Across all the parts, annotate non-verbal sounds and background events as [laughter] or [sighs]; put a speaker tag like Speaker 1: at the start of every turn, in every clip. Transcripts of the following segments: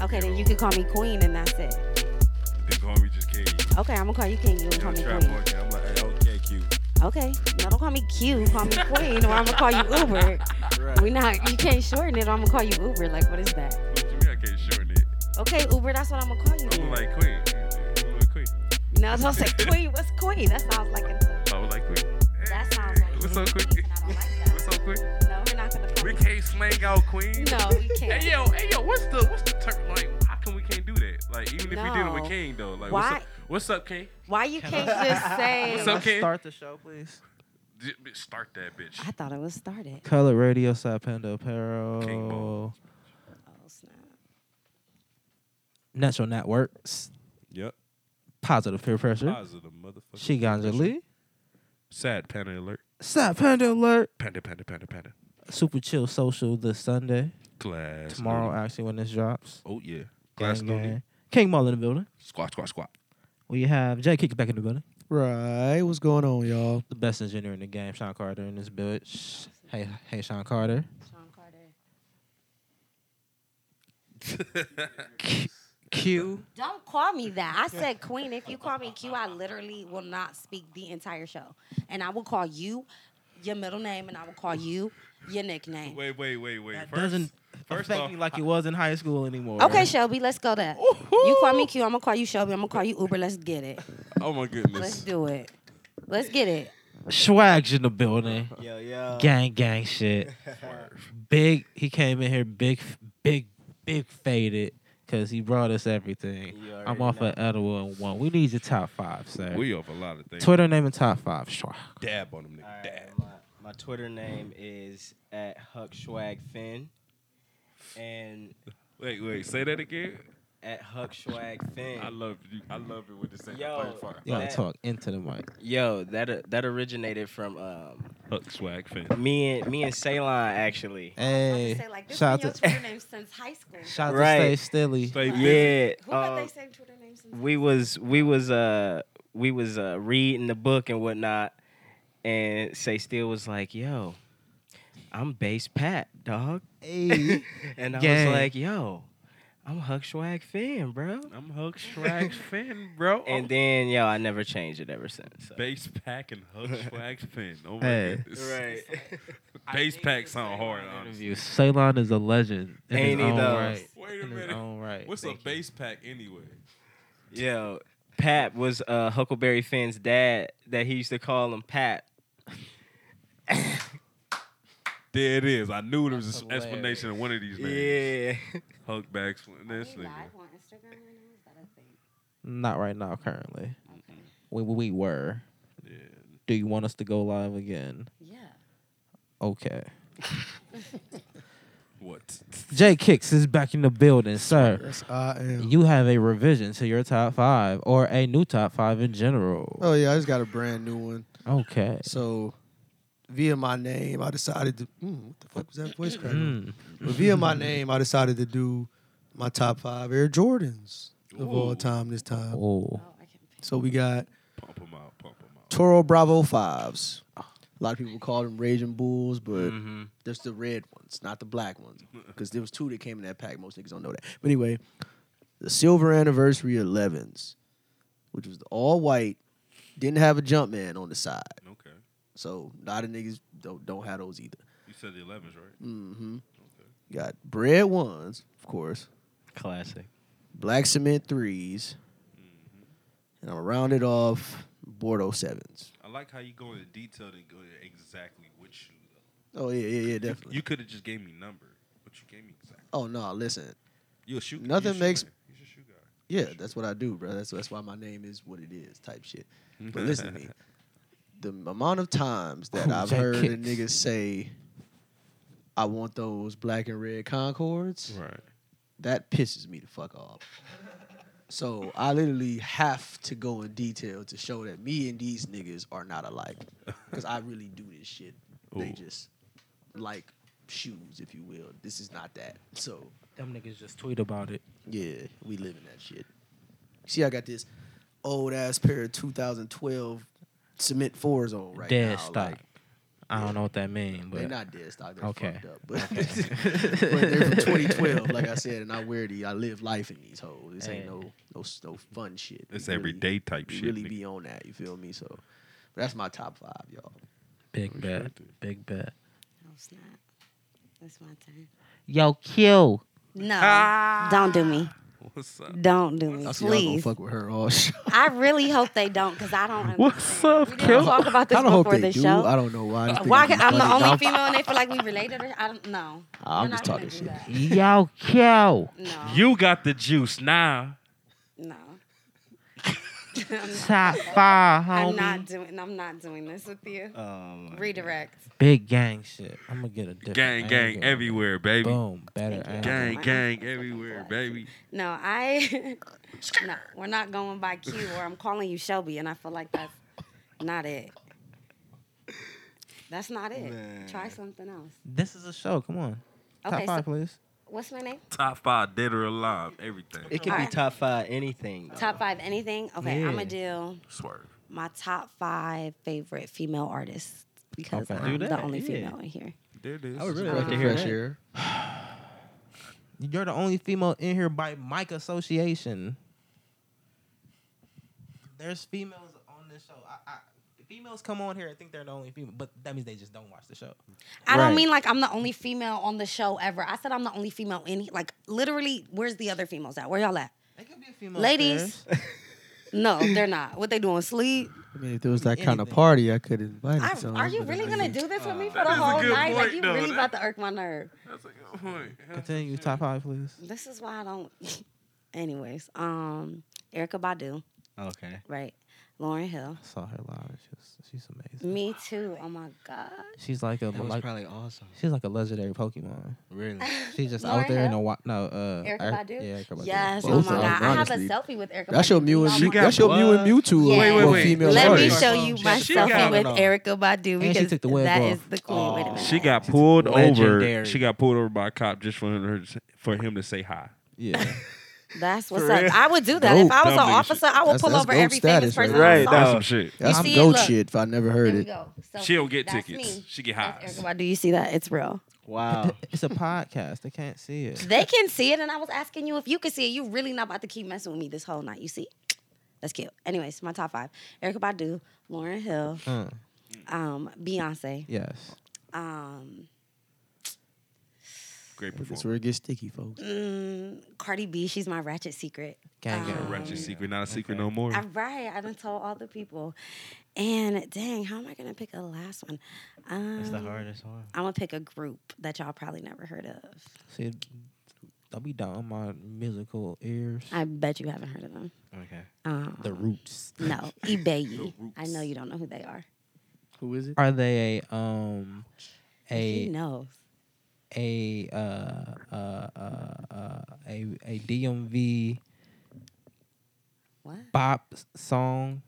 Speaker 1: Okay, then you can call me Queen, and that's it.
Speaker 2: They call me just King.
Speaker 1: Okay, I'm gonna call you King. You can
Speaker 2: You
Speaker 1: call
Speaker 2: know,
Speaker 1: me
Speaker 2: trap
Speaker 1: Queen.
Speaker 2: market. I'm like, hey, okay, Q.
Speaker 1: Okay, no, don't call me Q. Call me Queen, or I'm gonna call you Uber. We not. You can't shorten it. Or I'm gonna call you Uber. Like, what is that?
Speaker 2: What you mean I can't shorten it?
Speaker 1: Okay, Uber. That's what I'm gonna call you.
Speaker 2: I look
Speaker 1: Then.
Speaker 2: like Queen. I look like Queen.
Speaker 1: No, don't say Queen. What's Queen? That sounds like a.
Speaker 2: I look like Queen.
Speaker 1: That sounds like.
Speaker 2: What's up, Queen?
Speaker 1: and I don't like that.
Speaker 2: What's up, Queen?
Speaker 1: No, we're not gonna. Call
Speaker 2: We can't slang out Queen.
Speaker 1: No, we can't.
Speaker 2: Hey yo, hey yo, what's the what's the term like? How come we can't do that? Like even if we did it
Speaker 1: No.
Speaker 2: with King though, like
Speaker 1: Why?
Speaker 2: what's up? What's up, King?
Speaker 1: Why you
Speaker 3: Can
Speaker 1: can't
Speaker 3: I- [laughs]
Speaker 1: just say?
Speaker 2: What's up,
Speaker 3: Let's
Speaker 2: King?
Speaker 3: start the show, please.
Speaker 2: J- bitch, Start that bitch.
Speaker 1: I thought it was started.
Speaker 3: Color Radio Sapendo Apparel.
Speaker 2: King
Speaker 1: Oh
Speaker 2: Bone.
Speaker 1: snap!
Speaker 3: Natural Networks.
Speaker 2: Yep.
Speaker 3: Positive Peer Pressure.
Speaker 2: Positive motherfucker.
Speaker 3: She Ganjali.
Speaker 2: sad panda alert.
Speaker 3: Sapendo Alert.
Speaker 2: Panda, panda, panda, panda.
Speaker 3: Super Chill Social this Sunday.
Speaker 2: Class.
Speaker 3: Tomorrow,
Speaker 2: only.
Speaker 3: actually, when this drops.
Speaker 2: Oh yeah. Class
Speaker 3: Gang,
Speaker 2: only.
Speaker 3: gang. King Mall in the building.
Speaker 2: Squat, squat, squat.
Speaker 3: We have Jay Kick back in the building.
Speaker 4: Right, what's going on, y'all?
Speaker 3: The best engineer in the game, Sean Carter, in this bitch. Hey, hey, Sean Carter.
Speaker 1: Sean Carter.
Speaker 3: Q.
Speaker 1: Don't call me that. I said Queen. If you call me Q, I literally will not speak the entire show, and I will call you your middle name, and I will call you your nickname.
Speaker 2: Wait, wait, wait, wait.
Speaker 3: That
Speaker 2: first,
Speaker 3: doesn't
Speaker 2: first
Speaker 3: affect
Speaker 2: off,
Speaker 3: me like it was in high school anymore.
Speaker 1: Okay, Shelby, let's go there. You call me Q, I'm gonna call you Shelby. I'm gonna call you Uber. Let's get it.
Speaker 2: oh my
Speaker 1: Let's
Speaker 2: goodness.
Speaker 1: do it. Let's get it.
Speaker 3: Swag's in the
Speaker 2: [laughs]
Speaker 3: building.
Speaker 4: Yeah, yeah.
Speaker 3: Gang, gang shit. big, he came in here big, big, big faded because he brought us everything. I'm off of edible and one. We need your top five, sir.
Speaker 2: We off a lot of things.
Speaker 3: Twitter name and top five. Swag.
Speaker 2: Dab on them, nigga.
Speaker 5: All right,
Speaker 2: Dab.
Speaker 5: my, my Twitter name is at Huck Swag Finn, and
Speaker 2: Wait, wait. Say that again.
Speaker 5: at Huck Swag Finn.
Speaker 2: I love you. I love it when they say
Speaker 5: Yo.
Speaker 2: that. fire, fire.
Speaker 3: You gotta
Speaker 5: That-
Speaker 3: talk into the mic.
Speaker 5: Yo, that uh, that originated from um,
Speaker 2: Huck swag fan.
Speaker 5: me and me and Ceylon actually.
Speaker 3: Hey,
Speaker 1: say like this
Speaker 3: shout
Speaker 1: been
Speaker 3: out
Speaker 1: your
Speaker 3: to
Speaker 1: Twitter name since high school.
Speaker 3: shout out
Speaker 5: Right.
Speaker 3: to Stay Stilly.
Speaker 2: Stay busy.
Speaker 5: Yeah,
Speaker 1: Who
Speaker 5: um,
Speaker 1: had they same Twitter name since?
Speaker 5: we was we was uh we was uh reading the book and whatnot, and Say Still was like, "Yo, I'm Bass Pat, dog,"
Speaker 3: Hey.
Speaker 5: [laughs] and I
Speaker 3: Yeah.
Speaker 5: was like, "Yo, I'm Huck Swag Finn, bro."
Speaker 2: I'm Huck
Speaker 5: [laughs]
Speaker 3: [laughs]
Speaker 2: swag fan, bro.
Speaker 5: And then yo, I never changed it ever since. so.
Speaker 2: Base pack and
Speaker 5: [laughs]
Speaker 2: Huck swag fan. Oh my
Speaker 3: Hey.
Speaker 2: goodness. Base pack sound hard. Honestly.
Speaker 3: Interview. Ceylon is a legend. In
Speaker 5: Ain't
Speaker 3: his
Speaker 5: he
Speaker 3: own
Speaker 5: though?
Speaker 3: right.
Speaker 2: Wait a
Speaker 3: In his
Speaker 2: minute.
Speaker 3: own right.
Speaker 2: What's
Speaker 3: Thank
Speaker 2: a
Speaker 3: you.
Speaker 2: base pack anyway?
Speaker 5: Yo, Pat was uh, Huckleberry Finn's dad that he used to call him Pat.
Speaker 2: [laughs] There it is. I knew there was
Speaker 3: That's
Speaker 2: an explanation of one of these names.
Speaker 5: Yeah.
Speaker 2: Huck back this
Speaker 1: live
Speaker 2: nigga.
Speaker 1: on Instagram right now? Is that a thing?
Speaker 3: Not right now, currently.
Speaker 1: Okay.
Speaker 3: We, we, we were.
Speaker 2: Yeah.
Speaker 3: Do you want us to go live again?
Speaker 1: Yeah.
Speaker 3: Okay.
Speaker 2: What?
Speaker 3: Jay Kicks is back in the building, sir.
Speaker 4: Yes, I am.
Speaker 3: You have a revision to your top five or a new top five in general.
Speaker 4: oh yeah, I just got a brand new one.
Speaker 3: Okay.
Speaker 4: So, via my name, I decided to. Mm, what the fuck was that voice crack?
Speaker 3: Mm.
Speaker 4: But via my name, I decided to do my top five Air Jordans of all
Speaker 2: Ooh.
Speaker 4: time this time.
Speaker 3: Oh.
Speaker 1: Oh, I can.
Speaker 4: So we got
Speaker 2: Pump him out. Pump him out.
Speaker 4: Toro Bravo fives. A lot of people call them Raging Bulls, but
Speaker 2: Mm-hmm.
Speaker 5: Mhm.
Speaker 4: That's the red ones, not the black ones. Because there was two that came in that pack. Most niggas don't know that. But anyway, the silver anniversary 11s, which was all white, didn't have a jump man on the side.
Speaker 2: Okay.
Speaker 4: So a lot of niggas don't, don't have those either.
Speaker 2: You said the 11s, right?
Speaker 4: Mm-hmm.
Speaker 2: Okay.
Speaker 4: Got bread ones, of course,
Speaker 5: Classic.
Speaker 4: black cement threes, and I'm round it off Bordeaux sevens.
Speaker 2: I like how you go into detail and go to exactly what shoe. though.
Speaker 4: Oh yeah, yeah, yeah,
Speaker 2: You-
Speaker 4: definitely.
Speaker 2: You could have just gave me number, but you gave me exactly.
Speaker 4: oh no, listen,
Speaker 2: You a shoe. you a
Speaker 4: Nothing
Speaker 2: shoe
Speaker 4: makes-
Speaker 2: guy. You a shoe guy.
Speaker 4: Yeah, that's what I do, bro. That's that's why my name is what it is, type shit.
Speaker 2: [laughs]
Speaker 4: But listen to me. The m- amount of times that
Speaker 3: Ooh,
Speaker 4: I've
Speaker 3: Jack
Speaker 4: heard a
Speaker 3: Kicks.
Speaker 4: nigga say, I want those black and red Concords,
Speaker 2: Right.
Speaker 4: that pisses me the fuck off. So I literally have to go in detail to show that me and these niggas are not alike. Because I really do this shit. They
Speaker 2: Ooh.
Speaker 4: just like shoes, if you will. This is not that. So
Speaker 3: Them niggas just tweet about it.
Speaker 4: yeah, we live in that shit. See, I got this old ass pair of 2012 cement fours on right
Speaker 3: Dead
Speaker 4: now.
Speaker 3: stock.
Speaker 4: Like,
Speaker 3: I don't know what that means,
Speaker 4: They're
Speaker 3: but
Speaker 4: not dead stock. They're
Speaker 3: Okay.
Speaker 4: fucked up. But, [laughs] but they're from 2012, like
Speaker 3: [laughs]
Speaker 4: I said, and I wear the I live life in these hoes. This ain't
Speaker 5: Hey.
Speaker 4: no no s- no fun shit.
Speaker 2: It's
Speaker 4: We really-
Speaker 2: everyday type
Speaker 4: we
Speaker 2: shit.
Speaker 4: Really
Speaker 2: nigga.
Speaker 4: be on that. You feel me? So but that's my top five, y'all.
Speaker 3: big bet, big bet.
Speaker 1: No, it's not. It's my turn.
Speaker 3: Yo, Q.
Speaker 1: No,
Speaker 2: Ah.
Speaker 1: don't do me.
Speaker 2: What's up?
Speaker 1: Don't do me,
Speaker 4: I see y'all gonna
Speaker 1: please.
Speaker 4: fuck with her all [laughs] show.
Speaker 1: I really hope they don't, because I don't.
Speaker 3: What's
Speaker 1: understand.
Speaker 3: up,
Speaker 1: We
Speaker 3: Kel?
Speaker 1: didn't talk about this
Speaker 4: I don't hope
Speaker 1: before
Speaker 4: they
Speaker 1: the
Speaker 4: do.
Speaker 1: show.
Speaker 4: I don't know why. I just think
Speaker 1: Why?
Speaker 4: it'd be
Speaker 1: can- I'm the
Speaker 4: funny.
Speaker 1: only
Speaker 4: I'm-
Speaker 1: female, and they feel like we related. Or, I don't know.
Speaker 4: I'm just
Speaker 1: [laughs]
Speaker 4: talking shit.
Speaker 3: [laughs] Yo, Q.
Speaker 1: No,
Speaker 2: You got the juice now.
Speaker 1: no.
Speaker 3: Top five,
Speaker 1: I'm
Speaker 3: homie.
Speaker 1: not doing. I'm not doing this with you.
Speaker 4: Oh
Speaker 5: Um,
Speaker 1: Redirect.
Speaker 3: Big gang shit. I'm gonna get a different
Speaker 2: Gang, gang,
Speaker 3: angle.
Speaker 2: everywhere, baby.
Speaker 3: Boom, better.
Speaker 1: Thank you.
Speaker 3: angle.
Speaker 2: Gang, gang, everywhere, baby.
Speaker 1: No, I. [laughs] no, we're not going by Q, or I'm calling you Shelby, and I feel like that's not it. That's not it. Try something else.
Speaker 3: This is a show. Come on.
Speaker 1: Okay,
Speaker 3: Top five,
Speaker 1: so
Speaker 3: please.
Speaker 1: what's my name?
Speaker 2: Top five, dead or alive, everything.
Speaker 5: it could be
Speaker 1: Alright.
Speaker 5: top five anything. though.
Speaker 1: Top five anything? Okay, I'm
Speaker 3: Yeah.
Speaker 1: gonna do
Speaker 2: Swerve.
Speaker 1: my top five favorite female artists because
Speaker 3: Okay.
Speaker 1: I'm
Speaker 5: Do
Speaker 1: the
Speaker 5: that,
Speaker 1: only
Speaker 5: yeah.
Speaker 1: female in here.
Speaker 2: There it is.
Speaker 5: I would really
Speaker 1: Uh,
Speaker 5: like to hear
Speaker 4: Fresh
Speaker 5: that.
Speaker 4: air.
Speaker 3: [sighs] You're the only female in here by Mike Association. There's females on this show. I, I, females come on here. I think they're the only female, but that means they just don't watch the show.
Speaker 1: I don't
Speaker 5: Right.
Speaker 1: mean like I'm the only female on the show ever. I said I'm the only female in like literally. Where's the other females at? Where y'all at?
Speaker 3: It could be a female.
Speaker 1: Ladies. [laughs] No, they're not. What they doing? Sleep?
Speaker 4: I mean, if there was that kind of
Speaker 3: Anything.
Speaker 4: party, I could invite
Speaker 1: I,
Speaker 4: some,
Speaker 1: are you
Speaker 4: but I
Speaker 1: really
Speaker 4: mean- uh,
Speaker 1: gonna do this with me for
Speaker 2: That
Speaker 1: the
Speaker 2: is Uh, a
Speaker 1: whole
Speaker 2: good
Speaker 1: night? like
Speaker 2: point,
Speaker 1: you
Speaker 2: though.
Speaker 1: really
Speaker 2: That-
Speaker 1: about to irk my nerve.
Speaker 2: That's a good point.
Speaker 3: Continue top five, please.
Speaker 1: This is why I don't. [laughs] Anyways, um, Erica Badu,
Speaker 5: Okay.
Speaker 1: right? Lauren Hill.
Speaker 3: I saw her live. and She was, she's amazing.
Speaker 1: Me too. Oh my gosh.
Speaker 3: She's like a
Speaker 5: That was
Speaker 3: like,
Speaker 5: probably awesome.
Speaker 3: she's like a legendary Pokemon.
Speaker 5: Really.
Speaker 3: [laughs] She's just
Speaker 1: Lauryn
Speaker 3: out there in
Speaker 1: Hill?
Speaker 3: the wa- no uh
Speaker 1: Erica
Speaker 3: Eric-
Speaker 1: Badu?
Speaker 3: Yeah, Erica Badu.
Speaker 1: Yes.
Speaker 4: Both
Speaker 1: oh my
Speaker 4: of
Speaker 1: god.
Speaker 4: them,
Speaker 1: I have a
Speaker 4: honestly.
Speaker 1: selfie with Erica.
Speaker 4: That's your
Speaker 1: Badu.
Speaker 4: Mew and
Speaker 1: Y'all
Speaker 2: She
Speaker 5: [laughs]
Speaker 4: Mew.
Speaker 1: want-
Speaker 2: got
Speaker 4: That's your Mew and Mewtwo.
Speaker 1: Yeah. Wait,
Speaker 4: of
Speaker 1: wait,
Speaker 4: all
Speaker 2: wait.
Speaker 4: female
Speaker 1: Let me
Speaker 4: artists.
Speaker 1: show you my
Speaker 2: Uh, She
Speaker 1: selfie
Speaker 2: got-
Speaker 1: with
Speaker 5: Hold on.
Speaker 1: Erica Badu
Speaker 3: she
Speaker 1: because
Speaker 3: took the wig
Speaker 1: that
Speaker 3: off.
Speaker 1: is the queen. Wait a
Speaker 5: Aw.
Speaker 1: minute.
Speaker 2: She got pulled over.
Speaker 3: Legendary.
Speaker 2: She got pulled over by a cop just for her for him to say hi.
Speaker 3: Yeah.
Speaker 1: That's what's
Speaker 2: For
Speaker 1: up.
Speaker 2: real.
Speaker 1: I would do that
Speaker 2: Dope,
Speaker 1: if I was an
Speaker 2: dumb nigga
Speaker 1: officer. I would
Speaker 4: That's-
Speaker 1: pull
Speaker 4: that's
Speaker 1: over
Speaker 4: gold
Speaker 1: every famous
Speaker 4: status
Speaker 1: person.
Speaker 5: right
Speaker 1: I
Speaker 5: there. Right,
Speaker 1: saw.
Speaker 2: That's
Speaker 5: Oh.
Speaker 2: some shit.
Speaker 4: That's
Speaker 1: You
Speaker 4: some
Speaker 1: see it?
Speaker 4: goat
Speaker 1: Look.
Speaker 4: shit. If I never
Speaker 1: There
Speaker 4: heard
Speaker 1: we
Speaker 4: it.
Speaker 1: go.
Speaker 2: [laughs]
Speaker 1: So
Speaker 2: She don't get
Speaker 1: that's
Speaker 2: tickets.
Speaker 1: me.
Speaker 2: She get
Speaker 1: That's
Speaker 2: high.
Speaker 1: Erica Badu. You see that? It's real.
Speaker 5: Wow.
Speaker 3: [laughs] It's a podcast. They can't see it.
Speaker 1: They can see it, and I was asking you if you could see it. You really not about to keep messing with me this whole night. You see? That's cute. Anyways, my top five: Erica Badu, Lauren Hill,
Speaker 3: Uh,
Speaker 1: um, Beyonce.
Speaker 3: yes.
Speaker 1: Um,
Speaker 2: Great
Speaker 4: That's
Speaker 2: performance.
Speaker 4: where it gets sticky, folks.
Speaker 1: mm, Cardi B, she's my ratchet secret.
Speaker 3: Gang
Speaker 1: Um,
Speaker 3: gang.
Speaker 2: Ratchet secret, not a secret no more.
Speaker 1: I'm right. I done told all the people. And dang, how am I gonna pick a last one? Um,
Speaker 5: That's the hardest one.
Speaker 1: I'm gonna pick a group that y'all probably never heard of.
Speaker 3: See, don't be down on my musical ears.
Speaker 1: I bet you haven't heard of them.
Speaker 5: Okay.
Speaker 1: Um,
Speaker 3: the Roots.
Speaker 1: No,
Speaker 3: [laughs]
Speaker 5: [laughs]
Speaker 1: E Ebayi.
Speaker 2: The
Speaker 1: I know you don't know who they are.
Speaker 4: Who is it?
Speaker 3: Are they a um
Speaker 1: He
Speaker 3: a
Speaker 1: knows.
Speaker 3: a uh, uh, uh, uh, a a DMV
Speaker 1: What?
Speaker 3: bop song?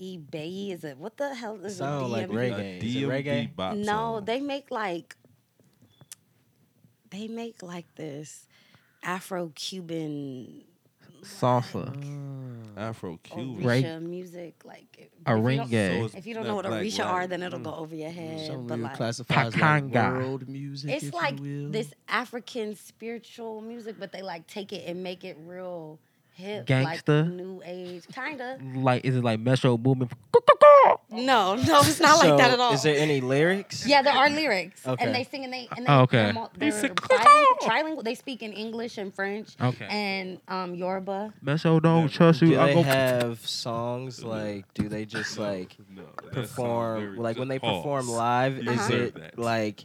Speaker 1: Ebayi is it? What the hell is a
Speaker 5: Sound like
Speaker 1: DMV?
Speaker 5: reggae. Is it reggae?
Speaker 2: bop
Speaker 1: No,
Speaker 2: song.
Speaker 1: they make like they make like this Afro-Cuban
Speaker 3: Salsa.
Speaker 2: Afro Cuban.
Speaker 3: Right.
Speaker 1: Orisha music like if
Speaker 3: A
Speaker 1: you
Speaker 3: ring
Speaker 1: don't-
Speaker 3: gay.
Speaker 1: If you don't know what
Speaker 2: Black
Speaker 1: Orisha are,
Speaker 2: Latin.
Speaker 1: then it'll go over your head. But
Speaker 4: Something like,
Speaker 1: like,
Speaker 4: classifies like
Speaker 3: Pakanga.
Speaker 4: world music.
Speaker 1: it's
Speaker 4: if
Speaker 1: like
Speaker 4: you will.
Speaker 1: this African spiritual music, but they like take it and make it real hip,
Speaker 3: Gangsta?
Speaker 1: like new age, kinda.
Speaker 3: Like is it like Metro Boomin?
Speaker 1: No, no, it's not like that
Speaker 5: So,
Speaker 1: at all.
Speaker 5: Is there any lyrics?
Speaker 1: yeah, there are lyrics,
Speaker 5: Okay.
Speaker 1: and they sing and they and they
Speaker 3: Oh, okay.
Speaker 1: promote-
Speaker 3: They
Speaker 1: they're
Speaker 3: sing-
Speaker 1: bilingual, [laughs] trilingual. They speak in English and French,
Speaker 3: Okay.
Speaker 1: and um Yoruba.
Speaker 3: Metro don't trust
Speaker 5: Do
Speaker 3: you. I
Speaker 5: they
Speaker 3: go
Speaker 5: have songs like? Do they just like
Speaker 2: No, that sounds
Speaker 5: perform?
Speaker 2: very-
Speaker 5: Like when
Speaker 2: just
Speaker 5: they perform
Speaker 2: pause.
Speaker 5: live,
Speaker 2: You
Speaker 5: is
Speaker 2: deserve
Speaker 5: it
Speaker 2: that.
Speaker 5: like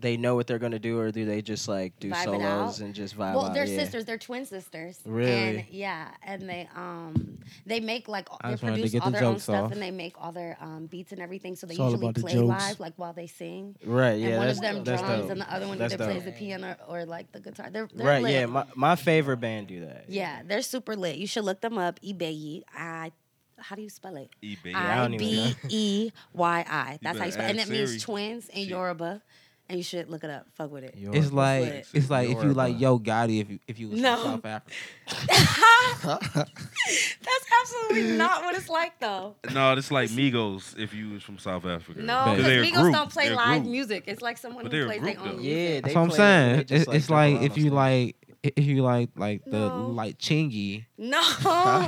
Speaker 5: they know what they're gonna do, or do they just like do
Speaker 1: Vibe it
Speaker 5: solos
Speaker 1: out?
Speaker 5: and just vibe
Speaker 1: Well,
Speaker 5: out?
Speaker 1: they're
Speaker 5: Yeah.
Speaker 1: sisters. They're twin sisters. And
Speaker 5: Really?
Speaker 1: yeah, and they um they make like
Speaker 3: I
Speaker 1: they
Speaker 3: just wanted to
Speaker 1: produce
Speaker 3: get
Speaker 1: all
Speaker 3: the
Speaker 1: their own
Speaker 3: jokes
Speaker 1: stuff
Speaker 3: off.
Speaker 1: and they make all their um beats and everything. So they
Speaker 4: It's all
Speaker 1: usually
Speaker 4: about the
Speaker 1: play
Speaker 4: jokes.
Speaker 1: live like while they sing.
Speaker 5: Right. Yeah.
Speaker 1: and one
Speaker 5: that's,
Speaker 1: of them
Speaker 5: that's
Speaker 1: drums
Speaker 5: dope.
Speaker 1: and the other one
Speaker 5: That's
Speaker 1: either
Speaker 5: dope.
Speaker 1: plays the piano or like the guitar. They're, they're
Speaker 5: Right.
Speaker 1: lit.
Speaker 5: Yeah. My my favorite band do that.
Speaker 1: yeah, they're super lit. You should look them up. Ibeyi. I how do you spell it?
Speaker 2: eBay.
Speaker 5: I
Speaker 1: I
Speaker 5: don't even
Speaker 1: B
Speaker 5: know.
Speaker 1: E Y I. That's how
Speaker 2: better
Speaker 1: you spell it. And
Speaker 2: ask
Speaker 1: it means
Speaker 2: Siri.
Speaker 1: twins in
Speaker 2: Shit.
Speaker 1: Yoruba. and you should look it up. Fuck with it.
Speaker 3: It's like
Speaker 1: What?
Speaker 3: it's like if you like
Speaker 6: Yoruba.
Speaker 3: Yo Gotti if you if you was
Speaker 1: No.
Speaker 3: from South Africa.
Speaker 1: That's
Speaker 4: [laughs]
Speaker 1: absolutely not what it's like though.
Speaker 2: No, it's like Migos if you was from South Africa.
Speaker 1: No,
Speaker 3: 'Cause
Speaker 1: because
Speaker 2: they're a
Speaker 1: Migos
Speaker 2: group.
Speaker 1: don't play
Speaker 2: They're a
Speaker 1: live
Speaker 2: group.
Speaker 1: music. It's like someone
Speaker 2: But
Speaker 1: who
Speaker 2: they're a
Speaker 1: plays
Speaker 2: group,
Speaker 1: their own
Speaker 2: though.
Speaker 1: music.
Speaker 5: Yeah,
Speaker 3: That's
Speaker 5: they
Speaker 3: what I'm
Speaker 5: play-
Speaker 3: saying.
Speaker 5: they
Speaker 3: It-
Speaker 5: just,
Speaker 3: It's,
Speaker 5: like,
Speaker 3: like
Speaker 5: double
Speaker 3: if you
Speaker 5: albums.
Speaker 3: like if you like like the
Speaker 1: No.
Speaker 3: like Chingy. [laughs]
Speaker 1: No.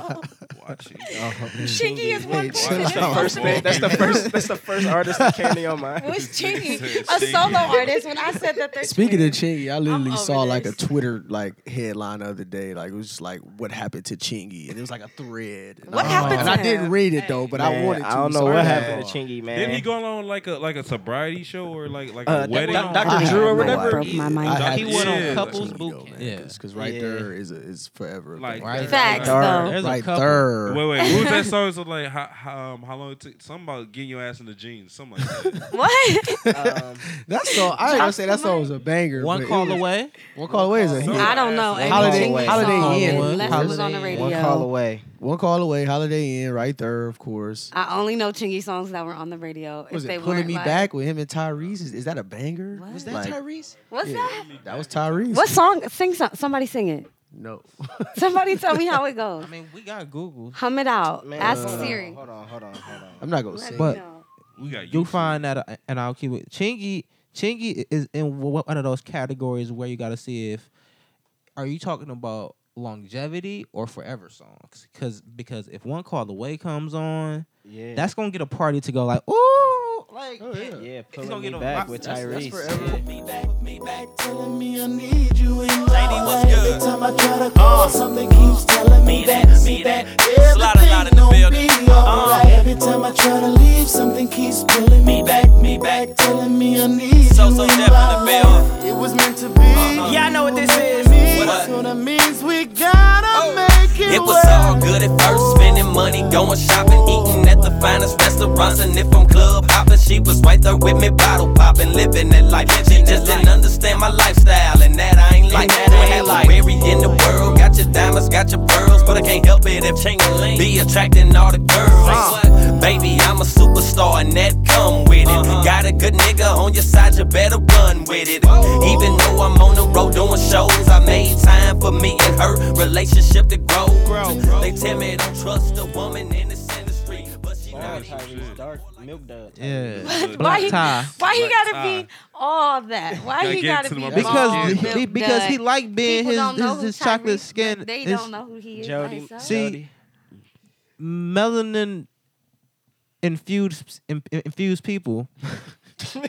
Speaker 2: Watch it.
Speaker 3: Oh,
Speaker 5: [laughs]
Speaker 1: Chingy is one
Speaker 4: Wait, chill
Speaker 1: person. It's
Speaker 5: That's the
Speaker 4: out.
Speaker 5: first thing.
Speaker 3: [laughs]
Speaker 5: That's the first. That's the first artist that came to your mind.
Speaker 1: What's
Speaker 5: [laughs]
Speaker 2: [laughs]
Speaker 1: Chingy?
Speaker 2: Said
Speaker 1: A
Speaker 2: Chingy.
Speaker 1: solo artist. When I said that they're
Speaker 4: Speaking of
Speaker 1: twins.
Speaker 4: Chingy, I literally
Speaker 1: over
Speaker 4: saw like a
Speaker 1: this.
Speaker 4: Twitter like headline the other day. Like it was just like what happened to Chingy, and it was like a thread. And
Speaker 1: What
Speaker 4: I-
Speaker 1: happened
Speaker 4: Oh. And
Speaker 1: to
Speaker 4: I didn't
Speaker 1: him?
Speaker 4: read it though, but I
Speaker 5: Man,
Speaker 4: wanted to.
Speaker 5: I don't know
Speaker 4: so
Speaker 5: what
Speaker 4: bad.
Speaker 5: happened to Chingy, man.
Speaker 2: Didn't he go on like a like a sobriety show or like like
Speaker 5: Uh,
Speaker 2: a
Speaker 5: Doc-
Speaker 2: wedding?
Speaker 5: Doc-
Speaker 1: I
Speaker 5: Dr.
Speaker 1: had
Speaker 5: Drew or
Speaker 1: my-
Speaker 5: whatever?
Speaker 1: Broke my
Speaker 4: I
Speaker 1: mind.
Speaker 4: had
Speaker 3: He
Speaker 4: to
Speaker 3: went on
Speaker 4: see
Speaker 3: couples
Speaker 4: Chingy,
Speaker 3: boot
Speaker 4: though, man,
Speaker 3: camp.
Speaker 4: Cause, 'cause right
Speaker 5: Yeah.
Speaker 4: there is a, is forever. a
Speaker 2: Like,
Speaker 4: thing.
Speaker 3: Right.
Speaker 1: Facts,
Speaker 3: Third.
Speaker 1: though.
Speaker 3: There's a
Speaker 4: right
Speaker 3: couple.
Speaker 4: there.
Speaker 2: Wait, wait, what
Speaker 4: [laughs]
Speaker 2: was that song? So like, how, how, um, how long it took? Something about getting your ass in the jeans, something like
Speaker 1: [laughs]
Speaker 2: that.
Speaker 1: What?
Speaker 5: Um,
Speaker 4: That song, I ain't gonna say that song was a banger.
Speaker 3: One
Speaker 4: but it
Speaker 3: call
Speaker 4: was-
Speaker 3: away.
Speaker 4: One call away is a
Speaker 2: One
Speaker 4: hit.
Speaker 2: Call
Speaker 1: I don't know.
Speaker 5: Holiday-
Speaker 1: Every
Speaker 5: Holiday-
Speaker 1: Chingy
Speaker 4: Holiday
Speaker 1: song,
Speaker 4: Inn.
Speaker 1: unless it was on the
Speaker 3: Holiday Inn.
Speaker 1: radio.
Speaker 5: one call away.
Speaker 4: One call away, Holiday Inn, right there, of course.
Speaker 1: I only know Chingy songs that were on the radio. If
Speaker 4: was
Speaker 1: they
Speaker 4: it pulling
Speaker 1: weren't,
Speaker 4: me
Speaker 1: like-
Speaker 4: back with him and Tyrese? Is, is that a banger?
Speaker 1: What? Was
Speaker 4: that Tyrese?
Speaker 1: What's that?
Speaker 4: That was Tyrese.
Speaker 1: What song? Sing some, somebody sing it.
Speaker 4: No.
Speaker 1: Somebody tell
Speaker 4: [laughs]
Speaker 1: me how it goes.
Speaker 3: I mean, we got Google.
Speaker 1: Hum it out.
Speaker 5: Man,
Speaker 1: Ask
Speaker 5: hold on,
Speaker 1: Siri.
Speaker 5: Hold on, hold on, hold on.
Speaker 4: I'm not gonna
Speaker 1: Let
Speaker 4: say.
Speaker 1: me
Speaker 3: But-
Speaker 1: know.
Speaker 2: We got
Speaker 3: You
Speaker 2: YouTube.
Speaker 3: find that, uh, and I'll keep it. Chingy Chingy is in one of those categories where you got to see if are you talking about longevity or forever songs? Because because if one call away comes on,
Speaker 5: Yeah,
Speaker 3: that's gonna get a party to go like ooh like
Speaker 4: Oh,
Speaker 5: yeah.
Speaker 3: it's gonna
Speaker 5: Pulling
Speaker 3: get
Speaker 5: me
Speaker 3: a
Speaker 5: back with
Speaker 3: that's- that's
Speaker 5: Tyrese.
Speaker 3: forever.
Speaker 7: telling me I need you in my life. Every time I try to call, something keeps telling me that, Oh. see that everything gon' be alright. Every time I try to leave, something keeps pulling Uh. me back, me back, telling me I need
Speaker 8: So,
Speaker 7: you
Speaker 8: so
Speaker 7: in
Speaker 8: Def in
Speaker 7: my
Speaker 8: the
Speaker 7: life. It was meant to be.
Speaker 2: uh,
Speaker 8: Yeah, I know what this is. What?
Speaker 7: That's Uh-huh. what it means. We gotta
Speaker 4: Oh,
Speaker 7: make it
Speaker 8: It was
Speaker 7: work.
Speaker 8: all good at first, spending money, going shopping, eating at the finest restaurants. And if I'm club hopping, she was right there with me, bottle popping, living that life. She just didn't understand my lifestyle, and that I ain't like. That I ain't like. Every in the world, got your diamonds, got your pearls, but I can't help it if Chainlink be attracting all the girls. Baby, I'm a superstar, and that come with it. Got a good nigga on your side, you better run with it. Even though I'm on the road doing shows, I made time for me and her relationship to grow. They tell me don't trust a woman in this industry, but she not even
Speaker 5: Tyrese, dark milk dub.
Speaker 3: yeah.
Speaker 2: Why
Speaker 3: Black
Speaker 1: he-
Speaker 3: tie.
Speaker 1: Why he
Speaker 2: Like,
Speaker 1: gotta
Speaker 2: ah.
Speaker 1: be all that? Why
Speaker 2: Gotta
Speaker 1: he
Speaker 2: get
Speaker 1: gotta
Speaker 2: to the
Speaker 1: be
Speaker 2: motherfucking
Speaker 3: Because
Speaker 2: Milk
Speaker 3: he- he, because he like being
Speaker 1: People
Speaker 3: his
Speaker 1: don't know
Speaker 3: his,
Speaker 1: who
Speaker 3: his
Speaker 1: Tyrese
Speaker 3: chocolate
Speaker 1: is,
Speaker 3: skin.
Speaker 1: but They
Speaker 3: his
Speaker 1: don't know who he is. by
Speaker 5: Jody,
Speaker 1: himself.
Speaker 3: See,
Speaker 5: Jody.
Speaker 3: melanin infused in- infused people.
Speaker 7: [laughs]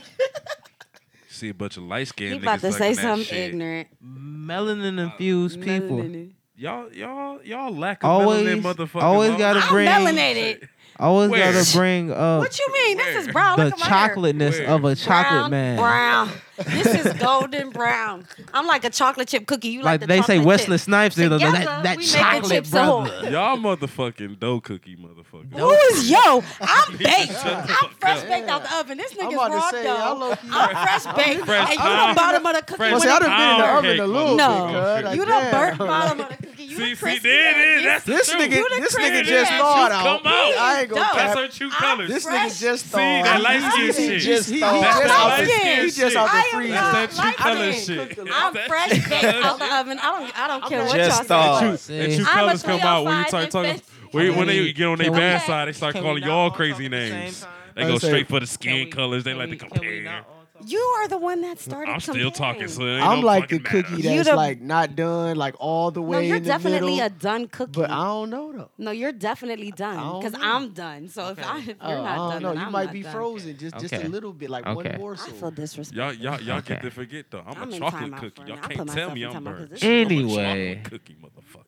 Speaker 2: see a bunch of light
Speaker 1: he
Speaker 2: skinned niggas.
Speaker 1: about to
Speaker 2: sucking
Speaker 1: say
Speaker 2: that
Speaker 1: something
Speaker 2: shit.
Speaker 1: ignorant.
Speaker 3: Melanin infused people.
Speaker 1: Melanated.
Speaker 2: Y'all, y'all, y'all lack
Speaker 4: Oh.
Speaker 2: of
Speaker 3: Always,
Speaker 2: melanin, motherfucker.
Speaker 3: always
Speaker 2: huh?
Speaker 3: gotta
Speaker 1: I'm
Speaker 3: bring,
Speaker 1: melanated.
Speaker 3: always
Speaker 2: Where?
Speaker 3: gotta bring up
Speaker 1: What you mean? This is
Speaker 2: Where?
Speaker 1: brown.
Speaker 3: the
Speaker 1: Look at my hair.
Speaker 3: chocolateness
Speaker 2: Where?
Speaker 3: of a
Speaker 1: Brown,
Speaker 3: chocolate man.
Speaker 1: Brown. This is golden brown. I'm like a chocolate chip cookie. You like,
Speaker 3: Like
Speaker 1: the
Speaker 3: they say,
Speaker 1: chocolate
Speaker 3: Wesley
Speaker 1: chip.
Speaker 3: Snipes, they're like,
Speaker 1: Together,
Speaker 3: that, that
Speaker 1: we make the
Speaker 3: chocolate
Speaker 1: chips a whole-
Speaker 3: brother.
Speaker 2: Y'all motherfucking dough cookie, motherfucker.
Speaker 1: Who is yo?
Speaker 2: [laughs]
Speaker 1: I'm baked.
Speaker 2: Shut the
Speaker 1: I'm
Speaker 2: fuck
Speaker 1: fresh
Speaker 2: up.
Speaker 1: baked out the oven. This
Speaker 4: I'm
Speaker 1: nigga's
Speaker 4: about
Speaker 1: raw
Speaker 4: to say, I
Speaker 1: dough.
Speaker 4: low key.
Speaker 1: I'm fresh baked. and
Speaker 2: Fresh
Speaker 1: you the
Speaker 2: pound. Oh,
Speaker 1: bottom of the cookie.
Speaker 2: Fresh
Speaker 4: Well, see, I done been in the
Speaker 2: Pound
Speaker 4: oven
Speaker 2: cake,
Speaker 4: a little
Speaker 1: No.
Speaker 4: bit. cuz,
Speaker 1: You
Speaker 4: like,
Speaker 1: the burnt
Speaker 4: damn.
Speaker 1: bottom of the cookie. You
Speaker 2: See,
Speaker 1: the
Speaker 2: see,
Speaker 1: crispy
Speaker 2: there it is.
Speaker 1: edges.
Speaker 2: That's the
Speaker 4: This
Speaker 2: truth.
Speaker 4: nigga,
Speaker 1: the
Speaker 4: this
Speaker 1: crazy
Speaker 4: nigga just
Speaker 1: ass.
Speaker 4: thawed
Speaker 2: You
Speaker 4: out.
Speaker 2: come out.
Speaker 4: I ain't
Speaker 1: Dope.
Speaker 4: gonna
Speaker 2: That's
Speaker 4: cap.
Speaker 2: her true
Speaker 1: I'm
Speaker 2: colors.
Speaker 4: This
Speaker 1: fresh.
Speaker 4: nigga just
Speaker 2: See,
Speaker 4: thawed.
Speaker 2: that light skin
Speaker 4: He- he
Speaker 2: shit.
Speaker 4: just
Speaker 2: That's
Speaker 4: thawed.
Speaker 2: that
Speaker 1: light
Speaker 4: out.
Speaker 1: skin.
Speaker 4: He just
Speaker 1: I
Speaker 4: out the
Speaker 1: am
Speaker 4: freezer.
Speaker 1: not
Speaker 2: That's that true
Speaker 1: light
Speaker 2: color
Speaker 1: skin.
Speaker 2: shit.
Speaker 1: [laughs] I'm fresh
Speaker 2: [laughs]
Speaker 1: baked out the oven. I don't. I don't care what
Speaker 5: Just
Speaker 1: y'all
Speaker 5: thought.
Speaker 1: say.
Speaker 2: True. And
Speaker 3: See?
Speaker 2: true
Speaker 1: I'm a
Speaker 2: colors come out when you
Speaker 1: 305
Speaker 2: start talking.
Speaker 1: infant.
Speaker 2: When, when
Speaker 3: Can
Speaker 2: they
Speaker 3: we-
Speaker 2: get on their
Speaker 3: can we-
Speaker 2: bad side, they start
Speaker 3: can we
Speaker 2: calling
Speaker 3: not
Speaker 2: y'all
Speaker 3: all talk
Speaker 2: crazy
Speaker 3: at the same
Speaker 2: names.
Speaker 3: time?
Speaker 2: They
Speaker 4: I
Speaker 2: go
Speaker 4: was saying,
Speaker 2: straight for the skin
Speaker 3: Can we-
Speaker 2: colors. They
Speaker 3: can
Speaker 2: like to
Speaker 3: we- can we
Speaker 2: compare.
Speaker 3: not all talk?
Speaker 1: You are the one that started.
Speaker 2: I'm still
Speaker 1: comparing.
Speaker 2: talking, so it ain't
Speaker 4: I'm
Speaker 2: no
Speaker 4: like the
Speaker 2: fucking
Speaker 4: cookie
Speaker 2: matter.
Speaker 1: You
Speaker 4: that's
Speaker 1: the-
Speaker 4: like not done, like all the
Speaker 1: No,
Speaker 4: way
Speaker 1: you're
Speaker 4: in the
Speaker 1: definitely
Speaker 4: middle.
Speaker 1: a done cookie.
Speaker 4: But I don't know though.
Speaker 1: no, you're definitely
Speaker 4: I
Speaker 1: done
Speaker 4: don't
Speaker 1: because
Speaker 4: know.
Speaker 1: I'm done. So if, I, if you're
Speaker 4: Oh,
Speaker 1: not
Speaker 4: I
Speaker 1: done,
Speaker 4: don't know.
Speaker 1: then
Speaker 4: You
Speaker 1: I'm
Speaker 4: might
Speaker 1: not
Speaker 4: be
Speaker 1: done.
Speaker 4: frozen just, just
Speaker 3: Okay.
Speaker 4: a little bit, like
Speaker 3: Okay.
Speaker 4: one
Speaker 1: I
Speaker 4: morsel.
Speaker 1: feel disrespected.
Speaker 2: Y'all, y'all, y'all get
Speaker 3: Okay.
Speaker 2: to forget though. I'm,
Speaker 1: I'm
Speaker 2: a
Speaker 1: in
Speaker 2: chocolate
Speaker 1: timeout
Speaker 2: cookie.
Speaker 1: for
Speaker 2: Y'all
Speaker 1: now. I
Speaker 2: can't
Speaker 1: put
Speaker 2: tell
Speaker 1: myself
Speaker 2: me
Speaker 1: in
Speaker 2: I'm
Speaker 1: timeout 'cause
Speaker 2: burnt.
Speaker 1: this
Speaker 3: shit-
Speaker 2: I'm a
Speaker 3: Anyway.
Speaker 2: chocolate cookie,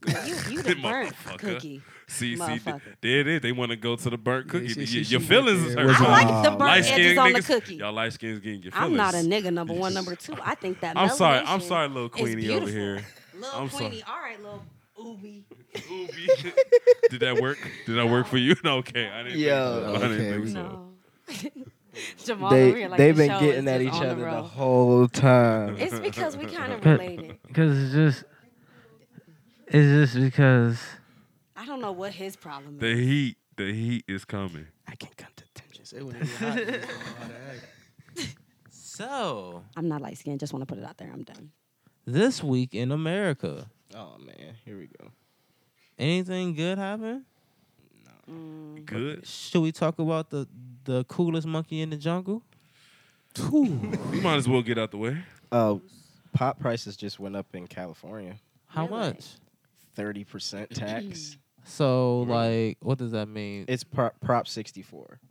Speaker 2: motherfucker.
Speaker 1: You,
Speaker 2: [laughs]
Speaker 1: you the burnt
Speaker 2: Motherfucker.
Speaker 1: cookie.
Speaker 2: See, see,
Speaker 1: Motherfucker.
Speaker 2: there it is. They want to go to the burnt cookie.
Speaker 4: she-
Speaker 2: Y-
Speaker 4: she- she
Speaker 2: your
Speaker 4: went
Speaker 2: feelings
Speaker 4: there.
Speaker 2: is
Speaker 4: It was
Speaker 2: hurt.
Speaker 4: a-
Speaker 1: I like the
Speaker 4: Wow.
Speaker 1: burnt edges
Speaker 2: Light-skinned
Speaker 1: on the
Speaker 2: niggas,
Speaker 1: cookie.
Speaker 2: Y'all light skins getting your feelings.
Speaker 1: I'm not a nigga number one, number two. I think that.
Speaker 2: [laughs] I'm sorry. I'm
Speaker 1: melanation
Speaker 2: sorry, little
Speaker 1: is
Speaker 2: Queenie over
Speaker 1: beautiful.
Speaker 2: here.
Speaker 1: Little
Speaker 2: I'm sorry.
Speaker 1: Queenie, all right, little Ooby.
Speaker 2: Did that work? Did that work for you? [laughs] No, okay. I didn't.
Speaker 5: Yo,
Speaker 2: think so. I didn't
Speaker 4: okay,
Speaker 2: think
Speaker 4: we-
Speaker 2: so.
Speaker 1: No. [laughs] Jamal over
Speaker 5: They
Speaker 1: here, like
Speaker 5: they've
Speaker 1: the
Speaker 5: been
Speaker 1: show
Speaker 5: getting
Speaker 1: is just
Speaker 5: at each
Speaker 1: on the
Speaker 5: other the
Speaker 1: road.
Speaker 5: whole time.
Speaker 1: It's because we kind
Speaker 5: [laughs]
Speaker 1: of
Speaker 3: But-
Speaker 1: related.
Speaker 3: Because it's just, it's just because
Speaker 1: I don't know what his problem is.
Speaker 2: The heat. The heat is coming.
Speaker 1: [laughs]
Speaker 5: I can come to tension.
Speaker 4: It wouldn't be hot.
Speaker 3: [laughs] So
Speaker 1: I'm not light skinned. Just want to put it out there. I'm done.
Speaker 3: this week in America,
Speaker 5: Oh man, here we go.
Speaker 3: anything good happen?
Speaker 1: Mm.
Speaker 2: Good.
Speaker 3: Should we talk about the the coolest monkey in the jungle?
Speaker 2: You might as well get out the way.
Speaker 5: Oh, pop prices just went up in California.
Speaker 3: How
Speaker 1: Really?
Speaker 3: much?
Speaker 5: Thirty
Speaker 1: [clears throat]
Speaker 5: percent tax.
Speaker 3: So like, what does that mean?
Speaker 5: it's prop, prop sixty four.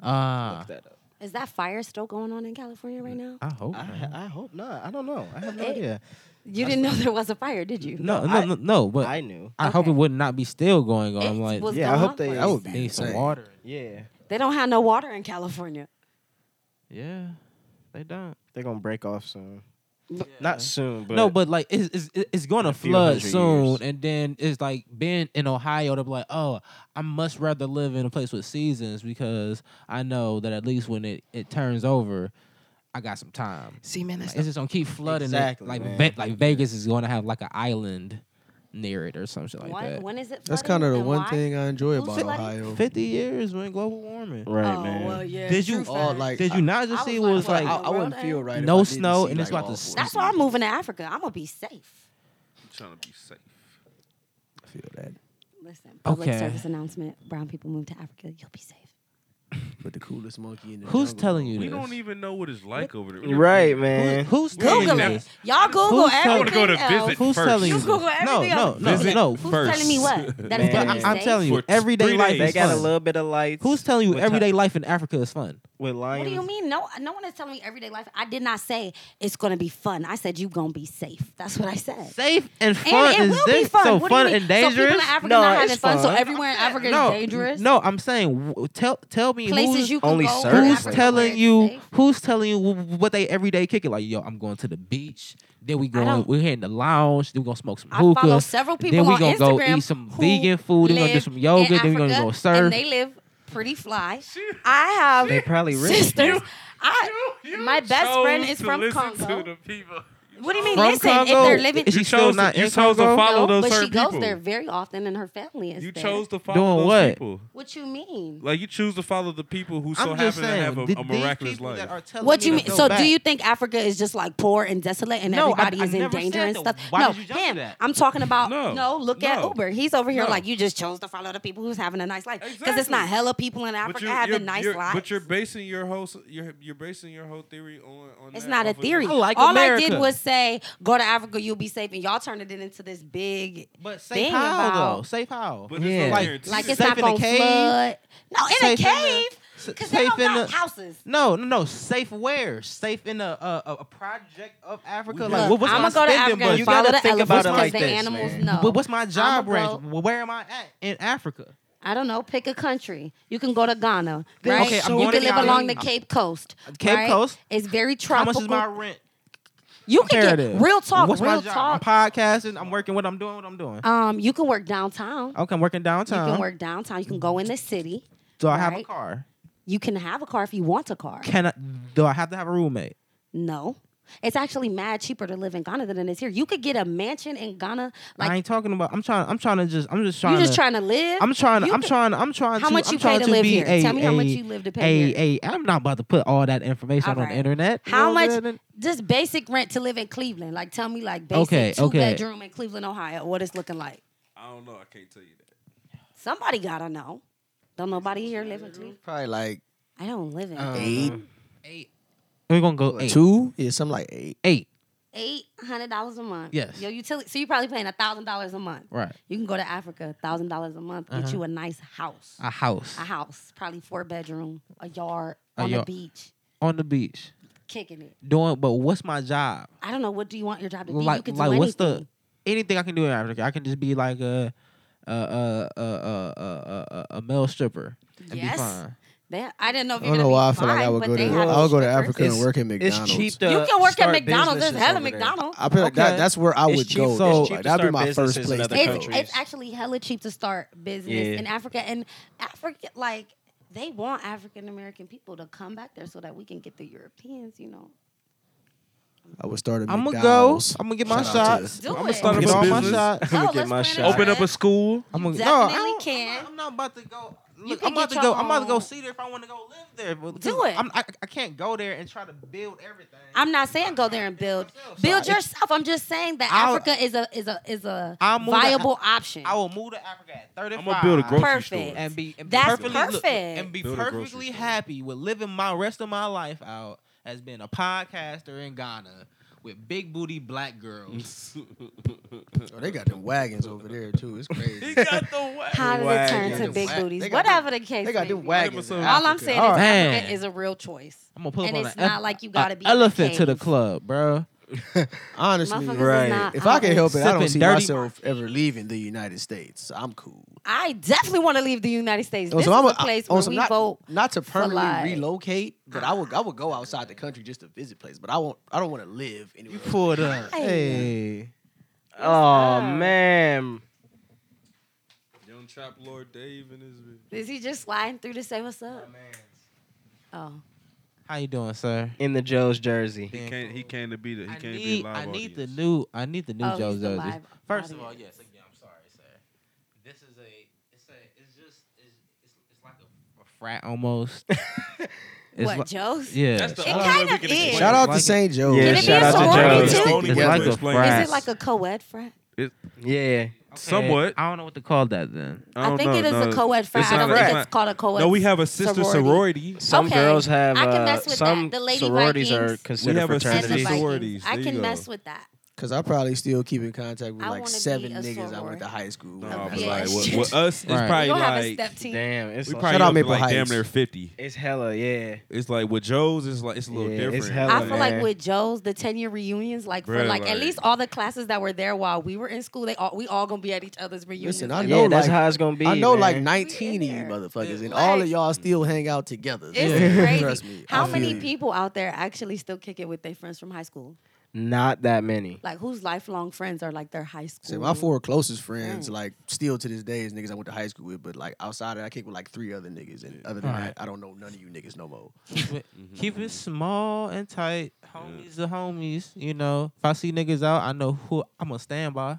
Speaker 3: Ah,
Speaker 5: Look that up.
Speaker 1: Is that fire still going on in California right now?
Speaker 3: I hope.
Speaker 5: I,
Speaker 3: not.
Speaker 5: I hope not. I don't know. I have no
Speaker 1: It-
Speaker 5: idea.
Speaker 1: You didn't know there was a fire, did you?
Speaker 3: no, no,
Speaker 5: I-
Speaker 3: no, no, but
Speaker 5: I
Speaker 3: I,
Speaker 5: knew.
Speaker 3: hope it
Speaker 1: Okay.
Speaker 3: would not be still going on.
Speaker 1: It
Speaker 3: like,
Speaker 1: was
Speaker 5: Yeah, I
Speaker 1: gone
Speaker 5: hope they-
Speaker 1: for-
Speaker 5: I
Speaker 4: That would be
Speaker 3: they need some
Speaker 4: insane.
Speaker 3: water.
Speaker 5: Yeah,
Speaker 1: They don't have no water in California.
Speaker 3: Yeah, they don't.
Speaker 5: they're gonna break off soon.
Speaker 1: But-
Speaker 5: Not soon, but
Speaker 3: no, but like it's it's, it's- it's going to
Speaker 5: a few
Speaker 3: flood
Speaker 5: hundred
Speaker 3: soon,
Speaker 5: years.
Speaker 3: and then it's like being in Ohio, they'll be like, oh, I must rather live in a place with seasons because I know that at least when it, it turns over, I got some time.
Speaker 5: see, man,
Speaker 3: Like,
Speaker 5: that's
Speaker 3: it's just gonna keep flooding. it.
Speaker 5: Exactly,
Speaker 3: like
Speaker 5: man.
Speaker 3: Ve- like Vegas is going to have like an island near it or something like
Speaker 1: What?
Speaker 3: that.
Speaker 1: When is it?
Speaker 4: That's
Speaker 1: flooding
Speaker 4: kind of the
Speaker 1: and
Speaker 4: one
Speaker 1: why?
Speaker 4: thing I enjoy
Speaker 1: Who's
Speaker 4: about
Speaker 1: flooding?
Speaker 4: Ohio.
Speaker 3: Fifty years, man, global warming.
Speaker 5: right,
Speaker 1: oh,
Speaker 5: man.
Speaker 1: well, yeah,
Speaker 3: Did you
Speaker 1: true
Speaker 4: all,
Speaker 1: fact.
Speaker 4: like-
Speaker 3: Did you not just
Speaker 1: I
Speaker 3: see
Speaker 1: was
Speaker 3: what was
Speaker 1: like,
Speaker 3: like?
Speaker 4: I, I
Speaker 1: Like,
Speaker 4: wouldn't
Speaker 1: real
Speaker 4: feel right.
Speaker 3: no
Speaker 4: if I didn't
Speaker 3: snow
Speaker 4: see,
Speaker 3: and it's
Speaker 4: like,
Speaker 3: about to
Speaker 4: awful.
Speaker 1: That's why I'm moving to Africa. I'm gonna be safe.
Speaker 2: I'm trying to be safe.
Speaker 4: I feel that.
Speaker 1: Listen, public
Speaker 3: Okay.
Speaker 1: service announcement: Brown people move to Africa. You'll be
Speaker 4: [laughs]
Speaker 1: safe.
Speaker 4: But the coolest monkey in the
Speaker 3: Who's
Speaker 4: jungle.
Speaker 3: telling you
Speaker 2: We
Speaker 3: this?
Speaker 2: don't even know what it's like over there.
Speaker 5: Right,
Speaker 3: Who-
Speaker 5: man.
Speaker 3: who's telling
Speaker 1: Google
Speaker 3: you
Speaker 1: it.
Speaker 3: this?
Speaker 1: Y'all Google
Speaker 3: Who's
Speaker 1: everything
Speaker 3: telling- I
Speaker 2: wanna go to
Speaker 1: else.
Speaker 2: visit.
Speaker 3: Who's
Speaker 2: First.
Speaker 3: telling
Speaker 1: You
Speaker 3: you?
Speaker 1: Google everything
Speaker 3: no,
Speaker 1: else.
Speaker 3: no,
Speaker 1: Look,
Speaker 3: no, no.
Speaker 1: Who's
Speaker 2: first.
Speaker 1: telling me
Speaker 2: [laughs]
Speaker 1: what? [laughs] That is
Speaker 5: Man.
Speaker 1: gonna be
Speaker 3: But I, am
Speaker 1: safe?
Speaker 3: telling you,
Speaker 2: For
Speaker 3: everyday
Speaker 2: three
Speaker 3: life
Speaker 2: days.
Speaker 5: They
Speaker 3: is
Speaker 5: got a
Speaker 3: fun.
Speaker 5: little bit of lights.
Speaker 3: Who's telling you
Speaker 5: with
Speaker 3: everyday
Speaker 5: ti-
Speaker 3: life in Africa is fun?
Speaker 5: with lions?
Speaker 1: What do you mean? No, no one is telling me everyday life. I did not say it's gonna be fun. I said you gonna be safe. That's what I said.
Speaker 3: Safe and fun
Speaker 1: And it
Speaker 3: is
Speaker 1: will
Speaker 3: this
Speaker 1: be fun.
Speaker 3: so
Speaker 1: What do you
Speaker 3: fun
Speaker 1: mean?
Speaker 3: and dangerous?
Speaker 1: So people in Africa
Speaker 5: No,
Speaker 1: not having
Speaker 5: it's
Speaker 1: fun. So
Speaker 5: fun.
Speaker 1: everywhere in Africa
Speaker 3: no,
Speaker 1: is dangerous.
Speaker 3: no, I'm saying w- tell tell me
Speaker 1: places
Speaker 3: who's,
Speaker 1: you can
Speaker 5: Only
Speaker 1: go.
Speaker 5: certain
Speaker 1: in
Speaker 3: who's
Speaker 1: Africa where
Speaker 3: telling
Speaker 1: it's
Speaker 3: you
Speaker 1: safe.
Speaker 3: who's telling you wh- what they everyday kick it like yo I'm going to the beach then we going
Speaker 1: don't-
Speaker 3: we're here in the lounge then we gonna smoke some
Speaker 1: I
Speaker 3: hookah
Speaker 1: follow several people
Speaker 3: then we
Speaker 1: on
Speaker 3: gonna
Speaker 1: Instagram
Speaker 3: go eat some
Speaker 1: who
Speaker 3: vegan food then we gonna do
Speaker 1: live
Speaker 3: some yoga
Speaker 1: in
Speaker 3: then we gonna
Speaker 1: Africa,
Speaker 3: go surf
Speaker 1: And they live pretty fly. I have
Speaker 5: They probably rich.
Speaker 1: sisters. I, my best friend
Speaker 2: chose
Speaker 1: is
Speaker 2: to
Speaker 1: from
Speaker 2: listen
Speaker 1: Congo.
Speaker 2: To the people.
Speaker 1: What do you mean?
Speaker 3: From
Speaker 1: listen,
Speaker 3: Congo?
Speaker 1: if they're living,
Speaker 3: Is she
Speaker 2: You
Speaker 3: still
Speaker 2: chose
Speaker 3: not
Speaker 2: to, you
Speaker 3: in
Speaker 2: chose to
Speaker 3: Congo?
Speaker 1: no,
Speaker 2: follow those
Speaker 1: but she
Speaker 2: certain
Speaker 1: goes
Speaker 2: people.
Speaker 1: there very often, and her family is
Speaker 2: You
Speaker 1: there.
Speaker 2: chose to follow
Speaker 3: Doing
Speaker 2: those
Speaker 3: what?
Speaker 2: people.
Speaker 1: What you mean?
Speaker 2: Like you choose to follow the people who so
Speaker 3: I'm
Speaker 2: happen
Speaker 3: just saying
Speaker 2: to have a,
Speaker 3: th-
Speaker 2: a
Speaker 3: these
Speaker 2: miraculous
Speaker 3: people that
Speaker 2: life.
Speaker 3: are telling
Speaker 1: What you
Speaker 3: me
Speaker 1: mean?
Speaker 3: to go
Speaker 1: So,
Speaker 3: back-
Speaker 1: do you think Africa is just like poor and desolate, and
Speaker 3: No, I-
Speaker 1: everybody
Speaker 3: I
Speaker 1: is in
Speaker 3: never
Speaker 1: danger
Speaker 3: said
Speaker 1: and
Speaker 3: that.
Speaker 1: stuff?
Speaker 3: Why
Speaker 1: no,
Speaker 3: did you jump to
Speaker 1: him.
Speaker 3: that?
Speaker 1: I'm talking about no.
Speaker 2: No,
Speaker 1: look at
Speaker 2: no,
Speaker 1: Uber. He's over here
Speaker 2: no.
Speaker 1: like you just chose to follow the people who's having a nice life because it's
Speaker 2: Exactly.
Speaker 1: not hella people in Africa having nice
Speaker 2: you're,
Speaker 1: lives.
Speaker 2: But you're basing your whole s- you're, you're basing your whole theory on, on
Speaker 1: It's
Speaker 2: that
Speaker 1: not a
Speaker 2: off of-
Speaker 1: theory.
Speaker 3: I like
Speaker 1: All I did
Speaker 3: America.
Speaker 1: was say, go to Africa, you'll be safe, and y'all turned it into this big
Speaker 3: but
Speaker 1: thing
Speaker 3: safe how
Speaker 1: about
Speaker 3: though safe how
Speaker 2: But there's
Speaker 5: Yeah.
Speaker 2: no
Speaker 5: Like-
Speaker 2: guarantee.
Speaker 1: like it's
Speaker 3: Safe
Speaker 1: not
Speaker 3: in a
Speaker 1: gonna
Speaker 3: cave?
Speaker 1: flood. No, in
Speaker 3: Safe
Speaker 1: a
Speaker 3: in the-
Speaker 1: cave because they
Speaker 3: safe
Speaker 1: don't
Speaker 3: in
Speaker 1: got
Speaker 3: the-
Speaker 1: houses.
Speaker 3: No, no, no. Safe where? Safe in a a, a- a project of Africa.
Speaker 5: We
Speaker 3: like, what,
Speaker 5: look,
Speaker 3: what's
Speaker 1: I'm
Speaker 3: my
Speaker 1: gonna go to
Speaker 3: spending
Speaker 1: Africa and
Speaker 5: You
Speaker 3: budget?
Speaker 1: follow
Speaker 5: gotta
Speaker 1: the
Speaker 5: think
Speaker 1: elephants
Speaker 5: about it
Speaker 1: because
Speaker 5: like
Speaker 1: the
Speaker 5: this,
Speaker 1: animals
Speaker 5: man.
Speaker 1: know.
Speaker 3: What- What's my job
Speaker 1: go-
Speaker 3: rank? Wh- Where am I at in Africa?
Speaker 1: I don't know. Pick a country. You can go to Ghana,
Speaker 3: There's
Speaker 1: right?
Speaker 3: Okay, I'm
Speaker 1: you
Speaker 3: going
Speaker 1: can
Speaker 3: to
Speaker 1: live
Speaker 3: Ghana.
Speaker 1: along the Cape Coast.
Speaker 3: Cape
Speaker 1: right?
Speaker 3: Coast?
Speaker 1: It's very
Speaker 3: How
Speaker 1: tropical.
Speaker 3: much is my rent?
Speaker 1: you can get
Speaker 3: Comparative.
Speaker 1: real talk.
Speaker 3: What's
Speaker 1: real
Speaker 3: my job?
Speaker 1: talk.
Speaker 3: I'm podcasting. I'm working. What I'm doing. What I'm doing.
Speaker 1: Um, you can work downtown.
Speaker 3: okay, I'm working downtown.
Speaker 1: You can work downtown. You can go in the city.
Speaker 3: do I have a
Speaker 1: right?
Speaker 3: car?
Speaker 1: You can have a car if you want a car.
Speaker 3: Can I? Do I have to have a roommate?
Speaker 1: No. It's actually mad cheaper to live in Ghana than it is here. You could get a mansion in Ghana. Like
Speaker 3: I ain't talking about. I'm trying. I'm trying to just. I'm just trying.
Speaker 1: you just
Speaker 3: to,
Speaker 1: trying to live.
Speaker 3: I'm trying.
Speaker 1: You
Speaker 3: I'm
Speaker 1: could-
Speaker 3: trying. I'm trying.
Speaker 1: How
Speaker 3: to,
Speaker 1: much
Speaker 3: I'm
Speaker 1: you
Speaker 3: trying
Speaker 1: pay to live
Speaker 3: be
Speaker 1: here?
Speaker 3: A,
Speaker 1: Tell me how much
Speaker 3: a-
Speaker 1: you live to pay
Speaker 3: a-
Speaker 1: here.
Speaker 3: a- I'm not about to put all that information
Speaker 1: All
Speaker 3: on
Speaker 1: right.
Speaker 3: the internet.
Speaker 1: [laughs] How
Speaker 3: You know what I'm
Speaker 1: much
Speaker 3: saying?
Speaker 1: just basic rent to live in Cleveland? Like tell me like basic
Speaker 3: Okay,
Speaker 1: two
Speaker 3: okay.
Speaker 1: bedroom in Cleveland, Ohio, what it's looking like.
Speaker 2: I don't know. I can't tell you that.
Speaker 1: Somebody gotta know. Don't nobody here live in Cleveland?
Speaker 4: Probably like
Speaker 1: I don't live
Speaker 3: Uh-huh.
Speaker 1: in
Speaker 4: eight,
Speaker 3: We're gonna go eight.
Speaker 4: two, yeah, something like eight.
Speaker 3: Eight.
Speaker 1: eight hundred dollars a month.
Speaker 3: Yes.
Speaker 1: Your utility so you're probably paying a thousand dollars a month.
Speaker 3: Right.
Speaker 1: You can go to Africa, thousand dollars a month, get you a nice house.
Speaker 3: Uh-huh. A house
Speaker 1: a house, probably four bedroom, a yard
Speaker 3: A
Speaker 1: on the
Speaker 3: yard.
Speaker 1: beach,
Speaker 3: on the beach
Speaker 1: kicking it.
Speaker 3: doing. But what's my job?
Speaker 1: I don't know. What do you want your job to be? you
Speaker 3: Like,
Speaker 1: can
Speaker 3: like
Speaker 1: do
Speaker 3: what's the
Speaker 1: anything.
Speaker 3: anything I can do in Africa? I can just be like a a a a a a, a, a male stripper and
Speaker 1: Yes. [laughs]
Speaker 3: be fine.
Speaker 1: They, I didn't know if
Speaker 4: I
Speaker 1: you're gonna
Speaker 4: don't know
Speaker 1: be
Speaker 4: why I feel
Speaker 1: fine,
Speaker 4: like I would
Speaker 1: but
Speaker 4: go
Speaker 1: they
Speaker 4: to.
Speaker 1: have
Speaker 4: I'll go to
Speaker 1: strippers.
Speaker 4: Africa and work at McDonald's.
Speaker 5: It's cheap to
Speaker 1: You can work at
Speaker 5: start
Speaker 1: McDonald's. There's
Speaker 5: businesses
Speaker 1: hella
Speaker 5: over there.
Speaker 1: McDonald's.
Speaker 4: I feel like that,
Speaker 3: Okay.
Speaker 4: that's where I
Speaker 5: It's
Speaker 4: would
Speaker 5: cheap-
Speaker 4: go.
Speaker 5: it's
Speaker 4: though.
Speaker 5: cheap
Speaker 4: Like,
Speaker 5: to
Speaker 4: that'd be
Speaker 5: start
Speaker 4: my first
Speaker 5: businesses in
Speaker 4: place.
Speaker 5: other
Speaker 4: to
Speaker 5: countries.
Speaker 4: go.
Speaker 1: It's,
Speaker 5: countries.
Speaker 1: it's actually hella cheap to start business
Speaker 5: Yeah.
Speaker 1: in Africa, and Africa like they want African American people to come back there so that we can get the Europeans. You know,
Speaker 4: I would start at
Speaker 3: I'm gonna go.
Speaker 4: McDonald's.
Speaker 3: I'm gonna get my
Speaker 4: Shout out to-
Speaker 3: shots.
Speaker 1: do
Speaker 2: I'ma
Speaker 1: it.
Speaker 2: start
Speaker 3: I'm
Speaker 2: up
Speaker 3: gonna get
Speaker 2: a
Speaker 3: all my
Speaker 2: business.
Speaker 3: shots.
Speaker 5: I'm gonna
Speaker 1: Oh,
Speaker 5: get
Speaker 1: let's
Speaker 5: my
Speaker 1: plan it
Speaker 5: shot.
Speaker 1: out.
Speaker 2: Open up a school.
Speaker 3: I'm gonna
Speaker 1: Definitely
Speaker 3: no, I don't-
Speaker 1: can.
Speaker 3: I'm not, I'm not about to go. look,
Speaker 1: can
Speaker 3: I'm about
Speaker 1: get
Speaker 3: to
Speaker 1: your
Speaker 3: go. I'm about to go
Speaker 1: own-
Speaker 3: see there if I want to go live there. But
Speaker 1: Do
Speaker 3: because
Speaker 1: it.
Speaker 3: I'm, I, I can't go there and try to build everything.
Speaker 1: I'm not saying go there and build.
Speaker 3: myself, so
Speaker 1: Build
Speaker 3: I-
Speaker 1: yourself. I'm just saying that
Speaker 3: I'll-
Speaker 1: Africa is a is a is a
Speaker 3: I'll move to- [laughs]
Speaker 1: viable option.
Speaker 3: I will move to Africa at 35.
Speaker 2: I'm gonna build a grocery
Speaker 1: Perfect.
Speaker 2: store.
Speaker 3: and be and
Speaker 1: That's
Speaker 3: be perfectly, look,
Speaker 1: perfect.
Speaker 3: and be
Speaker 2: Build a grocery
Speaker 3: perfectly
Speaker 2: store.
Speaker 3: happy with living my rest of my life out as being a podcaster in Ghana with big booty black girls.
Speaker 2: [laughs]
Speaker 4: Oh, they got them wagons over there too. It's crazy.
Speaker 2: got the way.
Speaker 1: How did it turn
Speaker 4: Wag-
Speaker 1: to big
Speaker 4: wag-
Speaker 1: booties?
Speaker 4: they got
Speaker 1: Whatever the case.
Speaker 4: they got
Speaker 1: may
Speaker 4: them
Speaker 1: be.
Speaker 4: wagons. in
Speaker 1: All I'm
Speaker 4: Africa.
Speaker 1: saying
Speaker 3: All
Speaker 1: is
Speaker 3: right.
Speaker 1: Africa
Speaker 3: Man.
Speaker 1: is a real choice.
Speaker 3: I'm gonna pull
Speaker 1: And
Speaker 3: up on
Speaker 1: it's
Speaker 3: an
Speaker 1: not like you gotta be in the
Speaker 3: elephant to the
Speaker 1: cave.
Speaker 3: club, bro.
Speaker 4: honestly,
Speaker 1: Motherfuckers is
Speaker 5: Right.
Speaker 1: not-
Speaker 4: if I can help it, I don't
Speaker 3: Sipping
Speaker 4: see
Speaker 3: dirty-
Speaker 4: myself ever leaving the United States. I'm cool.
Speaker 1: I definitely want to leave the United States.
Speaker 3: Oh,
Speaker 4: On
Speaker 1: This
Speaker 4: some-
Speaker 1: is
Speaker 4: I'm
Speaker 1: a
Speaker 4: a-
Speaker 1: place
Speaker 4: on
Speaker 1: where
Speaker 4: some
Speaker 1: we
Speaker 4: oh, not,
Speaker 1: vote.
Speaker 4: not to permanently
Speaker 1: like-
Speaker 4: relocate, but I would I would go outside the country just to visit places. But I won't. I don't want to live anywhere.
Speaker 3: You pulled up.
Speaker 1: Hey. um,
Speaker 3: Hey.
Speaker 5: Oh
Speaker 1: up?
Speaker 5: man.
Speaker 2: Young Trap Lord Dave and his bitch.
Speaker 1: Is he just sliding through to say what's up? Oh,
Speaker 3: How you doing, sir?
Speaker 5: In the Joe's jersey.
Speaker 2: He can't. He can't to be the. He
Speaker 3: I
Speaker 2: can't
Speaker 3: need,
Speaker 2: be a live
Speaker 3: I need the
Speaker 2: audience.
Speaker 3: new I need the new
Speaker 1: Oh,
Speaker 3: Joe
Speaker 1: he's the
Speaker 3: Jersey.
Speaker 1: live
Speaker 3: First of all,
Speaker 1: audience.
Speaker 3: yes, again, I'm sorry, sir. This is a it's a it's just it's it's, it's like a, a frat almost. [laughs] It's
Speaker 1: what
Speaker 3: like-
Speaker 1: Joe's?
Speaker 3: yeah.
Speaker 2: That's the
Speaker 1: It
Speaker 2: only way
Speaker 1: kinda
Speaker 2: we can explain
Speaker 1: is.
Speaker 2: it.
Speaker 4: Shout out
Speaker 3: Like
Speaker 4: to
Speaker 3: it.
Speaker 4: St. Joe.
Speaker 5: Yeah,
Speaker 1: Can it shout be a out to sorority Joe. too?
Speaker 4: Stick
Speaker 2: It's like
Speaker 4: together.
Speaker 2: a frat.
Speaker 1: Is it like a co-ed frat?
Speaker 5: Yeah.
Speaker 3: Okay,
Speaker 2: Somewhat.
Speaker 3: I don't know what to call that then.
Speaker 1: I,
Speaker 2: don't
Speaker 1: think
Speaker 2: know,
Speaker 1: it is
Speaker 2: no.
Speaker 1: a co-ed frat.
Speaker 2: It's
Speaker 1: I
Speaker 2: not
Speaker 1: don't
Speaker 2: a-
Speaker 1: think
Speaker 2: it's
Speaker 1: it's
Speaker 2: not-
Speaker 1: called a co-ed.
Speaker 2: No, we have a sister sorority.
Speaker 5: Some
Speaker 1: Okay,
Speaker 5: girls have
Speaker 1: I can
Speaker 5: uh,
Speaker 1: mess with that.
Speaker 5: some
Speaker 1: The Lady
Speaker 5: sororities are
Speaker 1: Vikings.
Speaker 5: considered
Speaker 2: We have a
Speaker 1: and the
Speaker 2: fraternity.
Speaker 5: fraternities.
Speaker 1: Vikings.
Speaker 2: Sororities,
Speaker 1: I
Speaker 2: there
Speaker 1: can
Speaker 2: you go.
Speaker 1: mess with that.
Speaker 4: Cause I probably still keep in contact with
Speaker 1: I wanna
Speaker 4: like
Speaker 1: be
Speaker 4: seven
Speaker 1: a
Speaker 4: niggas I went
Speaker 1: sorority.
Speaker 4: to high school with.
Speaker 2: No, I was
Speaker 1: Yeah,
Speaker 2: like,
Speaker 1: it's
Speaker 2: with,
Speaker 1: just-
Speaker 2: with us, it's
Speaker 3: Right.
Speaker 1: We
Speaker 2: probably
Speaker 1: gonna have a
Speaker 2: like
Speaker 1: step team.
Speaker 5: Damn, it's
Speaker 2: we
Speaker 5: like,
Speaker 2: probably
Speaker 4: Shout out
Speaker 2: up to
Speaker 4: Maple
Speaker 2: like damn
Speaker 4: Heights.
Speaker 2: near fifty.
Speaker 5: it's hella, yeah.
Speaker 2: It's like with Joe's, it's like it's a little
Speaker 5: Yeah, it's
Speaker 2: different.
Speaker 5: hella,
Speaker 1: I feel like
Speaker 5: man.
Speaker 1: with Joe's, the ten year reunions, like for
Speaker 2: Bruh,
Speaker 1: like, at
Speaker 2: like-
Speaker 1: least all the classes that were there while we were in school, they all we all gonna be at each other's reunions.
Speaker 4: Listen, I
Speaker 1: like,
Speaker 4: know
Speaker 5: yeah, that's
Speaker 4: like-
Speaker 5: how it's gonna be.
Speaker 4: I know like
Speaker 5: man.
Speaker 4: 19 of you
Speaker 1: there.
Speaker 4: motherfuckers, and
Speaker 1: Like-
Speaker 4: all of y'all still hang out together.
Speaker 1: It's
Speaker 4: Yeah.
Speaker 1: crazy.
Speaker 4: [laughs] Trust me. I
Speaker 1: How
Speaker 4: feel
Speaker 1: many
Speaker 4: you.
Speaker 1: people out there actually still kick it with their friends from high school?
Speaker 5: not that many.
Speaker 1: Like whose lifelong friends are like their high school?
Speaker 4: So my four closest friends,
Speaker 1: Dang.
Speaker 4: like still to this day, is niggas I went to high school with. But like outside of that, I kick with like three other niggas, and other than
Speaker 3: Alright.
Speaker 4: that, I don't know none of you niggas no more.
Speaker 3: Keep it,
Speaker 4: Mm-hmm.
Speaker 3: keep it small and tight. Homies the homies, you know. If I see niggas out, I know who I'm gonna stand by.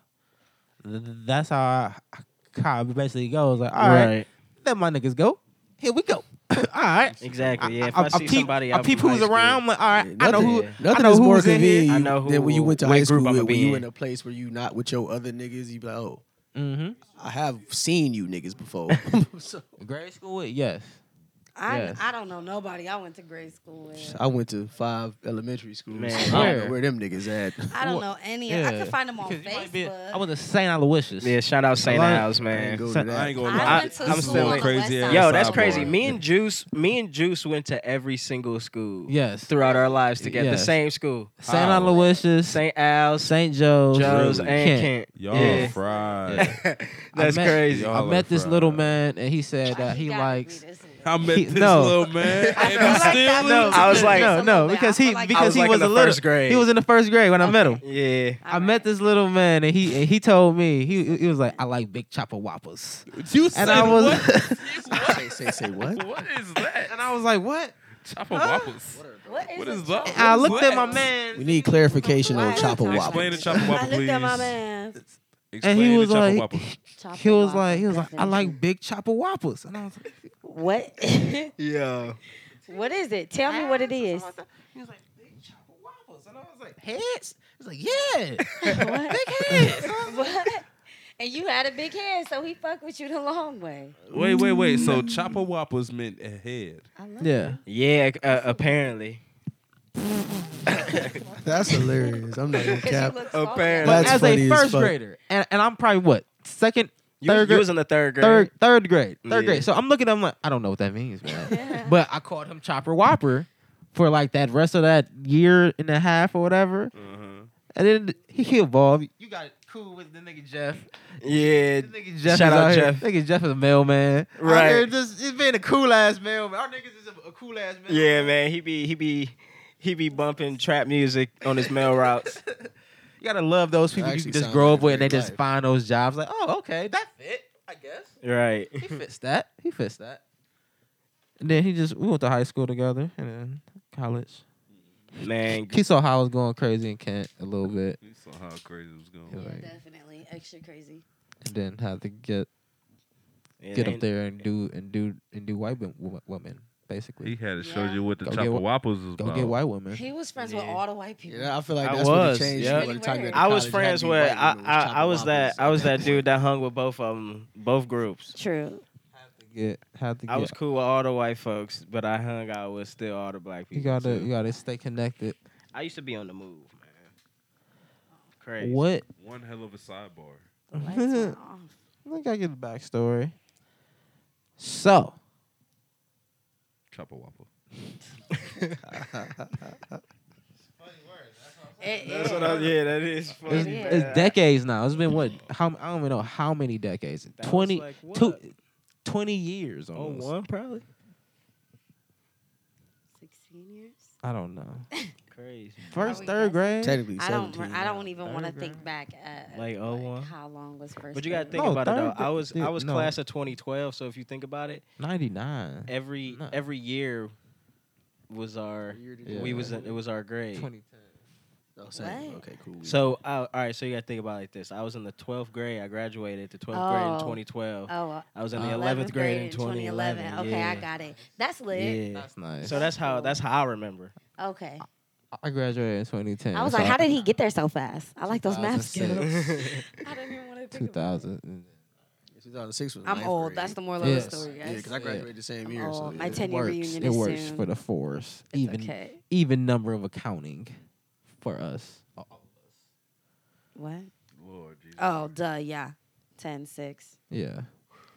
Speaker 3: Th- That's how I, how it basically goes. Like, all right, let my niggas go. Here we go. [coughs] all right.
Speaker 5: Exactly. Yeah. If I,
Speaker 3: I,
Speaker 5: see
Speaker 3: peep,
Speaker 5: somebody,
Speaker 3: I
Speaker 5: out
Speaker 3: peep
Speaker 5: from
Speaker 3: who's
Speaker 5: high school-
Speaker 3: around. I'm like, all right,
Speaker 4: Yeah,
Speaker 3: I know
Speaker 4: nothing-
Speaker 3: who.
Speaker 4: Nothing
Speaker 3: I know
Speaker 4: is
Speaker 3: who
Speaker 4: more
Speaker 3: was in here.
Speaker 4: convenient
Speaker 5: I know
Speaker 4: than when you
Speaker 5: who-
Speaker 4: went to
Speaker 5: what
Speaker 4: high school
Speaker 5: group I'ma
Speaker 4: with, when
Speaker 5: be
Speaker 4: you in
Speaker 5: in.
Speaker 4: a place where you not with your other niggas. You be like, oh,
Speaker 3: Mm-hmm.
Speaker 4: I have seen you niggas
Speaker 5: [laughs]
Speaker 4: before. [laughs] so,
Speaker 3: Grade school with yes.
Speaker 1: I,
Speaker 3: Yes.
Speaker 1: I don't know nobody. I went to grade school with.
Speaker 4: I went to five elementary schools.
Speaker 5: Man,
Speaker 4: so I don't
Speaker 3: where?
Speaker 4: know where them niggas at.
Speaker 1: I don't
Speaker 3: What-
Speaker 1: know any. I could find them on
Speaker 3: Because you might be-
Speaker 1: Facebook.
Speaker 3: I was at St. Aloysius.
Speaker 5: Yeah. Shout out St.
Speaker 3: Alright.
Speaker 5: Al's,
Speaker 4: I ain't
Speaker 5: man.
Speaker 4: go to
Speaker 3: so-
Speaker 4: that.
Speaker 2: I ain't gonna
Speaker 1: I
Speaker 2: lie.
Speaker 1: went to
Speaker 5: I'm
Speaker 1: school
Speaker 5: still
Speaker 1: on
Speaker 5: in-
Speaker 1: the west
Speaker 2: crazy
Speaker 1: side.
Speaker 2: ass
Speaker 5: Yo, that's
Speaker 2: Sidebar.
Speaker 5: crazy. Me and Juice, me and Juice went to every single school.
Speaker 3: Yes.
Speaker 5: Throughout our lives together, the
Speaker 3: Yes.
Speaker 5: same school,
Speaker 3: St. Aloysius, St.
Speaker 5: St. Al's, St.
Speaker 3: Joe's,
Speaker 5: Joe's,
Speaker 2: Really?
Speaker 5: and
Speaker 3: Kent.
Speaker 5: Kent.
Speaker 2: Y'all
Speaker 5: Yeah.
Speaker 2: fried.
Speaker 5: [laughs] That's
Speaker 3: I met-
Speaker 5: crazy.
Speaker 2: Y'all
Speaker 3: I
Speaker 2: are
Speaker 3: met this
Speaker 2: fried.
Speaker 3: little man, and he said
Speaker 1: Like,
Speaker 3: that
Speaker 1: you
Speaker 3: he
Speaker 1: gotta
Speaker 3: likes.
Speaker 1: read this and that.
Speaker 2: I met
Speaker 3: He-
Speaker 2: this
Speaker 3: no. [laughs]
Speaker 2: little man.
Speaker 1: I
Speaker 2: and
Speaker 1: feel
Speaker 2: he
Speaker 1: like
Speaker 2: still
Speaker 1: that was
Speaker 2: no,
Speaker 1: a
Speaker 5: I was like-
Speaker 3: no, no,
Speaker 1: little bit. I
Speaker 3: because he
Speaker 1: feel like-
Speaker 3: because
Speaker 5: was
Speaker 3: he
Speaker 5: like
Speaker 3: was
Speaker 5: in
Speaker 3: a
Speaker 5: the
Speaker 3: little.
Speaker 5: first grade.
Speaker 3: He was in the first grade when I met him.
Speaker 5: Yeah.
Speaker 3: I met this little man, and he and he told me he he was like, I like big chopper whoppers,
Speaker 2: You
Speaker 3: and
Speaker 2: said
Speaker 3: I was
Speaker 2: [laughs]
Speaker 3: [laughs]
Speaker 4: say, say, say what?
Speaker 2: what? what is that?
Speaker 3: and I was like, what?
Speaker 2: Chopper waffles.
Speaker 1: What is,
Speaker 2: What is that?
Speaker 3: And I
Speaker 2: What is
Speaker 3: looked at my
Speaker 2: that?
Speaker 4: We
Speaker 3: man,
Speaker 4: need clarification
Speaker 1: Why
Speaker 4: on
Speaker 1: is
Speaker 4: Chopper
Speaker 1: Josh-
Speaker 4: Wop.
Speaker 2: Explain the chopper
Speaker 1: I
Speaker 2: whopper,
Speaker 1: looked
Speaker 2: please.
Speaker 1: at my man.
Speaker 2: Explain
Speaker 3: he
Speaker 2: the
Speaker 3: was
Speaker 2: chopper
Speaker 1: [laughs]
Speaker 3: like-
Speaker 2: whopper.
Speaker 3: he
Speaker 1: Chopper
Speaker 3: was
Speaker 1: Whopper,
Speaker 3: like, he was like, I
Speaker 1: definition.
Speaker 3: like big chopper whoppers, and I was
Speaker 1: [laughs]
Speaker 3: like,
Speaker 1: What?
Speaker 5: Yeah.
Speaker 1: what is it? Tell me
Speaker 4: [laughs]
Speaker 1: what it is.
Speaker 3: He was like, big chopper whoppers, and I was like, heads. He was
Speaker 1: [laughs]
Speaker 3: like, yeah, big heads. And I was like,
Speaker 1: What? And you had a big head, so he fucked with you the long way.
Speaker 2: Wait, wait, wait. So
Speaker 3: Mm-hmm.
Speaker 2: chopper whoppers meant a head.
Speaker 1: I love
Speaker 3: Yeah,
Speaker 5: Yeah. Uh, apparently.
Speaker 4: [laughs] That's hilarious. I'm not
Speaker 1: [laughs]
Speaker 4: gonna
Speaker 1: Because
Speaker 4: cap.
Speaker 1: you look
Speaker 5: Oh,
Speaker 1: salty.
Speaker 5: apparently.
Speaker 3: but
Speaker 4: That's
Speaker 3: as
Speaker 4: funny
Speaker 3: a
Speaker 4: as
Speaker 3: first
Speaker 4: fuck.
Speaker 3: grader, and, and I'm probably what second,
Speaker 5: You,
Speaker 3: third,
Speaker 5: was, you
Speaker 3: grade,
Speaker 5: was in the third grade.
Speaker 3: third, third grade, third
Speaker 5: Yeah.
Speaker 3: grade. So I'm looking at him like, I don't know what that means, man.
Speaker 1: [laughs] Yeah.
Speaker 3: But I called him Chopper Whopper for like that rest of that year and a half or whatever,
Speaker 5: Mm-hmm.
Speaker 2: Uh-huh.
Speaker 3: and then he, he evolved. You got cool with the nigga Jeff.
Speaker 5: Yeah.
Speaker 3: This nigga Jeff is
Speaker 5: Shout out
Speaker 3: out here-
Speaker 5: Jeff.
Speaker 3: Nigga Jeff is a mailman. Out
Speaker 5: Right.
Speaker 3: here just he's being a cool ass mailman. Our niggas is a, a cool ass man.
Speaker 5: Yeah, man. He be he be he be bumping trap music on his mail routes.
Speaker 3: You gotta love those people you
Speaker 4: actually
Speaker 3: just
Speaker 4: sound
Speaker 3: grow
Speaker 4: like
Speaker 3: up with and they
Speaker 4: great
Speaker 3: just
Speaker 4: life.
Speaker 3: find those jobs. Like, oh, okay, that fit, I guess.
Speaker 5: right. [laughs]
Speaker 3: He fits that. He fits that. And then he just we went to high school together and then college.
Speaker 5: Man.
Speaker 3: He saw how I was going crazy in Kent a little [laughs] bit,
Speaker 2: You saw how crazy it was
Speaker 3: Yeah.
Speaker 2: going.
Speaker 1: Yeah, definitely. Extra crazy.
Speaker 3: and then had to get
Speaker 5: It
Speaker 3: get up
Speaker 5: ain't-
Speaker 3: there and do and do and do white wo- wo- women
Speaker 2: He
Speaker 3: basically.
Speaker 2: had to show
Speaker 1: Yeah.
Speaker 2: you what the
Speaker 3: Go
Speaker 2: top
Speaker 3: get
Speaker 2: of
Speaker 3: wh-
Speaker 2: wapples is
Speaker 3: Go
Speaker 2: about.
Speaker 3: get white women.
Speaker 1: He was friends with
Speaker 5: Yeah.
Speaker 1: all the white people.
Speaker 4: Yeah, I feel like
Speaker 5: I
Speaker 4: that's what
Speaker 5: was,
Speaker 4: they changed.
Speaker 5: yeah.
Speaker 4: when the time you
Speaker 1: I
Speaker 5: I
Speaker 4: had
Speaker 5: was
Speaker 4: to
Speaker 5: friends
Speaker 4: be
Speaker 5: with
Speaker 4: white
Speaker 5: I,
Speaker 4: women
Speaker 5: I,
Speaker 4: chopping
Speaker 5: I was that
Speaker 4: waffles.
Speaker 5: I
Speaker 4: [laughs]
Speaker 5: was that dude that hung with both of them, both groups.
Speaker 1: True.
Speaker 3: Get have to
Speaker 5: I
Speaker 3: get.
Speaker 5: was cool with all the white folks, but I hung out with still all the black people.
Speaker 3: you gotta
Speaker 5: too.
Speaker 3: you gotta stay connected.
Speaker 5: I used to be on the move, man. Crazy.
Speaker 3: What?
Speaker 2: One hell of a sidebar.
Speaker 1: The lights
Speaker 3: [laughs]
Speaker 1: went off.
Speaker 3: I gotta get the backstory. So
Speaker 2: Chopper wapple.
Speaker 1: It-
Speaker 5: That's
Speaker 1: it-
Speaker 5: what I, yeah, that is funny.
Speaker 3: it's,
Speaker 1: Yeah.
Speaker 3: it's decades now. It's been what? How I don't even know how many decades.
Speaker 5: That was
Speaker 3: Twenty
Speaker 5: like what? Oh,
Speaker 3: two. 20 years almost.
Speaker 5: probably.
Speaker 1: 16 years.
Speaker 3: I don't know.
Speaker 5: [laughs] Crazy.
Speaker 3: First,
Speaker 1: we guessing?
Speaker 3: third grade.
Speaker 4: Technically,
Speaker 1: I don't.
Speaker 4: 17.
Speaker 1: I don't even want to
Speaker 3: Third
Speaker 1: think
Speaker 3: grade.
Speaker 1: back at
Speaker 5: Like, oh, one.
Speaker 1: how long was first.
Speaker 5: But you gotta
Speaker 1: grade.
Speaker 5: think
Speaker 3: No,
Speaker 5: about it though.
Speaker 3: Oh, third
Speaker 5: I was I
Speaker 3: grade-
Speaker 5: was
Speaker 3: no.
Speaker 5: class of 2012, so if you think about it,
Speaker 3: 99.
Speaker 5: every
Speaker 3: No.
Speaker 5: every year was our
Speaker 3: Yeah.
Speaker 5: we was it was our grade.
Speaker 3: 2010.
Speaker 4: Oh, same.
Speaker 1: What?
Speaker 4: Okay, cool.
Speaker 5: So I, all right, so you gotta think about it like this. I was in the 12th grade. I graduated the 12th grade in
Speaker 1: Oh.
Speaker 5: 2012.
Speaker 1: Oh, uh,
Speaker 5: I was in the 11th grade in 2011.
Speaker 1: Okay, I
Speaker 5: Yeah.
Speaker 1: got it. That's lit.
Speaker 5: Yeah.
Speaker 3: That's nice.
Speaker 5: So that's how that's how I remember.
Speaker 1: Okay.
Speaker 3: I graduated in 2010.
Speaker 1: I was
Speaker 3: so
Speaker 1: like, how did he get there so fast? I like those math [laughs]
Speaker 3: 2006.
Speaker 1: skills. I didn't even want to think about it.
Speaker 3: 2000.
Speaker 4: 2006 was
Speaker 1: I'm
Speaker 4: ninth
Speaker 1: old.
Speaker 4: grade.
Speaker 1: That's the moral of the
Speaker 3: Yes.
Speaker 1: story,
Speaker 4: Yeah,
Speaker 1: guys.
Speaker 4: because I graduated the same
Speaker 1: I'm
Speaker 4: year. So
Speaker 1: old.
Speaker 4: yeah.
Speaker 1: Oh, My
Speaker 3: It
Speaker 1: ten- Tenure
Speaker 3: works.
Speaker 1: reunion
Speaker 3: It
Speaker 1: is
Speaker 3: works
Speaker 1: soon.
Speaker 3: for the force.
Speaker 1: It's
Speaker 3: even
Speaker 1: okay.
Speaker 3: even number of accounting for us.
Speaker 1: What?
Speaker 2: Lord Jesus.
Speaker 1: Oh, duh. Yeah. 10, 6.
Speaker 3: Yeah,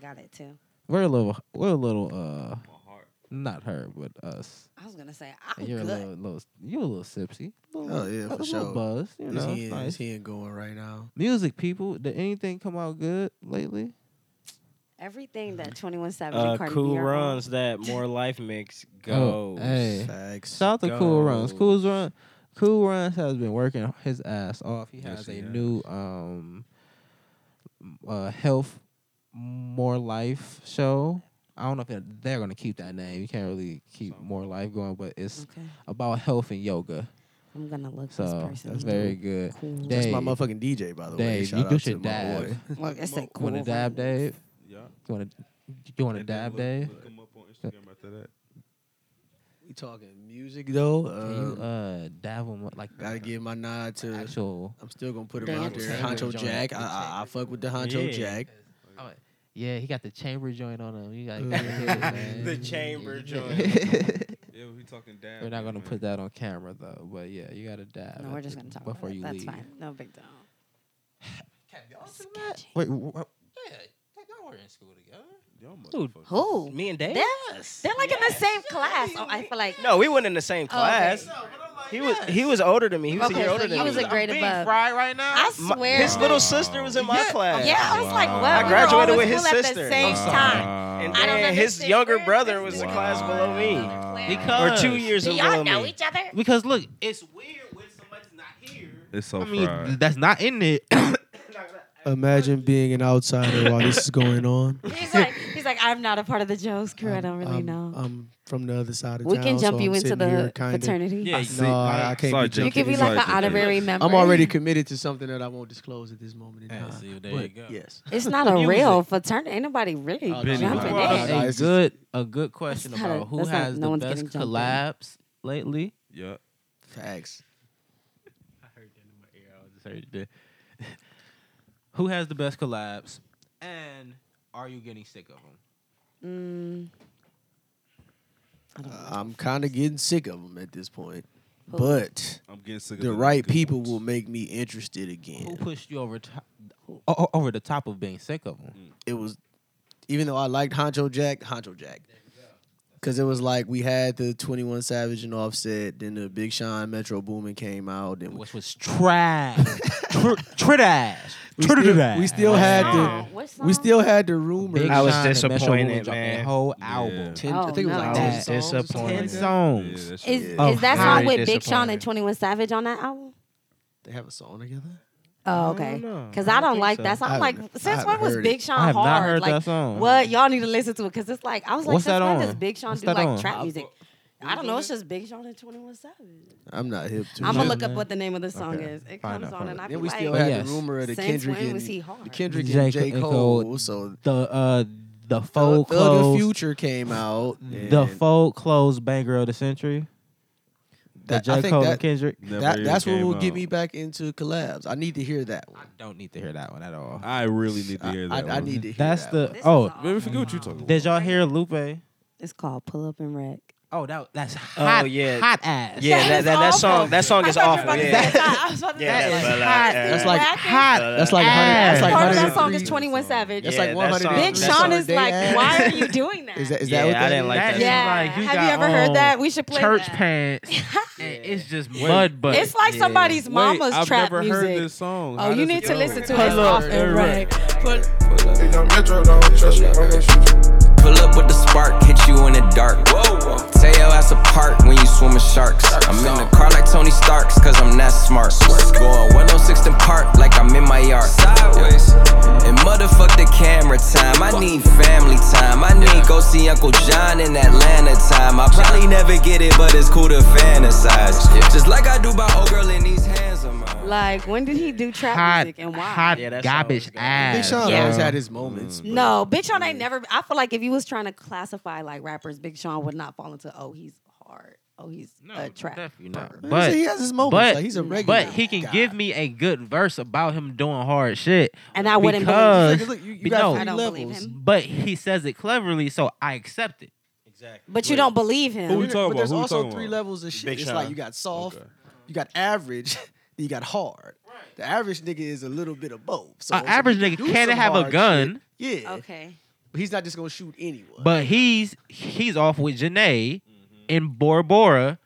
Speaker 1: Got it too.
Speaker 3: we're a little we're a little uh
Speaker 2: My heart.
Speaker 3: not her but us.
Speaker 1: I was gonna say I'm
Speaker 3: And you're
Speaker 1: good.
Speaker 3: a little, little you're a little sipsy. Little-
Speaker 4: Oh, yeah,
Speaker 3: a
Speaker 4: for
Speaker 3: little
Speaker 4: sure.
Speaker 3: Buzz, you
Speaker 4: Is
Speaker 3: know,
Speaker 4: he in-
Speaker 3: nice.
Speaker 4: is he in going right now?
Speaker 3: Music people, did anything come out good lately?
Speaker 1: Everything
Speaker 3: Uh-huh.
Speaker 1: that 21 Savage
Speaker 5: Uh,
Speaker 1: and Cardi B
Speaker 5: cool
Speaker 1: are on.
Speaker 5: runs that more life mix
Speaker 3: Oh,
Speaker 5: goes.
Speaker 3: hey.
Speaker 4: Facts.
Speaker 3: Shout out to Cool Runs.
Speaker 5: Go.
Speaker 3: Cool Runs, Cool Runs has been working his ass off. He
Speaker 2: Yes,
Speaker 3: has
Speaker 2: he
Speaker 3: a
Speaker 2: has.
Speaker 3: new um uh, health more life show. I don't know if they're, they're gonna keep that name. You can't really keep more life going, but it's
Speaker 1: Okay,
Speaker 3: about health and yoga.
Speaker 1: I'm gonna look this
Speaker 3: So
Speaker 1: person.
Speaker 3: that's
Speaker 1: up.
Speaker 3: very good.
Speaker 1: Cool.
Speaker 3: Dave,
Speaker 4: That's my motherfucking DJ, by the way.
Speaker 3: Dave,
Speaker 4: Shout
Speaker 3: you
Speaker 4: out
Speaker 3: do
Speaker 4: to
Speaker 3: should
Speaker 4: my
Speaker 3: dab.
Speaker 4: boy.
Speaker 1: [laughs] Look, it's a cool.
Speaker 3: want to dab,
Speaker 1: Runs.
Speaker 3: Dave?
Speaker 2: Yeah.
Speaker 3: You want to? You want to
Speaker 2: And then
Speaker 3: dab,
Speaker 2: look-
Speaker 3: Dave?
Speaker 2: Look him up on Instagram after that.
Speaker 4: We talking music though.
Speaker 3: Can
Speaker 4: Um,
Speaker 3: you uh dab him like
Speaker 4: gotta give my nod to.
Speaker 3: actual?
Speaker 4: I'm still gonna put him out there.
Speaker 1: Damn.
Speaker 4: Honcho
Speaker 3: Chamber
Speaker 4: Jack.
Speaker 3: joint.
Speaker 4: I, I, I fuck with the Honcho
Speaker 5: Yeah.
Speaker 4: Jack.
Speaker 3: Oh, yeah, he got the chamber joint on him. You got
Speaker 1: [laughs]
Speaker 5: The chamber
Speaker 3: [laughs] joint.
Speaker 2: Yeah, we talking dab.
Speaker 3: we're not
Speaker 2: here,
Speaker 3: gonna
Speaker 2: man.
Speaker 3: put that on camera though, but yeah, you gotta dab.
Speaker 1: No,
Speaker 3: at
Speaker 1: we're just
Speaker 3: the-
Speaker 1: gonna talk
Speaker 3: before
Speaker 1: about
Speaker 3: you
Speaker 1: it. That's
Speaker 3: leave.
Speaker 1: fine. No big deal.
Speaker 3: Wait, wh- wh- yeah, y'all were in school together.
Speaker 2: Y'all
Speaker 5: Dude,
Speaker 2: motherfuckers.
Speaker 1: Who?
Speaker 5: Me and Dave.
Speaker 1: Yes. They're like in the same class. Oh, I feel like
Speaker 5: No, we weren't in the same
Speaker 1: Oh, okay.
Speaker 5: class. He was he was older than me. He was a
Speaker 1: Okay,
Speaker 5: year
Speaker 1: so
Speaker 5: older than
Speaker 1: you
Speaker 5: me.
Speaker 1: was a grade
Speaker 3: I'm being
Speaker 1: above.
Speaker 3: fried right now.
Speaker 1: I
Speaker 5: My-
Speaker 1: swear.
Speaker 5: his
Speaker 2: Wow.
Speaker 5: little sister was in my class.
Speaker 1: Yeah, I was like, well,
Speaker 2: Wow.
Speaker 5: I
Speaker 1: we were
Speaker 5: graduated
Speaker 1: all in
Speaker 5: with his
Speaker 1: school at
Speaker 5: sister.
Speaker 1: the same
Speaker 5: Wow.
Speaker 1: time.
Speaker 5: And
Speaker 1: I don't
Speaker 5: then his
Speaker 1: understand
Speaker 5: younger
Speaker 1: where
Speaker 5: brother
Speaker 1: this
Speaker 5: was
Speaker 1: is
Speaker 5: a
Speaker 1: going.
Speaker 5: class below me.
Speaker 3: Because-
Speaker 5: Or two years
Speaker 1: Do
Speaker 5: below
Speaker 1: y'all know
Speaker 5: me.
Speaker 1: each other?
Speaker 3: because look, it's weird when somebody's not here.
Speaker 2: It's so
Speaker 3: I mean,
Speaker 2: fried.
Speaker 3: th- that's not in it. [coughs]
Speaker 4: Imagine being an outsider while this is going on.
Speaker 1: He's like, he's like, I'm not a part of the Joe's crew.
Speaker 4: Um,
Speaker 1: I don't really
Speaker 4: I'm,
Speaker 1: know.
Speaker 4: I'm from the other side of
Speaker 1: we
Speaker 4: town.
Speaker 1: can jump
Speaker 4: so
Speaker 1: you
Speaker 4: I'm
Speaker 1: into
Speaker 4: sitting
Speaker 1: the
Speaker 4: here kinda-
Speaker 1: fraternity.
Speaker 5: Yeah,
Speaker 4: No, I, I can't
Speaker 2: Sorry,
Speaker 4: be
Speaker 2: Jim.
Speaker 1: you
Speaker 4: jumping
Speaker 1: can be
Speaker 4: into
Speaker 1: like
Speaker 2: Sorry,
Speaker 1: an
Speaker 2: Jim.
Speaker 1: honorary member.
Speaker 4: I'm already committed to something that I won't disclose at this moment in
Speaker 3: Yeah,
Speaker 4: time.
Speaker 3: see, there
Speaker 4: but
Speaker 3: you go.
Speaker 4: Yes. [laughs]
Speaker 1: It's not a
Speaker 5: Music.
Speaker 1: real fraternity. Anybody really
Speaker 4: Oh, no,
Speaker 2: Benny
Speaker 1: jumping
Speaker 2: Blanco.
Speaker 1: in?
Speaker 4: Hey,
Speaker 3: a
Speaker 4: it's just-
Speaker 3: good a good question
Speaker 1: That's not a-
Speaker 3: about who
Speaker 1: that's not-
Speaker 3: has
Speaker 1: no
Speaker 3: the
Speaker 1: one's
Speaker 3: best
Speaker 1: getting jumped in.
Speaker 3: collabs lately.
Speaker 2: Yeah.
Speaker 4: Facts.
Speaker 3: [laughs] who has the best collabs, and are you getting sick of
Speaker 1: Mm,
Speaker 3: them?
Speaker 4: I'm kind of getting sick of them at this point.
Speaker 1: Who?
Speaker 4: But
Speaker 2: I'm getting sick of
Speaker 4: the
Speaker 2: them
Speaker 4: right
Speaker 2: good
Speaker 4: people
Speaker 2: ones.
Speaker 4: will make me interested
Speaker 3: Who
Speaker 4: again.
Speaker 3: pushed you over top, o- o- over the top of being sick of them?
Speaker 4: Mm. It was, even though I liked Honcho Jack, Honcho Jack. Because it was like we had the 21 Savage and Offset, then the Big Sean Metro Boomin came out. Then we,
Speaker 3: Which
Speaker 1: [laughs]
Speaker 3: was trash, Tr- trash,
Speaker 4: We still-
Speaker 3: Trash.
Speaker 4: we still had
Speaker 1: wow.
Speaker 4: the-
Speaker 1: What song?
Speaker 4: we still had the
Speaker 3: Big
Speaker 4: rumors.
Speaker 5: I was
Speaker 3: Sean and Metro Boomin
Speaker 5: disappointed,
Speaker 3: dropped
Speaker 5: man.
Speaker 3: A whole
Speaker 2: Yeah.
Speaker 3: album,
Speaker 4: Ten,
Speaker 1: Oh,
Speaker 4: I think it was
Speaker 1: no.
Speaker 4: like
Speaker 1: I
Speaker 4: 10
Speaker 5: was
Speaker 4: songs or something like
Speaker 3: ten
Speaker 4: that.
Speaker 2: Yeah,
Speaker 3: songs.
Speaker 2: that shit
Speaker 1: Is,
Speaker 2: was-
Speaker 3: Oh,
Speaker 1: is that song
Speaker 5: very
Speaker 1: with Big Sean
Speaker 5: disappointed.
Speaker 1: and 21 Savage on that album?
Speaker 4: They have a song together?
Speaker 1: Oh,
Speaker 5: don't
Speaker 1: okay.
Speaker 5: know.
Speaker 1: Because
Speaker 5: I
Speaker 1: I,
Speaker 5: don't
Speaker 1: don't
Speaker 5: think
Speaker 1: like
Speaker 5: so.
Speaker 1: that song.
Speaker 4: I
Speaker 1: I'm like,
Speaker 4: haven't- I
Speaker 1: since
Speaker 4: haven't
Speaker 1: when was
Speaker 4: heard
Speaker 1: Big
Speaker 4: it.
Speaker 1: Sean
Speaker 3: I have
Speaker 1: hard?
Speaker 3: not heard
Speaker 1: like,
Speaker 3: that song.
Speaker 1: What? Y'all need to listen to it because it's like, I was like,
Speaker 3: What's
Speaker 1: since
Speaker 3: that
Speaker 1: when
Speaker 3: on?
Speaker 1: does Big Sean
Speaker 3: What's
Speaker 1: do
Speaker 3: that
Speaker 1: like
Speaker 3: on?
Speaker 1: trap
Speaker 3: I'll-
Speaker 1: music? I don't know. It's just Big Sean and 21 Savage.
Speaker 4: I'm not hip to
Speaker 1: I'm
Speaker 4: it.
Speaker 1: going to look up
Speaker 3: man.
Speaker 1: what the name of the song
Speaker 3: Okay.
Speaker 1: is. It
Speaker 3: Find
Speaker 1: comes
Speaker 3: out
Speaker 1: on
Speaker 3: for
Speaker 1: and
Speaker 3: it.
Speaker 1: I
Speaker 4: Then
Speaker 1: feel
Speaker 4: we still
Speaker 1: like,
Speaker 4: had
Speaker 3: yes.
Speaker 4: the rumor of the
Speaker 1: since
Speaker 4: Kendrick
Speaker 1: when
Speaker 4: and
Speaker 1: was he
Speaker 4: the
Speaker 1: hard?
Speaker 4: Kendrick
Speaker 3: J.
Speaker 4: and J.
Speaker 3: Cole.
Speaker 4: Cole. So
Speaker 3: The uh, the folk
Speaker 4: Thug and
Speaker 3: clothes,
Speaker 4: Future came out.
Speaker 3: the
Speaker 4: and
Speaker 3: folk clothes banger of the century.
Speaker 4: that-
Speaker 3: the
Speaker 4: I
Speaker 3: J
Speaker 4: think
Speaker 3: Cole
Speaker 4: that-
Speaker 3: and Kendrick.
Speaker 2: Never
Speaker 4: that-
Speaker 2: even
Speaker 4: that's what
Speaker 2: came
Speaker 4: will get
Speaker 2: out.
Speaker 4: me back into collabs. I need to hear that one.
Speaker 3: Don't need to hear that one at all.
Speaker 2: I really need to hear
Speaker 4: I,
Speaker 2: that.
Speaker 4: I
Speaker 2: one.
Speaker 4: need to hear
Speaker 3: That's
Speaker 4: that
Speaker 3: the
Speaker 1: This is
Speaker 3: oh.
Speaker 1: all-
Speaker 2: Maybe forget what you talking about.
Speaker 3: Did y'all hear Lupe?
Speaker 1: It's called Pull Up and Wreck.
Speaker 3: Oh, that that's
Speaker 5: hot- yeah. hot
Speaker 3: ass.
Speaker 5: Yeah,
Speaker 1: That
Speaker 5: that,
Speaker 1: is
Speaker 5: that, that
Speaker 1: awful.
Speaker 5: song that song is awful. Yeah. Yeah,
Speaker 1: That
Speaker 5: that's
Speaker 1: is
Speaker 5: what
Speaker 1: hot.
Speaker 5: I- yeah.
Speaker 4: That's like
Speaker 1: hot.
Speaker 4: That's like
Speaker 3: Ass.
Speaker 4: hundred- that's like
Speaker 1: Part of that
Speaker 4: hundred
Speaker 1: song is
Speaker 4: degrees.
Speaker 1: 21 Savage.
Speaker 4: That's
Speaker 5: Yeah,
Speaker 4: like
Speaker 5: that
Speaker 4: 100
Speaker 5: song-
Speaker 4: degrees.
Speaker 1: Big
Speaker 5: that's
Speaker 4: That's
Speaker 1: Sean
Speaker 4: on
Speaker 1: is
Speaker 4: day
Speaker 1: like,
Speaker 4: ass.
Speaker 1: why are you doing that?
Speaker 4: Is that is
Speaker 5: Yeah,
Speaker 4: that what
Speaker 5: I
Speaker 4: that
Speaker 5: didn't
Speaker 4: is?
Speaker 5: like that.
Speaker 3: That Oh. is
Speaker 5: song.
Speaker 1: yeah.
Speaker 3: like, you
Speaker 1: Have
Speaker 3: got
Speaker 1: you ever heard
Speaker 3: on
Speaker 1: that? We should play
Speaker 3: Church
Speaker 1: that.
Speaker 3: pants. and it's just mud butt.
Speaker 1: It's like somebody's
Speaker 2: Wait,
Speaker 1: mama's
Speaker 2: I've
Speaker 1: trap
Speaker 2: never
Speaker 1: music.
Speaker 2: heard this song.
Speaker 1: Oh, you need to listen to it. It's
Speaker 4: Pull up
Speaker 1: off and
Speaker 2: and
Speaker 1: right.
Speaker 2: wreck.
Speaker 6: Hey, young Metro, don't trust me, I'm gonna shoot you.
Speaker 8: Pull up with the spark, hit you in the dark. Whoa, Tear your ass apart when you swimming sharks. I'm in the car like Tony Stark's, cause I'm not smart. Going 106 in park like I'm in my yard. Sideways. And motherfuck the camera time. I need family time. I need go see Uncle John in Atlanta time. I probably never get it, but it's cool to fantasize. Just like I do by old girl in these hands of mine.
Speaker 1: Like, when did he do trap
Speaker 3: hot,
Speaker 1: music and why?
Speaker 3: hot
Speaker 5: Yeah, that song was
Speaker 3: garbage
Speaker 5: good.
Speaker 4: Big
Speaker 3: ass.
Speaker 4: Sean
Speaker 1: Yeah.
Speaker 4: always had his
Speaker 2: Mm.
Speaker 4: moments. but-
Speaker 1: No, Big Sean ain't never. I feel like if you was trying to classify like rappers, Big Sean would not fall into oh he's hard, oh he's a trap.
Speaker 3: definitely not.
Speaker 1: rapper.
Speaker 3: But
Speaker 4: he has his moments.
Speaker 3: but-
Speaker 4: like, he's a regular.
Speaker 3: but he can
Speaker 4: guy.
Speaker 3: give me a good verse about him doing hard shit.
Speaker 1: And I wouldn't believe
Speaker 3: Because-
Speaker 1: it.
Speaker 4: Look, look, you, you
Speaker 3: But
Speaker 4: got
Speaker 3: no.
Speaker 4: three
Speaker 1: I don't believe
Speaker 4: levels.
Speaker 1: him.
Speaker 3: But he says it cleverly, so I accept it.
Speaker 1: But you don't believe
Speaker 2: Who
Speaker 1: him.
Speaker 2: we
Speaker 4: But
Speaker 2: talking about?
Speaker 4: there's
Speaker 2: Who we
Speaker 4: also
Speaker 2: talking
Speaker 4: three
Speaker 2: about?
Speaker 4: levels of shit.
Speaker 5: Big
Speaker 4: it's
Speaker 5: Sean.
Speaker 4: like you got soft,
Speaker 2: Okay.
Speaker 4: you got average, then you got hard. The average nigga is a little bit of both. So
Speaker 3: An average
Speaker 4: if you
Speaker 3: nigga
Speaker 4: do
Speaker 3: can
Speaker 4: some
Speaker 3: have a
Speaker 4: hard
Speaker 3: gun,
Speaker 4: shit, yeah,
Speaker 1: Okay.
Speaker 4: but he's not just gonna shoot anyone.
Speaker 3: but he's he's off with Janae
Speaker 2: Mm-hmm.
Speaker 3: in Bora Bora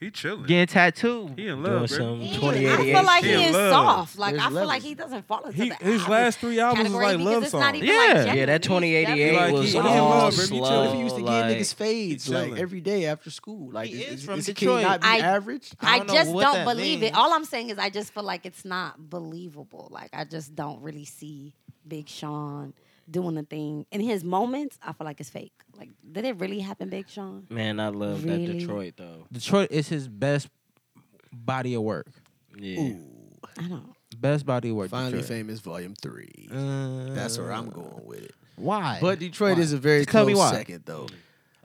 Speaker 2: He chilling.
Speaker 3: getting tattooed.
Speaker 2: He in
Speaker 5: Doing
Speaker 2: love,
Speaker 5: some
Speaker 2: bro.
Speaker 1: He-
Speaker 5: 2088
Speaker 1: I feel like he
Speaker 2: shit.
Speaker 1: is
Speaker 2: Love.
Speaker 1: soft. Like
Speaker 4: There's
Speaker 1: I feel like
Speaker 4: levels.
Speaker 1: he doesn't fall into
Speaker 2: He,
Speaker 1: the
Speaker 2: his
Speaker 1: average
Speaker 2: last three albums was
Speaker 1: category
Speaker 2: like
Speaker 1: because
Speaker 2: love
Speaker 1: it's not
Speaker 2: songs.
Speaker 1: even
Speaker 2: Yeah.
Speaker 1: like
Speaker 3: Yeah.
Speaker 1: gender.
Speaker 5: Yeah, that
Speaker 1: He's
Speaker 5: 2088
Speaker 1: definitely-
Speaker 2: Like,
Speaker 5: was
Speaker 2: he-
Speaker 5: all
Speaker 2: he in love, bro. He
Speaker 5: slow.
Speaker 4: if he used to
Speaker 5: like,
Speaker 4: give niggas fades
Speaker 2: he
Speaker 4: like
Speaker 2: chilling.
Speaker 4: every day after school, like
Speaker 3: He
Speaker 4: is,
Speaker 3: is
Speaker 4: is,
Speaker 3: from
Speaker 4: is a kid not
Speaker 1: Detroit.
Speaker 4: be
Speaker 1: I-
Speaker 4: average?
Speaker 1: I,
Speaker 3: don't know
Speaker 1: just
Speaker 3: what
Speaker 1: don't
Speaker 3: that
Speaker 1: believe
Speaker 3: means.
Speaker 1: it. All I'm saying is I just feel like it's not believable. Like I just don't really see Big Sean doing the thing. In his moments, I feel like it's fake. Like did it really happen, Big Sean?
Speaker 5: Man, I love that
Speaker 1: Really?
Speaker 5: Detroit though.
Speaker 3: Detroit is his best body of work.
Speaker 5: Yeah.
Speaker 4: Ooh,
Speaker 1: I don't.
Speaker 3: Best body of work.
Speaker 4: finally
Speaker 3: Detroit.
Speaker 4: famous volume three.
Speaker 3: Uh,
Speaker 4: That's where I'm going with it.
Speaker 3: Why?
Speaker 4: But Detroit is a very
Speaker 3: Just tell me
Speaker 4: close
Speaker 3: why.
Speaker 4: second though.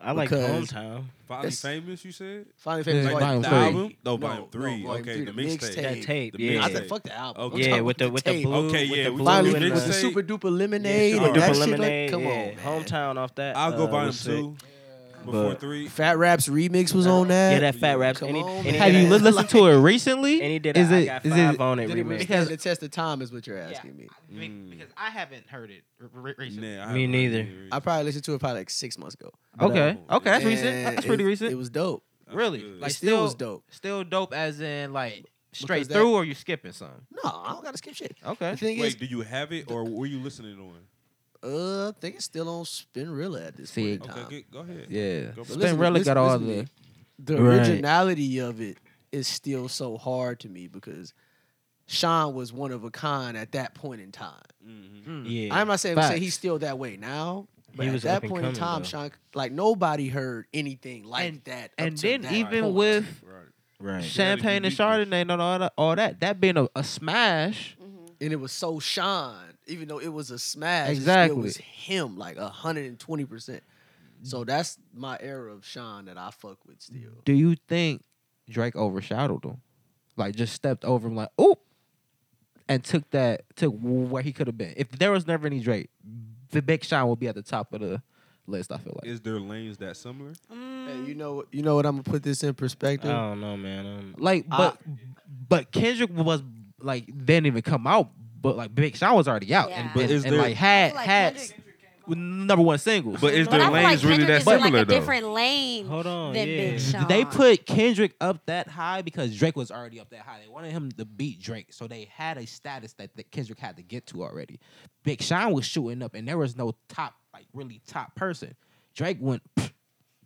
Speaker 5: I like
Speaker 4: Because-
Speaker 5: hometown.
Speaker 2: Finally
Speaker 4: That's-
Speaker 2: famous, you said?
Speaker 4: Finally
Speaker 3: Yeah,
Speaker 4: famous
Speaker 3: Volume
Speaker 4: volume
Speaker 2: The
Speaker 3: Three.
Speaker 2: album? No, volume
Speaker 4: No,
Speaker 2: three.
Speaker 4: no, Volume
Speaker 2: okay,
Speaker 4: Three,
Speaker 2: the
Speaker 4: the mixtape.
Speaker 5: That
Speaker 2: mixtape.
Speaker 5: tape,
Speaker 2: The
Speaker 5: yeah.
Speaker 4: I
Speaker 2: mixtape.
Speaker 4: said, fuck the album.
Speaker 2: Okay.
Speaker 4: I'm
Speaker 5: Yeah,
Speaker 4: talking
Speaker 5: with the
Speaker 4: about
Speaker 5: with the
Speaker 4: tape.
Speaker 5: blue,
Speaker 2: Okay,
Speaker 5: with
Speaker 2: yeah,
Speaker 5: the
Speaker 2: we
Speaker 5: blue,
Speaker 2: talking
Speaker 4: Finally,
Speaker 5: with
Speaker 4: with
Speaker 2: mixtape.
Speaker 4: the
Speaker 5: the
Speaker 4: super duper
Speaker 5: Yeah,
Speaker 4: lemonade.
Speaker 5: Super
Speaker 4: and that
Speaker 5: Duper
Speaker 4: shit, like,
Speaker 5: Lemonade,
Speaker 4: come
Speaker 5: yeah.
Speaker 4: on, man.
Speaker 5: hometown off that.
Speaker 2: I'll go
Speaker 5: uh,
Speaker 2: buy him
Speaker 5: was sick.
Speaker 2: two before
Speaker 5: But-
Speaker 2: three.
Speaker 4: Fat Raps remix was on that.
Speaker 5: Yeah, that fat raps.
Speaker 4: Come
Speaker 5: Any,
Speaker 4: on,
Speaker 5: any
Speaker 4: man.
Speaker 3: have
Speaker 4: [laughs]
Speaker 3: you
Speaker 5: did
Speaker 3: listened to it recently?
Speaker 5: Any did
Speaker 3: is
Speaker 5: I,
Speaker 3: it-
Speaker 5: I got
Speaker 3: is
Speaker 5: five
Speaker 3: it-
Speaker 5: on it
Speaker 4: Did it
Speaker 5: remix.
Speaker 4: withstand the test of time? Is what you're asking me.
Speaker 3: because I haven't heard it recently.
Speaker 2: Nah, I
Speaker 5: Me
Speaker 2: haven't heard
Speaker 5: neither.
Speaker 2: any
Speaker 4: I probably listened to it probably like six months ago.
Speaker 3: Okay,
Speaker 2: But, uh,
Speaker 3: okay, that's recent.
Speaker 4: And
Speaker 3: That's
Speaker 4: it
Speaker 3: pretty
Speaker 4: was-
Speaker 3: recent.
Speaker 4: It was dope.
Speaker 2: That's
Speaker 3: really
Speaker 2: good.
Speaker 3: like
Speaker 4: It
Speaker 3: still,
Speaker 4: still was dope.
Speaker 3: Still dope, as in like straight
Speaker 4: Because that-
Speaker 3: through, or you skipping some?
Speaker 4: No, I don't gotta skip shit.
Speaker 3: Okay,
Speaker 4: The thing
Speaker 2: Wait, do you have it or were you listening on?
Speaker 4: is, uh, I think it's still on Spinrilla at this
Speaker 3: See,
Speaker 4: point in
Speaker 2: Okay,
Speaker 4: time.
Speaker 2: good. go ahead.
Speaker 3: yeah.
Speaker 2: Go-
Speaker 4: But listen-
Speaker 3: Spinrella
Speaker 4: listen-
Speaker 3: got all
Speaker 4: listen to
Speaker 3: the
Speaker 4: me. The
Speaker 3: Right.
Speaker 4: originality of it is still so hard to me because Sean was one of a kind at that point in time.
Speaker 7: Mm-hmm.
Speaker 2: Mhm.
Speaker 8: Hmm.
Speaker 7: Hmm.
Speaker 5: Yeah.
Speaker 4: I'm not saying say
Speaker 3: Facts.
Speaker 4: he's still that way now, but
Speaker 5: He
Speaker 4: at
Speaker 5: was up
Speaker 4: that
Speaker 5: and
Speaker 4: point in
Speaker 5: coming,
Speaker 4: time,
Speaker 5: though.
Speaker 4: Sean, like nobody heard anything like
Speaker 3: And-
Speaker 4: that. up
Speaker 3: and
Speaker 4: to
Speaker 3: then
Speaker 4: that
Speaker 3: even
Speaker 4: point.
Speaker 3: with
Speaker 2: Right.
Speaker 5: Right.
Speaker 3: champagne and
Speaker 2: uniqueness.
Speaker 3: Chardonnay and all that, all that, that being a, a smash.
Speaker 4: and it was so Sean, even though it was a smash,
Speaker 3: Exactly.
Speaker 4: it was him like hundred and twenty percent. So that's my era of Sean that I fuck with still.
Speaker 3: Do you think Drake overshadowed him? Like just stepped over him, like oop, and took that took where he could have been. If there was never any Drake, the Big Sean would be at the top of the list. I feel like.
Speaker 2: Is there lanes that similar?
Speaker 4: Hey, you know, you know what? I'm gonna put this in
Speaker 5: I
Speaker 4: perspective.
Speaker 5: don't know, man. Um,
Speaker 3: Like, but but Kendrick was like didn't even come out, but like Big Sean was already out, and,
Speaker 1: Yeah. But
Speaker 3: and-
Speaker 2: is
Speaker 3: and,
Speaker 2: there-
Speaker 3: like had
Speaker 1: I feel like
Speaker 3: had
Speaker 1: Kendrick-
Speaker 3: with number one singles.
Speaker 2: But is
Speaker 1: But I
Speaker 2: their
Speaker 1: feel like
Speaker 2: lanes really
Speaker 1: Kendrick
Speaker 2: that
Speaker 1: is in like
Speaker 2: similar
Speaker 1: a
Speaker 2: though?
Speaker 1: different lane
Speaker 5: Hold on,
Speaker 1: than
Speaker 5: yeah.
Speaker 1: Big Sean.
Speaker 3: they put Kendrick up that high because Drake was already up that high. They wanted him to beat Drake, so they had a status that, that Kendrick had to get to already. Big Sean was shooting up, and there was no top like really top person. Drake went pff,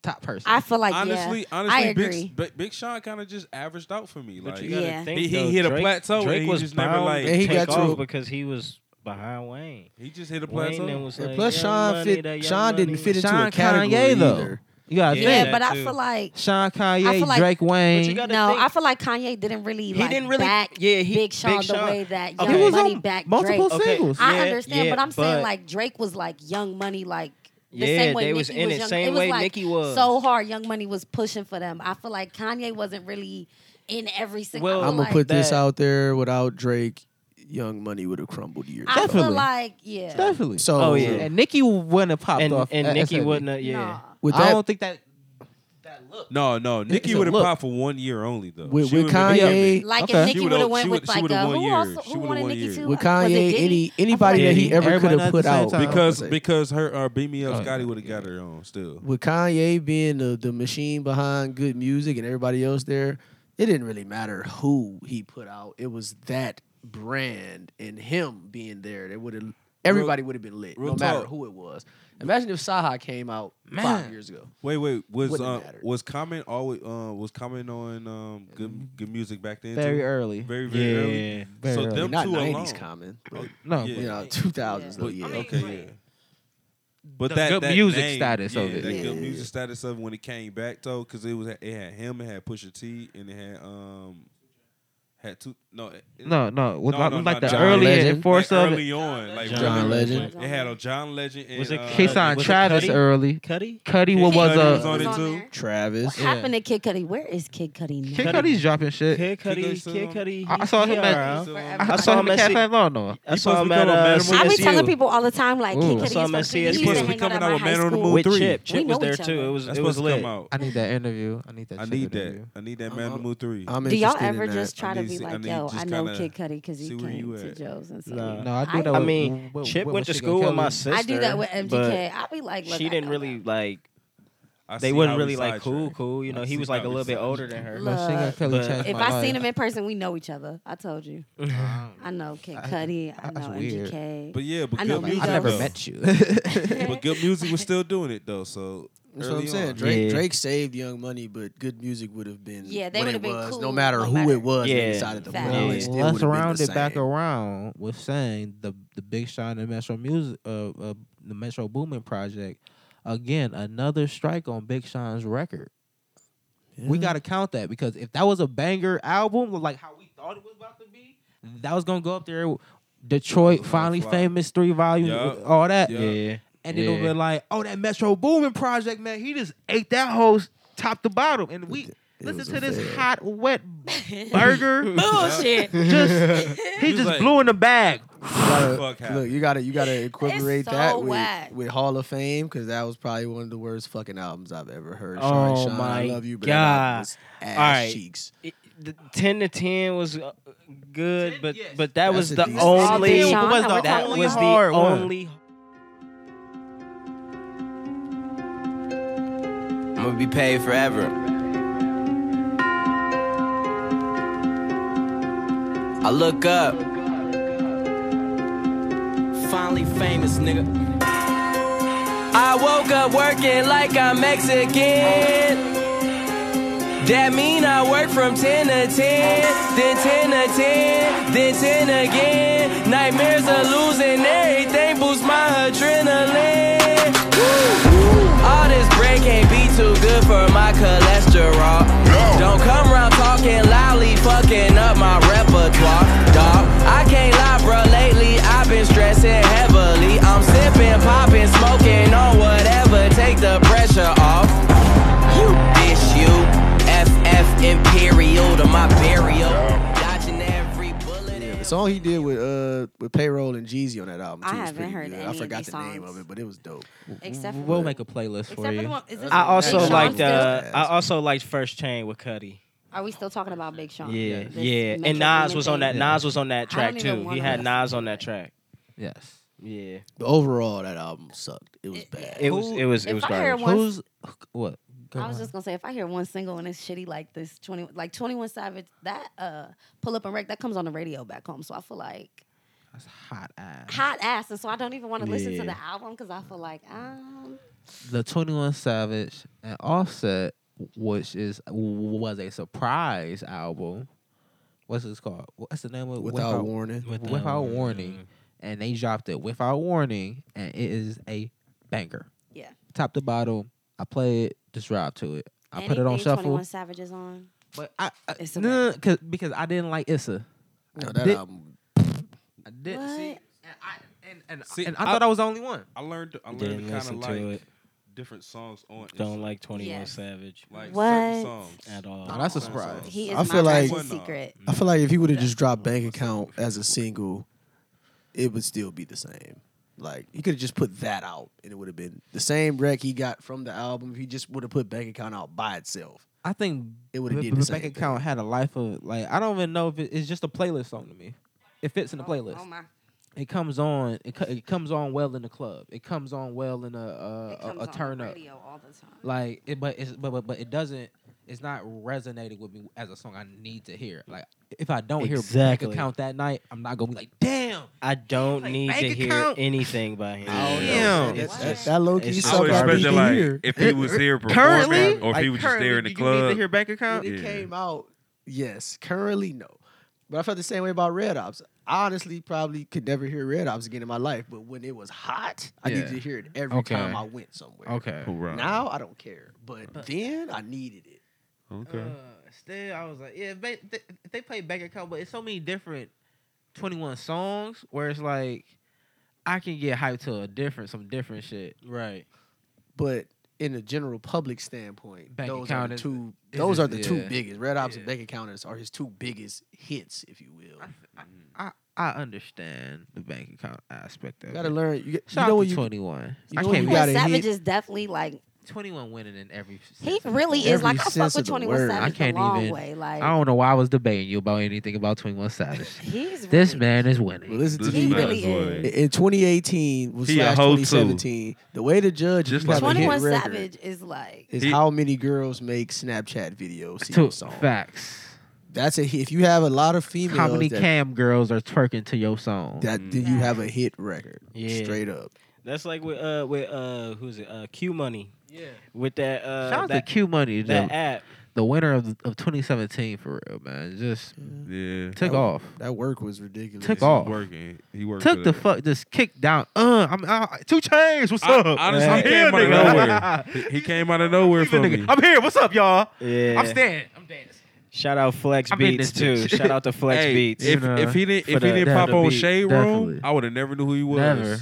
Speaker 3: top person.
Speaker 1: I feel like
Speaker 2: Honestly,
Speaker 1: yeah, I
Speaker 2: honestly,
Speaker 1: agree.
Speaker 2: Big, Big, Big Sean kind of just averaged out for me.
Speaker 5: but
Speaker 2: Like,
Speaker 5: you gotta
Speaker 1: Yeah.
Speaker 5: think
Speaker 2: He- he
Speaker 5: though,
Speaker 2: hit a
Speaker 5: Drake-
Speaker 2: plateau and
Speaker 5: Drake
Speaker 2: he
Speaker 5: was
Speaker 2: just never,
Speaker 5: bound
Speaker 2: like,
Speaker 5: to
Speaker 4: And he got
Speaker 5: take
Speaker 4: to
Speaker 5: off
Speaker 4: a-
Speaker 5: because he was behind Wayne.
Speaker 2: he just hit a
Speaker 5: Wayne
Speaker 2: plateau.
Speaker 5: then was
Speaker 4: And
Speaker 5: like,
Speaker 4: plus,
Speaker 5: Young
Speaker 4: Sean
Speaker 5: Money,
Speaker 4: fit.
Speaker 5: that Young
Speaker 4: Sean didn't
Speaker 5: Money.
Speaker 4: fit into
Speaker 3: Sean
Speaker 4: a category
Speaker 3: Kanye, though.
Speaker 4: either.
Speaker 3: You gotta
Speaker 5: Yeah,
Speaker 1: Yeah,
Speaker 3: think.
Speaker 1: but I
Speaker 5: too.
Speaker 1: feel like
Speaker 3: Sean Kanye,
Speaker 1: feel like-
Speaker 3: Drake Wayne.
Speaker 5: But you gotta
Speaker 1: no,
Speaker 5: think-
Speaker 1: I feel like Kanye didn't really like
Speaker 5: didn't really-
Speaker 1: back
Speaker 5: yeah, he-
Speaker 1: Big Sean
Speaker 5: Big
Speaker 1: the
Speaker 5: Sean-
Speaker 1: way that
Speaker 5: Okay.
Speaker 3: Oh,
Speaker 1: Young
Speaker 5: He was
Speaker 1: Money
Speaker 3: on
Speaker 1: back Drake.
Speaker 3: multiple singles. singles.
Speaker 1: I
Speaker 5: yeah,
Speaker 1: understand,
Speaker 5: yeah,
Speaker 1: but I'm saying
Speaker 5: but-
Speaker 1: like Drake was like Young Money, like the
Speaker 5: Yeah,
Speaker 1: same way
Speaker 5: they
Speaker 1: Nicki
Speaker 5: was
Speaker 1: was
Speaker 5: in it,
Speaker 1: Young-
Speaker 5: same
Speaker 1: was
Speaker 5: way
Speaker 1: like
Speaker 5: Nicki was.
Speaker 1: so hard. Young Money was pushing for them. I feel like Kanye wasn't really in every single.
Speaker 5: Well,
Speaker 1: Oh, I feel
Speaker 4: I'm gonna
Speaker 1: like,
Speaker 4: put this
Speaker 5: that-
Speaker 4: out there. Without Drake, Young Money would have crumbled years.
Speaker 1: I feel
Speaker 3: Definitely.
Speaker 1: like yeah,
Speaker 3: Definitely.
Speaker 4: So
Speaker 5: Oh, yeah.
Speaker 3: And Nicki wouldn't have popped
Speaker 5: and
Speaker 3: off.
Speaker 5: and
Speaker 3: at
Speaker 5: Nicki
Speaker 3: SNL.
Speaker 5: wouldn't. Have,
Speaker 1: Nah.
Speaker 5: yeah,
Speaker 4: with
Speaker 3: I
Speaker 4: that,
Speaker 3: don't think that.
Speaker 2: No, no. Nicki
Speaker 3: a
Speaker 2: would have
Speaker 3: look.
Speaker 2: popped for one year only though.
Speaker 4: With-
Speaker 2: She
Speaker 4: with
Speaker 2: would've been-
Speaker 4: Kanye-
Speaker 1: Like
Speaker 3: Okay.
Speaker 1: if Nicki
Speaker 2: She
Speaker 1: would
Speaker 2: would've-
Speaker 1: have
Speaker 2: she
Speaker 1: went with
Speaker 2: would've- she
Speaker 1: like
Speaker 2: would've
Speaker 1: uh,
Speaker 2: won
Speaker 1: who
Speaker 2: years.
Speaker 1: also
Speaker 2: She
Speaker 1: who
Speaker 2: would've
Speaker 1: wanted
Speaker 2: won
Speaker 1: Nicki
Speaker 2: years.
Speaker 1: too?
Speaker 4: with
Speaker 1: Was it
Speaker 4: Kanye,
Speaker 1: Diddy?
Speaker 4: any anybody
Speaker 1: Everybody
Speaker 4: that he
Speaker 3: not
Speaker 4: ever
Speaker 3: the
Speaker 4: could
Speaker 3: same
Speaker 4: have put
Speaker 3: time.
Speaker 4: out
Speaker 2: because
Speaker 4: I would say.
Speaker 2: because her uh, beat me
Speaker 3: Oh,
Speaker 2: up, Scotty
Speaker 3: yeah.
Speaker 2: would have got her on still.
Speaker 4: with Kanye being the, the machine behind good music and everybody else there, it didn't really matter who he put out. It was that brand and him being there that would have everybody would have been lit, no
Speaker 2: real
Speaker 4: matter
Speaker 2: talk.
Speaker 4: who it was. Imagine if Saha came out five years ago.
Speaker 2: Wait, wait. Was
Speaker 4: Wouldn't
Speaker 2: uh,
Speaker 4: matter.
Speaker 2: was comment always uh, was comment on um, good good music back then?
Speaker 3: Very
Speaker 2: too?
Speaker 3: early.
Speaker 2: Very very
Speaker 5: Yeah.
Speaker 2: early.
Speaker 3: Very
Speaker 2: so
Speaker 3: early.
Speaker 2: them
Speaker 4: Not
Speaker 2: two
Speaker 4: nineties
Speaker 2: alone.
Speaker 4: common, but,
Speaker 2: Oh,
Speaker 3: No,
Speaker 2: yeah.
Speaker 4: you know, two thousands
Speaker 1: Yeah.
Speaker 4: though, yeah.
Speaker 2: But, okay, yeah. But
Speaker 3: The
Speaker 2: that
Speaker 3: good
Speaker 2: that
Speaker 3: music
Speaker 2: name,
Speaker 3: status
Speaker 2: yeah,
Speaker 3: of it.
Speaker 2: that
Speaker 4: Yeah.
Speaker 2: good music status of it when it came back though, because it was it had him, it had Pusha T, and it had um had two no it-
Speaker 3: No, no. With
Speaker 2: No,
Speaker 3: like,
Speaker 2: no,
Speaker 3: like
Speaker 2: no,
Speaker 3: the
Speaker 2: John
Speaker 3: early
Speaker 4: Legend.
Speaker 3: and force
Speaker 2: like
Speaker 3: of it.
Speaker 2: early on like
Speaker 5: John
Speaker 2: John
Speaker 4: Legend.
Speaker 2: Legend. It had a John Legend. And,
Speaker 5: Was it
Speaker 2: uh,
Speaker 3: He
Speaker 5: K-Sign
Speaker 3: signed
Speaker 5: was it
Speaker 3: Travis
Speaker 5: Cudi?
Speaker 3: early.
Speaker 5: Cuddy.
Speaker 3: Cuddy, what
Speaker 2: Kid
Speaker 3: was
Speaker 2: Cudi was
Speaker 3: uh?
Speaker 2: on it
Speaker 1: on
Speaker 2: too.
Speaker 1: there.
Speaker 4: Travis.
Speaker 1: What happened to Kid Cudi? Where is Kid Cudi
Speaker 3: Kid
Speaker 1: now?
Speaker 3: Cuddy's dropping shit.
Speaker 5: Kid Cudi.
Speaker 2: Cudi
Speaker 5: Kid
Speaker 2: song.
Speaker 5: Cudi.
Speaker 3: I- I
Speaker 5: he-
Speaker 3: saw
Speaker 5: he
Speaker 3: him at-
Speaker 5: around.
Speaker 1: Forever.
Speaker 3: I saw him at
Speaker 5: I
Speaker 3: Cat
Speaker 5: saw
Speaker 3: Five Long though.
Speaker 5: I saw
Speaker 2: He supposed
Speaker 5: him
Speaker 2: to
Speaker 5: at
Speaker 2: become a
Speaker 5: uh,
Speaker 2: man on the
Speaker 1: I
Speaker 2: moon.
Speaker 1: be telling
Speaker 5: CSU
Speaker 1: people all the time like
Speaker 3: Ooh.
Speaker 1: Kid
Speaker 5: I saw him
Speaker 1: Cudi
Speaker 5: at
Speaker 1: used to
Speaker 5: CSU.
Speaker 1: he used
Speaker 2: Supposed
Speaker 1: to
Speaker 2: to be
Speaker 1: hang out
Speaker 2: coming
Speaker 1: at
Speaker 2: out
Speaker 1: my
Speaker 2: with
Speaker 1: high
Speaker 2: Man on the
Speaker 1: school.
Speaker 2: Moon
Speaker 5: with
Speaker 2: three.
Speaker 5: Chip. Chip
Speaker 1: We
Speaker 5: was
Speaker 1: know
Speaker 5: there
Speaker 1: each
Speaker 5: too.
Speaker 1: other.
Speaker 5: It was
Speaker 2: That's
Speaker 5: it was
Speaker 2: supposed to
Speaker 5: lit.
Speaker 2: come out.
Speaker 3: I need that interview. I need that.
Speaker 2: I
Speaker 3: shit
Speaker 2: need that.
Speaker 3: interview.
Speaker 2: I need that
Speaker 4: I'm-
Speaker 2: Man on the
Speaker 4: I'm-
Speaker 2: Moon three.
Speaker 4: I'm
Speaker 1: Do y'all
Speaker 4: interested in
Speaker 1: ever
Speaker 4: that.
Speaker 1: just try
Speaker 2: I
Speaker 1: to
Speaker 2: need
Speaker 1: be
Speaker 2: to- I
Speaker 1: like,
Speaker 2: need
Speaker 1: yo,
Speaker 2: to
Speaker 1: I
Speaker 2: just
Speaker 1: know
Speaker 2: kinda
Speaker 1: Kid Cudi because he
Speaker 2: see where
Speaker 1: came
Speaker 2: you
Speaker 1: to
Speaker 2: at.
Speaker 1: Joe's and so.
Speaker 5: Nah.
Speaker 3: No, I do that.
Speaker 5: I
Speaker 3: with-
Speaker 5: mean,
Speaker 3: with-
Speaker 5: Chip
Speaker 3: with
Speaker 5: went to
Speaker 3: Sugar
Speaker 5: school with
Speaker 3: Kelly.
Speaker 5: my sister.
Speaker 1: I do that with
Speaker 5: but
Speaker 1: MGK. I be like, look,
Speaker 5: She
Speaker 1: I
Speaker 5: didn't
Speaker 1: know
Speaker 5: really
Speaker 1: that.
Speaker 5: like.
Speaker 2: I
Speaker 5: They
Speaker 2: see
Speaker 5: wasn't
Speaker 2: how we
Speaker 5: really like cool,
Speaker 2: sidetracked.
Speaker 5: cool. You know,
Speaker 2: I
Speaker 5: he
Speaker 2: see
Speaker 5: was like a
Speaker 2: how we
Speaker 5: little bit older than
Speaker 2: sidetracked.
Speaker 5: her.
Speaker 1: Look,
Speaker 3: No, Sugar Kelly
Speaker 5: but-
Speaker 3: changed
Speaker 1: If
Speaker 3: my
Speaker 1: I seen
Speaker 3: life.
Speaker 1: him in person, we know each other. I told
Speaker 5: [laughs]
Speaker 1: you.
Speaker 5: Um,
Speaker 1: I know Kid
Speaker 3: I-
Speaker 1: Cudi. I,
Speaker 3: that's
Speaker 1: know
Speaker 3: weird.
Speaker 1: MGK.
Speaker 2: But yeah, but
Speaker 1: I
Speaker 2: good
Speaker 1: know, like,
Speaker 2: music.
Speaker 3: I never
Speaker 2: though.
Speaker 1: [laughs]
Speaker 3: met you.
Speaker 2: But good music was still doing it though. So
Speaker 4: That's what
Speaker 2: early
Speaker 4: I'm saying.
Speaker 2: on.
Speaker 4: Drake
Speaker 5: Yeah.
Speaker 4: Drake saved Young Money, but good music would have been
Speaker 1: Yeah, they
Speaker 4: what
Speaker 1: would
Speaker 4: it
Speaker 1: have been
Speaker 4: was,
Speaker 1: cool,
Speaker 4: no matter
Speaker 1: no
Speaker 4: who
Speaker 1: matter-
Speaker 4: it was
Speaker 5: Yeah.
Speaker 4: they decided to put
Speaker 1: Facts.
Speaker 4: out.
Speaker 5: Yeah.
Speaker 4: It still
Speaker 3: Let's
Speaker 4: would have been
Speaker 3: round
Speaker 4: the
Speaker 3: it back
Speaker 4: same.
Speaker 3: around with saying the the Big Sean and Metro Music, uh, uh, the Metro Boomin project. Again, another strike on Big Sean's record. We gotta count that because if that was a banger album, like how we thought it was about to be, that was gonna go up there. Detroit finally
Speaker 2: flop.
Speaker 3: famous three volumes,
Speaker 2: Yup.
Speaker 3: all that.
Speaker 2: Yup.
Speaker 5: Yeah.
Speaker 3: And it'll be like, oh, that Metro Boomin project, man, he just ate that whole s- top to bottom. And we
Speaker 4: was
Speaker 3: listen
Speaker 4: a
Speaker 3: to this
Speaker 4: fail.
Speaker 1: [laughs]
Speaker 3: hot, wet burger.
Speaker 1: bullshit.
Speaker 3: just he
Speaker 2: was
Speaker 3: just
Speaker 2: like-
Speaker 3: blew in the bag.
Speaker 4: gotta-
Speaker 2: Fuck happened.
Speaker 4: look, you gotta you gotta equiparate
Speaker 1: so
Speaker 4: that with,
Speaker 1: whack.
Speaker 4: with Hall of Fame because that was probably one of the worst fucking albums I've ever heard.
Speaker 5: Oh
Speaker 4: Sorry, Sean,
Speaker 5: my
Speaker 4: I love you, but that album
Speaker 5: God.
Speaker 4: was ass
Speaker 5: All right.
Speaker 4: cheeks.
Speaker 5: It- the ten to ten was uh, good, but
Speaker 3: yes.
Speaker 5: but that
Speaker 4: That's
Speaker 5: was
Speaker 4: a
Speaker 5: the
Speaker 4: decent-
Speaker 5: only
Speaker 1: Sean,
Speaker 3: was
Speaker 1: we're
Speaker 3: the
Speaker 1: talking
Speaker 5: that
Speaker 1: about-
Speaker 3: only
Speaker 5: was the
Speaker 3: hard one.
Speaker 5: only.
Speaker 8: I'm gonna be paid forever. I look up. Finally famous, nigga. I woke up working like I'm Mexican. That mean I work from 10 to 10, then 10 to 10, then 10 again. Nightmares of losing everything boosts my adrenaline. All this bread can't be too good for my cholesterol. Don't come around talking loudly, fucking up my repertoire, dog. I can't lie, bro. Lately I've been stressing heavily. I'm sipping, popping, smoking on whatever. Take the pressure off. You dish you. FF Imperial to my burial. Dodging every bullet.
Speaker 4: The song he did with uh with Payroll and Jeezy on that album too
Speaker 1: I
Speaker 4: was
Speaker 1: haven't
Speaker 4: pretty
Speaker 1: heard
Speaker 4: good.
Speaker 1: any
Speaker 4: I
Speaker 1: of
Speaker 4: forgot the
Speaker 1: these
Speaker 4: name
Speaker 1: songs.
Speaker 4: of it, Oh, but it was dope.
Speaker 1: Except for
Speaker 3: We'll make a playlist
Speaker 1: Except
Speaker 3: for
Speaker 1: for the
Speaker 3: you.
Speaker 1: one. Is this
Speaker 5: I
Speaker 1: Big
Speaker 5: also
Speaker 1: Sean
Speaker 5: liked
Speaker 1: still?
Speaker 5: uh, I also liked First Chain with Cuddy.
Speaker 1: Are we still talking about Big Sean?
Speaker 5: Yeah,
Speaker 1: This
Speaker 5: yeah,
Speaker 1: Metro
Speaker 5: and Nas
Speaker 1: Boomin
Speaker 5: was on that.
Speaker 1: thing?
Speaker 5: Nas was on that track
Speaker 1: don't even
Speaker 5: too. He
Speaker 1: wanna
Speaker 5: had
Speaker 1: listen
Speaker 5: Nas
Speaker 1: to
Speaker 5: on that
Speaker 1: it.
Speaker 5: track.
Speaker 3: Yes.
Speaker 5: Yeah,
Speaker 4: But overall, that album sucked. It was bad.
Speaker 5: it was it was it
Speaker 1: If
Speaker 5: was
Speaker 1: I hear
Speaker 5: garbage.
Speaker 1: Once-
Speaker 3: Who's what? Go
Speaker 1: I was
Speaker 3: on.
Speaker 1: just gonna say if I hear one single and it's shitty like this twenty like twenty one Savage that uh pull up and wreck that comes on the radio back home so I feel like
Speaker 3: That's hot ass.
Speaker 1: hot ass and so I don't even want to listen
Speaker 5: Yeah.
Speaker 1: to the album because I feel like um
Speaker 3: The Twenty One Savage and Offset, which is was a surprise album. What's this called? What's the name of it?
Speaker 4: Without warning.
Speaker 3: Without, warning. And they dropped it without warning, and it is a banger.
Speaker 1: yeah
Speaker 3: top to bottom. I play it just drive to it. I
Speaker 1: Anything
Speaker 3: put it on
Speaker 1: 21
Speaker 3: shuffle,
Speaker 1: Savages on.
Speaker 3: but I, I
Speaker 1: It's okay.
Speaker 3: no, no, no, 'cause- because I didn't like Issa.
Speaker 4: No,
Speaker 3: I
Speaker 4: that
Speaker 3: did-
Speaker 4: album.
Speaker 3: I didn't
Speaker 1: What?
Speaker 3: see, and I and, and,
Speaker 2: See,
Speaker 3: and I,
Speaker 2: I-
Speaker 3: thought I was the only one.
Speaker 2: I learned I learned
Speaker 5: Didn't
Speaker 2: to kind of
Speaker 5: listen
Speaker 2: like
Speaker 5: to it.
Speaker 2: different songs on
Speaker 5: Don't
Speaker 2: Insta-
Speaker 5: like Twenty One
Speaker 1: Yes.
Speaker 5: Savage
Speaker 2: like
Speaker 1: What?
Speaker 2: certain songs.
Speaker 5: at all.
Speaker 3: No, that's a
Speaker 2: Certain
Speaker 3: surprise.
Speaker 2: songs.
Speaker 1: He is my
Speaker 4: I feel like-
Speaker 1: top secret.
Speaker 4: I feel like if he would have just dropped Bank Account as a single, it would still be the same. Like he could have just put that out, and it would have been the same wreck he got from the album. If he just would have put Bank Account out by itself,
Speaker 3: I think
Speaker 4: It would've
Speaker 3: the-
Speaker 4: did the
Speaker 3: the
Speaker 4: same
Speaker 3: bank
Speaker 4: thing.
Speaker 3: account had a life of like I don't even know if it, it's just a playlist song to me. It fits in the playlist.
Speaker 1: Oh, my.
Speaker 3: It comes on. It, co- it comes on well in the club. It comes on well in a
Speaker 1: It
Speaker 3: a,
Speaker 1: comes
Speaker 3: a, a
Speaker 1: on
Speaker 3: turn
Speaker 1: the
Speaker 3: up.
Speaker 1: radio all the time.
Speaker 3: Like it, but it's but, but but it doesn't. It's not resonating with me as a song I need to hear. Like if I don't hear
Speaker 5: Exactly.
Speaker 3: bank account that night, I'm not gonna be like, damn.
Speaker 5: I don't
Speaker 3: Like,
Speaker 5: need to
Speaker 3: bank
Speaker 5: hear
Speaker 3: account. Oh,
Speaker 5: anything by him.
Speaker 3: I don't know.
Speaker 1: Damn.
Speaker 4: That's-
Speaker 1: What?
Speaker 4: that, that low key
Speaker 5: It's
Speaker 4: stuff.
Speaker 5: so
Speaker 4: I
Speaker 5: garbage.
Speaker 4: need to hear.
Speaker 2: if he was here
Speaker 3: Currently,
Speaker 2: performing or if he was just there in the
Speaker 3: You need to
Speaker 2: club.
Speaker 3: hear bank
Speaker 4: When
Speaker 3: account.
Speaker 4: it
Speaker 2: Yeah.
Speaker 4: came out, yes. Currently, no. But I felt the same way about Red Ops. I honestly probably could never hear Red Ops again in my life. But when it was hot, I needed
Speaker 3: Yeah.
Speaker 4: to hear it every
Speaker 3: Okay.
Speaker 4: time I went somewhere.
Speaker 3: Okay.
Speaker 2: Right.
Speaker 4: Now I don't care. But then I needed it.
Speaker 2: Okay.
Speaker 3: Uh, still, I was like, yeah, if they, they, if they play Bank Account, but it's so many different 21 songs where it's like, I can get hyped to a different, some different shit.
Speaker 5: Right.
Speaker 4: But in the general public standpoint,
Speaker 3: Bank
Speaker 4: those are
Speaker 3: account
Speaker 4: the
Speaker 3: is-
Speaker 4: two.
Speaker 3: is
Speaker 4: those
Speaker 3: it-
Speaker 4: are the two
Speaker 3: yeah.
Speaker 4: biggest. Red Ops and
Speaker 3: Yeah.
Speaker 4: Bank Accounters are his two biggest hits, if you will.
Speaker 3: I, I understand the Bank Account aspect of
Speaker 4: You gotta
Speaker 3: it.
Speaker 4: learn. You,
Speaker 3: Shout
Speaker 4: you know
Speaker 3: out
Speaker 4: when
Speaker 3: to
Speaker 4: you
Speaker 3: 21.
Speaker 4: you
Speaker 3: I
Speaker 4: know when
Speaker 3: can't
Speaker 4: you
Speaker 3: be-
Speaker 4: gotta
Speaker 1: Twenty-one
Speaker 4: hit-
Speaker 1: Savage is definitely like
Speaker 3: 21 winning in every.
Speaker 1: he
Speaker 3: sense of the
Speaker 1: really
Speaker 3: word.
Speaker 1: is. Like I
Speaker 4: Every
Speaker 1: fuck
Speaker 4: sense of
Speaker 1: with
Speaker 4: the
Speaker 1: Twenty One
Speaker 4: word.
Speaker 1: Savage
Speaker 3: I can't
Speaker 1: the long
Speaker 3: even-
Speaker 1: way.
Speaker 3: I
Speaker 1: Like
Speaker 3: don't know why I was debating you about anything about 21 Savage.
Speaker 1: [laughs] he's
Speaker 3: this
Speaker 1: really-
Speaker 3: man is
Speaker 4: well,
Speaker 3: winning.
Speaker 4: listen to
Speaker 2: This
Speaker 4: me.
Speaker 1: He
Speaker 2: man
Speaker 1: really
Speaker 2: is.
Speaker 1: is.
Speaker 4: In 2018 was
Speaker 2: He a
Speaker 4: slash
Speaker 2: hoe too.
Speaker 4: 2017, the way to judge
Speaker 2: Just
Speaker 4: if you
Speaker 2: like
Speaker 4: have a
Speaker 1: Twenty
Speaker 4: hit
Speaker 1: One
Speaker 4: record
Speaker 1: Savage is like
Speaker 4: is
Speaker 2: He-
Speaker 4: how many girls make Snapchat videos to
Speaker 3: Two
Speaker 4: your song.
Speaker 3: facts.
Speaker 4: That's a hit. If you have a lot of females,
Speaker 3: How many
Speaker 4: that,
Speaker 3: cam girls are twerking to your song?
Speaker 4: that then
Speaker 1: Mm.
Speaker 4: you have a hit record.
Speaker 5: Yeah.
Speaker 4: Straight up.
Speaker 5: That's like with uh with uh who's it? Uh Q Money.
Speaker 3: yeah.
Speaker 5: With that uh
Speaker 3: Shout out to
Speaker 5: that,
Speaker 3: Q Money,
Speaker 5: that
Speaker 3: the,
Speaker 5: app.
Speaker 3: the winner of, of 2017 for real, man. Just
Speaker 2: Yeah.
Speaker 3: took
Speaker 4: That-
Speaker 3: off,
Speaker 4: That work was ridiculous.
Speaker 3: Took
Speaker 2: He's
Speaker 3: off.
Speaker 2: working. He worked.
Speaker 3: took the
Speaker 2: fuck.
Speaker 3: fuck, just kicked down. Uh, I'm I, two chains. What's
Speaker 2: I-
Speaker 3: up?
Speaker 2: honestly,
Speaker 3: I'm
Speaker 2: he
Speaker 3: here,
Speaker 2: came out of
Speaker 3: nigga.
Speaker 2: nowhere. [laughs] He, he came out of nowhere for
Speaker 3: Nigga,
Speaker 2: me.
Speaker 3: [laughs] I'm here. What's up, y'all?
Speaker 5: Yeah.
Speaker 3: I'm standing. I'm dancing.
Speaker 5: Shout out Flex
Speaker 3: I'm in
Speaker 5: Beats
Speaker 3: this bitch.
Speaker 5: too. Shout out to Flex
Speaker 2: Hey,
Speaker 5: Beats.
Speaker 2: If,
Speaker 3: You know,
Speaker 2: if he didn't,
Speaker 5: for
Speaker 2: if he
Speaker 5: the-
Speaker 2: didn't
Speaker 5: the-
Speaker 2: pop
Speaker 3: the
Speaker 2: on
Speaker 3: beat,
Speaker 2: Shade
Speaker 3: definitely.
Speaker 2: Room, I would have never knew who he was.
Speaker 3: Never.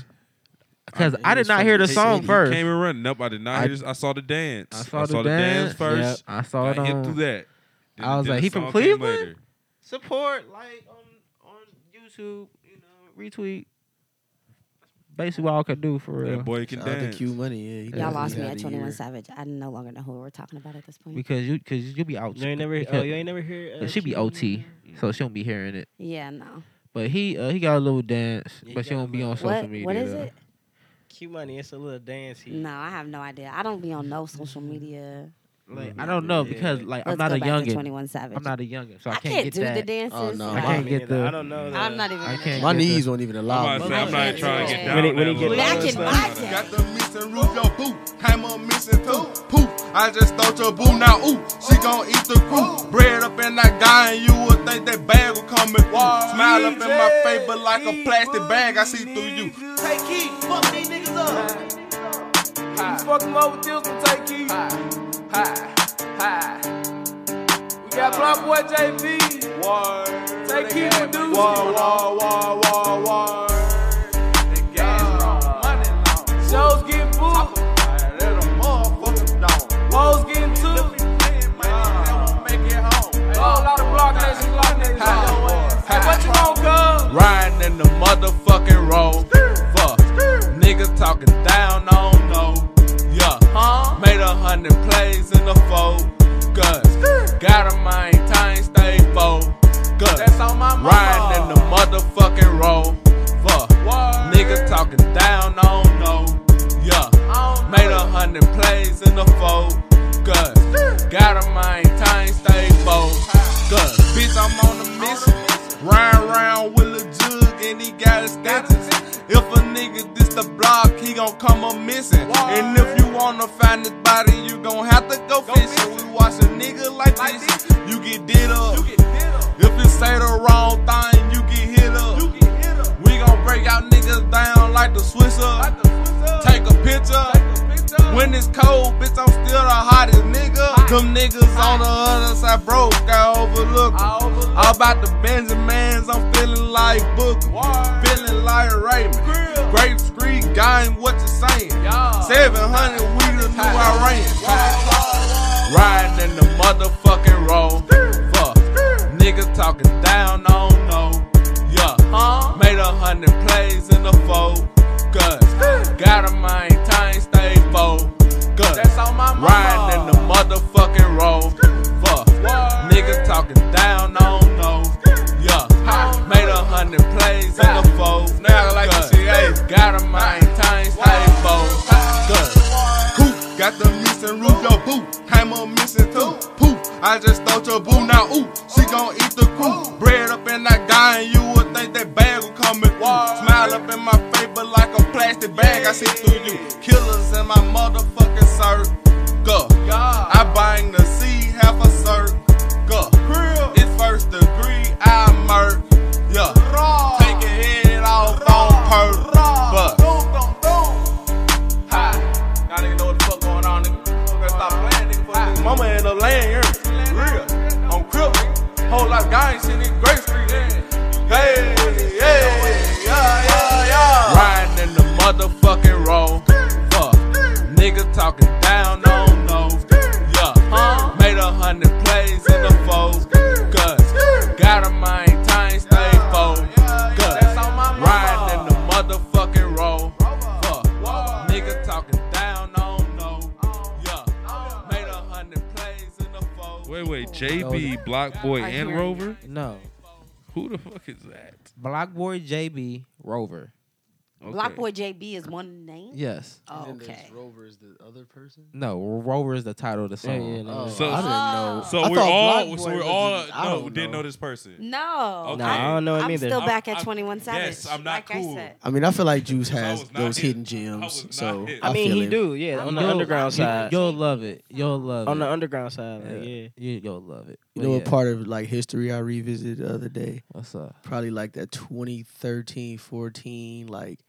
Speaker 3: Because I,
Speaker 4: he
Speaker 3: did
Speaker 4: was
Speaker 3: not
Speaker 4: from
Speaker 3: hear the
Speaker 4: the
Speaker 3: song
Speaker 4: city.
Speaker 2: He
Speaker 3: first.
Speaker 2: came and run. Nope, I did not
Speaker 3: I-
Speaker 2: hear this. I saw the dance.
Speaker 3: I saw the dance.
Speaker 2: first.
Speaker 3: Yep, I saw it
Speaker 2: Got hit
Speaker 3: on-
Speaker 2: through that. Then-
Speaker 3: I was
Speaker 2: then
Speaker 3: like,
Speaker 2: the
Speaker 3: he from
Speaker 2: song came
Speaker 3: Cleveland?
Speaker 2: later.
Speaker 3: Support, like on on YouTube, you know, retweet. Basically, what I could do for real.
Speaker 2: That boy can
Speaker 4: Shout out to
Speaker 2: dance.
Speaker 4: Q Money. Yeah, he
Speaker 1: y'all
Speaker 4: definitely
Speaker 1: lost me
Speaker 4: had
Speaker 1: at
Speaker 4: a
Speaker 1: Twenty One
Speaker 4: year.
Speaker 1: Savage. I no longer know who we're talking about at this point.
Speaker 3: because you because you'll be out.
Speaker 5: you ain't never oh
Speaker 3: because-
Speaker 5: you ain't never hear uh,
Speaker 3: but she be
Speaker 5: Q Money?
Speaker 3: OT, so she don't be hearing it.
Speaker 1: Yeah, no.
Speaker 3: But he uh, he got a little dance,
Speaker 5: Yeah, he
Speaker 3: but she
Speaker 5: got a
Speaker 3: don't be
Speaker 5: little-
Speaker 3: on social
Speaker 1: What
Speaker 3: media.
Speaker 1: what is
Speaker 3: though.
Speaker 1: it?
Speaker 5: Q Money, it's a little dance he
Speaker 1: No, I have no idea. I don't be on no social media.
Speaker 5: Mm-hmm.
Speaker 3: Like I don't know because
Speaker 5: Yeah.
Speaker 3: like
Speaker 1: Let's
Speaker 3: I'm not
Speaker 1: go
Speaker 3: a
Speaker 1: back to
Speaker 3: youngin.
Speaker 1: Twenty One Savage.
Speaker 3: I'm not a youngin, so I,
Speaker 1: I
Speaker 3: can't, get
Speaker 1: do
Speaker 3: that.
Speaker 1: the dances.
Speaker 4: Oh, no. I
Speaker 5: I can't
Speaker 3: can't
Speaker 5: get
Speaker 3: get
Speaker 5: the.
Speaker 3: the-
Speaker 5: I don't know. The,
Speaker 1: I'm not even.
Speaker 3: I
Speaker 1: gonna
Speaker 3: can't
Speaker 1: do
Speaker 4: My
Speaker 1: it.
Speaker 3: get the-
Speaker 4: knees won't even allow
Speaker 2: I'm,
Speaker 4: me.
Speaker 2: not,
Speaker 1: But
Speaker 2: I'm not
Speaker 1: my
Speaker 2: trying to
Speaker 1: kids-
Speaker 2: get down.
Speaker 5: When he-
Speaker 2: on
Speaker 5: when he
Speaker 2: that
Speaker 1: Back
Speaker 5: get Look,
Speaker 2: level.
Speaker 1: in
Speaker 5: look,
Speaker 1: my
Speaker 5: look.
Speaker 1: day.
Speaker 6: Got the meats and roof, your boo. Came up missing too. Poof, I just stole your boo. Now, ooh, she gon' eat the crew. Bread up in that guy, and you would think that bag will come and through. Smile up in my face, but like a plastic bag, I see through you. Take heat, fuck these niggas up. Fuck them up with this one, take heat. Hi, hi. We got Block Boy JP. Word. Take heat with dudes. Word, word, word, word, word. The gas long, money long. Shows getting booked. Let a motherfucker down. Hoes getting took. Riding in the motherfucking road. Fuck. Niggas talking down on no. Yeah. Huh? Made a hundred plays in the focus. Got a mind, time, stay focused. That's on my Riding in the motherfucking road. Fuck. Niggas talking down on no. Yeah. Made a hundred plays in the focus. Got a mind, time, stay focused. Bitch, I'm on a mission. Ryan round with a jug and he got his status. If a nigga diss the block, he gon' come up missing. And if you wanna find his body, you gon' have to go fishing. We watch a nigga like this, you get did up. If you say the wrong thing, you get hit up. We gon' break y'all niggas down like the Swiss up. Take a picture. When it's cold, bitch, I'm still the hottest nigga. Them niggas on the other side broke, I overlook 'em. All about the Benjamins, I'm feeling like Booker. Feeling like Raymond. Grape Street game, what you saying? 700 wheelers, knew I ran. Riding in the motherfucking road. Fuck. Niggas talking down on no. Yeah. Made a hundred plays in the focus. Gotta maintain, stay focused. That's on my Riding in the motherfucking road. Fuck. Niggas talking down on no. Yeah. Made a hundred plays in the focus. Now like Gotta maintain, stay focused. Coop, got the missing roof, your boo. Came up missing too. Poof, I just thought your boo now. Ooh, she gon' eat the crew. Bread up in that guy, and you would think that bag was coming. through. Smile up in my face, but like a plastic bag, I see through you. Killers in my motherfucking circle. I bang the sea, half a circle. It's first degree, I murk. Yeah, take your head off on purpose. Hi. Y'all niggas know what the fuck going on, nigga. Better stop playing, nigga. Fuck nigga. Mama end up laying here. Real. On crib, nigga. Whole life gang shit, nigga. Great street, nigga. Hey, yeah, yeah, yeah, yeah. Riding in the motherfucking road. Fuck. Niggas talking down on no. Yeah. Made a hundred plays in the foes. Gotta maintain, stay focused. Riding in the motherfucking road. Fuck. Niggas talking down on no. Yeah. Made a hundred plays in the foes.
Speaker 2: Wait, wait, JB, Block Boy,
Speaker 1: I
Speaker 2: and
Speaker 1: hear you.
Speaker 2: Rover?
Speaker 3: No,
Speaker 2: Who the fuck is that?
Speaker 3: Block Boy JB Rover.
Speaker 2: Okay.
Speaker 1: Block Boy JB is one name.
Speaker 3: Yes.
Speaker 1: Oh, okay.
Speaker 4: Rover is the other person.
Speaker 3: No, Rover is the title of the song.
Speaker 5: yeah, no.
Speaker 4: Oh,
Speaker 2: So-
Speaker 4: I
Speaker 1: Ah.
Speaker 4: didn't know.
Speaker 2: So
Speaker 4: I
Speaker 2: we're
Speaker 4: thought
Speaker 2: all,
Speaker 4: Black
Speaker 2: so
Speaker 4: Boy
Speaker 2: we're
Speaker 4: was
Speaker 2: all,
Speaker 4: his- I
Speaker 2: no,
Speaker 4: don't
Speaker 2: didn't
Speaker 4: know.
Speaker 2: know this person.
Speaker 1: No.
Speaker 2: Okay.
Speaker 5: No, I don't know him
Speaker 1: I'm
Speaker 5: either.
Speaker 1: still
Speaker 2: I'm-
Speaker 1: back at
Speaker 2: I'm-
Speaker 1: 21 Savage.
Speaker 2: yes, I'm not
Speaker 1: like
Speaker 2: cool.
Speaker 1: I said.
Speaker 4: I mean, I feel like Juice
Speaker 2: I
Speaker 4: has
Speaker 2: was not
Speaker 4: those
Speaker 2: hit.
Speaker 4: hidden
Speaker 2: I
Speaker 4: gems.
Speaker 2: was not
Speaker 4: So
Speaker 2: hit.
Speaker 5: I mean,
Speaker 4: feel
Speaker 5: he
Speaker 4: it.
Speaker 5: do, yeah, on the
Speaker 3: You'll-
Speaker 5: underground
Speaker 3: you-
Speaker 5: side.
Speaker 3: You'll love it. You'll love
Speaker 5: on
Speaker 3: it.
Speaker 5: the underground side, like, yeah.
Speaker 3: You, you'll love it.
Speaker 4: You
Speaker 3: But
Speaker 4: know
Speaker 3: yeah,
Speaker 4: what part of like history I revisited the other day?
Speaker 3: What's up?
Speaker 4: Probably like that 2013, 14, like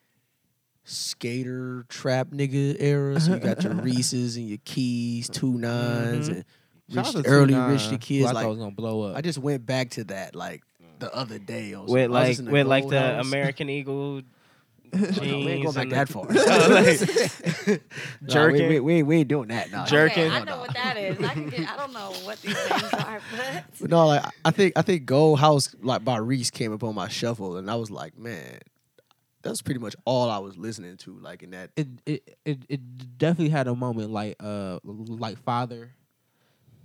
Speaker 4: skater trap nigga era. So you got
Speaker 3: [laughs]
Speaker 4: your Reeses and your Keys, two nines, and
Speaker 3: Mm-hmm. Shout out
Speaker 4: Rich-
Speaker 3: to
Speaker 4: early
Speaker 3: 2Nine,
Speaker 4: Rich the
Speaker 3: who
Speaker 4: Kids.
Speaker 3: I
Speaker 4: Like
Speaker 3: thought was gonna blow up.
Speaker 4: I just went back to that like the other day. On
Speaker 5: With
Speaker 4: some- I was
Speaker 5: like
Speaker 4: just in
Speaker 5: with like
Speaker 4: Gold
Speaker 5: the
Speaker 4: House.
Speaker 5: American Eagle jeans.
Speaker 4: Oh, no, we ain't going back
Speaker 5: and
Speaker 4: that
Speaker 5: the- Oh,
Speaker 4: far.
Speaker 5: [laughs]
Speaker 4: Nah, we-
Speaker 5: Jerking.
Speaker 4: we, we, we ain't doing that. Nah, nah,
Speaker 5: Jerking.
Speaker 4: nah,
Speaker 5: I
Speaker 1: I
Speaker 4: nah,
Speaker 1: know
Speaker 4: nah.
Speaker 1: what that is. I, can get, I don't know what these names are, but
Speaker 4: But no, like I think I think Gold House like by Reese came up on my shuffle, and I was like, man, that's pretty much all I was listening to. Like in that,
Speaker 3: it, it it it definitely had a moment like uh like father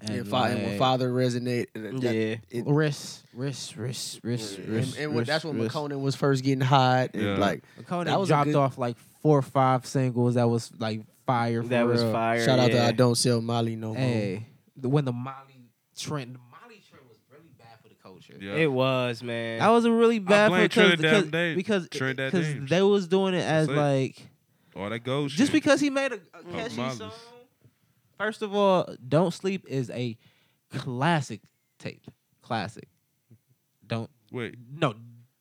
Speaker 3: and
Speaker 4: and, fa- and when
Speaker 3: like
Speaker 4: Father resonate, and that-
Speaker 5: Yeah.
Speaker 4: it-
Speaker 3: wrist wrist wrist wrist
Speaker 4: and,
Speaker 3: wrist
Speaker 4: and when,
Speaker 3: wrist,
Speaker 4: that's when
Speaker 3: wrist.
Speaker 4: McConan was first getting hot, and
Speaker 2: Yeah.
Speaker 4: like
Speaker 3: McConan
Speaker 4: that was a
Speaker 3: dropped
Speaker 4: good-
Speaker 3: off like four or five singles that was like fire. For
Speaker 5: That was
Speaker 3: real.
Speaker 5: fire.
Speaker 4: shout out
Speaker 5: yeah.
Speaker 4: to I don't sell Molly no more.
Speaker 3: Hey, the, when the Molly trend, the Molly trend was really bad for the culture.
Speaker 2: Yeah.
Speaker 5: It was man.
Speaker 3: That was a really bad for
Speaker 2: blame
Speaker 3: because
Speaker 2: Trinidad
Speaker 3: because,
Speaker 2: Dame-
Speaker 3: because,
Speaker 2: Trinidad
Speaker 3: because
Speaker 2: Dames.
Speaker 3: they was doing it as
Speaker 2: it.
Speaker 3: like
Speaker 2: All that goes.
Speaker 3: just because he made a, a
Speaker 2: Oh,
Speaker 3: catchy
Speaker 2: Molly's.
Speaker 3: song. First of all, "Don't Sleep" is a classic tape. Classic. Don't
Speaker 2: Wait,
Speaker 3: no.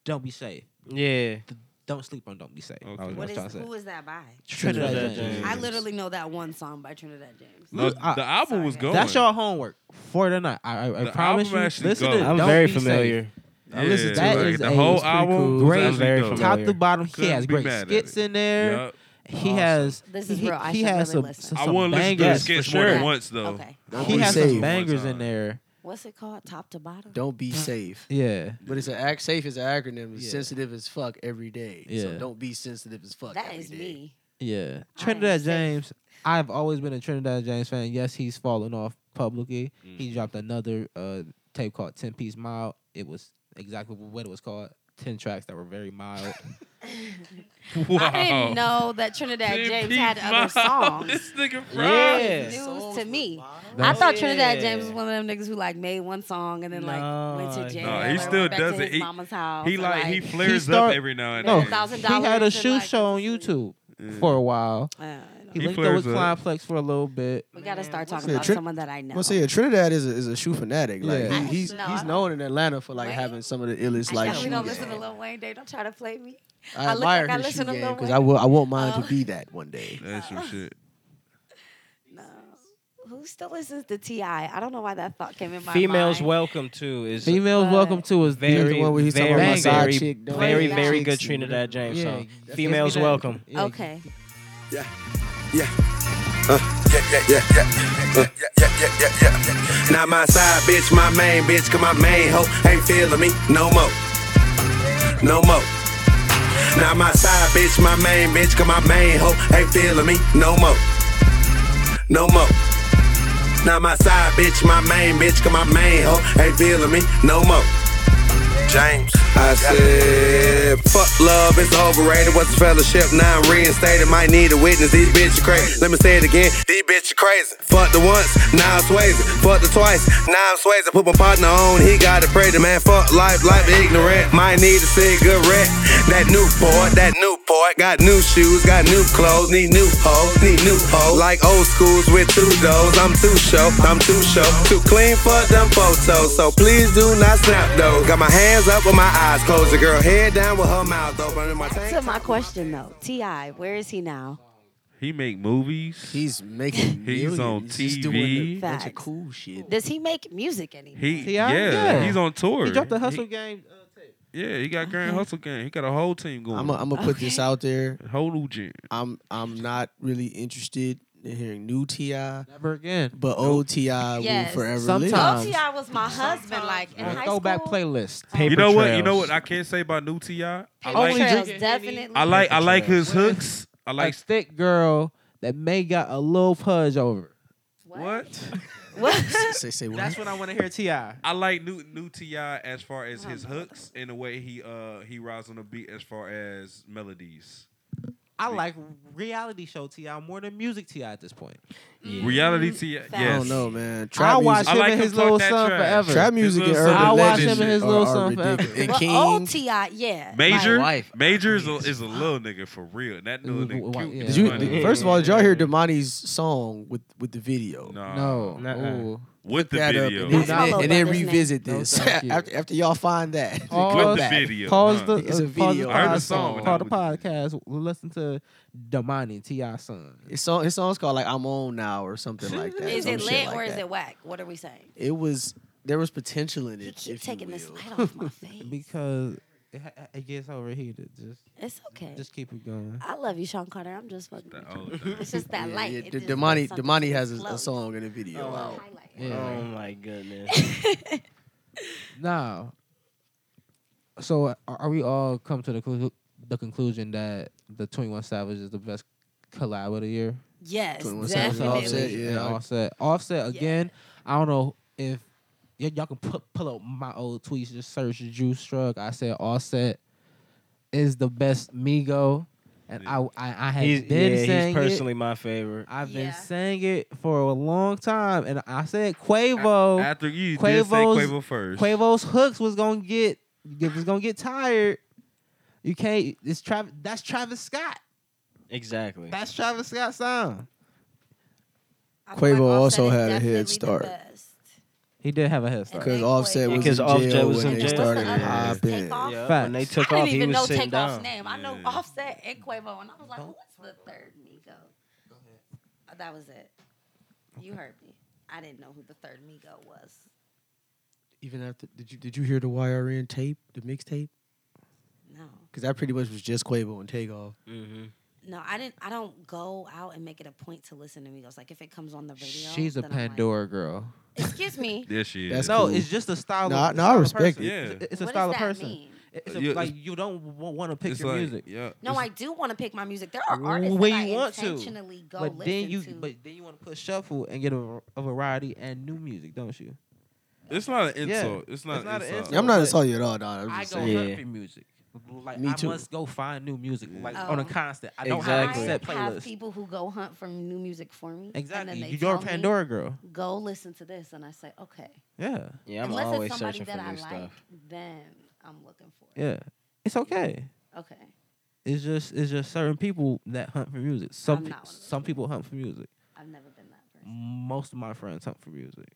Speaker 3: Don't be safe.
Speaker 5: yeah.
Speaker 3: Don't sleep on. Don't be safe.
Speaker 2: Okay.
Speaker 3: I was
Speaker 2: What
Speaker 1: what is,
Speaker 3: just trying to say.
Speaker 1: who is that by?
Speaker 3: Trinidad
Speaker 5: Trinidad
Speaker 3: James.
Speaker 5: James.
Speaker 1: I literally know that one song by Trinidad James.
Speaker 2: no,
Speaker 3: Look, I-
Speaker 2: the album was
Speaker 1: sorry.
Speaker 2: going.
Speaker 3: That's y'all homework for tonight. I, I, I
Speaker 2: The
Speaker 3: promise
Speaker 2: album
Speaker 3: you.
Speaker 2: actually
Speaker 3: Listen
Speaker 2: goes.
Speaker 3: to
Speaker 5: I'm
Speaker 3: Don't
Speaker 5: very
Speaker 3: Be Safe.
Speaker 5: familiar.
Speaker 2: Yeah,
Speaker 3: I listened to it.
Speaker 2: like,
Speaker 3: That is
Speaker 2: the
Speaker 3: a-
Speaker 2: whole
Speaker 3: it's pretty
Speaker 2: album.
Speaker 3: cool.
Speaker 2: was
Speaker 3: Great.
Speaker 2: actually
Speaker 5: Very
Speaker 2: dope.
Speaker 5: familiar.
Speaker 3: Top to bottom, he
Speaker 2: Couldn't
Speaker 3: has
Speaker 2: be
Speaker 3: great
Speaker 2: mad at
Speaker 3: skits
Speaker 2: it.
Speaker 3: in there.
Speaker 2: Yup.
Speaker 3: He has.
Speaker 1: This is
Speaker 3: he,
Speaker 1: real. I
Speaker 3: he
Speaker 1: should
Speaker 3: has
Speaker 1: really
Speaker 3: some,
Speaker 1: listen.
Speaker 3: some.
Speaker 2: I want to listen to the
Speaker 3: bangers.
Speaker 2: skits
Speaker 3: for
Speaker 2: more
Speaker 3: sure.
Speaker 2: than once though.
Speaker 1: Okay.
Speaker 4: Don't
Speaker 3: He
Speaker 4: be
Speaker 3: has
Speaker 4: safe.
Speaker 3: some bangers in there.
Speaker 1: What's it called? Top to bottom?
Speaker 4: Don't be safe.
Speaker 3: Yeah.
Speaker 4: But it's an act safe is an acronym. It's
Speaker 3: Yeah.
Speaker 4: sensitive as fuck every day. So
Speaker 3: Yeah.
Speaker 4: don't be sensitive as fuck.
Speaker 1: That
Speaker 4: every
Speaker 1: is
Speaker 4: day.
Speaker 1: me.
Speaker 3: Yeah.
Speaker 1: I
Speaker 3: Trinidad
Speaker 1: understand.
Speaker 3: James. I've always been a Trinidad James fan. Yes, he's fallen off publicly.
Speaker 2: Mm.
Speaker 3: He dropped another uh, tape called Ten Piece Mild. It was exactly what it was called. Ten tracks that were very
Speaker 2: [laughs]
Speaker 3: mild.
Speaker 1: I didn't know that Trinidad
Speaker 2: Ten
Speaker 1: James
Speaker 2: Pete
Speaker 1: had other
Speaker 2: Miles.
Speaker 1: songs.
Speaker 2: [laughs] This nigga, bro.
Speaker 1: News
Speaker 5: Yeah.
Speaker 1: to me. I
Speaker 3: That's-
Speaker 1: thought Trinidad
Speaker 5: Yeah.
Speaker 1: James was one of them niggas who like made one song and then like went
Speaker 5: No,
Speaker 1: to jail.
Speaker 2: No, he
Speaker 1: or went
Speaker 2: still
Speaker 1: back
Speaker 2: does
Speaker 1: to
Speaker 2: it.
Speaker 1: his
Speaker 2: He-
Speaker 1: mama's house.
Speaker 2: He
Speaker 1: and,
Speaker 2: like he flares
Speaker 3: start-
Speaker 2: up every now and
Speaker 3: no,
Speaker 2: then.
Speaker 1: $1,000
Speaker 3: he had a
Speaker 1: and,
Speaker 3: shoe
Speaker 1: like,
Speaker 3: show on YouTube for a while.
Speaker 1: uh, I don't
Speaker 3: He
Speaker 1: know.
Speaker 2: He
Speaker 3: linked up with
Speaker 2: flares up.
Speaker 3: Climplex for a little bit.
Speaker 1: we gotta start talking
Speaker 4: that?
Speaker 1: about
Speaker 4: Tri-
Speaker 1: someone that I know.
Speaker 4: I'm gonna say yeah, Trinidad is a, is a shoe fanatic. Like
Speaker 3: Yeah.
Speaker 4: he-
Speaker 1: I-
Speaker 4: he's
Speaker 1: no,
Speaker 4: he's
Speaker 1: I-
Speaker 4: known in Atlanta for like
Speaker 1: Right?
Speaker 4: having some of the illest
Speaker 1: I
Speaker 4: like
Speaker 1: definitely
Speaker 4: shoe
Speaker 1: don't
Speaker 4: game.
Speaker 1: listen to Lil Wane. They don't try to play me.
Speaker 4: I
Speaker 1: look
Speaker 4: admire
Speaker 1: like I
Speaker 4: his shoe
Speaker 1: listen to
Speaker 4: game
Speaker 1: Lil
Speaker 4: because
Speaker 1: Wayne.
Speaker 4: I will I want mine
Speaker 1: Oh.
Speaker 4: to be that one day.
Speaker 2: That's some shit.
Speaker 1: Who still listens to Ti? I don't know why that thought came in my
Speaker 5: Females
Speaker 1: mind.
Speaker 5: welcome too is
Speaker 3: Females
Speaker 1: But-
Speaker 3: welcome to is
Speaker 5: very,
Speaker 4: one where he's talking about
Speaker 5: very,
Speaker 4: my side
Speaker 5: very,
Speaker 4: chick, though.
Speaker 5: very,
Speaker 1: Side
Speaker 5: very
Speaker 4: chicks
Speaker 5: good
Speaker 4: and
Speaker 5: Trinidad James
Speaker 3: Yeah,
Speaker 5: song.
Speaker 3: that's-
Speaker 5: Females
Speaker 3: that's-
Speaker 5: welcome.
Speaker 3: Yeah.
Speaker 1: Okay.
Speaker 9: Yeah. Uh, yeah, yeah, yeah, yeah. Uh, yeah, yeah, yeah, yeah, yeah. Not my side bitch, my main bitch, cause my main hoe ain't feeling me no more. No more. Not my side bitch, my main bitch, cause my main hoe ain't feeling me no more. No more. Not my side bitch, my main bitch, cause my main hoe ain't feeling me no more. James. I said, fuck love, it's overrated. What's the fellowship? Now I'm reinstated. Might need a witness. These bitches crazy. Let me say it again. These bitches crazy. Fuck the once, now I'm swayzing. Fuck the twice, now I'm swayzing. Put my partner on, he got it crazy, man. Fuck life, life ignorant. Might need a cigarette. That Newport, that Newport. Got new shoes, got new clothes. Need new hoes, need new hoes. Like old schools with two doors. I'm too show, I'm too show. Too clean for them photos. So please do not snap those. Got my hands up with my eyes closed. The girl head down with her mouth open. And my
Speaker 1: Back
Speaker 9: tank
Speaker 1: to my question though. Ti, where is he now?
Speaker 2: He make movies.
Speaker 4: He's making.
Speaker 2: [laughs] He's
Speaker 4: millions.
Speaker 2: on
Speaker 4: He's just doing
Speaker 2: TV.
Speaker 4: a bunch of
Speaker 1: Facts.
Speaker 4: cool shit.
Speaker 1: Does he make music anymore?
Speaker 2: He
Speaker 3: T.I.?
Speaker 2: yeah,
Speaker 3: Yeah.
Speaker 2: he's on tour.
Speaker 3: He dropped the hustle
Speaker 2: He-
Speaker 3: game. Uh, tape.
Speaker 2: yeah, he got Grand Hustle Gang. He got a whole team going.
Speaker 4: I'm gonna put this
Speaker 1: Okay.
Speaker 4: out there.
Speaker 2: whole new gen.
Speaker 4: I'm I'm not really interested in hearing new Ti,
Speaker 3: Never again.
Speaker 4: but old Ti
Speaker 1: Yes.
Speaker 4: will forever
Speaker 3: Sometimes.
Speaker 4: live.
Speaker 1: Oh, Ti was my husband. Like in high
Speaker 3: Go back
Speaker 1: school.
Speaker 3: playlist.
Speaker 5: Paper
Speaker 2: you know what? You
Speaker 5: trails.
Speaker 2: know what I can't say about new Ti. I
Speaker 1: Paper
Speaker 2: like
Speaker 1: trails,
Speaker 3: drinking
Speaker 1: definitely.
Speaker 2: I like I like his
Speaker 3: Trails.
Speaker 2: hooks. I
Speaker 3: Like
Speaker 2: like
Speaker 3: thick girl that may got a little pudge over.
Speaker 2: what?
Speaker 1: What?
Speaker 4: [laughs] say say what?
Speaker 3: That's what I want to hear. Ti.
Speaker 2: I like new new Ti as far
Speaker 1: Oh
Speaker 2: as his hooks and the way he uh he rides on the beat as far as melodies.
Speaker 3: I like reality show Ti more than music Ti at this point.
Speaker 1: Mm,
Speaker 2: Reality Ti. Yes.
Speaker 4: I don't know, man.
Speaker 3: I
Speaker 4: Trap
Speaker 3: watch
Speaker 4: music,
Speaker 2: I
Speaker 3: him
Speaker 2: like
Speaker 3: and
Speaker 2: him
Speaker 3: his
Speaker 2: talk
Speaker 3: little
Speaker 2: that
Speaker 3: son
Speaker 2: trash.
Speaker 3: forever.
Speaker 4: trap music
Speaker 2: little
Speaker 4: and
Speaker 2: son.
Speaker 4: urban
Speaker 2: I
Speaker 3: watch him
Speaker 4: legends
Speaker 3: and his
Speaker 4: are-
Speaker 3: little
Speaker 4: are
Speaker 3: son forever.
Speaker 4: ridiculous. And
Speaker 1: Well,
Speaker 4: King,
Speaker 1: old Ti, yeah.
Speaker 2: Major
Speaker 1: Like,
Speaker 4: wife,
Speaker 2: Major is a, is a little nigga for real. That little
Speaker 3: Wh- wh-
Speaker 2: nigga. Cute
Speaker 3: yeah.
Speaker 4: did
Speaker 2: as
Speaker 4: you,
Speaker 2: money.
Speaker 4: did- first of all, did y'all hear Damani's song with with the video?
Speaker 2: Nah.
Speaker 3: No.
Speaker 5: Nuh-uh.
Speaker 3: Ooh.
Speaker 2: With the
Speaker 4: That up
Speaker 2: video.
Speaker 4: and
Speaker 1: That's my
Speaker 4: then,
Speaker 1: little
Speaker 4: and then
Speaker 1: brother's name.
Speaker 4: revisit
Speaker 3: No,
Speaker 4: this
Speaker 3: thank
Speaker 4: [laughs]
Speaker 3: you.
Speaker 4: after, after y'all find that.
Speaker 3: Pause
Speaker 4: Go
Speaker 2: With the
Speaker 4: back.
Speaker 2: video.
Speaker 3: Pause
Speaker 2: huh?
Speaker 3: the, uh,
Speaker 4: It's a
Speaker 3: pause the
Speaker 4: video. I heard the
Speaker 3: podcast.
Speaker 2: song, but
Speaker 3: Pause
Speaker 2: not
Speaker 3: the
Speaker 2: with
Speaker 3: podcast. Listen to Damani Ti son.
Speaker 4: His song, his song's called like "I'm On Now" or something like that.
Speaker 1: Is
Speaker 4: some
Speaker 1: it
Speaker 4: shit
Speaker 1: lit
Speaker 4: like
Speaker 1: or is
Speaker 4: that.
Speaker 1: it whack? What are we saying?
Speaker 4: It was there was potential in it.
Speaker 1: He keep
Speaker 4: if you
Speaker 1: taking this
Speaker 4: will.
Speaker 1: light off my face.
Speaker 3: because it, ha- it gets overheated. Just
Speaker 1: It's okay.
Speaker 3: just keep it going.
Speaker 1: I love you, Sean Carter. I'm just fucking.
Speaker 2: That
Speaker 1: with you.
Speaker 2: old thing.
Speaker 1: [laughs] It's just that
Speaker 4: Yeah,
Speaker 1: light.
Speaker 4: yeah.
Speaker 1: It
Speaker 4: D-
Speaker 1: just does
Speaker 4: Damani,
Speaker 1: something
Speaker 4: Damani
Speaker 1: to
Speaker 4: has
Speaker 1: his
Speaker 4: a, a
Speaker 1: clothes.
Speaker 4: song in the video
Speaker 3: Oh,
Speaker 4: out.
Speaker 1: Highlight.
Speaker 3: Yeah.
Speaker 5: Oh my goodness.
Speaker 3: Now, so are, are we all come to the conclu- the conclusion that the Twenty One Savage is the best collab of the year?
Speaker 1: Yes,
Speaker 4: 21 Savage and
Speaker 1: definitely.
Speaker 4: Offset,
Speaker 3: And
Speaker 4: yeah.
Speaker 3: offset. Offset again. I don't know if y- y'all can put, pull up my old tweets. Just search Juice Shrug. I said Offset is the best Migo, and I I, I have
Speaker 5: he's,
Speaker 3: been
Speaker 5: yeah,
Speaker 3: saying
Speaker 5: he's
Speaker 3: it.
Speaker 5: personally my favorite.
Speaker 3: I've been
Speaker 1: Yeah.
Speaker 3: saying it for a long time, and I said Quavo.
Speaker 2: After you did say
Speaker 3: Quavo's-
Speaker 2: Quavo first.
Speaker 3: Quavo's hooks was gonna get it was gonna get tired. You can't. It's Travis. That's Travis Scott.
Speaker 5: Exactly.
Speaker 3: That's Travis Scott's sound.
Speaker 1: I feel like
Speaker 4: Quavo also
Speaker 1: Offset is
Speaker 4: had a head
Speaker 1: definitely the
Speaker 4: start.
Speaker 1: best.
Speaker 3: He did have a head start.
Speaker 1: Okay.
Speaker 4: Because Offset was in
Speaker 5: Because Offset
Speaker 4: jail
Speaker 5: was
Speaker 4: when
Speaker 5: in
Speaker 4: they
Speaker 5: jail.
Speaker 4: started
Speaker 1: What's the other one?
Speaker 4: popping.
Speaker 1: Takeoff?
Speaker 5: Yeah,
Speaker 3: Facts.
Speaker 5: when they
Speaker 1: I
Speaker 5: took
Speaker 1: didn't
Speaker 5: off, he
Speaker 1: even know
Speaker 5: was sitting
Speaker 1: Takeoff's
Speaker 5: down.
Speaker 1: name. I know
Speaker 2: Yeah.
Speaker 1: Offset and Quavo, and I was like, who's the third Migo? Uh, That was it. You heard me. I didn't know who the third Migo was.
Speaker 4: Even after, did you did you hear the YRN tape, the mixtape?
Speaker 1: No,
Speaker 4: Because that pretty much was just Quavo and Takeoff.
Speaker 5: hmm
Speaker 1: no, I didn't. I don't go out and make it a point to listen to Migos. Like if it comes on the radio,
Speaker 3: She's a
Speaker 1: then I'm like,
Speaker 3: Pandora girl.
Speaker 1: Excuse
Speaker 2: [laughs]
Speaker 1: me.
Speaker 2: There she is.
Speaker 4: That's
Speaker 3: No,
Speaker 4: cool.
Speaker 3: it's just a style.
Speaker 4: No, I-
Speaker 3: of,
Speaker 4: no, I
Speaker 3: style of
Speaker 4: respect
Speaker 3: person.
Speaker 2: it. Yeah.
Speaker 3: It's, a- it's a
Speaker 1: what
Speaker 3: style
Speaker 1: does
Speaker 3: of
Speaker 1: that
Speaker 3: person.
Speaker 1: mean?
Speaker 3: It's a,
Speaker 2: Yeah,
Speaker 3: like you don't want to pick
Speaker 2: It's
Speaker 3: your
Speaker 2: like,
Speaker 3: music,
Speaker 2: yeah.
Speaker 1: No, I do want to pick my music. There are
Speaker 3: When
Speaker 1: artists
Speaker 3: you
Speaker 1: that I
Speaker 3: want to,
Speaker 1: intentionally go
Speaker 3: but
Speaker 1: listen
Speaker 3: then you
Speaker 1: to.
Speaker 3: but then you want to put shuffle and get a, a variety and new music, don't you?
Speaker 2: It's not an
Speaker 3: Yeah.
Speaker 2: insult. It's not,
Speaker 3: It's not an
Speaker 2: an insult.
Speaker 3: insult.
Speaker 4: I'm not
Speaker 3: but-
Speaker 4: insulting you at all, Don. I'm
Speaker 3: I
Speaker 4: just
Speaker 3: go
Speaker 4: saying.
Speaker 5: Yeah.
Speaker 3: hunt for music. Like
Speaker 4: Me
Speaker 3: I
Speaker 4: too.
Speaker 3: must go find new music like
Speaker 1: Yeah.
Speaker 3: on a
Speaker 1: Oh.
Speaker 3: constant. I don't
Speaker 5: Exactly.
Speaker 3: have a set
Speaker 1: I have
Speaker 3: playlist.
Speaker 1: people who go hunt for new music for me. and then
Speaker 3: Exactly.
Speaker 1: they
Speaker 3: You- You're a
Speaker 1: tell me,
Speaker 3: Pandora girl.
Speaker 1: Go listen to this, and I say, okay.
Speaker 3: Yeah.
Speaker 5: Yeah, I'm
Speaker 1: Unless
Speaker 5: always
Speaker 1: it's somebody
Speaker 5: searching for
Speaker 1: that
Speaker 5: new
Speaker 1: I like,
Speaker 5: stuff.
Speaker 1: then I'm looking for it.
Speaker 3: Yeah. It's okay.
Speaker 1: Okay.
Speaker 3: It's just it's just certain people that hunt for music. Some
Speaker 1: I'm
Speaker 3: pe-
Speaker 1: not one of those
Speaker 3: some people hunt for music.
Speaker 1: I've never been that person,
Speaker 3: Most of my friends hunt for music.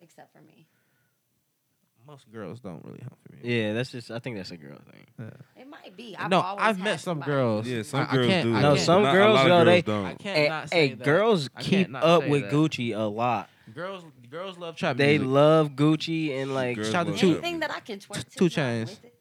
Speaker 1: except for me.
Speaker 3: Most girls don't really hump for me.
Speaker 5: Yeah, that's just. I think that's a girl thing.
Speaker 1: It might be. I've
Speaker 3: no,
Speaker 1: always
Speaker 3: I've
Speaker 1: had
Speaker 3: met some
Speaker 1: somebody.
Speaker 3: girls.
Speaker 2: Yeah, some
Speaker 3: I- I
Speaker 2: girls
Speaker 3: can't-
Speaker 2: do.
Speaker 3: I
Speaker 5: No,
Speaker 3: can't-
Speaker 5: some
Speaker 2: Not- a
Speaker 5: girls,
Speaker 2: lot of
Speaker 5: yo, they-
Speaker 2: girls
Speaker 3: I
Speaker 2: don't.
Speaker 3: can't
Speaker 5: Hey,
Speaker 3: not say
Speaker 5: hey,
Speaker 3: that.
Speaker 5: girls
Speaker 3: I can't
Speaker 5: keep
Speaker 3: not
Speaker 5: up
Speaker 3: say
Speaker 5: with
Speaker 3: that.
Speaker 5: Gucci a lot.
Speaker 3: Girls, girls love trap.
Speaker 5: They
Speaker 3: music.
Speaker 5: love Gucci and like.
Speaker 2: Girls
Speaker 3: shout out
Speaker 2: love
Speaker 3: to-
Speaker 2: that
Speaker 1: Anything
Speaker 2: music.
Speaker 1: that I can twerk to,
Speaker 3: Two
Speaker 1: I'm
Speaker 3: Chainz.
Speaker 1: with it.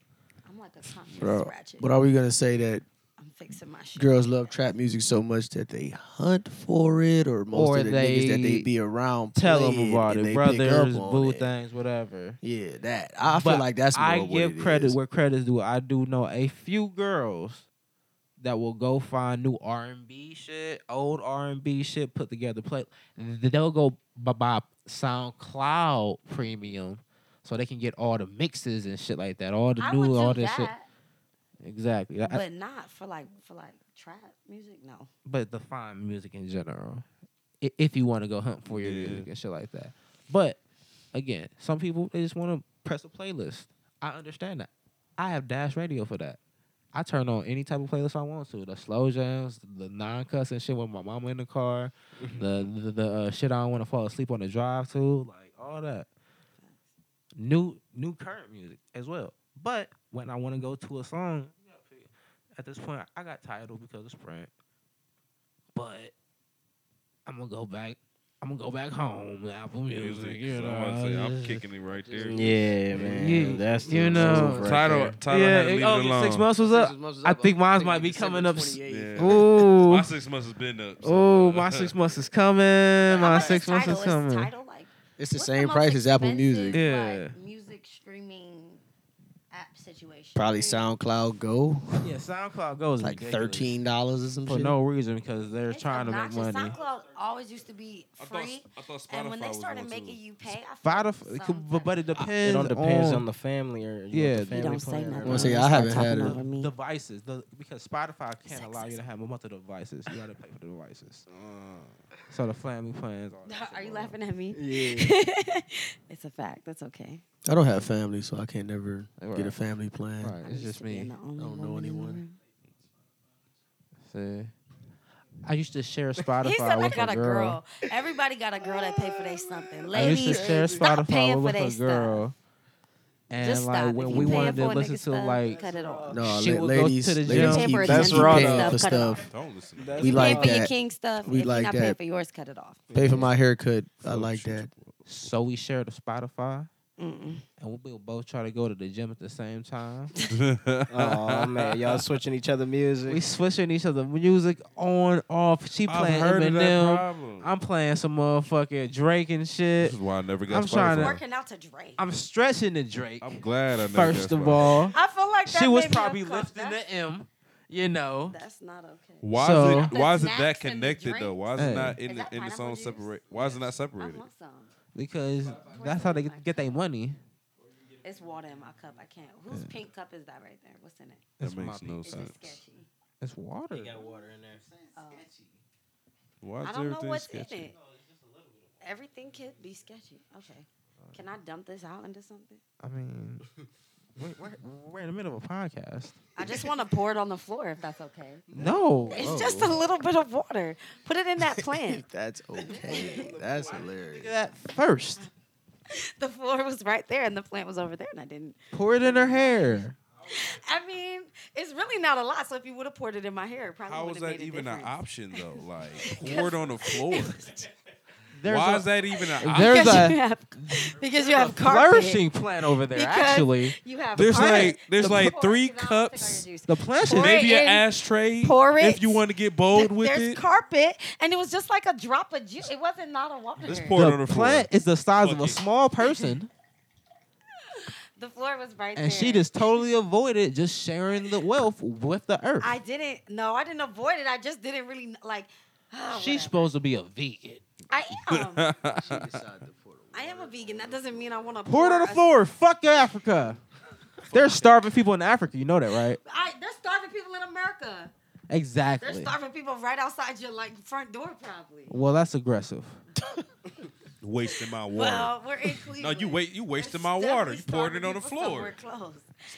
Speaker 1: I'm like a conscious
Speaker 4: Bro,
Speaker 1: ratchet.
Speaker 4: but are we gonna say that
Speaker 1: I'm fixing my shit.
Speaker 4: girls love trap music so much that they hunt for it, or most
Speaker 3: Or
Speaker 4: of the niggas that
Speaker 3: they
Speaker 4: they be around
Speaker 3: Tell
Speaker 4: play
Speaker 3: them about
Speaker 4: and
Speaker 3: it,
Speaker 4: they pick up
Speaker 3: brothers,
Speaker 4: on
Speaker 3: boo
Speaker 4: it.
Speaker 3: things, whatever.
Speaker 4: Yeah, that I
Speaker 3: But
Speaker 4: feel like that's more
Speaker 3: I
Speaker 4: what
Speaker 3: give
Speaker 4: it
Speaker 3: credit
Speaker 4: is.
Speaker 3: where credit's due. I do know a few girls that will go find new R and B shit, old R and B shit put together. Play they'll go buy, buy SoundCloud Premium so they can get all the mixes and shit like that, all the
Speaker 1: I would
Speaker 3: new,
Speaker 1: do
Speaker 3: all this
Speaker 1: that,
Speaker 3: shit. Exactly, I- I-
Speaker 1: but not for like for like trap music. No,
Speaker 3: but the fine music in general. i- If you want to go hunt for your
Speaker 2: Yeah.
Speaker 3: music and shit like that. But again, some people they just want to press a playlist. I understand that. I have Dash Radio for that. I turn on any type of playlist I want to. The slow jams, the non cussing shit with my mama in the car, the the, the uh, shit I don't want to fall asleep on the drive to, like all that. New new current music as well. But when I want to go to a song, at this point I got title because it's Sprint but I'm gonna go back. I'm gonna go back home. to Apple Music, you know.
Speaker 2: Somebody say, I'm
Speaker 3: just-
Speaker 2: kicking it right there.
Speaker 5: Yeah, man.
Speaker 3: You-
Speaker 5: that's the
Speaker 3: you know,
Speaker 5: move right
Speaker 2: Title,
Speaker 5: there.
Speaker 2: title had to leave it
Speaker 3: oh, your
Speaker 2: alone.
Speaker 3: six months was up. I think mine might be coming up
Speaker 2: Yeah.
Speaker 3: Ooh,
Speaker 2: My six months has been up. so,
Speaker 3: ooh,
Speaker 2: uh,
Speaker 3: my six months is coming.
Speaker 1: But how
Speaker 3: My
Speaker 1: much
Speaker 3: six
Speaker 1: is
Speaker 3: months is
Speaker 1: title?
Speaker 3: coming.
Speaker 1: title like
Speaker 4: It's the
Speaker 1: what's
Speaker 4: same
Speaker 1: most
Speaker 4: price as Apple
Speaker 1: expensive,
Speaker 4: Music.
Speaker 3: Yeah.
Speaker 1: like, music streaming app situation.
Speaker 4: Probably SoundCloud Go.
Speaker 3: Yeah, SoundCloud goes
Speaker 4: It's like
Speaker 3: ridiculous.
Speaker 4: thirteen dollars or some
Speaker 3: for
Speaker 4: shit.
Speaker 3: no reason because they're
Speaker 1: It's
Speaker 3: trying to make
Speaker 1: obnoxious.
Speaker 3: money.
Speaker 1: SoundCloud always used to be
Speaker 2: I thought,
Speaker 1: free,
Speaker 2: I thought Spotify
Speaker 1: and when they
Speaker 2: was
Speaker 1: started
Speaker 2: one, too.
Speaker 1: making you pay, I felt
Speaker 3: Spotify, it could-
Speaker 1: some
Speaker 3: but, but it
Speaker 1: type of-
Speaker 3: depends.
Speaker 5: It all depends
Speaker 3: on
Speaker 5: on the family
Speaker 3: Yeah.
Speaker 5: or yeah,
Speaker 3: You
Speaker 5: the
Speaker 1: He
Speaker 5: family
Speaker 1: don't say
Speaker 5: plan or
Speaker 1: nothing.
Speaker 4: I wanna say,
Speaker 1: He
Speaker 4: I
Speaker 1: start
Speaker 4: haven't
Speaker 1: talking
Speaker 4: had it.
Speaker 1: over me.
Speaker 3: devices the, because Spotify can't allow you
Speaker 1: Sexism.
Speaker 3: to have multiple devices. You gotta pay for the devices.
Speaker 4: Uh.
Speaker 3: So the family plans. all that shit
Speaker 1: Are you
Speaker 3: going on.
Speaker 1: laughing at me?
Speaker 4: Yeah.
Speaker 1: [laughs] it's a fact. That's okay.
Speaker 4: I don't have family, so I can't never get a
Speaker 3: Right.
Speaker 4: family plan.
Speaker 3: Right,
Speaker 1: I
Speaker 3: it's
Speaker 1: used
Speaker 3: just
Speaker 1: to be
Speaker 3: me.
Speaker 1: the only
Speaker 4: don't
Speaker 1: woman in
Speaker 4: know
Speaker 1: the
Speaker 4: anyone.
Speaker 1: room.
Speaker 3: See. I used to share Spotify
Speaker 1: [laughs] He said, "I
Speaker 3: with
Speaker 1: got
Speaker 3: a
Speaker 1: a
Speaker 3: girl.
Speaker 1: girl. Everybody got a girl that pay for their something.
Speaker 3: I used to
Speaker 1: Ladies,
Speaker 3: share
Speaker 1: stop
Speaker 3: Spotify
Speaker 1: paying for
Speaker 3: with
Speaker 1: their
Speaker 3: a
Speaker 1: stuff.
Speaker 3: girl. And
Speaker 1: Just
Speaker 3: like
Speaker 1: stop. If
Speaker 3: when
Speaker 1: you
Speaker 3: we
Speaker 1: paying for
Speaker 3: wanted to
Speaker 1: a
Speaker 3: lissens
Speaker 1: nigga's
Speaker 3: to
Speaker 1: stuff,
Speaker 3: like
Speaker 1: cut it off.
Speaker 4: No,
Speaker 3: She
Speaker 4: la-
Speaker 3: would go to
Speaker 4: ladies,
Speaker 3: the
Speaker 4: ladies keep
Speaker 3: gym.
Speaker 1: Pay for
Speaker 4: paying
Speaker 1: attention, pay
Speaker 4: for
Speaker 1: stuff, cut it
Speaker 4: stuff.
Speaker 2: Don't listen. To
Speaker 5: That's
Speaker 4: We
Speaker 1: you
Speaker 4: like
Speaker 1: pay for your
Speaker 4: that.
Speaker 1: king stuff.
Speaker 4: We
Speaker 1: if
Speaker 4: like
Speaker 1: you not
Speaker 4: that.
Speaker 1: paying for yours, cut it off.
Speaker 4: Pay for my haircut. I like that.
Speaker 3: so we shared a Spotify
Speaker 1: Mm-mm.
Speaker 3: and we would both try to go to the gym at the
Speaker 1: [laughs]
Speaker 3: same time.
Speaker 2: [laughs] that.
Speaker 5: Oh man, y'all switching each other music.
Speaker 3: we switching each other music on off. She
Speaker 2: I've
Speaker 3: playing
Speaker 2: heard of that
Speaker 3: Eminem.
Speaker 2: problem.
Speaker 3: I'm playing some motherfucking Drake and shit.
Speaker 2: this is why I never got
Speaker 3: I'm trying to-
Speaker 2: Spotify.
Speaker 1: Working out to Drake.
Speaker 3: I'm stretching the Drake.
Speaker 2: I'm glad I never
Speaker 3: First
Speaker 2: got
Speaker 3: of
Speaker 2: Spotify.
Speaker 3: all,
Speaker 1: I feel like that
Speaker 3: she was
Speaker 1: made me
Speaker 3: probably
Speaker 1: uncomfortable.
Speaker 3: lifting
Speaker 1: That's-
Speaker 3: the M. You know,
Speaker 1: That's not okay.
Speaker 2: Why
Speaker 3: So-
Speaker 2: is it, why is it that
Speaker 1: Snacks and the
Speaker 2: connected though? Why is
Speaker 3: drinks.
Speaker 2: it not
Speaker 1: Is
Speaker 2: in the
Speaker 1: that
Speaker 2: in the
Speaker 1: pineapple
Speaker 2: song
Speaker 1: juice?
Speaker 2: separate? Why is it not
Speaker 1: I
Speaker 2: separated?
Speaker 1: want some.
Speaker 3: because that's how they get, get their money.
Speaker 1: It's water in my cup. I can't. Whose pink cup is that right there? What's in it?
Speaker 3: That's
Speaker 2: That makes
Speaker 3: my
Speaker 2: no
Speaker 3: beat.
Speaker 1: It's just
Speaker 2: sense.
Speaker 1: sketchy.
Speaker 3: It's water.
Speaker 5: water in there.
Speaker 1: Oh.
Speaker 2: Why is
Speaker 1: I don't know
Speaker 2: everything
Speaker 1: what's in
Speaker 2: sketchy?
Speaker 1: it. Everything could be sketchy. Okay. Can I dump this out into something?
Speaker 3: I mean, we're, we're, we're in the middle of a
Speaker 2: [laughs]
Speaker 3: podcast.
Speaker 1: I just want to pour it on the floor if that's okay.
Speaker 3: No,
Speaker 1: It's just a little bit of water. Put it in that plant.
Speaker 4: That's okay. That's hilarious.
Speaker 3: that first.
Speaker 1: [laughs] the floor was right there and the plant was over there and I didn't.
Speaker 3: Pour it in her hair.
Speaker 1: I mean, it's really not a lot. So if you would have poured it in my hair, it probably
Speaker 2: How
Speaker 1: would
Speaker 2: is
Speaker 1: have
Speaker 2: that
Speaker 1: made a
Speaker 2: even an
Speaker 1: difference.
Speaker 2: option
Speaker 1: [laughs]
Speaker 2: though? Like poured on the floor.
Speaker 3: There's
Speaker 2: why
Speaker 3: a
Speaker 2: is
Speaker 3: [laughs]
Speaker 2: that even an
Speaker 3: There's
Speaker 2: option?
Speaker 1: because
Speaker 3: a-
Speaker 1: you have, [laughs] because you have carpet.
Speaker 3: flourishing plant over there.
Speaker 1: Because
Speaker 3: Actually,
Speaker 1: You have
Speaker 2: There's
Speaker 1: carpet.
Speaker 2: like there's like
Speaker 1: Pour
Speaker 2: three
Speaker 1: it out, pick out
Speaker 2: cups,
Speaker 1: your juice.
Speaker 3: the plant should
Speaker 1: Pour it
Speaker 2: maybe an
Speaker 1: in,
Speaker 2: ashtray.
Speaker 1: pour it.
Speaker 2: If you want to get bold with
Speaker 1: There's
Speaker 2: it,
Speaker 1: carpet, and it was just like a drop of juice. It wasn't not a water.
Speaker 2: Let's pour it on
Speaker 3: the
Speaker 2: the floor.
Speaker 3: plant is the size of a
Speaker 2: Fuck it.
Speaker 1: [laughs]
Speaker 3: small person,
Speaker 1: The floor was right there.
Speaker 3: and she just totally avoided just sharing the wealth with the earth.
Speaker 1: I didn't. No, I didn't avoid it. I just didn't really like. ah,
Speaker 3: She's
Speaker 1: whatever.
Speaker 3: supposed to be a vegan.
Speaker 1: I am.
Speaker 3: uh, [laughs]
Speaker 1: I am a vegan. That doesn't mean I want to
Speaker 3: Pour it on the floor. Fuck Africa. There's starving people in Africa. You know that, right?
Speaker 1: I, they're starving people in America. They're
Speaker 3: Exactly.
Speaker 1: starving people right outside your like front door, probably.
Speaker 3: Well, that's aggressive.
Speaker 2: wasting my water.
Speaker 1: Well,
Speaker 3: [laughs]
Speaker 1: we're in Cleveland.
Speaker 2: you wait- you wasted my
Speaker 1: It's definitely
Speaker 2: water. You poured it
Speaker 1: starting to
Speaker 2: on the
Speaker 1: get
Speaker 2: floor.
Speaker 1: somewhere close.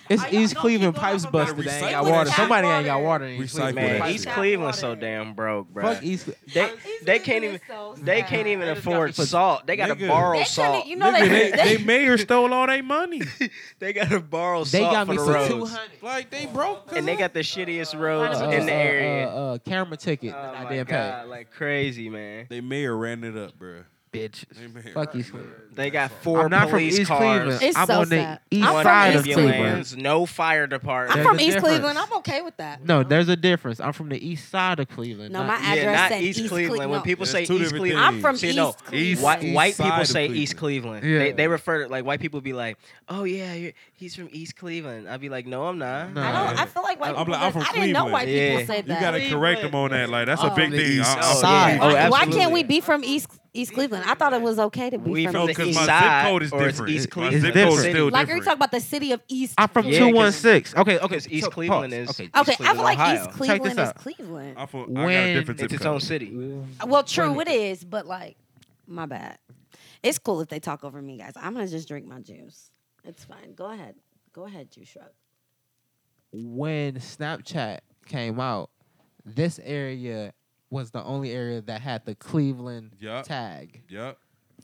Speaker 3: It's
Speaker 1: Are y'all
Speaker 3: East
Speaker 1: gonna
Speaker 3: Cleveland
Speaker 1: keep going
Speaker 3: pipes
Speaker 1: up about
Speaker 3: busted. They ain't
Speaker 2: recycling
Speaker 3: got
Speaker 2: that
Speaker 3: water.
Speaker 1: tap
Speaker 3: Somebody ain't got
Speaker 1: water?
Speaker 3: water in
Speaker 2: Recycle
Speaker 3: East Cleveland.
Speaker 2: that.
Speaker 5: Man,
Speaker 2: Fuck
Speaker 5: East
Speaker 1: that
Speaker 5: Cleveland's so
Speaker 1: water.
Speaker 5: damn broke, bro.
Speaker 3: Fuck East. Cle-
Speaker 5: They they can't even they can't even afford salt. Oh, They gotta
Speaker 2: Nigga.
Speaker 5: borrow
Speaker 1: They
Speaker 5: salt.
Speaker 1: couldn't, you know, they, [laughs]
Speaker 2: they,
Speaker 1: they,
Speaker 2: they mayor stole all their money.
Speaker 5: [laughs] They gotta borrow
Speaker 3: They
Speaker 5: salt
Speaker 3: got
Speaker 5: for
Speaker 3: me
Speaker 5: the
Speaker 3: some two
Speaker 5: roads.
Speaker 3: hundred.
Speaker 2: like they broke. 'cause
Speaker 5: And they
Speaker 2: of-
Speaker 5: got the shittiest roads
Speaker 3: Uh,
Speaker 5: in the
Speaker 3: uh,
Speaker 5: area.
Speaker 3: uh, uh, camera ticket.
Speaker 5: Oh
Speaker 3: that I
Speaker 5: my
Speaker 3: didn't pay.
Speaker 5: God, like crazy, man.
Speaker 2: they mayor ran it up, bro. They
Speaker 5: Bitches.
Speaker 2: mayor.
Speaker 3: Fuck East Cleveland.
Speaker 5: They got 4
Speaker 3: I'm not from
Speaker 5: police
Speaker 3: East
Speaker 5: cars.
Speaker 3: Cleveland.
Speaker 1: It's
Speaker 3: I'm
Speaker 1: so
Speaker 3: on the
Speaker 1: sad.
Speaker 3: east
Speaker 1: I'm from
Speaker 3: side
Speaker 1: East
Speaker 3: of
Speaker 1: Cleveland.
Speaker 3: Cleveland.
Speaker 5: No fire department.
Speaker 1: I'm
Speaker 3: There's
Speaker 1: from
Speaker 3: a
Speaker 1: East
Speaker 3: difference.
Speaker 1: Cleveland. I'm okay with that.
Speaker 3: No, there's a difference. I'm from the east side of Cleveland.
Speaker 1: No,
Speaker 3: not
Speaker 1: my
Speaker 3: east.
Speaker 1: address
Speaker 5: yeah, not
Speaker 1: said
Speaker 5: East Cleveland.
Speaker 1: Cleveland.
Speaker 5: When people
Speaker 2: That's
Speaker 5: say
Speaker 2: two
Speaker 5: East
Speaker 2: different
Speaker 5: Cleveland,
Speaker 2: things.
Speaker 1: I'm from
Speaker 5: See,
Speaker 1: East
Speaker 5: no,
Speaker 1: Cleveland.
Speaker 5: White,
Speaker 2: East
Speaker 5: white
Speaker 2: side
Speaker 5: people
Speaker 2: of
Speaker 5: say
Speaker 2: Cleveland.
Speaker 5: East Cleveland.
Speaker 3: Yeah.
Speaker 5: They, they refer to like white people be like, "Oh yeah, you're, he's from East Cleveland." I'd be like, "No, I'm not."
Speaker 3: No.
Speaker 1: I don't. I feel like white
Speaker 2: I'm
Speaker 1: people.
Speaker 2: like, I'm from
Speaker 1: I didn't know
Speaker 2: Cleveland.
Speaker 1: white
Speaker 5: Yeah.
Speaker 1: people said
Speaker 2: You
Speaker 1: that.
Speaker 2: gotta correct them on that. Like that's a big Uh-uh.
Speaker 4: the
Speaker 2: thing.
Speaker 4: east
Speaker 2: I- I-
Speaker 5: side.
Speaker 1: Why-
Speaker 5: Oh,
Speaker 1: why
Speaker 5: absolutely.
Speaker 1: can't we be from East East Cleveland? I thought it was okay to be
Speaker 5: We
Speaker 1: from
Speaker 5: from
Speaker 2: No,
Speaker 5: the
Speaker 1: East
Speaker 2: because
Speaker 5: east
Speaker 2: my
Speaker 5: side,
Speaker 2: zip code is
Speaker 5: or it's
Speaker 2: different.
Speaker 5: East
Speaker 2: my
Speaker 5: Cleveland.
Speaker 2: zip
Speaker 3: It's
Speaker 2: code is
Speaker 3: different.
Speaker 2: still
Speaker 1: Like, are you
Speaker 2: different.
Speaker 1: talking about the city of East?
Speaker 3: I'm from
Speaker 5: Yeah,
Speaker 1: Cleveland?
Speaker 3: 216. Okay, okay.
Speaker 5: Because East
Speaker 3: so, pause.
Speaker 5: Cleveland is-
Speaker 3: Okay.
Speaker 5: East
Speaker 1: Okay, I
Speaker 5: Cleveland,
Speaker 1: feel like
Speaker 5: Ohio.
Speaker 1: East
Speaker 5: Check
Speaker 3: this
Speaker 1: Cleveland is
Speaker 3: out.
Speaker 1: Cleveland.
Speaker 2: I'm from, I got a
Speaker 3: When-
Speaker 2: different zip
Speaker 5: It's its
Speaker 2: code.
Speaker 5: own city.
Speaker 1: Well, true, it is, but like, my bad. It's cool if they talk over me, guys. I'm gonna just drink my juice. It's fine. Go ahead. Go ahead, juice shrug.
Speaker 3: When Snapchat came out, this area was the only area that had the Cleveland
Speaker 2: Yup.
Speaker 3: tag
Speaker 2: Yep.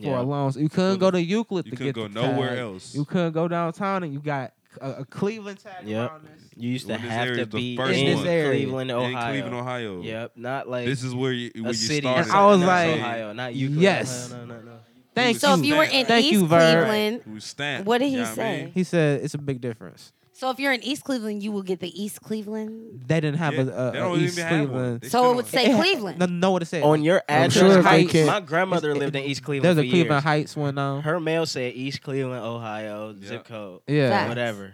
Speaker 3: for a long. You couldn't go to Euclid
Speaker 2: You
Speaker 3: to
Speaker 2: couldn't
Speaker 3: get the
Speaker 2: go nowhere
Speaker 3: tag.
Speaker 2: else.
Speaker 3: You couldn't go downtown, and you got a, a Cleveland tag
Speaker 5: Yep.
Speaker 3: around this.
Speaker 5: You used to
Speaker 2: Well, this
Speaker 5: have
Speaker 2: area
Speaker 5: to
Speaker 2: is the
Speaker 5: be
Speaker 2: first
Speaker 5: in
Speaker 2: one.
Speaker 5: Cleveland, Ohio.
Speaker 2: In Cleveland, Ohio.
Speaker 5: Yep, not like
Speaker 2: This is where you, where
Speaker 5: a
Speaker 2: you
Speaker 5: city.
Speaker 2: started.
Speaker 3: I was
Speaker 5: not
Speaker 3: like,
Speaker 5: Ohio, not Euclid.
Speaker 3: yes.
Speaker 5: Ohio, no, no, no.
Speaker 3: Thank
Speaker 1: So if
Speaker 3: you.
Speaker 1: you were in
Speaker 3: Thank
Speaker 1: East
Speaker 3: you, Ver.
Speaker 1: Cleveland,
Speaker 2: Who stamped,
Speaker 1: What did
Speaker 2: you
Speaker 1: he
Speaker 2: know what I
Speaker 1: say?
Speaker 2: mean?
Speaker 3: He said it's a big difference.
Speaker 1: so if you're in East Cleveland, you will get the East Cleveland.
Speaker 3: They didn't have
Speaker 2: Yeah,
Speaker 3: a, a,
Speaker 2: they
Speaker 3: a
Speaker 2: don't
Speaker 3: East
Speaker 2: even have one.
Speaker 3: Cleveland.
Speaker 2: They still
Speaker 1: So it would
Speaker 2: don't-
Speaker 1: say
Speaker 3: It ha-
Speaker 5: [laughs]
Speaker 1: Cleveland.
Speaker 3: No, no, what it said.
Speaker 5: On your
Speaker 4: I'm
Speaker 5: address,
Speaker 4: sure if they
Speaker 5: Heights,
Speaker 4: can't-
Speaker 5: my grandmother
Speaker 3: It's-
Speaker 5: lived in East Cleveland.
Speaker 3: There's a
Speaker 5: for
Speaker 3: Cleveland
Speaker 5: years.
Speaker 3: Heights one now.
Speaker 5: Her mail said East Cleveland, Ohio,
Speaker 2: Yeah.
Speaker 5: zip code.
Speaker 3: Yeah. Oh,
Speaker 1: Facts.
Speaker 5: Whatever.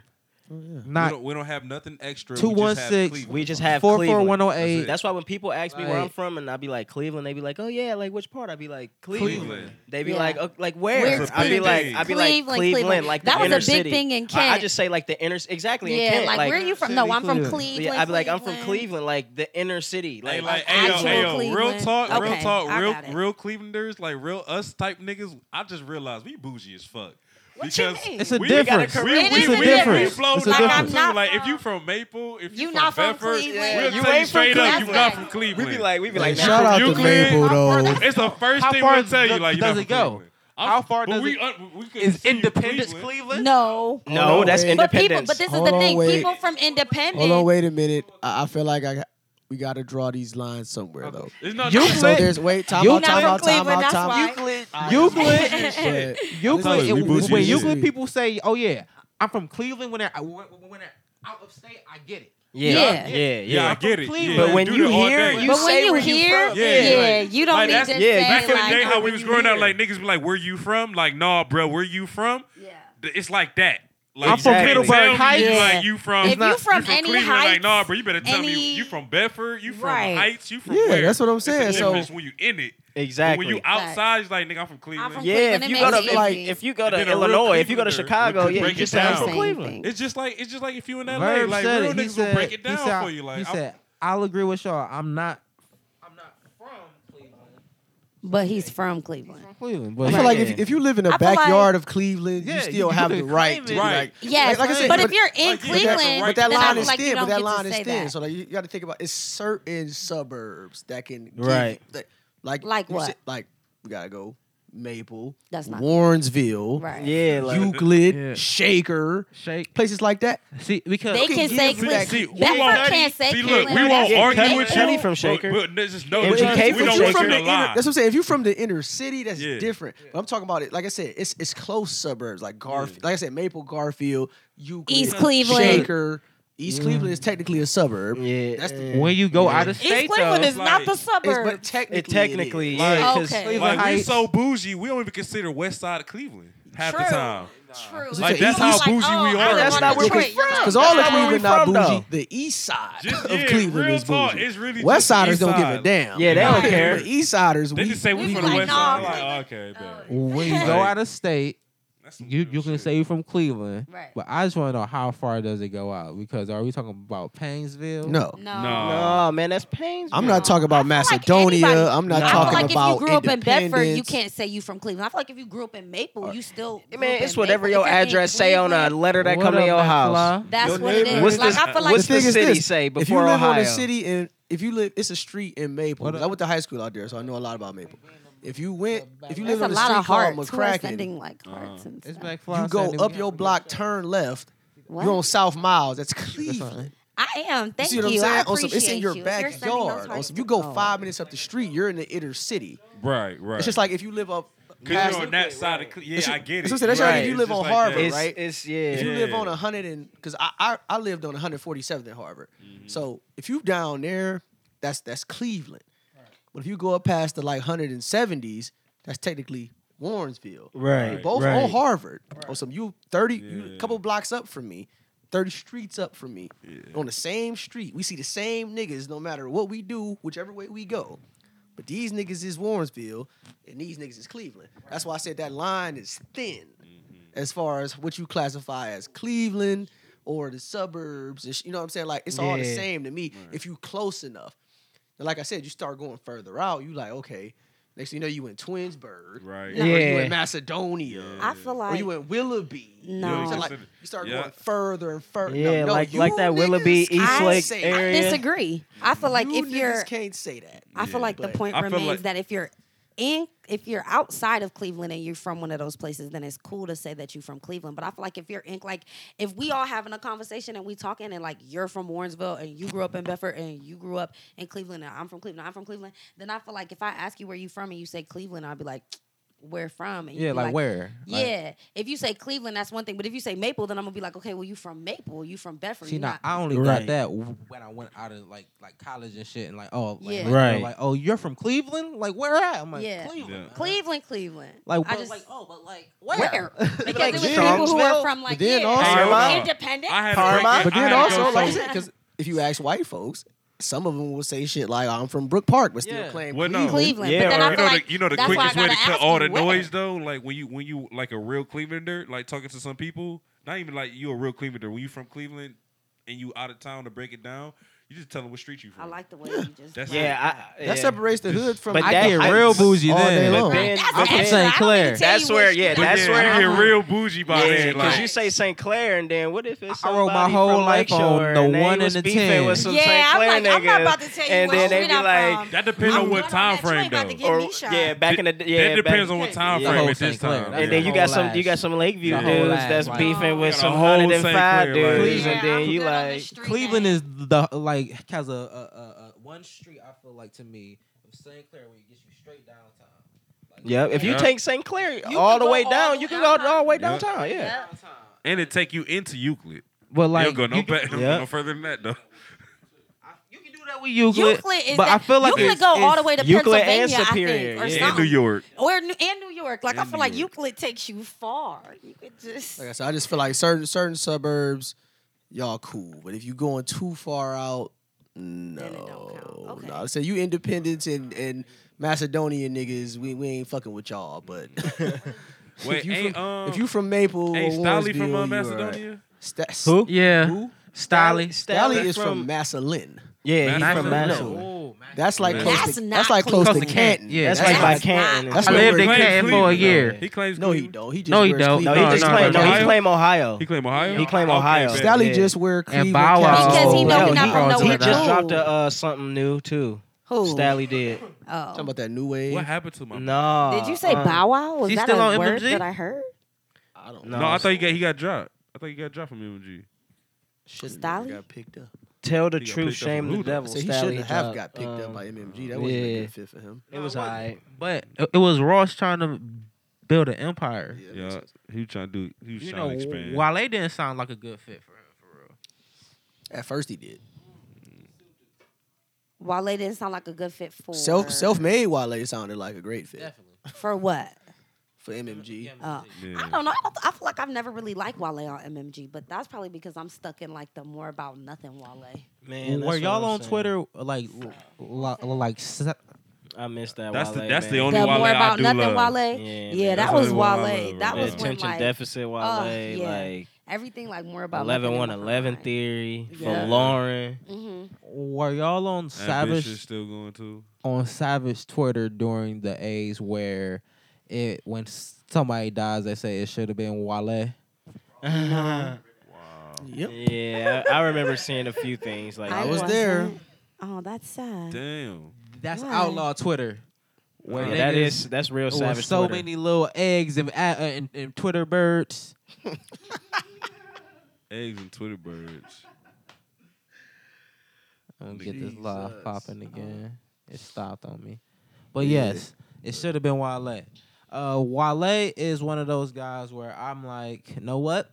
Speaker 2: we
Speaker 3: Not
Speaker 2: don't, we don't have nothing extra. we
Speaker 3: Two
Speaker 2: just
Speaker 3: one
Speaker 2: have
Speaker 3: six.
Speaker 2: Cleveland.
Speaker 5: We just have
Speaker 3: four four
Speaker 5: Cleveland.
Speaker 3: one zero eight.
Speaker 5: That's why when people ask me where I'm
Speaker 3: Right.
Speaker 5: from and I be like Cleveland, they be like, "Oh yeah, like which part?" I be like Cleveland.
Speaker 2: Cleveland.
Speaker 5: They be
Speaker 1: Yeah.
Speaker 5: like, oh, "Like
Speaker 1: Where's
Speaker 5: where?" I be
Speaker 1: Cleveland?
Speaker 5: like, "I be like
Speaker 1: Cleveland,
Speaker 5: Cleveland,
Speaker 1: Cleveland.
Speaker 5: like
Speaker 1: That
Speaker 5: the
Speaker 1: was a
Speaker 5: inner
Speaker 1: big
Speaker 5: city.
Speaker 1: thing in
Speaker 5: I, I
Speaker 1: Kent.
Speaker 5: just say like the inner exactly in
Speaker 1: yeah,
Speaker 5: Kent.
Speaker 1: like, where are you from? No, I'm from Cleveland.
Speaker 5: Yeah, I be like, I'm from
Speaker 1: Cleveland.
Speaker 5: Cleveland, like the inner city.
Speaker 2: Hey,
Speaker 5: Like,
Speaker 2: like,
Speaker 1: Like
Speaker 2: hey, yo,
Speaker 1: actual
Speaker 2: hey, yo, real
Speaker 1: Cleveland.
Speaker 2: talk, real
Speaker 1: Okay,
Speaker 2: talk,
Speaker 1: I
Speaker 2: real,
Speaker 1: got it.
Speaker 2: real Clevelanders, like real us type niggas. I just realized we bougie as fuck.
Speaker 1: What you
Speaker 2: because
Speaker 1: mean?
Speaker 3: It's a
Speaker 2: we,
Speaker 3: difference.
Speaker 2: We,
Speaker 5: correct-
Speaker 2: we,
Speaker 1: It is
Speaker 2: we,
Speaker 1: a
Speaker 2: we,
Speaker 1: difference.
Speaker 2: blow
Speaker 3: It's a
Speaker 2: down
Speaker 3: difference.
Speaker 2: too.
Speaker 1: Like, I'm not
Speaker 2: like if
Speaker 1: from-
Speaker 2: you from Maple, if you,
Speaker 1: You not from
Speaker 2: Bedford,
Speaker 1: Cleveland.
Speaker 2: we'll
Speaker 1: You
Speaker 2: tell you
Speaker 5: ain't from
Speaker 2: straight up, you
Speaker 1: Cleveland.
Speaker 2: not from Cleveland.
Speaker 5: we be like, we be
Speaker 4: Hey,
Speaker 5: like,
Speaker 2: Like,
Speaker 4: shout
Speaker 5: nah,
Speaker 4: out
Speaker 2: from
Speaker 4: to
Speaker 2: Euclid?
Speaker 4: Mabel though.
Speaker 2: It's the first
Speaker 3: How
Speaker 2: thing
Speaker 3: far
Speaker 2: we'll tell you.
Speaker 3: does-
Speaker 2: Like, you
Speaker 3: does
Speaker 2: not
Speaker 3: it
Speaker 2: from
Speaker 3: go?
Speaker 2: Cleveland. I'm-
Speaker 3: How far
Speaker 2: but
Speaker 3: does
Speaker 2: we,
Speaker 3: it-
Speaker 2: uh, we couldn't
Speaker 3: Is
Speaker 2: see you
Speaker 3: Independence
Speaker 2: Cleveland.
Speaker 3: Cleveland?
Speaker 1: No.
Speaker 5: no, that's
Speaker 4: Hold
Speaker 1: But people,
Speaker 5: independence.
Speaker 1: but this is
Speaker 4: Hold
Speaker 1: the
Speaker 4: on,
Speaker 1: thing.
Speaker 4: wait.
Speaker 1: People from Independence.
Speaker 4: Hold on, wait a minute. I, I feel like I got, we got to draw these lines somewhere though.
Speaker 2: It's not
Speaker 3: You
Speaker 4: So
Speaker 3: Cleveland.
Speaker 4: there's wait, time
Speaker 3: You
Speaker 4: out,
Speaker 3: not
Speaker 4: time
Speaker 3: from
Speaker 4: out, time
Speaker 1: Cleveland,
Speaker 4: out,
Speaker 1: that's
Speaker 4: time
Speaker 1: why.
Speaker 4: out.
Speaker 3: [laughs]
Speaker 5: Euclid.
Speaker 4: [laughs]
Speaker 3: Euclid,
Speaker 4: Shit.
Speaker 2: telling
Speaker 3: Euclid.
Speaker 2: you, we
Speaker 3: it-
Speaker 2: bougie
Speaker 3: When
Speaker 2: as
Speaker 3: Euclid
Speaker 4: shit.
Speaker 3: people say, "Oh yeah, I'm from Cleveland," when they're I- when, when they're out of state, I get it.
Speaker 5: Yeah,
Speaker 1: Yeah.
Speaker 5: yeah, yeah.
Speaker 2: Yeah, I get it.
Speaker 3: Cleveland.
Speaker 2: Yeah,
Speaker 5: But
Speaker 2: they
Speaker 5: when
Speaker 2: do
Speaker 5: you
Speaker 2: that all
Speaker 5: hear,
Speaker 2: day.
Speaker 5: you
Speaker 1: But when
Speaker 5: say
Speaker 1: you
Speaker 5: where
Speaker 1: hear-
Speaker 5: you from.
Speaker 1: Yeah, like- you don't
Speaker 2: like,
Speaker 1: need
Speaker 2: that's-
Speaker 1: to
Speaker 5: Yeah,
Speaker 1: say
Speaker 5: back
Speaker 2: Back in the
Speaker 1: like,
Speaker 2: day, how
Speaker 5: oh,
Speaker 2: we was
Speaker 5: you
Speaker 2: growing up,
Speaker 5: here.
Speaker 2: like niggas be like, "Where you from?" Like, "Nah, bro, where you from?"
Speaker 1: Yeah.
Speaker 2: Th- It's like that. Like,
Speaker 3: I'm
Speaker 5: from
Speaker 2: you can't
Speaker 5: Middleburg
Speaker 2: tell me,
Speaker 3: Heights.
Speaker 1: Yeah.
Speaker 2: Like, you from?
Speaker 1: If you from any
Speaker 2: Cleveland, like,
Speaker 1: Heights,
Speaker 2: nah, bro, you better tell me
Speaker 1: any-
Speaker 2: you from Bedford, you from
Speaker 1: Right.
Speaker 2: Heights, you from
Speaker 4: Yeah,
Speaker 2: where?
Speaker 4: that's what I'm
Speaker 2: It's the
Speaker 4: saying, so-
Speaker 2: difference when you in it, But
Speaker 5: Exactly.
Speaker 2: when you outside, it's like nigga, I'm from Cleveland.
Speaker 1: from-
Speaker 5: yeah,
Speaker 1: Cleveland, it
Speaker 5: if you go to
Speaker 1: makes
Speaker 5: if,
Speaker 1: it
Speaker 5: like,
Speaker 1: easy.
Speaker 5: if you go to
Speaker 2: And then a real
Speaker 5: Illinois, if you go to
Speaker 2: Clevelander
Speaker 5: Chicago,
Speaker 2: [laughs] would
Speaker 5: yeah, you
Speaker 2: break it
Speaker 5: just say I'm
Speaker 2: down.
Speaker 5: from Cleveland.
Speaker 2: It's just like it's just like if you in LA,
Speaker 3: Verb
Speaker 2: like
Speaker 3: said
Speaker 2: real
Speaker 3: it. He
Speaker 2: niggas
Speaker 3: said-
Speaker 2: will break it
Speaker 3: he
Speaker 2: down
Speaker 3: said-
Speaker 2: for you. Like
Speaker 3: he
Speaker 2: I'm-
Speaker 3: said, "I'll agree with y'all. I'm not. I'm not from Cleveland.
Speaker 1: But he's from Cleveland.
Speaker 3: From Cleveland,
Speaker 4: I
Speaker 3: but
Speaker 4: feel
Speaker 5: Yeah.
Speaker 4: like if, if you live in
Speaker 1: I
Speaker 4: a
Speaker 1: feel like-
Speaker 4: backyard of Cleveland,
Speaker 3: Yeah,
Speaker 4: you
Speaker 3: you-
Speaker 4: still
Speaker 3: you
Speaker 4: have
Speaker 3: could
Speaker 4: the right to
Speaker 3: claim
Speaker 4: be
Speaker 3: it.
Speaker 4: like,
Speaker 1: Yes,
Speaker 4: like I said,
Speaker 1: but,
Speaker 4: but-
Speaker 1: if you're in
Speaker 2: like, you got the
Speaker 1: Cleveland,
Speaker 4: but
Speaker 2: right
Speaker 4: that
Speaker 2: Then I
Speaker 4: line
Speaker 2: feel
Speaker 4: is
Speaker 1: like
Speaker 4: thin.
Speaker 1: you
Speaker 4: But
Speaker 1: don't
Speaker 4: that
Speaker 1: get to
Speaker 4: line is
Speaker 1: say
Speaker 4: thin.
Speaker 1: that.
Speaker 4: So like you got to think about it's certain suburbs that can give-
Speaker 5: Right.
Speaker 4: that- like
Speaker 1: Like
Speaker 4: you
Speaker 1: what?
Speaker 4: said- like we gotta go Maple,
Speaker 1: That's not-
Speaker 4: Warrensville,
Speaker 1: Right.
Speaker 5: Yeah, like
Speaker 4: Euclid,
Speaker 3: Yeah.
Speaker 4: Shaker,
Speaker 3: Shake.
Speaker 4: places like that.
Speaker 3: See, because
Speaker 1: They can
Speaker 4: give
Speaker 1: say
Speaker 4: you
Speaker 1: Cleveland.
Speaker 4: that-
Speaker 2: See, we
Speaker 1: Bedford
Speaker 2: won't-
Speaker 1: can't say
Speaker 2: See, look,
Speaker 1: Cleveland.
Speaker 2: we won't
Speaker 1: That's
Speaker 2: argue
Speaker 1: Cleveland.
Speaker 5: Cutty-
Speaker 2: with
Speaker 5: Cutty
Speaker 2: you.
Speaker 5: from Shaker.
Speaker 2: But, but just know
Speaker 5: And
Speaker 2: that
Speaker 5: GK
Speaker 2: we
Speaker 5: from
Speaker 2: don't
Speaker 4: if you
Speaker 5: Shaker.
Speaker 2: want
Speaker 4: from
Speaker 2: you
Speaker 4: the
Speaker 2: to
Speaker 4: inner,
Speaker 2: lie.
Speaker 4: that's what I'm saying. If you're from the inner city, that's
Speaker 2: Yeah.
Speaker 4: different. But I'm talking about it. Like I said, it's it's close suburbs. Like Garfield, like I said, Maple, Garfield, Euclid,
Speaker 1: East Cleveland.
Speaker 4: Shaker. East Cleveland is technically a suburb.
Speaker 5: Yeah.
Speaker 4: that's the,
Speaker 3: when you go out of state,
Speaker 1: East Cleveland
Speaker 3: though,
Speaker 1: is not the
Speaker 4: it's,
Speaker 2: It's-
Speaker 1: suburb.
Speaker 4: but technically,
Speaker 5: it technically,
Speaker 4: it is.
Speaker 5: yeah, 'cause
Speaker 1: Okay.
Speaker 5: Cleveland-
Speaker 2: Like we
Speaker 3: Heights.
Speaker 2: so bougie, we don't even consider West Side of Cleveland half
Speaker 1: True.
Speaker 2: the time.
Speaker 1: True.
Speaker 4: Like,
Speaker 1: You
Speaker 4: that's
Speaker 1: don't
Speaker 4: how
Speaker 2: bougie we
Speaker 1: "Oh, I
Speaker 2: are.
Speaker 1: live
Speaker 2: That's
Speaker 1: on
Speaker 2: not where
Speaker 1: Detroit.
Speaker 5: we're
Speaker 1: You're
Speaker 4: Because
Speaker 1: like,
Speaker 4: all
Speaker 5: That's
Speaker 4: of
Speaker 5: where we
Speaker 4: Cleveland not
Speaker 5: from,
Speaker 4: bougie.
Speaker 5: though.
Speaker 4: The East Side
Speaker 2: Just,
Speaker 4: of
Speaker 2: yeah,
Speaker 4: Cleveland
Speaker 2: real
Speaker 4: is
Speaker 2: talk,
Speaker 4: bougie.
Speaker 2: it's really
Speaker 4: West
Speaker 2: just
Speaker 4: Siders
Speaker 2: East
Speaker 4: don't give a
Speaker 2: Side.
Speaker 4: damn.
Speaker 5: Uh, Yeah,
Speaker 3: [laughs]
Speaker 5: they
Speaker 1: don't
Speaker 4: But
Speaker 5: care.
Speaker 4: East Siders,
Speaker 2: They
Speaker 4: we,
Speaker 2: just say we
Speaker 1: we
Speaker 2: from the
Speaker 1: like, uh,
Speaker 2: West
Speaker 1: nah,
Speaker 2: Side.
Speaker 1: I'm
Speaker 2: I'm like, okay, bet.
Speaker 3: when you go
Speaker 2: Like-
Speaker 3: out of state,
Speaker 2: That's some
Speaker 3: you
Speaker 2: real
Speaker 3: you can
Speaker 2: shit.
Speaker 3: say you're from Cleveland,
Speaker 1: Right.
Speaker 3: but I just want to know how far does it go out? Because are we talking about Painesville?
Speaker 4: No.
Speaker 1: No.
Speaker 2: No.
Speaker 5: No, man, that's pains.
Speaker 4: I'm not talking about
Speaker 1: I feel like
Speaker 4: Macedonia.
Speaker 1: anybody-
Speaker 4: I'm not
Speaker 3: No.
Speaker 1: I feel
Speaker 4: talking
Speaker 1: like
Speaker 4: about
Speaker 1: if you grew up in Bedford, you
Speaker 4: independence.
Speaker 1: can't say you from Cleveland. I feel like if you grew up in Maple, you still. grew
Speaker 5: Man,
Speaker 1: up
Speaker 5: it's
Speaker 1: in
Speaker 5: whatever
Speaker 1: Maple.
Speaker 5: your
Speaker 1: If you're in
Speaker 5: address say on a
Speaker 1: Cleveland,
Speaker 5: letter that
Speaker 3: What
Speaker 5: come
Speaker 3: up,
Speaker 5: to your
Speaker 3: Matt
Speaker 5: house.
Speaker 3: Fly?
Speaker 1: That's
Speaker 2: Your
Speaker 1: what it is.
Speaker 2: neighborhood.
Speaker 5: What's
Speaker 1: like
Speaker 5: this-
Speaker 1: I feel like
Speaker 5: what's the
Speaker 4: thing is
Speaker 5: city
Speaker 4: this,
Speaker 5: say
Speaker 4: if you
Speaker 5: before
Speaker 4: live on
Speaker 5: Ohio?
Speaker 4: a city and if you live, it's a street in Maple. 'cause I went to high school out there, so I know a lot about Maple. If you went, if you
Speaker 1: there's
Speaker 4: live
Speaker 1: a
Speaker 4: on a
Speaker 1: lot
Speaker 4: street
Speaker 1: of
Speaker 4: called
Speaker 1: hearts. Who are sending
Speaker 4: McCracken,
Speaker 1: like hearts and
Speaker 3: Uh-huh. It's
Speaker 1: stuff.
Speaker 3: Black Fly.
Speaker 4: you go
Speaker 3: said that
Speaker 4: up
Speaker 3: we-
Speaker 4: your block, turn left.
Speaker 1: What?
Speaker 4: You're on South Miles. That's Cleveland.
Speaker 1: I am. Thank
Speaker 4: see
Speaker 1: you.
Speaker 4: what I'm
Speaker 1: I
Speaker 4: saying? On some,
Speaker 1: appreciate
Speaker 4: it's in your
Speaker 1: you. If you're sending those
Speaker 4: backyard. On
Speaker 1: hearts
Speaker 4: some-
Speaker 1: to-
Speaker 4: you go
Speaker 1: Oh.
Speaker 4: five minutes up the street, you're in the inner city.
Speaker 2: Right, right.
Speaker 4: It's just like if you live up.
Speaker 2: because
Speaker 4: past-
Speaker 2: you're on that side of Cle- yeah,
Speaker 4: It's-
Speaker 2: I get it.
Speaker 4: it's- that's right,
Speaker 5: if you
Speaker 2: It's
Speaker 4: live
Speaker 2: just
Speaker 4: on
Speaker 2: that.
Speaker 4: Harvard,
Speaker 5: It's,
Speaker 4: right?
Speaker 5: it's
Speaker 4: If
Speaker 5: yeah.
Speaker 4: you live on a hundred and because I, I I lived on 147th at Harvard, so if you down there, that's that's Cleveland. But if you go up past the like 170s, that's technically Warrensville.
Speaker 5: Right,
Speaker 4: Both on
Speaker 5: right.
Speaker 4: Harvard. Or some you 30, you
Speaker 2: Yeah.
Speaker 4: a couple blocks up from me, 30 streets up from me, on the same street. We see the same niggas no matter what we do, whichever way we go. But these niggas is Warrensville, and these niggas is Cleveland. That's why I said that line is thin
Speaker 2: Mm-hmm.
Speaker 4: as far as what you classify as Cleveland or the suburbs. and sh- You know what I'm saying? Like it's all the
Speaker 5: Yeah.
Speaker 4: same to me if you close enough. And like I said, you start going further out. You like okay. Next thing you know, you in Twinsburg,
Speaker 2: Right.
Speaker 4: Or you
Speaker 5: Yeah.
Speaker 4: in Macedonia,
Speaker 1: I feel
Speaker 4: or you
Speaker 1: like
Speaker 4: in Willoughby.
Speaker 1: No.
Speaker 4: So,
Speaker 2: just
Speaker 4: like,
Speaker 2: in-
Speaker 4: you start
Speaker 2: yeah.
Speaker 4: going further and further.
Speaker 5: Yeah,
Speaker 4: no, no,
Speaker 5: like-
Speaker 4: you
Speaker 5: like that Willoughby,
Speaker 4: niggas can't
Speaker 5: East Lake
Speaker 4: say that.
Speaker 1: I
Speaker 5: area.
Speaker 1: disagree. I feel like
Speaker 4: you
Speaker 1: if you're,
Speaker 4: niggas can't say that.
Speaker 1: I feel
Speaker 2: Yeah.
Speaker 1: like the
Speaker 4: But-
Speaker 1: point
Speaker 2: I feel
Speaker 1: remains
Speaker 2: like-
Speaker 1: that if you're in, if you're outside of Cleveland and you're from one of those places, then it's cool to say that you're from Cleveland. But I feel like if you're in, like, if we all having a conversation and we talking and like you're from Warrensville and you grew up in Bedford and you grew up in Cleveland and I'm from Cleveland, I'm from Cleveland, then I feel like if I ask you where you from and you say Cleveland, I'll be like, where from? And you'd
Speaker 3: Yeah,
Speaker 1: be
Speaker 3: like, where? Like,
Speaker 1: Yeah, if you say Cleveland, that's one thing. But if you say Maple, then I'm gonna be like, okay, well, you from Maple, you from Bedford.
Speaker 3: See,
Speaker 1: you
Speaker 3: now
Speaker 1: not
Speaker 3: I only got
Speaker 5: Right.
Speaker 3: that w- when I went out of like like college and shit, and like oh like,
Speaker 1: Yeah.
Speaker 3: my girl,
Speaker 5: Right.
Speaker 3: like oh you're from Cleveland, like where at? I'm like
Speaker 1: Yeah.
Speaker 3: Cleveland,
Speaker 2: Yeah.
Speaker 1: Cleveland, Cleveland.
Speaker 3: Like,
Speaker 1: I
Speaker 3: but,
Speaker 1: just
Speaker 3: like,
Speaker 1: oh, but like
Speaker 3: where?
Speaker 1: [laughs] Because it
Speaker 3: Like,
Speaker 1: was people who
Speaker 5: Strongsville?
Speaker 1: were from like
Speaker 4: But then
Speaker 1: yeah,
Speaker 4: also-
Speaker 2: Parma.
Speaker 1: independent.
Speaker 2: I had to
Speaker 5: Parma.
Speaker 2: break it-
Speaker 4: But then
Speaker 2: I had to go
Speaker 4: also, like I
Speaker 2: from- [laughs]
Speaker 4: said, because if you ask white folks, some of them will say shit like, "I'm from Brook Park," but still
Speaker 3: Yeah.
Speaker 4: claim
Speaker 2: Well, no.
Speaker 4: Cleveland.
Speaker 1: Cleveland.
Speaker 5: Yeah,
Speaker 1: but then
Speaker 5: or-
Speaker 1: I
Speaker 2: you
Speaker 1: feel
Speaker 2: know
Speaker 1: like
Speaker 2: the, you know the
Speaker 1: that's why I
Speaker 2: quickest way to
Speaker 1: gotta
Speaker 2: cut
Speaker 1: ask
Speaker 2: all
Speaker 1: you
Speaker 2: the
Speaker 1: where.
Speaker 2: noise though, like when you when you like a real Clevelander, like talking to some people, not even like you a real Clevelander. When you from Cleveland and you out of town to break it down, you just tell them what street you from.
Speaker 1: I like the way you just.
Speaker 2: That's-
Speaker 5: yeah, I, yeah.
Speaker 4: That separates the hood from.
Speaker 5: But
Speaker 3: I
Speaker 5: that-
Speaker 3: get
Speaker 5: I-
Speaker 3: real bougie
Speaker 4: all day
Speaker 3: then.
Speaker 4: long.
Speaker 5: Then-
Speaker 1: That's
Speaker 5: but
Speaker 1: extra.
Speaker 5: then-
Speaker 3: St.
Speaker 1: I don't even
Speaker 3: Clair.
Speaker 1: tell you
Speaker 5: That's
Speaker 1: what
Speaker 5: where-
Speaker 1: street
Speaker 5: yeah,
Speaker 1: I'm
Speaker 2: But
Speaker 5: that's
Speaker 2: yeah,
Speaker 1: from.
Speaker 5: where-
Speaker 2: you get real bougie by
Speaker 5: Yeah,
Speaker 2: then.
Speaker 5: because
Speaker 2: Like,
Speaker 5: you say St. Clair, and then what if it's
Speaker 3: I wrote
Speaker 5: somebody
Speaker 3: my whole
Speaker 5: from
Speaker 3: life on
Speaker 5: Lakeshore
Speaker 3: the
Speaker 5: and they
Speaker 3: one and
Speaker 5: was
Speaker 3: the
Speaker 5: beefing
Speaker 3: ten.
Speaker 5: With some St.
Speaker 1: Yeah, I'm
Speaker 5: Clair
Speaker 1: like, I'm not
Speaker 5: niggas,
Speaker 1: about to tell you
Speaker 5: and
Speaker 1: what
Speaker 5: then
Speaker 1: street
Speaker 5: they be
Speaker 1: I'm
Speaker 5: like,
Speaker 1: from.
Speaker 2: that depends
Speaker 1: I'm
Speaker 2: on
Speaker 1: going
Speaker 2: what time
Speaker 1: that train
Speaker 2: frame
Speaker 1: about to
Speaker 2: though.
Speaker 1: get me shot.
Speaker 5: yeah, back in the d- yeah,
Speaker 2: that
Speaker 5: back-
Speaker 2: depends on what time
Speaker 5: Yeah.
Speaker 2: frame
Speaker 3: whole
Speaker 2: at this
Speaker 3: St. Clair.
Speaker 2: time.
Speaker 3: That's
Speaker 5: And
Speaker 3: the
Speaker 5: then you
Speaker 3: whole
Speaker 5: got some
Speaker 3: life.
Speaker 5: you got some Lakeview
Speaker 3: The
Speaker 5: dudes
Speaker 3: whole life,
Speaker 5: that's
Speaker 3: like-
Speaker 5: beefing with
Speaker 2: Got a
Speaker 5: some
Speaker 2: whole
Speaker 5: hundred and
Speaker 2: St.
Speaker 5: five
Speaker 2: Clair, like-
Speaker 5: dudes,
Speaker 1: Yeah,
Speaker 5: and
Speaker 1: I'm
Speaker 5: then you
Speaker 1: good on the
Speaker 5: like
Speaker 1: street
Speaker 3: Cleveland
Speaker 1: name.
Speaker 3: is the like has a, a, a, a one street I feel like to me of St. Clair where it gets you straight downtown. Like,
Speaker 5: Yep. If you
Speaker 2: Yeah.
Speaker 5: take St. Clair
Speaker 1: can
Speaker 5: all the
Speaker 1: go
Speaker 5: way
Speaker 1: all
Speaker 5: down,
Speaker 1: the
Speaker 5: you
Speaker 1: way
Speaker 5: can go all the way
Speaker 2: downtown.
Speaker 5: downtown. Yeah.
Speaker 1: Yep.
Speaker 2: And it take you into Euclid.
Speaker 3: But
Speaker 2: you
Speaker 3: like
Speaker 2: don't go no,
Speaker 3: you,
Speaker 2: back,
Speaker 5: Yeah.
Speaker 2: no further than that though.
Speaker 3: you can do that with Euclid,
Speaker 1: Euclid is
Speaker 3: but
Speaker 1: that,
Speaker 3: I feel like
Speaker 1: Euclid
Speaker 3: it's,
Speaker 1: go all
Speaker 3: it's-
Speaker 1: the way to
Speaker 5: Euclid
Speaker 1: Pennsylvania,
Speaker 5: and Superior,
Speaker 1: I think, or
Speaker 5: yeah.
Speaker 2: In
Speaker 5: And
Speaker 1: something.
Speaker 2: New York.
Speaker 1: or New, and New York. Like I
Speaker 2: And
Speaker 1: feel
Speaker 2: New
Speaker 1: like
Speaker 2: York.
Speaker 1: Euclid takes you far. You could just
Speaker 4: Like I said, I just feel like certain certain suburbs, y'all cool, but if you going too far out, no,
Speaker 1: Then it don't count. Okay.
Speaker 4: no. I say you independence and and Macedonian niggas, we, we ain't fucking with y'all. But [laughs]
Speaker 2: Wait,
Speaker 4: if you
Speaker 2: ain't,
Speaker 4: from,
Speaker 2: um,
Speaker 4: if you from Maple,
Speaker 2: Hey,
Speaker 4: or
Speaker 2: Stiley from
Speaker 4: Warrensville, you
Speaker 2: uh,
Speaker 4: all right.
Speaker 2: Macedonia.
Speaker 4: Sta-
Speaker 3: Yeah,
Speaker 4: Who?
Speaker 3: Stiley.
Speaker 4: Staley is from Massillon.
Speaker 5: yeah, he's
Speaker 2: Massillon.
Speaker 5: from Massillon.
Speaker 4: That's like
Speaker 2: That's
Speaker 4: close to,
Speaker 1: not
Speaker 4: that's like close, to Canton.
Speaker 3: Yeah,
Speaker 5: That's
Speaker 3: That's
Speaker 5: like by
Speaker 1: not-
Speaker 5: Canton.
Speaker 4: that's
Speaker 3: I
Speaker 4: where
Speaker 3: lived in
Speaker 4: we're
Speaker 2: Claims
Speaker 3: Canton for a
Speaker 2: Cleveland, though.
Speaker 3: year.
Speaker 2: He claims
Speaker 4: No, he
Speaker 2: Cleveland.
Speaker 4: don't. He just
Speaker 3: No, he
Speaker 4: wears
Speaker 3: don't.
Speaker 5: No,
Speaker 4: Cleveland.
Speaker 5: he
Speaker 3: No,
Speaker 5: just
Speaker 3: no,
Speaker 5: claimed.
Speaker 3: no,
Speaker 5: No, he
Speaker 2: Ohio?
Speaker 5: claim Ohio.
Speaker 2: He claim Ohio.
Speaker 5: He claim
Speaker 2: Okay,
Speaker 5: Ohio.
Speaker 2: bet.
Speaker 4: Staley
Speaker 5: Yeah.
Speaker 4: just wear Cleveland.
Speaker 3: Bow Wow.
Speaker 4: Cavs.
Speaker 1: because he know
Speaker 5: No,
Speaker 1: he not
Speaker 5: he-
Speaker 1: from
Speaker 3: he
Speaker 1: nowhere.
Speaker 5: He just
Speaker 1: cool.
Speaker 5: dropped a, uh, something new too.
Speaker 1: Who?
Speaker 5: Stally did.
Speaker 4: Talking
Speaker 1: Oh.
Speaker 4: about that new wave.
Speaker 2: What happened to my?
Speaker 5: No.
Speaker 1: Did you say
Speaker 5: uh,
Speaker 1: Bow Wow? Was
Speaker 3: She's
Speaker 1: that
Speaker 3: still
Speaker 1: a
Speaker 3: on
Speaker 1: word
Speaker 3: MMG?
Speaker 1: that I heard?
Speaker 4: I don't know.
Speaker 5: No,
Speaker 2: No, I thought he got he got dropped. I thought he got dropped from MG.
Speaker 4: Shouldn't have
Speaker 1: Staley?
Speaker 4: got picked up.
Speaker 5: Tell the
Speaker 2: He got
Speaker 5: truth,
Speaker 2: picked up
Speaker 5: shame
Speaker 2: from
Speaker 5: the
Speaker 2: Luda.
Speaker 5: devil.
Speaker 4: So he
Speaker 5: Staley
Speaker 4: shouldn't have
Speaker 5: dropped,
Speaker 4: got picked up
Speaker 5: um,
Speaker 4: by MMG. That wasn't a
Speaker 3: yeah.
Speaker 4: good fit for him.
Speaker 5: It was alright.
Speaker 3: But it- it was Ross trying to build an empire.
Speaker 4: Yeah, that makes
Speaker 2: Yeah,
Speaker 4: sense.
Speaker 2: he was trying to do. He was
Speaker 3: You
Speaker 2: trying
Speaker 3: know,
Speaker 2: to expand.
Speaker 3: Wale didn't sound like a good fit for him for real.
Speaker 4: At first he did.
Speaker 1: Wale didn't sound like a good fit for
Speaker 4: Self self made Wale sounded like a great fit
Speaker 3: Definitely.
Speaker 1: for what?
Speaker 4: for MMG.
Speaker 1: Uh,
Speaker 2: Yeah.
Speaker 1: I don't know. I, don't, I feel like I've never really liked Wale on MMG, but that's probably because I'm stuck in like the more about nothing Wale.
Speaker 5: Man,
Speaker 3: Were
Speaker 5: that's
Speaker 3: y'all
Speaker 5: what I'm
Speaker 3: on
Speaker 5: saying.
Speaker 3: Twitter like l- l- like s-
Speaker 5: I missed that.
Speaker 2: That's the-
Speaker 5: Wale,
Speaker 2: that's the
Speaker 5: man.
Speaker 2: only
Speaker 1: the
Speaker 2: Wale
Speaker 1: more
Speaker 2: I
Speaker 1: about
Speaker 2: do
Speaker 1: nothing
Speaker 2: love.
Speaker 1: Wale. Yeah,
Speaker 5: Yeah, man,
Speaker 1: that
Speaker 2: that's
Speaker 1: was
Speaker 2: the
Speaker 1: Wale.
Speaker 2: only one I love,
Speaker 1: that
Speaker 2: bro.
Speaker 1: was when
Speaker 5: attention
Speaker 1: like oh,
Speaker 5: deficit Wale,
Speaker 1: yeah.
Speaker 5: like
Speaker 1: everything like more about
Speaker 5: 11 1 11 theory for Lauren.
Speaker 1: Mm-hmm.
Speaker 3: Were y'all on
Speaker 2: Savage is
Speaker 3: Savage
Speaker 2: still going too.
Speaker 3: on Savage Twitter during the A's where it when somebody dies they say it should have been Wale?
Speaker 4: Yep.
Speaker 5: Yeah, I I remember seeing a few things like
Speaker 4: I
Speaker 5: that.
Speaker 4: was there.
Speaker 1: wasn't. Oh, that's sad.
Speaker 2: Damn.
Speaker 3: That's
Speaker 1: Why?
Speaker 3: outlaw Twitter. Where
Speaker 5: Yeah, Oh, that
Speaker 3: niggas-
Speaker 5: is that's real
Speaker 3: There
Speaker 5: savage.
Speaker 3: was so
Speaker 5: Twitter.
Speaker 3: many little eggs and, uh, and, and Twitter birds.
Speaker 2: Eggs and Twitter birds.
Speaker 3: I'm gonna get this
Speaker 4: Jesus.
Speaker 3: live popping again. It stopped on me, but yes, it should have been Wale. Uh, Wale is one of those guys where I'm like, you know what?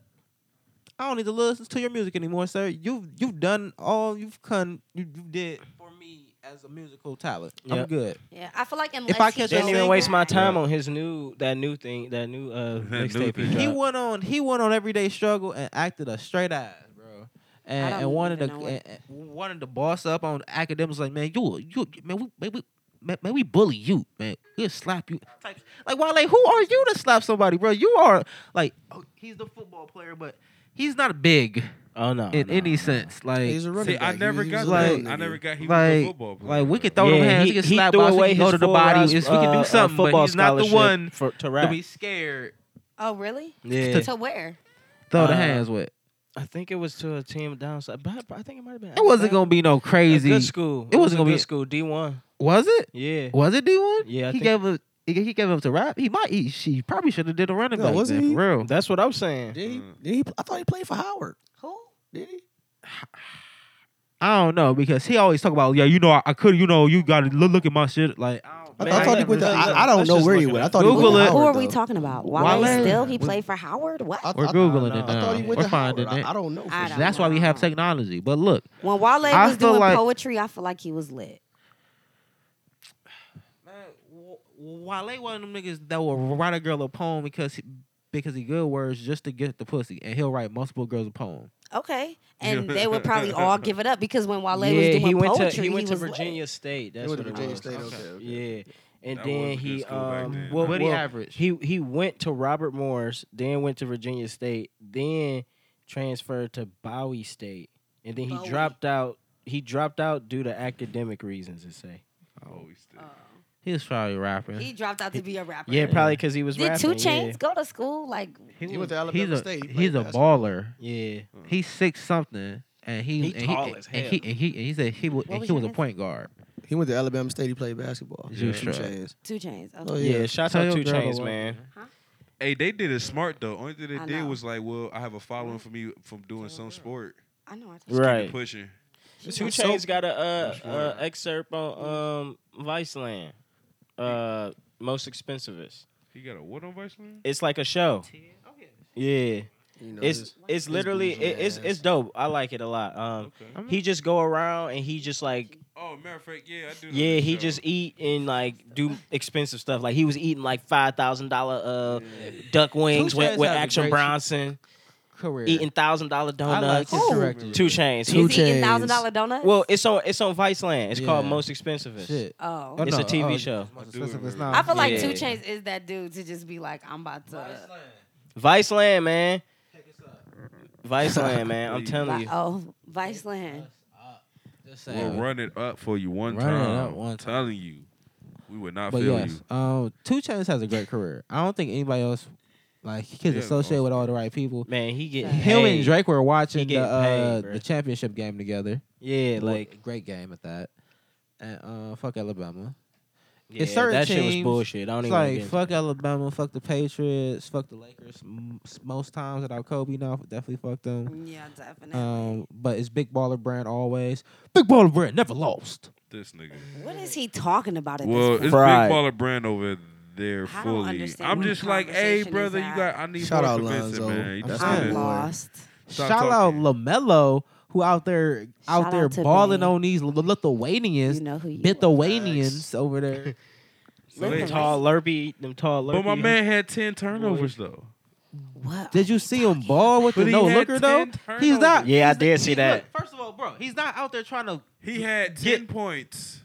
Speaker 3: I don't need to listen to your music anymore, sir. You've you've done all you've con you, you did for me as a musical talent. I'm
Speaker 5: Yep.
Speaker 3: good.
Speaker 1: Yeah, I feel like unless
Speaker 3: I
Speaker 1: he
Speaker 3: catch
Speaker 5: Didn't
Speaker 3: So-
Speaker 5: even
Speaker 1: goes
Speaker 5: waste my
Speaker 1: back-
Speaker 5: time on his new that new thing that new uh
Speaker 2: That new
Speaker 5: mixtape he
Speaker 2: thing.
Speaker 3: He
Speaker 5: dropped.
Speaker 3: went on he went on everyday struggle and acted a straight ass, bro.
Speaker 1: I
Speaker 3: And,
Speaker 1: don't
Speaker 3: and wanted
Speaker 1: even
Speaker 3: to
Speaker 1: know what-
Speaker 3: and, and wanted to boss up on academics like man you you man we man, we, man, man, we bully you man we'll slap you like like Wale who are you to slap somebody bro you are like oh, he's the football player but he's not big
Speaker 5: Oh no.
Speaker 3: in
Speaker 5: no.
Speaker 3: any sense like
Speaker 4: He's a running
Speaker 2: See, I
Speaker 4: back.
Speaker 2: never
Speaker 4: He was
Speaker 2: got
Speaker 4: a
Speaker 2: that.
Speaker 4: little
Speaker 2: I
Speaker 4: nigga.
Speaker 2: never got he was a
Speaker 3: like,
Speaker 2: football player.
Speaker 3: like we can
Speaker 2: bro.
Speaker 3: throw them
Speaker 5: Yeah,
Speaker 3: hands,
Speaker 5: he-
Speaker 3: we can
Speaker 5: he
Speaker 3: slap
Speaker 5: threw
Speaker 3: box,
Speaker 5: away
Speaker 3: we can go
Speaker 5: his
Speaker 3: to the
Speaker 5: full
Speaker 3: body,
Speaker 5: rise-
Speaker 3: it's- we can
Speaker 5: uh, uh,
Speaker 3: do something, but
Speaker 5: football
Speaker 3: he's not the
Speaker 5: scholarship
Speaker 3: one
Speaker 5: for to
Speaker 3: to
Speaker 5: rap.
Speaker 3: be scared.
Speaker 1: Oh, really?
Speaker 5: Yeah.
Speaker 1: To where?
Speaker 3: Throw
Speaker 5: Uh,
Speaker 3: the hands with.
Speaker 5: I think it was to a team down south, but I, I think it might have been.
Speaker 3: It wasn't gonna be no crazy.
Speaker 5: good school.
Speaker 3: It
Speaker 5: was a
Speaker 3: wasn't gonna
Speaker 5: good
Speaker 3: be.
Speaker 5: school D one.
Speaker 3: Was it?
Speaker 5: Yeah.
Speaker 3: Was it D one?
Speaker 5: Yeah, I
Speaker 3: he
Speaker 5: think-
Speaker 3: gave up. He, he gave up to rap. He might. He, she probably should have did a running
Speaker 4: No,
Speaker 3: back.
Speaker 4: wasn't
Speaker 3: man,
Speaker 4: he?
Speaker 3: For real.
Speaker 5: That's what I'm saying.
Speaker 4: Did he, did he? I thought he played for Howard.
Speaker 1: Who?
Speaker 4: Did he?
Speaker 3: I don't know because he always talk about yeah. You know, I, I could. You know, you got to look, look at my shit. Like I don't,
Speaker 4: I,
Speaker 5: Man,
Speaker 4: I thought he
Speaker 5: never
Speaker 4: went. To,
Speaker 5: really looked.
Speaker 4: I, I don't
Speaker 5: Let's
Speaker 4: know
Speaker 5: just
Speaker 4: Oh, where he
Speaker 5: look it
Speaker 4: went. I
Speaker 5: up.
Speaker 4: thought
Speaker 3: Google
Speaker 4: he
Speaker 3: it.
Speaker 4: went to
Speaker 1: Who
Speaker 4: Howard,
Speaker 1: are Oh, we
Speaker 4: though.
Speaker 1: talking about? Wale,
Speaker 3: Wale.
Speaker 1: still? He
Speaker 3: We-
Speaker 1: played for Howard? What?
Speaker 4: I,
Speaker 3: we're
Speaker 4: I-
Speaker 3: googling it
Speaker 4: I
Speaker 3: now.
Speaker 4: thought he went
Speaker 3: We're
Speaker 4: to
Speaker 3: finding
Speaker 4: Howard. I, I
Speaker 3: it.
Speaker 4: don't know. for
Speaker 1: I
Speaker 4: sure.
Speaker 1: don't
Speaker 3: That's why we have
Speaker 1: know.
Speaker 3: technology. But look,
Speaker 1: when Wale
Speaker 3: I
Speaker 1: was
Speaker 3: feel
Speaker 1: doing
Speaker 3: like-
Speaker 1: poetry, I feel like he was lit.
Speaker 3: Wale one of them niggas that will write a girl a poem because he, because he good words just to get the pussy, and he'll write multiple girls a poem. [laughs]
Speaker 1: Okay. And they would probably all give it up because when Wale was
Speaker 5: yeah,
Speaker 1: doing
Speaker 5: he went
Speaker 1: poetry,
Speaker 5: to he went to
Speaker 1: was lit.
Speaker 5: Virginia State. That's
Speaker 4: went
Speaker 5: what
Speaker 4: to Virginia
Speaker 5: it was.
Speaker 4: State, okay, okay.
Speaker 5: Yeah, and
Speaker 2: That was a
Speaker 5: then
Speaker 2: good
Speaker 5: he
Speaker 2: school back
Speaker 5: um
Speaker 2: then.
Speaker 5: well,
Speaker 3: But he
Speaker 5: well,
Speaker 3: average.
Speaker 5: He he went to Robert Morris, then went to Virginia State, then transferred to Bowie State, and then he
Speaker 1: Bowie.
Speaker 5: dropped out. He dropped out due to academic reasons. It say.
Speaker 2: Oh, he still-
Speaker 3: He was probably rapping.
Speaker 1: He dropped out to be a rapper.
Speaker 5: Yeah, probably because he was
Speaker 1: Did
Speaker 5: rapping.
Speaker 1: Two Chains go to school? Like,
Speaker 3: He
Speaker 4: went to
Speaker 3: was-
Speaker 4: Alabama
Speaker 3: he's a,
Speaker 4: State. He played
Speaker 3: He's a
Speaker 4: basketball.
Speaker 3: baller.
Speaker 5: Yeah.
Speaker 3: He's six something, and he,
Speaker 5: He
Speaker 3: and
Speaker 5: tall
Speaker 3: he,
Speaker 5: as
Speaker 3: And he,
Speaker 5: hell.
Speaker 3: and he, and he said he was,
Speaker 1: What
Speaker 3: and
Speaker 1: was
Speaker 3: he was a
Speaker 1: your
Speaker 3: point guard.
Speaker 4: He went to Alabama State. He played basketball.
Speaker 3: Yeah.
Speaker 4: Two chains.
Speaker 1: Two Chains. Okay.
Speaker 4: Oh,
Speaker 5: yeah,
Speaker 4: yeah.
Speaker 5: Shout
Speaker 3: Tell
Speaker 5: out
Speaker 3: your
Speaker 5: Two
Speaker 3: girl to
Speaker 5: Chains,
Speaker 3: love
Speaker 5: man.
Speaker 2: Hey, they did it smart though. Only thing they
Speaker 1: I
Speaker 2: did
Speaker 1: know. Mm.
Speaker 2: was like, well, I have a following for me from doing some sport.
Speaker 1: I know. I just
Speaker 5: Right.
Speaker 2: Pushing.
Speaker 5: Two Chains got a uh,
Speaker 2: That's
Speaker 5: uh,
Speaker 2: right.
Speaker 5: excerpt on um Viceland, uh, most expensivest.
Speaker 2: He got a what on Vice Land?
Speaker 5: It's like a show. Yeah.
Speaker 4: You know,
Speaker 5: it's it's literally it, it's it's dope. I like it a lot. Um,
Speaker 2: Okay.
Speaker 5: he just go around and he just like
Speaker 2: Oh, matter of fact, yeah, I do. know
Speaker 5: yeah,
Speaker 2: this
Speaker 5: he
Speaker 2: show.
Speaker 5: just eat and like do expensive stuff. Like he was eating like five thousand dollar uh duck wings with,
Speaker 3: Chainz
Speaker 5: with
Speaker 3: has a
Speaker 5: Action
Speaker 3: great-
Speaker 5: Bronson,
Speaker 3: Career.
Speaker 5: eating thousand dollar
Speaker 3: I like
Speaker 5: donuts.
Speaker 3: his director.
Speaker 5: Two chains.
Speaker 4: Two
Speaker 5: He's,
Speaker 1: He's eating
Speaker 4: Chainz.
Speaker 1: thousand dollar donuts.
Speaker 5: well, it's on it's on Viceland. It's called
Speaker 3: Yeah.
Speaker 5: Most Expensive.
Speaker 3: Shit.
Speaker 1: oh,
Speaker 5: It's a TV
Speaker 3: it's-
Speaker 5: show.
Speaker 3: it's-
Speaker 2: I do
Speaker 3: it's- it's
Speaker 2: remember.
Speaker 3: not-
Speaker 1: I feel like
Speaker 5: Yeah.
Speaker 1: Two Chains is that dude to just be like, I'm about to.
Speaker 5: Viceland, man. [laughs] Viceland, man. I'm telling
Speaker 1: Vi-
Speaker 5: you.
Speaker 1: oh, Viceland.
Speaker 3: Just
Speaker 2: We'll
Speaker 3: saying.
Speaker 2: run it up for you one
Speaker 3: Run it
Speaker 2: time.
Speaker 3: up one time.
Speaker 2: Telling you, we would not
Speaker 3: But
Speaker 2: fail
Speaker 3: yes,
Speaker 2: you.
Speaker 3: um, Two Chains has a great career. I don't think anybody else like he gets
Speaker 2: Yeah,
Speaker 3: associated
Speaker 2: most
Speaker 3: with all the right people.
Speaker 5: Man, he get
Speaker 3: Him
Speaker 5: paid.
Speaker 3: and Drake were
Speaker 5: He
Speaker 3: watching the
Speaker 5: getting
Speaker 3: uh,
Speaker 5: paid, bruh.
Speaker 3: the championship game together.
Speaker 5: Yeah,
Speaker 3: Well,
Speaker 5: like
Speaker 3: great game at that. And uh, fuck Alabama.
Speaker 5: yeah,
Speaker 3: It's certain
Speaker 5: that shit was
Speaker 3: teams,
Speaker 5: bullshit. I don't
Speaker 3: It's
Speaker 5: even wanna get
Speaker 3: like
Speaker 5: into
Speaker 3: fuck
Speaker 5: that.
Speaker 3: Alabama, fuck the Patriots, fuck the Lakers. M- s- Most times without Kobe, now definitely fuck them.
Speaker 1: Yeah, definitely.
Speaker 3: Um, but it's Big Baller Brand always. Big Baller Brand never lost.
Speaker 2: This nigga.
Speaker 1: what is he talking about at this
Speaker 2: Well, it's
Speaker 1: point?
Speaker 2: Big
Speaker 5: Fried.
Speaker 2: Baller Brand over there
Speaker 1: I don't
Speaker 2: fully.
Speaker 1: understand
Speaker 2: I'm
Speaker 1: what
Speaker 2: just
Speaker 1: the
Speaker 2: like, hey,
Speaker 1: conversation
Speaker 2: brother,
Speaker 1: is
Speaker 2: you
Speaker 1: at.
Speaker 2: got. I need
Speaker 4: Shout
Speaker 2: more
Speaker 4: out
Speaker 2: convincing,
Speaker 4: Lonzo.
Speaker 2: man. You
Speaker 4: I'm
Speaker 2: just
Speaker 4: sorry.
Speaker 2: did
Speaker 1: I'm
Speaker 2: it.
Speaker 4: Lord.
Speaker 1: lost.
Speaker 2: Stop
Speaker 3: Shout
Speaker 2: talking.
Speaker 3: out Lamelo, who out there out
Speaker 1: Shout
Speaker 3: there
Speaker 1: out to
Speaker 3: balling
Speaker 1: Bane.
Speaker 3: on these Li- Lithuanians,
Speaker 1: You know who you
Speaker 3: Lithuanians over
Speaker 2: [laughs]
Speaker 3: there.
Speaker 2: So they-
Speaker 5: Them tall lurpy, them tall lurpy.
Speaker 2: But my man had ten turnovers though.
Speaker 1: What?
Speaker 3: Did you see him ball with
Speaker 2: But
Speaker 3: the
Speaker 2: he
Speaker 3: no
Speaker 2: had
Speaker 3: looker though?
Speaker 2: 10
Speaker 3: He's not.
Speaker 5: Yeah, I
Speaker 3: he's-
Speaker 5: did see
Speaker 3: he-
Speaker 5: that.
Speaker 3: Look, first of all, bro, he's not out there trying to.
Speaker 2: He had ten points.
Speaker 3: I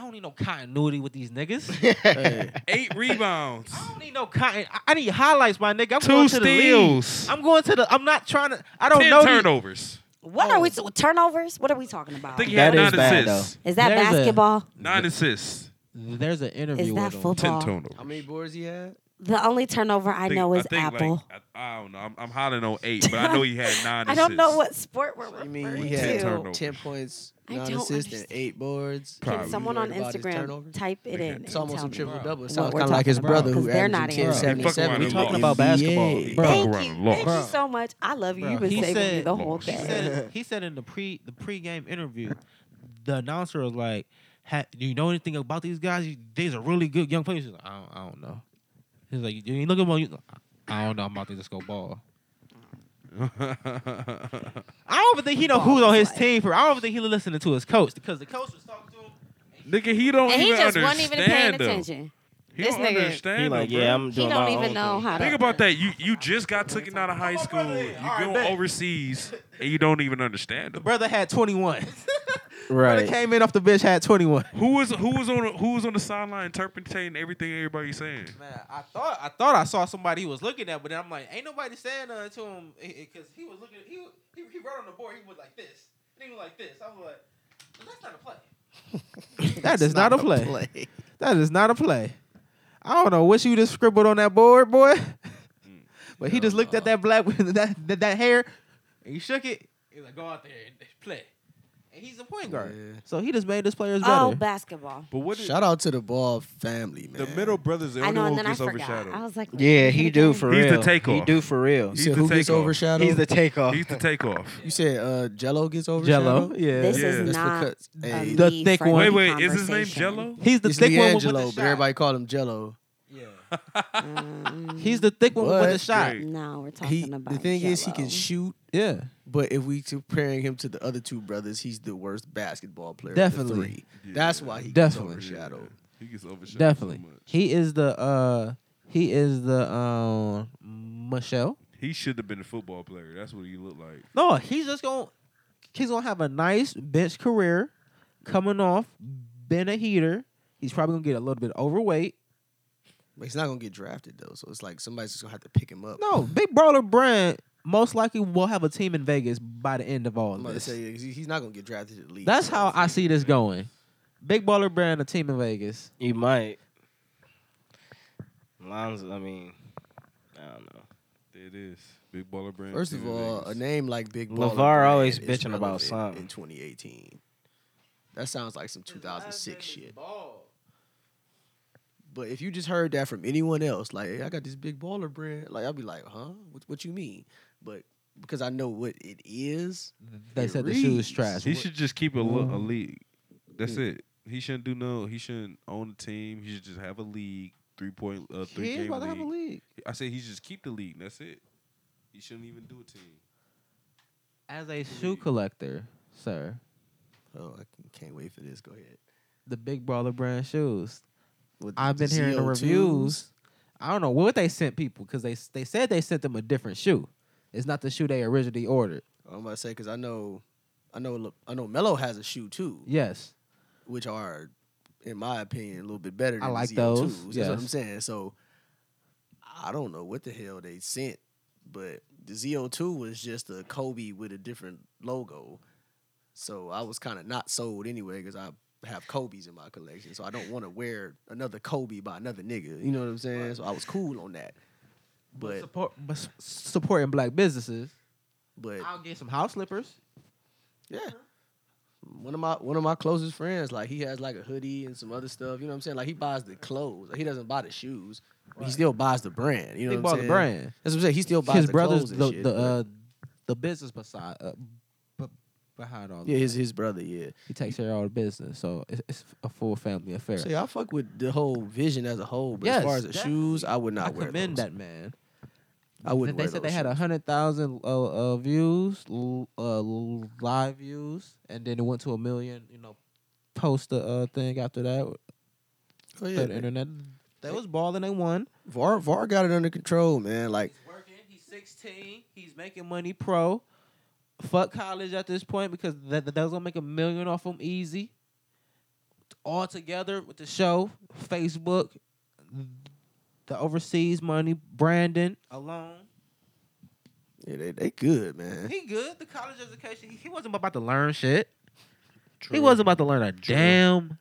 Speaker 3: I don't need no continuity with these
Speaker 5: [laughs]
Speaker 3: niggas.
Speaker 4: Hey,
Speaker 2: [laughs] Eight rebounds,
Speaker 3: I don't need no cotton. I, I need highlights, my nigga. I'm
Speaker 2: two
Speaker 3: going to the league.
Speaker 2: steals,
Speaker 3: I'm going to the. I'm not trying to. I don't
Speaker 2: ten
Speaker 3: know. these- Oh.
Speaker 2: turnovers.
Speaker 1: What are we turnovers? What are we talking
Speaker 2: I
Speaker 1: about?
Speaker 2: think he
Speaker 5: That
Speaker 2: had
Speaker 5: is
Speaker 2: nine
Speaker 5: bad,
Speaker 2: assists.
Speaker 1: Is that
Speaker 3: There's a-
Speaker 1: basketball?
Speaker 2: Nine assists,
Speaker 3: There's an interview.
Speaker 1: Is that
Speaker 3: with him.
Speaker 2: ten
Speaker 1: football?
Speaker 2: turnovers.
Speaker 4: how many boards he had?
Speaker 1: The only turnover I,
Speaker 2: think-
Speaker 1: know is
Speaker 2: think, like, uh,
Speaker 1: Apple.
Speaker 2: I, I don't know. I'm, I'm hollering on eight,
Speaker 1: [laughs]
Speaker 2: but I know he had nine.
Speaker 1: I don't know
Speaker 2: assists.
Speaker 1: what sport we're
Speaker 4: I
Speaker 1: referring
Speaker 4: mean, he
Speaker 2: Ten
Speaker 4: had
Speaker 1: to.
Speaker 2: turnovers.
Speaker 4: ten points,
Speaker 1: I don't
Speaker 4: nine assists, and
Speaker 1: understand.
Speaker 4: eight boards.
Speaker 1: Can someone on
Speaker 4: You worried about his
Speaker 1: Instagram
Speaker 4: turnovers?
Speaker 1: type it
Speaker 2: Okay.
Speaker 1: in?
Speaker 4: It's
Speaker 1: and
Speaker 4: almost
Speaker 1: tell
Speaker 4: a
Speaker 1: me?
Speaker 4: triple double.
Speaker 1: What
Speaker 4: It sounds
Speaker 1: we're
Speaker 4: kind of like
Speaker 1: talking
Speaker 4: his brother
Speaker 1: about, 'cause
Speaker 4: who
Speaker 1: they're
Speaker 4: averaged
Speaker 1: not in.
Speaker 4: ten
Speaker 2: He fuck around
Speaker 4: seventy-seven.
Speaker 2: and
Speaker 4: We talking
Speaker 2: lost.
Speaker 4: about basketball,
Speaker 3: Bro.
Speaker 4: bro.
Speaker 1: Thank
Speaker 2: Fuck
Speaker 1: you.
Speaker 2: around and
Speaker 1: Thank you
Speaker 3: lost.
Speaker 1: so much. I love you.
Speaker 3: Bro,
Speaker 1: You've been
Speaker 3: he
Speaker 1: saving me
Speaker 3: said-
Speaker 1: the whole
Speaker 2: Lost. He
Speaker 1: day.
Speaker 3: He [laughs] said, he said in the pre the pregame interview, the announcer was like, ha, "Do you know anything about these guys? You- These are really good young players." He's like, I, don't, "I don't know." He's like, "You ain't looking about you." I don't know. I'm about to just go ball. I don't even think he know who's on his team. For I don't even think he listening to his coach because the coach was talking to him.
Speaker 2: Nigga, he [laughs] don't
Speaker 1: and he
Speaker 2: even
Speaker 1: just
Speaker 2: understand.
Speaker 1: wasn't even paying
Speaker 2: though.
Speaker 1: attention.
Speaker 2: He
Speaker 1: This
Speaker 2: don't
Speaker 1: nigga-
Speaker 2: understand.
Speaker 5: He like,
Speaker 2: though,
Speaker 5: yeah,
Speaker 2: bro.
Speaker 5: I'm
Speaker 1: He
Speaker 5: doing
Speaker 1: don't
Speaker 5: my
Speaker 1: even
Speaker 5: own
Speaker 1: know
Speaker 5: thing.
Speaker 1: how to.
Speaker 2: Think about that. You you just got taken out of high school. You going overseas and you don't even understand him.
Speaker 3: Brother had 21. Brother
Speaker 5: [laughs] Right.
Speaker 3: came in off the bench had 21.
Speaker 2: Who was who was on who was on the sideline interpreting everything everybody's saying?
Speaker 3: Man, I thought I thought I saw somebody he was looking at, but then I'm like, ain't nobody saying nothing to him because he was looking. He he, he wrote on the board. He was like this. Then he was like this. I was like, that's not a play. [laughs] that is not, a play. That is not a play. I don't know what you just scribbled on that board, boy. [laughs] but he just looked at that black [laughs] that that, that hair. And he shook it. He was like, go out there and play. And he's a point guard,
Speaker 4: Yeah.
Speaker 3: so he just made his players better.
Speaker 1: Oh, basketball.
Speaker 2: But what
Speaker 4: Shout out to the ball family, man.
Speaker 2: the middle brothers? The
Speaker 1: I
Speaker 2: only
Speaker 1: know,
Speaker 2: one
Speaker 1: and
Speaker 2: who
Speaker 1: then I
Speaker 2: gets
Speaker 1: forgot. I
Speaker 2: overshadowed.
Speaker 1: was like,
Speaker 5: Yeah, he do for
Speaker 2: He's
Speaker 5: real.
Speaker 2: the takeoff.
Speaker 5: He do for real.
Speaker 4: You
Speaker 2: He's
Speaker 4: said
Speaker 2: the
Speaker 4: who gets
Speaker 2: takeoff.
Speaker 4: overshadowed?
Speaker 5: He's the takeoff.
Speaker 2: He's the takeoff.
Speaker 4: You said uh, Jello gets overshadowed.
Speaker 3: Jello, yeah.
Speaker 1: This
Speaker 2: Yeah.
Speaker 1: is
Speaker 4: That's
Speaker 1: not
Speaker 4: because hey,
Speaker 1: a
Speaker 3: The
Speaker 1: me
Speaker 3: thick
Speaker 1: friendly
Speaker 3: one.
Speaker 2: Wait, wait, is his name
Speaker 1: conversation.
Speaker 2: Jello?
Speaker 3: He's the
Speaker 4: it's
Speaker 3: thick one
Speaker 4: Leangelo,
Speaker 3: with the
Speaker 4: but
Speaker 3: shot.
Speaker 4: everybody called him Jello.
Speaker 2: [laughs]
Speaker 1: Mm,
Speaker 3: He's the thick one with
Speaker 4: But-
Speaker 3: the shot.
Speaker 2: Great.
Speaker 1: no, we're talking
Speaker 4: He,
Speaker 1: about
Speaker 4: the thing is, he
Speaker 1: Jell-O.
Speaker 4: can shoot,
Speaker 3: Yeah,
Speaker 4: but if we comparing him to the other two brothers, he's the worst basketball player. of the
Speaker 3: Definitely.
Speaker 4: three. That's why he
Speaker 3: Definitely.
Speaker 4: gets overshadowed.
Speaker 2: He gets overshadowed.
Speaker 3: definitely.
Speaker 2: So much.
Speaker 3: He is the uh he is the um Michelle.
Speaker 2: He should have been a football player. That's what he looked like.
Speaker 3: No, he's just gonna he's gonna have a nice bench career coming off, been a heater. He's probably gonna get a little bit overweight.
Speaker 4: But he's not gonna get drafted though, so it's like somebody's just gonna have to pick him up. [laughs]
Speaker 3: No, Big Brawler Brand most likely will have a team in Vegas by the end of all
Speaker 4: I'm about to
Speaker 3: this.
Speaker 4: say yeah, 'cause he- he's not gonna get drafted to the league.
Speaker 3: That's
Speaker 4: so
Speaker 3: how
Speaker 4: if
Speaker 3: I
Speaker 4: he-
Speaker 3: see this going. Big Baller Brand, a team in Vegas.
Speaker 5: You might. Lonzo, I mean, I don't know.
Speaker 2: It is big baller brand.
Speaker 4: First of
Speaker 2: Steven
Speaker 4: all, a
Speaker 2: Vegas.
Speaker 4: name like Big
Speaker 5: LeVar
Speaker 4: Baller Brand
Speaker 5: always
Speaker 4: is
Speaker 5: bitching
Speaker 4: relevant
Speaker 5: about something.
Speaker 4: in 2018. That sounds like some 2006 shit. But if you just heard that from anyone else, like hey, I got this big baller brand, like I'd be like, huh? What, what you mean? But because I know what it is,
Speaker 3: They
Speaker 4: It
Speaker 3: said the shoe is
Speaker 4: reads.
Speaker 3: trash.
Speaker 2: he should just keep a, lo- a league. That's it. He shouldn't do no. He shouldn't own a team. He should just have a league. Three point,
Speaker 3: He
Speaker 2: uh, three
Speaker 3: is
Speaker 2: game
Speaker 3: about to have a
Speaker 2: league.
Speaker 3: league.
Speaker 2: I said he should just keep the league. That's it. He shouldn't even do a team.
Speaker 3: As a shoe collector, sir,
Speaker 4: oh, I can- can't wait for this. Go ahead.
Speaker 3: the Big Baller Brand shoes.
Speaker 4: With
Speaker 3: I've been hearing the
Speaker 4: CO2s,
Speaker 3: reviews. I don't know what they sent people because they they said they sent them a different shoe. It's not the shoe they originally ordered.
Speaker 4: I'm about to say because I know, I know, Le- I know Mello has a shoe too,
Speaker 3: Yes,
Speaker 4: which are, in my opinion, a little bit better. Than
Speaker 3: I like
Speaker 4: the
Speaker 3: those,
Speaker 4: CO2s. That's what I'm
Speaker 3: yes.
Speaker 4: saying. So I don't know what the hell they sent, but the ZO2 was just a Kobe with a different logo. So I was kind of not sold anyway because I have Kobe's in my collection, so I don't want to wear another Kobe by another nigga. You know what I'm saying? So I was cool on that.
Speaker 3: but
Speaker 4: But
Speaker 3: support but s- supporting black businesses.
Speaker 4: but
Speaker 3: I'll get some house slippers.
Speaker 4: Yeah. One of my one of my closest friends, like he has like a hoodie and some other stuff. You know what I'm saying? Like he buys the clothes. Like, he doesn't buy the shoes. But he still buys the brand. You know
Speaker 3: Big
Speaker 4: what I'm
Speaker 3: Baller
Speaker 4: saying?
Speaker 3: Brand.
Speaker 4: That's what I'm saying. He still buys
Speaker 3: His
Speaker 4: the clothes
Speaker 3: brother's
Speaker 4: and
Speaker 3: the
Speaker 4: shit,
Speaker 3: the
Speaker 4: but-
Speaker 3: uh, the business beside uh, b- behind all.
Speaker 4: yeah,
Speaker 3: that.
Speaker 4: his his brother. Yeah.
Speaker 3: he takes care of all the business, so it's, it's a full family affair.
Speaker 4: So yeah, I fuck with the whole vision as a whole. But as far
Speaker 3: Yes,
Speaker 4: as the shoes, I would not
Speaker 3: I
Speaker 4: wear
Speaker 3: commend
Speaker 4: those.
Speaker 3: that man.
Speaker 4: I wouldn't.
Speaker 3: they
Speaker 4: wear
Speaker 3: said
Speaker 4: those
Speaker 3: they had
Speaker 4: shoes.
Speaker 3: a hundred thousand uh, uh, views, l- uh, l- live views, and then it went to a million. You know, post the uh, thing after that
Speaker 4: Oh,
Speaker 3: through
Speaker 4: yeah,
Speaker 3: the
Speaker 4: man.
Speaker 3: internet. They was balling. They won.
Speaker 4: Var Var got it under control, man. Like
Speaker 3: Working. He's sixteen. He's making money. Pro. Fuck college at this point because that that was gonna make a million off him easy. all together with the show, Facebook, the overseas money, Brandon alone.
Speaker 4: Yeah, they, they good, man.
Speaker 3: He good. The college education. He, he wasn't about to learn shit. He wasn't about to learn a damn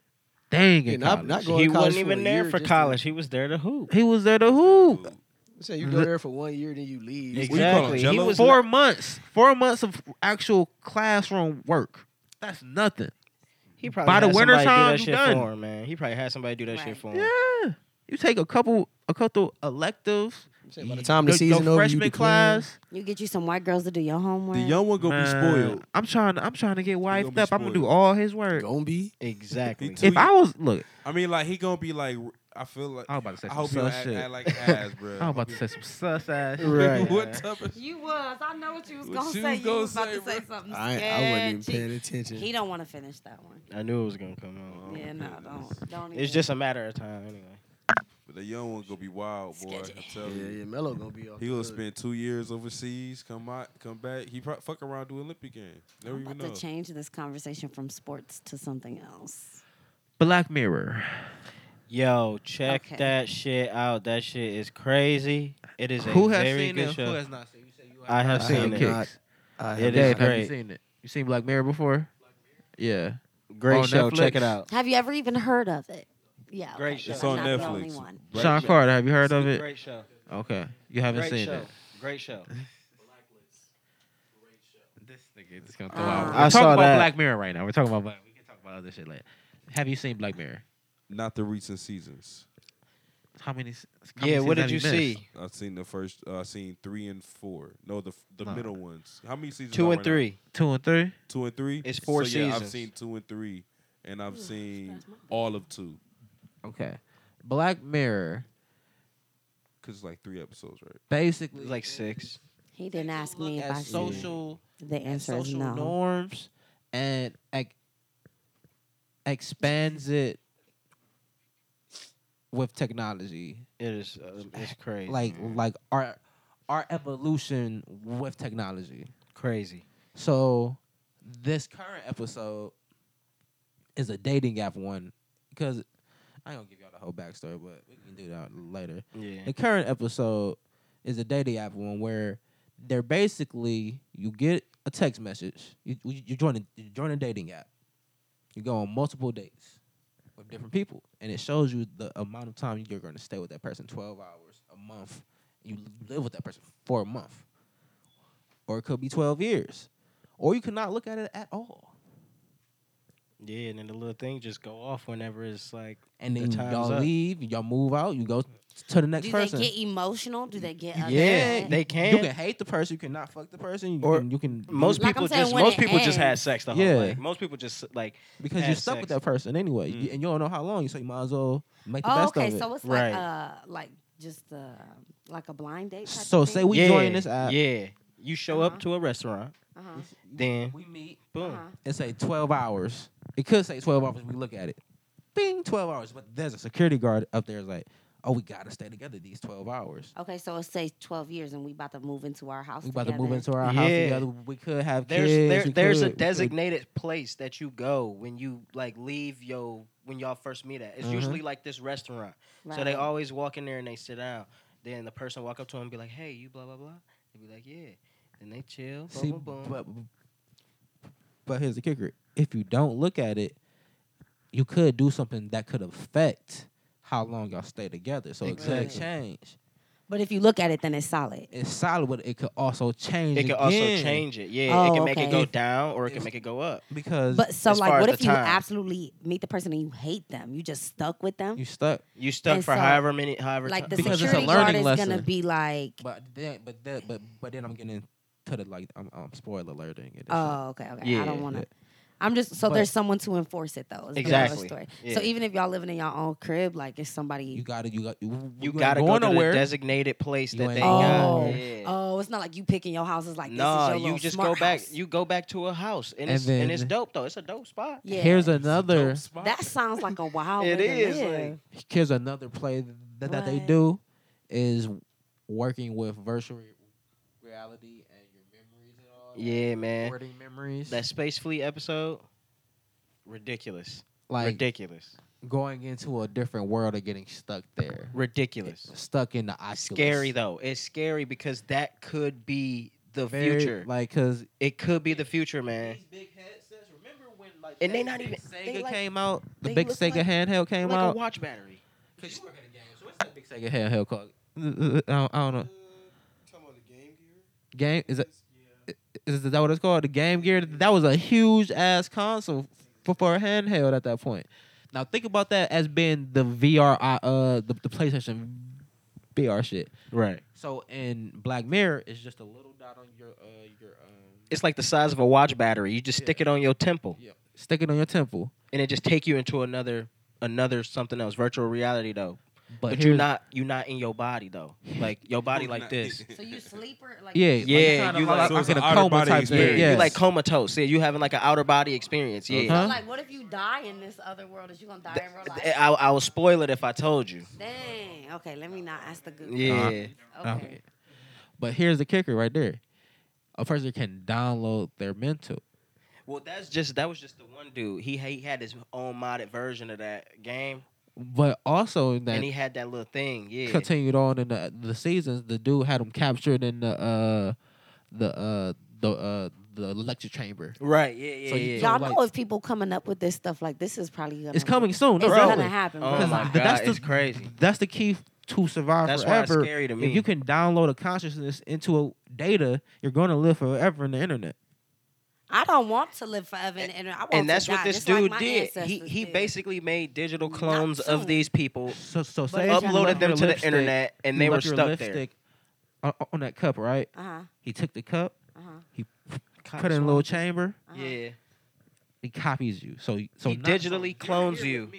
Speaker 3: thing
Speaker 4: Yeah,
Speaker 3: in
Speaker 4: not,
Speaker 3: college.
Speaker 4: not going
Speaker 5: He
Speaker 4: to college
Speaker 5: wasn't
Speaker 4: for a
Speaker 5: even there
Speaker 4: year
Speaker 5: for
Speaker 4: just to-
Speaker 5: college. He was there to hoop.
Speaker 3: he was there to hoop.
Speaker 4: Say you
Speaker 3: Mm-hmm.
Speaker 4: go there for one year, then you leave.
Speaker 2: What you call him,
Speaker 5: Exactly. He
Speaker 2: Jell-O?
Speaker 5: was
Speaker 3: Four
Speaker 5: not-
Speaker 3: months. Four months of actual classroom work. That's nothing.
Speaker 5: He probably
Speaker 3: By the
Speaker 5: had
Speaker 3: winter
Speaker 5: somebody
Speaker 3: time, you
Speaker 5: do that shit
Speaker 3: done.
Speaker 5: for him, man. He probably had somebody do that
Speaker 1: Right.
Speaker 5: shit for him.
Speaker 3: Yeah. You take a couple a couple electives.
Speaker 4: Say by the time the
Speaker 3: your-
Speaker 4: season over,
Speaker 3: your
Speaker 4: you
Speaker 3: freshman
Speaker 4: declare.
Speaker 3: class.
Speaker 1: You get you some white girls to do your homework.
Speaker 2: The young one gonna be
Speaker 3: Man,
Speaker 2: spoiled.
Speaker 3: I'm trying. I'm trying to get wifed
Speaker 2: be
Speaker 3: up. I'm gonna do
Speaker 2: spoiled.
Speaker 3: all his work.
Speaker 4: Gonna be.
Speaker 5: Exactly.
Speaker 2: too-
Speaker 3: If I was look,
Speaker 2: I mean, like he gonna be like. I feel like
Speaker 3: I was about to say
Speaker 2: I
Speaker 3: some
Speaker 2: hope you don't
Speaker 3: sus
Speaker 2: act,
Speaker 3: shit. [laughs]
Speaker 2: act like ass, bro.
Speaker 3: I'm about to say some sus ass. shit.
Speaker 4: Right.
Speaker 2: [laughs] what type of
Speaker 1: You was. I know what you was
Speaker 2: What
Speaker 1: gonna
Speaker 2: you
Speaker 1: say.
Speaker 2: was
Speaker 1: You
Speaker 2: gonna
Speaker 1: was about
Speaker 2: say,
Speaker 1: to say
Speaker 2: bro.
Speaker 1: something.
Speaker 4: I, ain't- I
Speaker 1: scared,
Speaker 4: wasn't even
Speaker 1: cheek.
Speaker 4: paying attention.
Speaker 1: He don't want to finish that one.
Speaker 5: I knew it was gonna come out.
Speaker 1: yeah, no, don't, don't.
Speaker 5: It's
Speaker 1: even.
Speaker 5: just a matter of time, anyway.
Speaker 2: But the young one gonna be wild, boy. I
Speaker 1: Sketchy.
Speaker 2: tell
Speaker 4: yeah,
Speaker 2: you.
Speaker 4: yeah, Melo gonna be off.
Speaker 2: He
Speaker 4: the
Speaker 2: gonna
Speaker 4: hook.
Speaker 2: spend two years overseas, come out, come back. He probably fuck around do Olympic game. Never
Speaker 1: I'm
Speaker 2: even
Speaker 1: about
Speaker 2: know.
Speaker 1: to change this conversation from sports to something else.
Speaker 3: Black Mirror.
Speaker 5: Yo, check
Speaker 1: Okay.
Speaker 5: that shit out. That shit is crazy. It is a
Speaker 3: Who has
Speaker 5: very
Speaker 3: seen
Speaker 5: good
Speaker 3: it?
Speaker 5: show.
Speaker 3: Who has not seen? You say you
Speaker 5: I have
Speaker 3: not
Speaker 5: seen
Speaker 4: it.
Speaker 3: Kicks.
Speaker 4: I
Speaker 5: It
Speaker 4: have
Speaker 5: is
Speaker 3: Dave, have you
Speaker 5: great.
Speaker 3: seen it? You seen Black Mirror before? Yeah.
Speaker 5: Great
Speaker 3: On
Speaker 5: show.
Speaker 3: Netflix?
Speaker 5: Check it out.
Speaker 1: Have you ever even heard of it? Yeah,
Speaker 5: Great
Speaker 1: okay,
Speaker 5: show.
Speaker 2: It's
Speaker 1: I'm
Speaker 2: on
Speaker 1: not The only
Speaker 2: Netflix.
Speaker 1: one.
Speaker 2: Black
Speaker 3: Sean
Speaker 2: Mirror.
Speaker 3: Carter, have you heard of it?
Speaker 5: Great show.
Speaker 3: Okay, you haven't
Speaker 5: Great
Speaker 3: seen
Speaker 5: show.
Speaker 3: it. [laughs]
Speaker 5: Great show.
Speaker 3: This nigga just gonna
Speaker 1: throw out-
Speaker 3: We're
Speaker 5: I
Speaker 3: talking
Speaker 5: saw
Speaker 3: about
Speaker 5: that.
Speaker 3: Black Mirror right now. We're talking about Black. We can talk about other shit later. Have you seen Black Mirror?
Speaker 2: Not the recent seasons.
Speaker 3: How many? s- How
Speaker 5: Yeah,
Speaker 3: many
Speaker 5: what did you
Speaker 3: seasons have missed?
Speaker 5: see?
Speaker 2: I've seen the first. Uh, I seen three and four. No, the f- the
Speaker 3: No.
Speaker 2: middle ones. How many seasons?
Speaker 5: Two
Speaker 2: are
Speaker 5: and
Speaker 2: right now?
Speaker 5: three.
Speaker 3: Two and three.
Speaker 2: Two and three.
Speaker 5: It's four
Speaker 2: so, yeah, I've
Speaker 5: seasons.
Speaker 2: seen two and three, and I've seen all of two
Speaker 3: Okay, Black Mirror
Speaker 2: because it's like three episodes, right?
Speaker 3: basically
Speaker 5: Like six.
Speaker 1: He didn't ask me
Speaker 3: look
Speaker 1: if
Speaker 3: at
Speaker 1: I should.
Speaker 3: social
Speaker 1: The
Speaker 3: at
Speaker 1: answer is
Speaker 3: social
Speaker 1: no.
Speaker 3: norms and ex- expands it with technology. Eh,
Speaker 5: It is. Uh, it's crazy.
Speaker 3: Like
Speaker 5: man.
Speaker 3: like our our evolution with technology.
Speaker 5: crazy.
Speaker 3: So this current episode is a dating app one because I ain't gonna give y'all the whole backstory, but we can do that later.
Speaker 5: Yeah.
Speaker 3: The current episode is a dating app one where they're basically you get a text message, you you you join a, you join a dating app, you go on multiple dates with different people, and it shows you the amount of time you're going to stay with that person, twelve hours a month. You live with that person for a month, or it could be twelve years, or you could not look at it at all,
Speaker 5: Yeah, and then the little thing just go off whenever it's like.
Speaker 3: and
Speaker 5: The
Speaker 3: then
Speaker 5: time's
Speaker 3: y'all
Speaker 5: up.
Speaker 3: leave, y'all move out, you go to the next
Speaker 1: Do
Speaker 3: person.
Speaker 1: they get emotional? Do they get upset?
Speaker 5: Yeah, they
Speaker 3: you
Speaker 5: can.
Speaker 3: can hate the person, you cannot fuck the person, you
Speaker 5: Or-
Speaker 3: can you can
Speaker 5: Most
Speaker 1: Like I'm
Speaker 5: people
Speaker 1: saying,
Speaker 5: just
Speaker 1: when
Speaker 5: most
Speaker 1: it
Speaker 5: people just had
Speaker 1: ends-
Speaker 5: sex the whole
Speaker 3: Yeah.
Speaker 5: like most people just like
Speaker 3: because you're
Speaker 5: had
Speaker 3: stuck with
Speaker 5: sex.
Speaker 3: that person anyway,
Speaker 2: Mm.
Speaker 3: and you don't know how long, so you might as well make the
Speaker 1: Oh,
Speaker 3: best
Speaker 1: okay.
Speaker 3: of it.
Speaker 1: So it's
Speaker 5: Right.
Speaker 1: like uh, like just uh, like a blind date. Type
Speaker 3: So
Speaker 1: of
Speaker 3: say
Speaker 1: thing?
Speaker 3: we
Speaker 5: yeah,
Speaker 3: join this app.
Speaker 5: Yeah, you show
Speaker 1: Uh-huh.
Speaker 5: up to a restaurant,
Speaker 1: Uh-huh.
Speaker 5: then
Speaker 3: we meet
Speaker 5: boom.
Speaker 1: Uh-huh.
Speaker 3: and say 12 hours. It could say 12 hours. We look at it. Bing, 12 hours. But there's a security guard up there. Is like, oh, we got to stay together these 12 hours.
Speaker 1: Okay, so it says twelve years, and we about to move into our house.
Speaker 3: We about to
Speaker 1: together.
Speaker 3: move into our house
Speaker 5: Yeah.
Speaker 3: together. We could have
Speaker 5: There's
Speaker 3: kids.
Speaker 5: there,
Speaker 3: we
Speaker 5: there's a
Speaker 3: could- we could-
Speaker 5: designated place that you go when you like leave your when y'all first meet at. It's
Speaker 3: Mhm.
Speaker 5: usually like this restaurant. So
Speaker 1: Right.
Speaker 5: they always walk in there and they sit down. Then the person walk up to them and be like, "Hey, you blah blah blah." They be like, "Yeah." Then they chill. Boom,
Speaker 3: See,
Speaker 5: boom, boom.
Speaker 3: but, but here's the kicker. If you don't look at it, you could do something that could affect how long y'all stay together. So it could
Speaker 5: Exactly.
Speaker 3: change.
Speaker 1: But if you look at it, then it's solid.
Speaker 3: It's solid, but it could also change.
Speaker 5: it can also
Speaker 3: again
Speaker 5: change it. Yeah,
Speaker 1: Oh,
Speaker 5: it can make it go
Speaker 1: okay.
Speaker 5: down or it can
Speaker 3: If-
Speaker 5: make it go up.
Speaker 3: because
Speaker 1: But so
Speaker 5: as
Speaker 1: like,
Speaker 5: far
Speaker 1: what
Speaker 5: as
Speaker 1: if
Speaker 5: the
Speaker 1: you
Speaker 5: time.
Speaker 1: absolutely meet the person and you hate them? You just stuck with them.
Speaker 3: you stuck.
Speaker 5: You stuck
Speaker 1: And
Speaker 5: for
Speaker 1: so,
Speaker 5: however many, however
Speaker 1: like the
Speaker 5: ti-
Speaker 3: Because it's a
Speaker 1: security guard
Speaker 3: learning
Speaker 1: is gonna
Speaker 3: lesson.
Speaker 1: be like,
Speaker 3: But then, but then, but but then I'm getting to the like I'm, I'm spoiler alerting it.
Speaker 1: oh, okay, okay. I
Speaker 5: Yeah,
Speaker 1: don't want to.
Speaker 3: yeah.
Speaker 1: I'm just so
Speaker 3: But-
Speaker 1: there's someone to enforce it though. Is the moral of the
Speaker 5: Exactly.
Speaker 1: story.
Speaker 5: Yeah.
Speaker 1: So even if y'all living in your own crib, like it's somebody.
Speaker 3: you gotta you got you,
Speaker 5: you
Speaker 3: ain't
Speaker 5: gotta go
Speaker 3: going
Speaker 5: to
Speaker 3: nowhere.
Speaker 5: the designated place
Speaker 3: You
Speaker 5: that
Speaker 3: ain't
Speaker 5: they
Speaker 1: oh,
Speaker 5: got. Yeah.
Speaker 1: oh, it's not like you picking your houses like this. is
Speaker 5: no,
Speaker 1: your
Speaker 5: you
Speaker 1: little
Speaker 5: just
Speaker 1: smart
Speaker 5: go back.
Speaker 1: house.
Speaker 5: You go back to a house,
Speaker 3: And
Speaker 5: and, it's and it's
Speaker 3: then-
Speaker 5: dope though. It's a dope spot.
Speaker 1: yeah.
Speaker 3: Here's another
Speaker 1: That sounds like a wild.
Speaker 5: It
Speaker 1: way to
Speaker 5: is,
Speaker 1: live.
Speaker 5: like-
Speaker 3: here's another play that, that they
Speaker 1: What?
Speaker 3: do is working with virtual re- reality and your memories and all. that,
Speaker 5: Yeah, man.
Speaker 3: recording memories.
Speaker 5: That Space Fleet episode, ridiculous.
Speaker 3: like
Speaker 5: ridiculous,
Speaker 3: going into a different world and getting stuck there,
Speaker 5: ridiculous.
Speaker 3: stuck in the Oculus.
Speaker 5: Scary though. It's scary because that could be the
Speaker 3: Very,
Speaker 5: future.
Speaker 3: like because
Speaker 5: it could be the future, man.
Speaker 3: big headsets. Remember when like
Speaker 5: And they that not big even-
Speaker 3: Sega
Speaker 5: they, like-
Speaker 3: came out, the
Speaker 5: they
Speaker 3: big
Speaker 5: look
Speaker 3: Sega
Speaker 5: like-
Speaker 3: handheld came
Speaker 5: like
Speaker 3: out.
Speaker 5: a watch battery.
Speaker 3: Cause you work at a game, so what's that big Sega handheld called? I don't, uh, I don't know. Game is it? Is that what it's called? The Game Gear. That was a huge ass console for, for a handheld at that point. Now think about that as being the VR, uh, the, the PlayStation VR shit.
Speaker 5: Right.
Speaker 3: So in Black Mirror, it's just a little dot on your uh your um
Speaker 5: It's like the size of a watch battery. You just
Speaker 3: Yeah.
Speaker 5: stick it on your temple,
Speaker 3: yeah. stick it on your temple.
Speaker 5: and it just take you into another another something else. Virtual reality though,
Speaker 3: But,
Speaker 5: but,
Speaker 3: here's-
Speaker 5: you're not you're not in your
Speaker 3: [laughs]
Speaker 5: body though. Like your body like this.
Speaker 1: So you sleeper? Like
Speaker 3: Yeah,
Speaker 1: you-
Speaker 5: Yeah,
Speaker 3: kinda
Speaker 5: you
Speaker 3: like,
Speaker 5: like-
Speaker 2: So it's
Speaker 3: I'm in
Speaker 2: an
Speaker 3: a
Speaker 2: outer
Speaker 3: coma
Speaker 2: body
Speaker 3: type
Speaker 2: experience.
Speaker 3: thing.
Speaker 2: You
Speaker 3: Yes.
Speaker 5: You're like comatose. Yeah, you having like an outer body experience. Yeah.
Speaker 1: So
Speaker 3: Huh?
Speaker 1: like, what if you die in this other world? Is you gonna die in real life?
Speaker 5: Th- I, I would spoil it if I told you.
Speaker 1: Dang. Okay, let me not ask the good.
Speaker 5: Yeah.
Speaker 1: Okay.
Speaker 3: Okay. Uh-huh. But here's the kicker right there. A person can download their mental.
Speaker 5: Well, that's just that was just the one dude. He he had his own modded version of that game,
Speaker 3: But also that
Speaker 5: and he had that little thing. Yeah.
Speaker 3: continued on in the the seasons, the dude had him captured in the uh the uh the uh the lecture chamber.
Speaker 5: Right. Yeah. Yeah.
Speaker 3: So you-
Speaker 5: yeah.
Speaker 3: so-
Speaker 1: Y'all
Speaker 3: like-
Speaker 1: know if people coming up with this stuff like this is probably gonna
Speaker 3: It's coming soon.
Speaker 1: It's
Speaker 3: No,
Speaker 1: gonna
Speaker 3: really.
Speaker 1: happen.
Speaker 5: Oh
Speaker 1: bro.
Speaker 5: my
Speaker 3: Because
Speaker 5: god,
Speaker 3: that's
Speaker 5: it's
Speaker 3: the-
Speaker 5: crazy.
Speaker 3: That's the key to survive
Speaker 5: That's why it's
Speaker 3: forever.
Speaker 5: scary to
Speaker 3: If
Speaker 5: me.
Speaker 3: you can download a consciousness into a data, you're going to live forever in the internet.
Speaker 1: I don't want to live forever, and, and I want
Speaker 5: And
Speaker 1: to
Speaker 5: that's what
Speaker 1: die,
Speaker 5: this
Speaker 1: just like
Speaker 5: dude
Speaker 1: Oh my
Speaker 5: did. He
Speaker 1: ancestors
Speaker 5: he
Speaker 1: did.
Speaker 5: basically made digital clones
Speaker 1: soon.
Speaker 5: of these people,
Speaker 3: So so
Speaker 1: But
Speaker 3: say
Speaker 1: if
Speaker 3: you
Speaker 1: you
Speaker 5: uploaded
Speaker 3: left
Speaker 5: them
Speaker 3: your
Speaker 5: to the
Speaker 3: lipstick-
Speaker 5: internet, and
Speaker 3: you
Speaker 5: they were
Speaker 3: left your
Speaker 5: stuck there.
Speaker 3: lipstick on, on that cup, right?
Speaker 1: Uh-huh.
Speaker 3: He took the cup,
Speaker 1: Uh-huh.
Speaker 3: he put it in a little chamber,
Speaker 5: Yeah,
Speaker 3: he copies you. So so
Speaker 5: he
Speaker 3: not- so
Speaker 5: digitally clones you.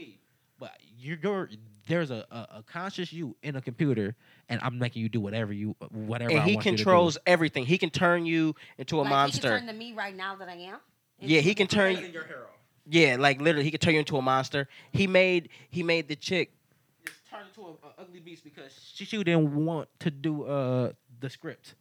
Speaker 3: but you're, you're there's a, a, a conscious you in a computer, and I'm making you do whatever you whatever.
Speaker 5: and
Speaker 3: I
Speaker 5: he
Speaker 3: want you to do.
Speaker 5: controls everything. He can turn you into a
Speaker 1: Like, he can
Speaker 5: monster.
Speaker 1: turn to me right now that I am.
Speaker 5: yeah, he can turn you. Yeah, like literally, he could turn you into a monster. He made he made the chick.
Speaker 3: turned into an ugly beast because she, she didn't want to do uh the script.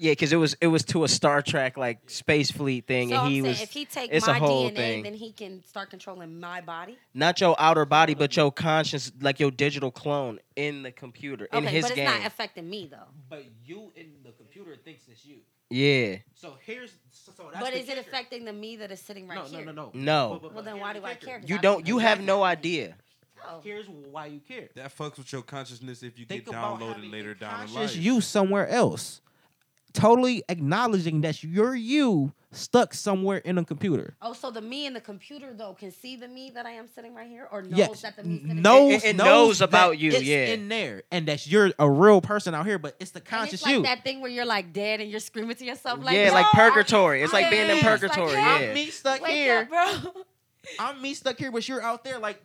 Speaker 5: Yeah, because it was it was to a Star Trek like space fleet thing,
Speaker 1: So
Speaker 5: and
Speaker 1: I'm
Speaker 5: he
Speaker 1: saying
Speaker 5: was
Speaker 1: if he take
Speaker 5: it's a
Speaker 1: my
Speaker 5: whole
Speaker 1: DNA,
Speaker 5: thing.
Speaker 1: then he can start controlling my body.
Speaker 5: not your outer body, but your conscience, like your digital clone in the computer in
Speaker 1: okay,
Speaker 5: his
Speaker 1: but it's
Speaker 5: game.
Speaker 1: not affecting me though.
Speaker 3: But you in the computer thinks it's you.
Speaker 5: yeah,
Speaker 3: So here's so, so
Speaker 1: but is it affecting the me that is sitting right here?
Speaker 3: no,
Speaker 5: No. But- but-
Speaker 1: Well, then why do I care? 'Cause
Speaker 5: you
Speaker 1: I
Speaker 5: don't. You
Speaker 1: know
Speaker 5: have
Speaker 1: what's
Speaker 5: no
Speaker 1: happening.
Speaker 5: idea.
Speaker 1: No.
Speaker 3: Here's why you care.
Speaker 2: That fucks with your consciousness if you
Speaker 3: Think
Speaker 2: get
Speaker 3: about having
Speaker 2: downloaded
Speaker 3: your
Speaker 2: later down in life.
Speaker 3: Just you somewhere else. Totally acknowledging that you're you stuck somewhere in a computer.
Speaker 1: Oh, so the me in the computer though can see the me that I am sitting right here, or knows
Speaker 3: yes,
Speaker 1: that the me sitting
Speaker 3: knows,
Speaker 5: It- it
Speaker 3: knows
Speaker 5: knows
Speaker 3: that
Speaker 5: about you,
Speaker 3: it's
Speaker 5: yeah.
Speaker 3: in there, and that you're a real person out here, but it's the
Speaker 1: And
Speaker 3: conscious
Speaker 1: it's like
Speaker 3: you.
Speaker 1: that thing where you're like dead and you're screaming to yourself like
Speaker 5: yeah, like
Speaker 1: "No, I-
Speaker 5: purgatory. It's like being in
Speaker 1: Yes, like,
Speaker 5: purgatory.
Speaker 1: yeah.
Speaker 5: yeah.
Speaker 3: I'm [laughs] me stuck
Speaker 1: wake
Speaker 3: here.
Speaker 1: up, bro.
Speaker 3: I'm me stuck here, but you're out there. Like,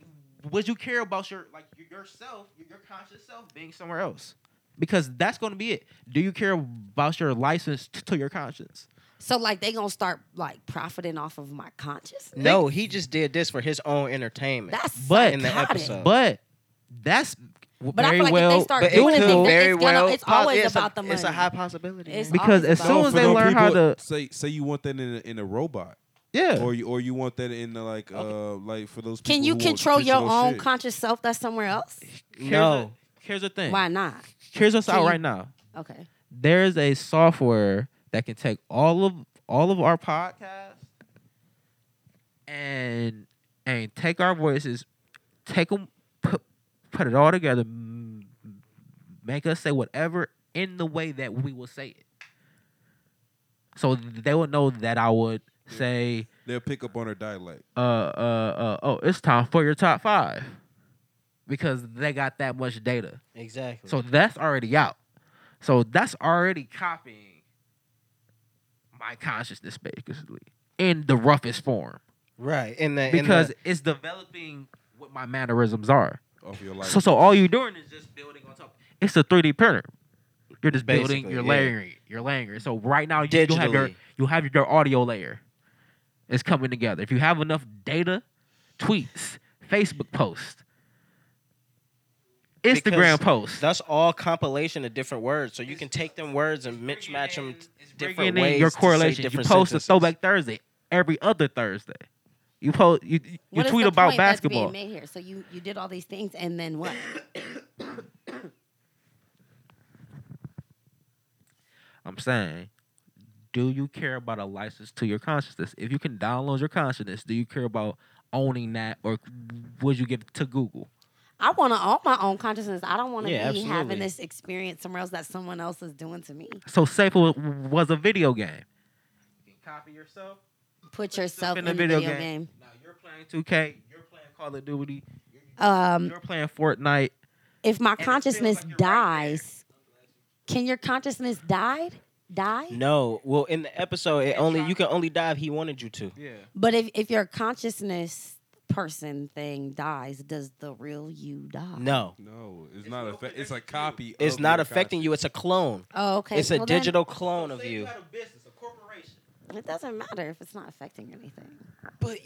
Speaker 3: would you care about your like your- yourself, your, your conscious self being somewhere else? Because that's going to be it. Do you care about your license t- to your conscience?
Speaker 1: So like they gonna start like profiting off of my consciousness.
Speaker 5: No, he just did this for his own entertainment.
Speaker 1: That's
Speaker 3: But-
Speaker 1: but
Speaker 5: in the episode.
Speaker 3: But that's w-
Speaker 1: But I
Speaker 3: very
Speaker 1: feel like
Speaker 3: well.
Speaker 1: if they start
Speaker 5: but it
Speaker 1: doing it,
Speaker 5: could
Speaker 1: then
Speaker 5: very
Speaker 1: it's, gonna,
Speaker 5: well.
Speaker 1: it's
Speaker 5: pos-
Speaker 1: always
Speaker 5: it's
Speaker 1: about
Speaker 5: a,
Speaker 1: the money.
Speaker 5: It's a high possibility.
Speaker 1: It's
Speaker 5: man.
Speaker 3: because
Speaker 1: always
Speaker 3: as soon
Speaker 1: about-
Speaker 2: So
Speaker 3: as
Speaker 2: for
Speaker 3: they
Speaker 2: them
Speaker 3: learn how
Speaker 2: people-
Speaker 3: to,
Speaker 2: say say you want that in a, in a robot,
Speaker 3: yeah,
Speaker 2: or you or you want that in the, like uh like for those.
Speaker 1: Can
Speaker 2: people
Speaker 1: you
Speaker 2: who want
Speaker 1: control your
Speaker 2: digital
Speaker 1: own
Speaker 2: shit.
Speaker 1: conscious self that's somewhere else?
Speaker 3: here's
Speaker 5: no.
Speaker 3: the- here's the thing.
Speaker 1: Why not?
Speaker 3: Here's what's
Speaker 1: Can
Speaker 3: out
Speaker 1: you-
Speaker 3: right now.
Speaker 1: Okay.
Speaker 3: There's a software that can take all of all of our podcasts and and take our voices, take them, put put it all together, m- make us say whatever in the way that we will say it. So they will know that I would say,
Speaker 2: They'll pick up on her dialect.
Speaker 3: uh, uh, uh, oh, it's time for your top five, because they got that much data.
Speaker 5: Exactly.
Speaker 3: So that's already out. So that's already copying my consciousness basically in the roughest form
Speaker 5: right in the
Speaker 3: because it's developing what my mannerisms are.
Speaker 2: Off your life.
Speaker 3: So so all you're doing is just building on top. It's a 3D printer. You're just building.
Speaker 5: Basically,
Speaker 3: You're
Speaker 5: yeah.
Speaker 3: layering. it, You're layering. it. So right now you, you have your
Speaker 5: Digitally.
Speaker 3: you have your audio layer. It's coming together. If you have enough data, tweets, Facebook posts, Instagram
Speaker 5: Because
Speaker 3: posts,
Speaker 5: that's all compilation of different words. So you can take them words and mix match them
Speaker 3: It's
Speaker 5: different
Speaker 3: bringing in
Speaker 5: ways.
Speaker 3: your
Speaker 5: to say
Speaker 3: correlation. You
Speaker 5: different
Speaker 3: post a
Speaker 5: sentences.
Speaker 3: throwback Thursday every other Thursday.
Speaker 5: You po- you you
Speaker 1: What is
Speaker 5: tweet
Speaker 1: the
Speaker 5: about
Speaker 1: point that's being
Speaker 5: basketball.
Speaker 1: made here? So you you did all these things, and then what?
Speaker 3: I'm saying, do you care about a license to your consciousness? If you can download your consciousness, do you care about owning that, or would you give it to Google?
Speaker 1: I want to own my own consciousness. I don't want to
Speaker 5: Yeah,
Speaker 1: be having
Speaker 5: absolutely.
Speaker 1: this experience somewhere else that someone else is doing to me.
Speaker 3: So Safe was, was a video game. You can copy yourself.
Speaker 1: Put yourself
Speaker 3: in
Speaker 1: in
Speaker 3: the
Speaker 1: the
Speaker 3: video
Speaker 1: video,
Speaker 3: game.
Speaker 1: game.
Speaker 3: Now you're playing 2K. You're playing Call of Duty.
Speaker 1: Um,
Speaker 3: You're playing Fortnite.
Speaker 1: if my
Speaker 3: feels
Speaker 1: consciousness
Speaker 3: like you're right
Speaker 1: dies, can your consciousness die? Die?
Speaker 5: No, well, in the episode, it only you can only dive. He wanted you to.
Speaker 3: Yeah.
Speaker 1: But if if your consciousness person thing dies, does the real you die?
Speaker 5: No,
Speaker 2: No, it's, not. Affe- it's a copy.
Speaker 5: it's
Speaker 2: of
Speaker 5: not
Speaker 2: your
Speaker 5: affecting you. It's a clone.
Speaker 1: Oh, okay.
Speaker 5: It's a
Speaker 1: well then,
Speaker 5: digital clone of you.
Speaker 3: a business, a corporation.
Speaker 1: It doesn't matter if it's not affecting anything.
Speaker 5: But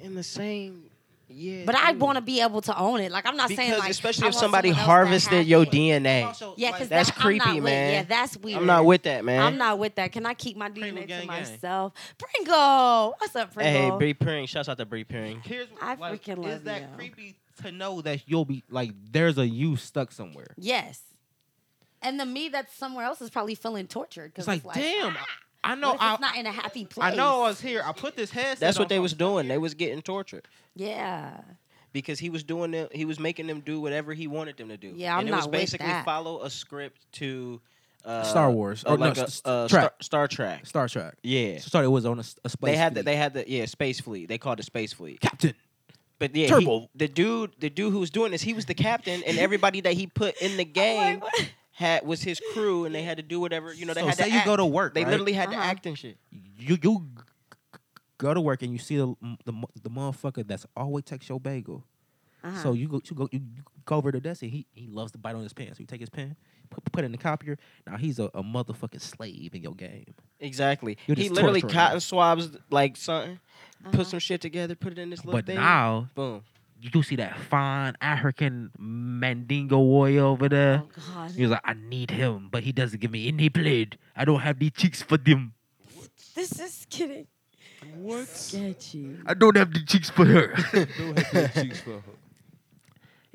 Speaker 5: in the same, yeah.
Speaker 1: But I want to be able to own it. Like I'm not
Speaker 5: because
Speaker 1: saying like
Speaker 5: especially
Speaker 1: I
Speaker 5: if
Speaker 1: want
Speaker 5: somebody
Speaker 1: someone else to
Speaker 5: harvested
Speaker 1: hack
Speaker 5: your
Speaker 1: it.
Speaker 5: DNA.
Speaker 1: Yeah, because
Speaker 5: that's creepy,
Speaker 1: I'm not
Speaker 5: man.
Speaker 1: With, yeah, that's weird.
Speaker 5: I'm not with that, man.
Speaker 1: I'm not with that. Can I keep my
Speaker 5: Pringle
Speaker 1: DNA
Speaker 5: gang,
Speaker 1: to
Speaker 5: gang.
Speaker 1: myself? Pringle, what's up,
Speaker 5: Hey,
Speaker 1: Pringle?
Speaker 5: Bree Pearing. Shouts out to Bree Pearing.
Speaker 3: Here's
Speaker 1: I
Speaker 3: like,
Speaker 1: freaking
Speaker 3: is
Speaker 1: love
Speaker 3: that
Speaker 1: you.
Speaker 3: creepy to know that you'll be like there's a you stuck somewhere.
Speaker 1: yes. And the me that's somewhere else is probably feeling tortured because
Speaker 3: It's like, damn, I know
Speaker 1: ah, what if
Speaker 3: I,
Speaker 1: it's not in a happy place.
Speaker 3: I know I was here. I put this headset.
Speaker 5: That's what
Speaker 3: on,
Speaker 5: they
Speaker 3: so
Speaker 5: was
Speaker 3: I'm
Speaker 5: doing. They was getting tortured
Speaker 1: Yeah,
Speaker 5: because he was doing it. He was making them do whatever he wanted them to do.
Speaker 1: Yeah, I'm
Speaker 5: and it was
Speaker 1: not with
Speaker 5: basically
Speaker 1: that.
Speaker 5: follow a script to uh,
Speaker 3: Star Wars.
Speaker 5: or
Speaker 3: Oh, no,
Speaker 5: like
Speaker 3: S-
Speaker 5: a, uh,
Speaker 3: Trek.
Speaker 5: Star, Star Trek.
Speaker 3: Star Trek.
Speaker 5: Yeah,
Speaker 3: So sorry, it was on a, s- a space.
Speaker 5: they had the,
Speaker 3: fleet.
Speaker 5: they had the yeah space fleet. They called it space fleet.
Speaker 3: Captain.
Speaker 5: But yeah, he-
Speaker 3: Turbo.
Speaker 5: the dude, the dude who was doing this, he was the captain, and everybody that he put
Speaker 1: [laughs]
Speaker 5: in the game
Speaker 1: what?
Speaker 5: had was his crew, and they had to do whatever you know. They
Speaker 3: So
Speaker 5: had
Speaker 3: say
Speaker 5: to
Speaker 3: you go
Speaker 5: act.
Speaker 3: to work,
Speaker 5: They
Speaker 3: right?
Speaker 5: literally had to
Speaker 1: Uh-huh.
Speaker 5: act and shit.
Speaker 3: You you g- g- go to work and you see the the, mo- the motherfucker that's always takes your bagel.
Speaker 1: uh-huh.
Speaker 3: So you go you go you go over to the desk and he he loves to bite on his pen. So you take his pen, put, put it in the copier. Now he's a, a motherfucking slave in your game.
Speaker 5: Exactly.
Speaker 3: You're
Speaker 5: He
Speaker 3: just
Speaker 5: literally
Speaker 3: torturing them.
Speaker 5: cotton swabs like something,
Speaker 1: Uh-huh.
Speaker 5: put some shit together, put it in this little
Speaker 3: But
Speaker 5: thing.
Speaker 3: now
Speaker 5: boom.
Speaker 3: you do see that fine African Mandingo boy over there.
Speaker 1: oh god,
Speaker 3: He was like, I need him, but he doesn't give me any blade. I don't have the cheeks for them.
Speaker 1: this is getting
Speaker 2: consciousness. What?
Speaker 1: sketchy.
Speaker 3: I don't have the cheeks for
Speaker 5: [laughs]
Speaker 3: her.
Speaker 2: Don't have your cheeks for her.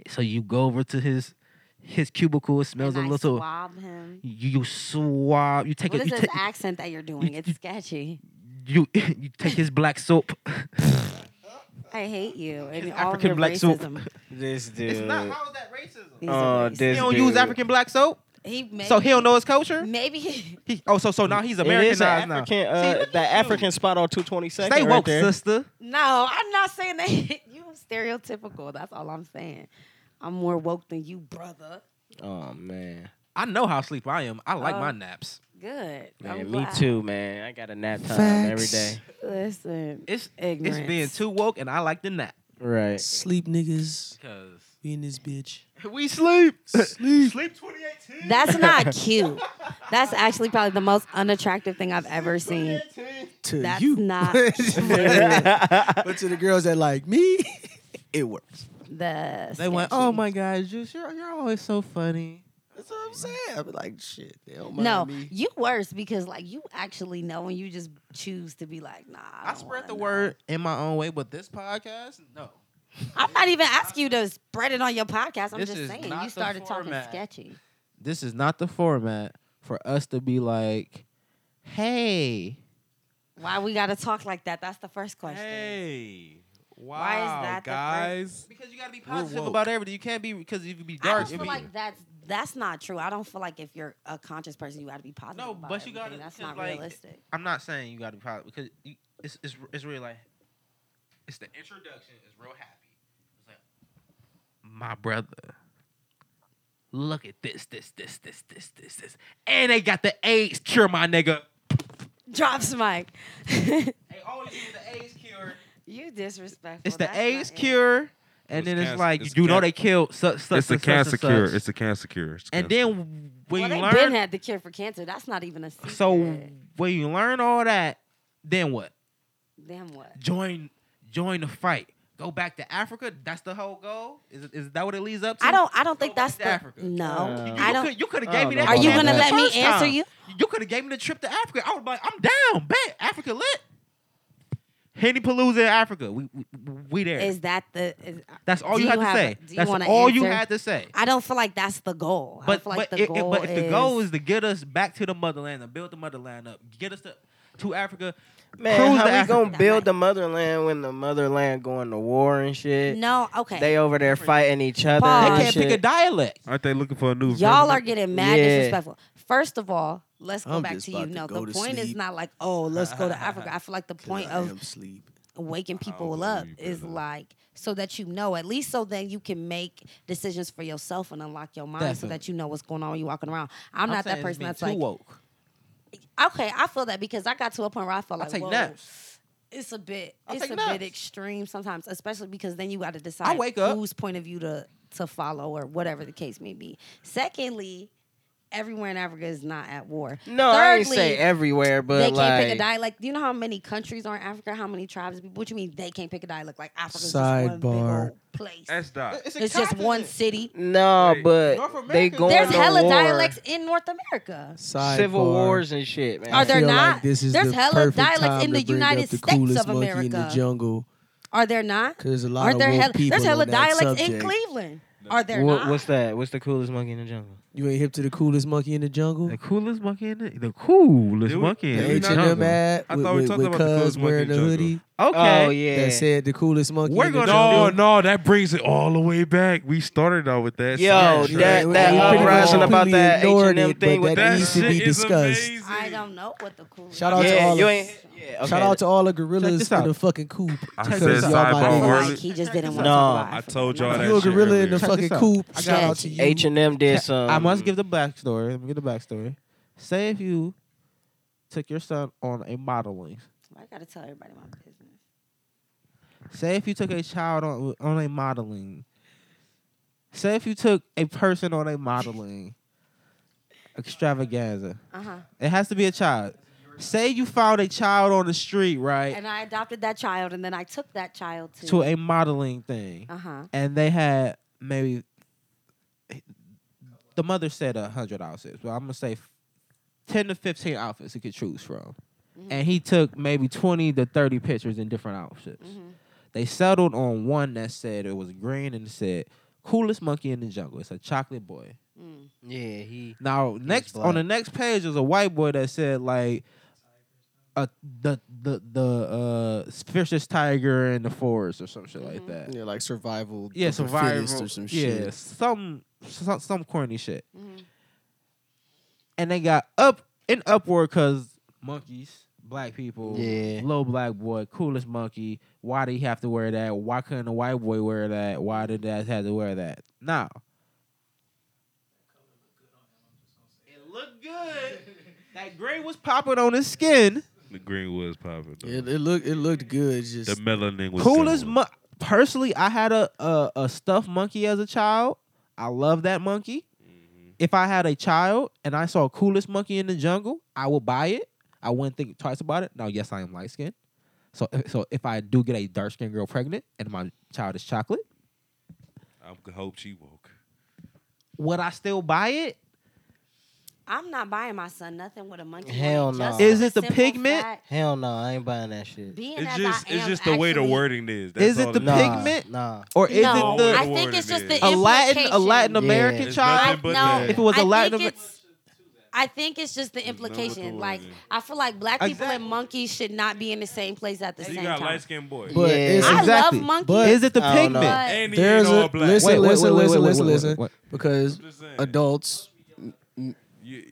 Speaker 3: so you go over to his his cubicle. It smells
Speaker 1: and
Speaker 3: a
Speaker 1: I
Speaker 3: little.
Speaker 1: swab him.
Speaker 3: You, you swab. You take
Speaker 1: What
Speaker 3: it.
Speaker 1: is
Speaker 3: You,
Speaker 1: this
Speaker 3: take-
Speaker 1: accent that you're doing? It's sketchy.
Speaker 3: you [laughs] you take his black soap.
Speaker 1: I hate you and all
Speaker 3: African
Speaker 1: your
Speaker 3: black soap.
Speaker 1: racism.
Speaker 5: This dude.
Speaker 3: How is that racism?
Speaker 1: He's a
Speaker 5: Oh,
Speaker 1: racist.
Speaker 3: He
Speaker 5: this
Speaker 3: don't
Speaker 5: dude.
Speaker 3: use African black soap,
Speaker 1: He maybe,
Speaker 3: [laughs] so he don't know his culture.
Speaker 1: maybe he-
Speaker 3: He, oh, so so now he's
Speaker 5: It is
Speaker 3: Americanized
Speaker 5: a
Speaker 3: now.
Speaker 5: African,
Speaker 3: See,
Speaker 5: uh,
Speaker 3: look
Speaker 5: that
Speaker 3: at you.
Speaker 5: African spot on two twenty second.
Speaker 3: Stay woke,
Speaker 5: right there.
Speaker 3: sister.
Speaker 1: No, I'm not saying that [laughs] you stereotypical. That's all I'm saying. I'm more woke than you, brother.
Speaker 5: Oh man,
Speaker 3: I know how sleepy I am. I like
Speaker 1: Oh.
Speaker 3: my naps.
Speaker 1: Good.
Speaker 5: man,
Speaker 1: I'm
Speaker 5: me
Speaker 1: glad.
Speaker 5: too, man. I got a nap time every day.
Speaker 1: Listen.
Speaker 3: It's it's being
Speaker 1: Ignorance.
Speaker 3: too woke, and I like the nap
Speaker 5: Right.
Speaker 4: Sleep niggas.
Speaker 3: because
Speaker 4: Be in this bitch.
Speaker 3: we sleep.
Speaker 4: Sleep.
Speaker 3: Sleep 2018.
Speaker 1: That's
Speaker 3: [laughs]
Speaker 1: not cute. That's actually probably the most unattractive thing I've ever seen.
Speaker 4: To
Speaker 1: That's
Speaker 4: you. [laughs]
Speaker 1: not
Speaker 4: but to the girls that like me, [laughs] it works.
Speaker 1: The
Speaker 3: They went,
Speaker 1: sketchy.
Speaker 3: oh my God, Juice, you're, you're always so funny.
Speaker 4: That's what I'm saying. I be like, shit, they don't mind
Speaker 1: No,
Speaker 4: me.
Speaker 1: you worse because like you actually know and you just choose to be like, nah. I,
Speaker 3: I,
Speaker 1: don't
Speaker 3: spread
Speaker 1: wanna
Speaker 3: the
Speaker 1: know.
Speaker 3: word in my own way, but this podcast, no.
Speaker 1: I'm not even asking you to spread it on your podcast. I'm
Speaker 3: This
Speaker 1: just
Speaker 3: is
Speaker 1: saying
Speaker 3: not
Speaker 1: you
Speaker 3: the
Speaker 1: started talking
Speaker 3: format.
Speaker 1: sketchy.
Speaker 3: This is not the format for us to be like, hey,
Speaker 1: Why we gotta talk like that? That's the first question.
Speaker 2: Hey. Wow,
Speaker 1: Why is that the
Speaker 2: guys.
Speaker 3: because you got to be
Speaker 2: positive
Speaker 3: positive about
Speaker 2: about
Speaker 3: everything. You can't be because if you be
Speaker 1: I
Speaker 3: dark,
Speaker 1: don't feel like that's that's not true. I don't feel like if you're a conscious person, you got to be positive.
Speaker 3: No,
Speaker 1: about
Speaker 3: but you
Speaker 1: everything.
Speaker 3: gotta-
Speaker 1: That's
Speaker 3: because,
Speaker 1: not
Speaker 3: like,
Speaker 1: realistic.
Speaker 3: I'm not saying you got to be positive because you, it's, it's it's really like it's the introduction is real happy. It's like my brother. Look at this, this, this, this, this, this, this, and they got the AIDS cure, my nigga.
Speaker 1: Drops mic. [laughs]
Speaker 3: They always use the AIDS cure.
Speaker 1: you disrespectful.
Speaker 3: It's
Speaker 1: That's
Speaker 3: the
Speaker 1: not
Speaker 3: AIDS
Speaker 1: it.
Speaker 3: cure, and
Speaker 2: It's
Speaker 3: then it's
Speaker 2: cancer-
Speaker 3: like
Speaker 2: it's
Speaker 3: you know
Speaker 2: can-
Speaker 3: they killed such such.
Speaker 2: It's a
Speaker 3: and such
Speaker 2: cancer
Speaker 3: and
Speaker 2: cure.
Speaker 3: such.
Speaker 2: It's a cancer cure. It's
Speaker 3: and
Speaker 2: cancer.
Speaker 3: then
Speaker 1: Well,
Speaker 3: when you
Speaker 1: they
Speaker 3: learn,
Speaker 1: been had the cure for cancer. That's not even a secret.
Speaker 3: so when you learn all that, then what?
Speaker 1: damn what?
Speaker 3: join join the fight. Go back to Africa. That's the whole goal. Is is that what it leads up to?
Speaker 1: I don't. I don't think
Speaker 3: Go back
Speaker 1: that's
Speaker 3: to
Speaker 1: the.
Speaker 3: Africa.
Speaker 1: No,
Speaker 5: Uh,
Speaker 1: I don't.
Speaker 3: You could have
Speaker 5: I
Speaker 3: gave
Speaker 5: don't
Speaker 3: me
Speaker 5: know
Speaker 3: that.
Speaker 1: Are you
Speaker 5: about
Speaker 3: chance
Speaker 1: gonna
Speaker 5: that.
Speaker 1: let me
Speaker 3: first
Speaker 1: answer
Speaker 3: time.
Speaker 1: you?
Speaker 3: You could have gave me the trip to Africa. I was like, I'm down. Bet Africa lit. Henny Palooza in Africa. We we, we there.
Speaker 1: Is that the? Is, uh,
Speaker 3: That's all
Speaker 1: do
Speaker 3: you, had to
Speaker 1: have
Speaker 3: say.
Speaker 1: a- do you
Speaker 3: That's
Speaker 1: wanna
Speaker 3: all you
Speaker 1: answer?
Speaker 3: had to say.
Speaker 1: I don't feel like that's the goal. I
Speaker 3: But
Speaker 1: don't feel like
Speaker 3: but,
Speaker 1: the
Speaker 3: it- it-
Speaker 1: goal
Speaker 3: but if the goal is to get us back to the motherland and build the motherland up, get us to, to Africa.
Speaker 5: Man,
Speaker 3: cruise
Speaker 5: how
Speaker 3: to
Speaker 5: we
Speaker 3: Africa.
Speaker 5: gonna build the motherland when the motherland going to war and shit?
Speaker 1: no okay.
Speaker 5: They over there fighting each other.
Speaker 1: Pause.
Speaker 5: and
Speaker 3: They can't pick a
Speaker 5: shit.
Speaker 3: dialect.
Speaker 2: Aren't they looking for a new?
Speaker 1: Y'all
Speaker 2: version?
Speaker 1: are getting mad
Speaker 5: Yeah.
Speaker 1: disrespectful. First of all, let's go
Speaker 4: I'm
Speaker 1: back
Speaker 4: just
Speaker 1: to you.
Speaker 4: about to
Speaker 1: No,
Speaker 4: go
Speaker 1: the
Speaker 4: to
Speaker 1: point is
Speaker 4: sleep.
Speaker 1: not like, oh, let's go to Africa. I feel
Speaker 4: [laughs]
Speaker 1: like the [laughs] point
Speaker 4: I
Speaker 1: of
Speaker 4: am sleep.
Speaker 1: waking people
Speaker 2: believe
Speaker 1: up
Speaker 2: you,
Speaker 1: is
Speaker 2: brother.
Speaker 1: like so that you know at least so then you can make decisions for yourself and unlock your mind so that
Speaker 3: Definitely.
Speaker 1: you know what's going on when you walking around. I'm,
Speaker 3: I'm
Speaker 1: not that
Speaker 3: saying it's
Speaker 1: person
Speaker 3: being
Speaker 1: that's
Speaker 3: too
Speaker 1: like
Speaker 3: woke.
Speaker 1: okay, I feel that because I got to a point where I felt
Speaker 3: I
Speaker 1: like
Speaker 3: take
Speaker 1: Whoa,
Speaker 3: naps.
Speaker 1: it's a bit
Speaker 3: I
Speaker 1: it's
Speaker 3: take
Speaker 1: a
Speaker 3: naps.
Speaker 1: bit extreme sometimes, especially because then you got to decide
Speaker 3: wake up.
Speaker 1: whose point of view to to follow or whatever the case may be. Secondly, everywhere in Africa is not at war.
Speaker 5: No, I ain't say
Speaker 1: Thirdly,
Speaker 5: everywhere, but
Speaker 1: they
Speaker 5: like
Speaker 1: can't pick a dialect. Do you know how many countries are in Africa? How many tribes? What you mean they can't pick a dialect? Like Africa's just one big
Speaker 4: Sidebar.
Speaker 1: old place.
Speaker 2: That's Doc.
Speaker 3: a
Speaker 1: it's just one
Speaker 3: continent.
Speaker 1: city.
Speaker 5: no,
Speaker 3: North
Speaker 2: Wait.
Speaker 5: but
Speaker 3: America-
Speaker 5: they going
Speaker 1: There's
Speaker 5: to
Speaker 1: hella
Speaker 5: war.
Speaker 1: dialects in North America.
Speaker 4: Sidebar.
Speaker 5: civil wars and shit, man.
Speaker 1: Are there
Speaker 4: feel
Speaker 1: not?
Speaker 4: Like this is
Speaker 1: There's
Speaker 4: the
Speaker 1: hella
Speaker 4: perfect
Speaker 1: dialects
Speaker 4: time
Speaker 1: in
Speaker 4: to
Speaker 1: the
Speaker 4: bring
Speaker 1: United
Speaker 4: up the
Speaker 1: States
Speaker 4: coolest
Speaker 1: of
Speaker 4: monkey in
Speaker 1: America.
Speaker 4: the jungle.
Speaker 1: Are there not?
Speaker 4: Cause there's a lot
Speaker 1: Aren't
Speaker 4: of
Speaker 1: there
Speaker 4: woke
Speaker 1: hella,
Speaker 4: people
Speaker 1: there's hella
Speaker 4: on that
Speaker 1: dialects in
Speaker 4: subject.
Speaker 1: Cleveland? Are there
Speaker 5: Wha-
Speaker 1: not?
Speaker 5: what's that? What's the coolest monkey in the jungle?
Speaker 4: You ain't hip to the coolest monkey in the jungle.
Speaker 3: coolest monkey in the, the coolest
Speaker 2: Did we- monkey in
Speaker 4: The
Speaker 2: Yeah, we
Speaker 4: H
Speaker 2: not-
Speaker 4: and M
Speaker 3: Okay,
Speaker 4: ad
Speaker 2: I
Speaker 4: with,
Speaker 2: thought we
Speaker 4: with,
Speaker 2: talked
Speaker 4: with
Speaker 2: about the coolest
Speaker 4: Cuz
Speaker 2: monkey
Speaker 4: wearing
Speaker 2: in
Speaker 4: the
Speaker 2: the jungle.
Speaker 4: hoodie
Speaker 5: Oh yeah.
Speaker 4: that said the coolest monkey.
Speaker 3: We're
Speaker 4: in the
Speaker 3: gonna
Speaker 4: jungle.
Speaker 2: No, no, that brings it all the way back. We started out with that.
Speaker 5: Yo,
Speaker 2: Sorry,
Speaker 5: that
Speaker 2: Trey.
Speaker 5: that
Speaker 2: We pretty much
Speaker 5: uprising
Speaker 2: all-
Speaker 5: about
Speaker 4: completely
Speaker 5: that H
Speaker 4: ignored
Speaker 5: and M
Speaker 4: it,
Speaker 5: thing
Speaker 4: but
Speaker 5: with
Speaker 4: that
Speaker 5: that.
Speaker 4: needs to be
Speaker 2: shit is
Speaker 4: discussed.
Speaker 2: amazing.
Speaker 1: I don't know what the coolest.
Speaker 4: Shout out to
Speaker 5: yeah,
Speaker 4: all
Speaker 5: you
Speaker 4: of
Speaker 5: ain't.
Speaker 4: us.
Speaker 5: Yeah, okay.
Speaker 4: Shout out to all the
Speaker 3: Check
Speaker 4: gorillas
Speaker 3: this
Speaker 4: in
Speaker 3: out.
Speaker 4: the fucking coop.
Speaker 2: I
Speaker 4: Because y'all my
Speaker 2: said sidebar
Speaker 1: I feel
Speaker 2: Oh,
Speaker 4: niggas.
Speaker 2: word.
Speaker 1: like he just didn't want
Speaker 5: No,
Speaker 1: to.
Speaker 2: I told y'all
Speaker 4: If
Speaker 2: that.
Speaker 4: you a
Speaker 2: shit
Speaker 4: gorilla in
Speaker 2: earlier.
Speaker 4: the
Speaker 3: Check
Speaker 4: fucking
Speaker 3: this out.
Speaker 4: coop, I
Speaker 1: Check.
Speaker 4: got out to you.
Speaker 5: H and M did
Speaker 3: Ca-
Speaker 5: some.
Speaker 3: I must give the backstory. Let me give the backstory. Say if you took your son on a modeling.
Speaker 1: I gotta tell everybody my business.
Speaker 3: Say if you took a child on on a modeling. Say if you took a person on a modeling extravaganza.
Speaker 1: Uh huh.
Speaker 3: It has to be a child. Say you found a child on the street, right,
Speaker 1: And I adopted that child, and then I took that child to.
Speaker 3: to a modeling thing,
Speaker 1: uh huh.
Speaker 3: and they had maybe the mother said a hundred outfits, but I'm gonna say ten to fifteen outfits he could choose from, and he took maybe twenty to thirty pictures in different outfits. They settled on one that said it was green and said coolest monkey in the jungle. It's a chocolate boy.
Speaker 5: Yeah, he.
Speaker 3: Now next on the next page was a white boy that said like uh, the the the uh fiercest tiger in the forest or some shit like
Speaker 5: Mm-hmm.
Speaker 3: that.
Speaker 4: Yeah, like survival.
Speaker 3: Yeah,
Speaker 4: of the
Speaker 3: survival
Speaker 4: fittest or some
Speaker 3: yeah,
Speaker 4: shit.
Speaker 3: some some some corny shit.
Speaker 5: Mm-hmm.
Speaker 3: And they got up in uproar because monkeys, black people,
Speaker 5: Yeah.
Speaker 3: low black boy, coolest monkey. Why did he have to wear that? Why couldn't a white boy wear that? Why did that have to wear that? Now, it looked good. [laughs] That gray was popping on his skin.
Speaker 2: The green was popping. though.
Speaker 4: It, it looked it looked good. Just
Speaker 2: The melanin was
Speaker 3: coolest
Speaker 2: going.
Speaker 3: mon- personally i had a, a a stuffed monkey as a child i love that monkey
Speaker 2: Mm-hmm.
Speaker 3: if i had a child and i saw coolest monkey in the jungle i would buy it i wouldn't think twice about it now yes i am light skinned so so if i do get a dark skinned girl pregnant and my child is chocolate
Speaker 2: I g- hope she woke.
Speaker 3: would i still buy it
Speaker 1: I'm not buying my son nothing with a monkey. on
Speaker 5: Hell
Speaker 1: it,
Speaker 5: no.
Speaker 1: just
Speaker 3: Is
Speaker 1: for
Speaker 3: it the
Speaker 1: simple
Speaker 3: pigment?
Speaker 1: fact,
Speaker 5: Hell no, I ain't buying that shit.
Speaker 1: Being
Speaker 2: It's
Speaker 1: as
Speaker 2: just
Speaker 1: I am
Speaker 2: it's just the way the
Speaker 1: actually-
Speaker 2: wording is. That's
Speaker 3: Is it
Speaker 2: all
Speaker 3: the
Speaker 2: it
Speaker 5: Nah,
Speaker 3: Pigment?
Speaker 5: nah.
Speaker 3: or is
Speaker 1: no,
Speaker 3: it the
Speaker 1: I think it's just the
Speaker 3: a
Speaker 2: A
Speaker 3: latin a latin
Speaker 1: implication.
Speaker 3: american
Speaker 5: It's
Speaker 3: child
Speaker 2: nothing but
Speaker 1: I-
Speaker 2: that.
Speaker 3: if it was
Speaker 1: I
Speaker 3: a latin
Speaker 1: think
Speaker 3: Amer-
Speaker 1: it's- I think it's just the
Speaker 2: nothing but
Speaker 1: implication.
Speaker 2: the
Speaker 1: Like
Speaker 2: wording.
Speaker 1: I feel like black people and
Speaker 3: Exactly.
Speaker 1: monkeys should not be in the same place at the
Speaker 2: So
Speaker 1: same
Speaker 2: you got
Speaker 1: time.
Speaker 2: light skinned boy.
Speaker 4: but
Speaker 5: Yeah.
Speaker 4: it's
Speaker 1: I
Speaker 4: exactly.
Speaker 3: Exactly.
Speaker 1: love monkeys.
Speaker 4: But-
Speaker 3: is it the
Speaker 5: I don't know.
Speaker 3: pigment
Speaker 1: but-
Speaker 2: and he
Speaker 4: There's
Speaker 2: ain't all
Speaker 4: a
Speaker 2: black.
Speaker 4: listen,
Speaker 3: Wait, wait,
Speaker 4: listen,
Speaker 3: wait, wait,
Speaker 4: listen,
Speaker 3: wait,
Speaker 4: listen,
Speaker 3: wait,
Speaker 4: listen.
Speaker 3: wait.
Speaker 4: Because
Speaker 2: just saying.
Speaker 4: adults,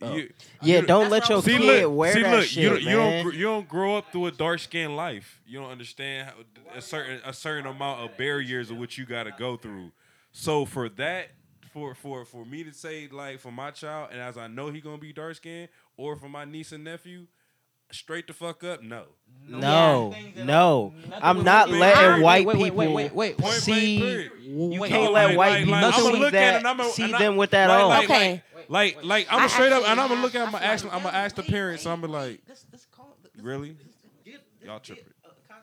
Speaker 4: Oh.
Speaker 2: You- you-
Speaker 5: Yeah,
Speaker 2: you-
Speaker 5: don't let
Speaker 1: what
Speaker 5: your
Speaker 1: I'm
Speaker 2: See,
Speaker 5: kid
Speaker 2: look,
Speaker 5: wear
Speaker 2: see,
Speaker 5: that
Speaker 2: look,
Speaker 5: shit,
Speaker 2: you, don't-
Speaker 5: man.
Speaker 2: you don't gr- you don't grow up through a dark skinned life. You don't understand how, a certain a certain amount of barriers of what you got to go through. So for that, for for for me to say like for my child, and as I know he gonna be dark skinned, or for my niece and nephew, straight the fuck up, no.
Speaker 5: no, no, I'm
Speaker 3: Wait,
Speaker 5: not
Speaker 2: wait,
Speaker 5: letting
Speaker 2: wait,
Speaker 3: wait,
Speaker 5: white
Speaker 3: wait,
Speaker 5: people.
Speaker 3: wait, wait, wait, wait.
Speaker 2: Point
Speaker 5: See,
Speaker 2: blank period. You
Speaker 3: wait.
Speaker 5: Can't let white people
Speaker 2: I'ma
Speaker 5: see
Speaker 2: look
Speaker 5: that-
Speaker 2: at it and I'ma-
Speaker 5: see
Speaker 2: and I-
Speaker 5: them with that on.
Speaker 2: Like,
Speaker 1: Okay.
Speaker 2: like, like, like I'm
Speaker 1: I
Speaker 2: gonna straight up
Speaker 1: actually-
Speaker 2: and I'm gonna look at
Speaker 1: I
Speaker 2: my
Speaker 1: feel
Speaker 2: ask.
Speaker 1: like-
Speaker 2: I'm gonna ask the parents. I'm gonna be like, really? Y'all tripping?
Speaker 1: I'm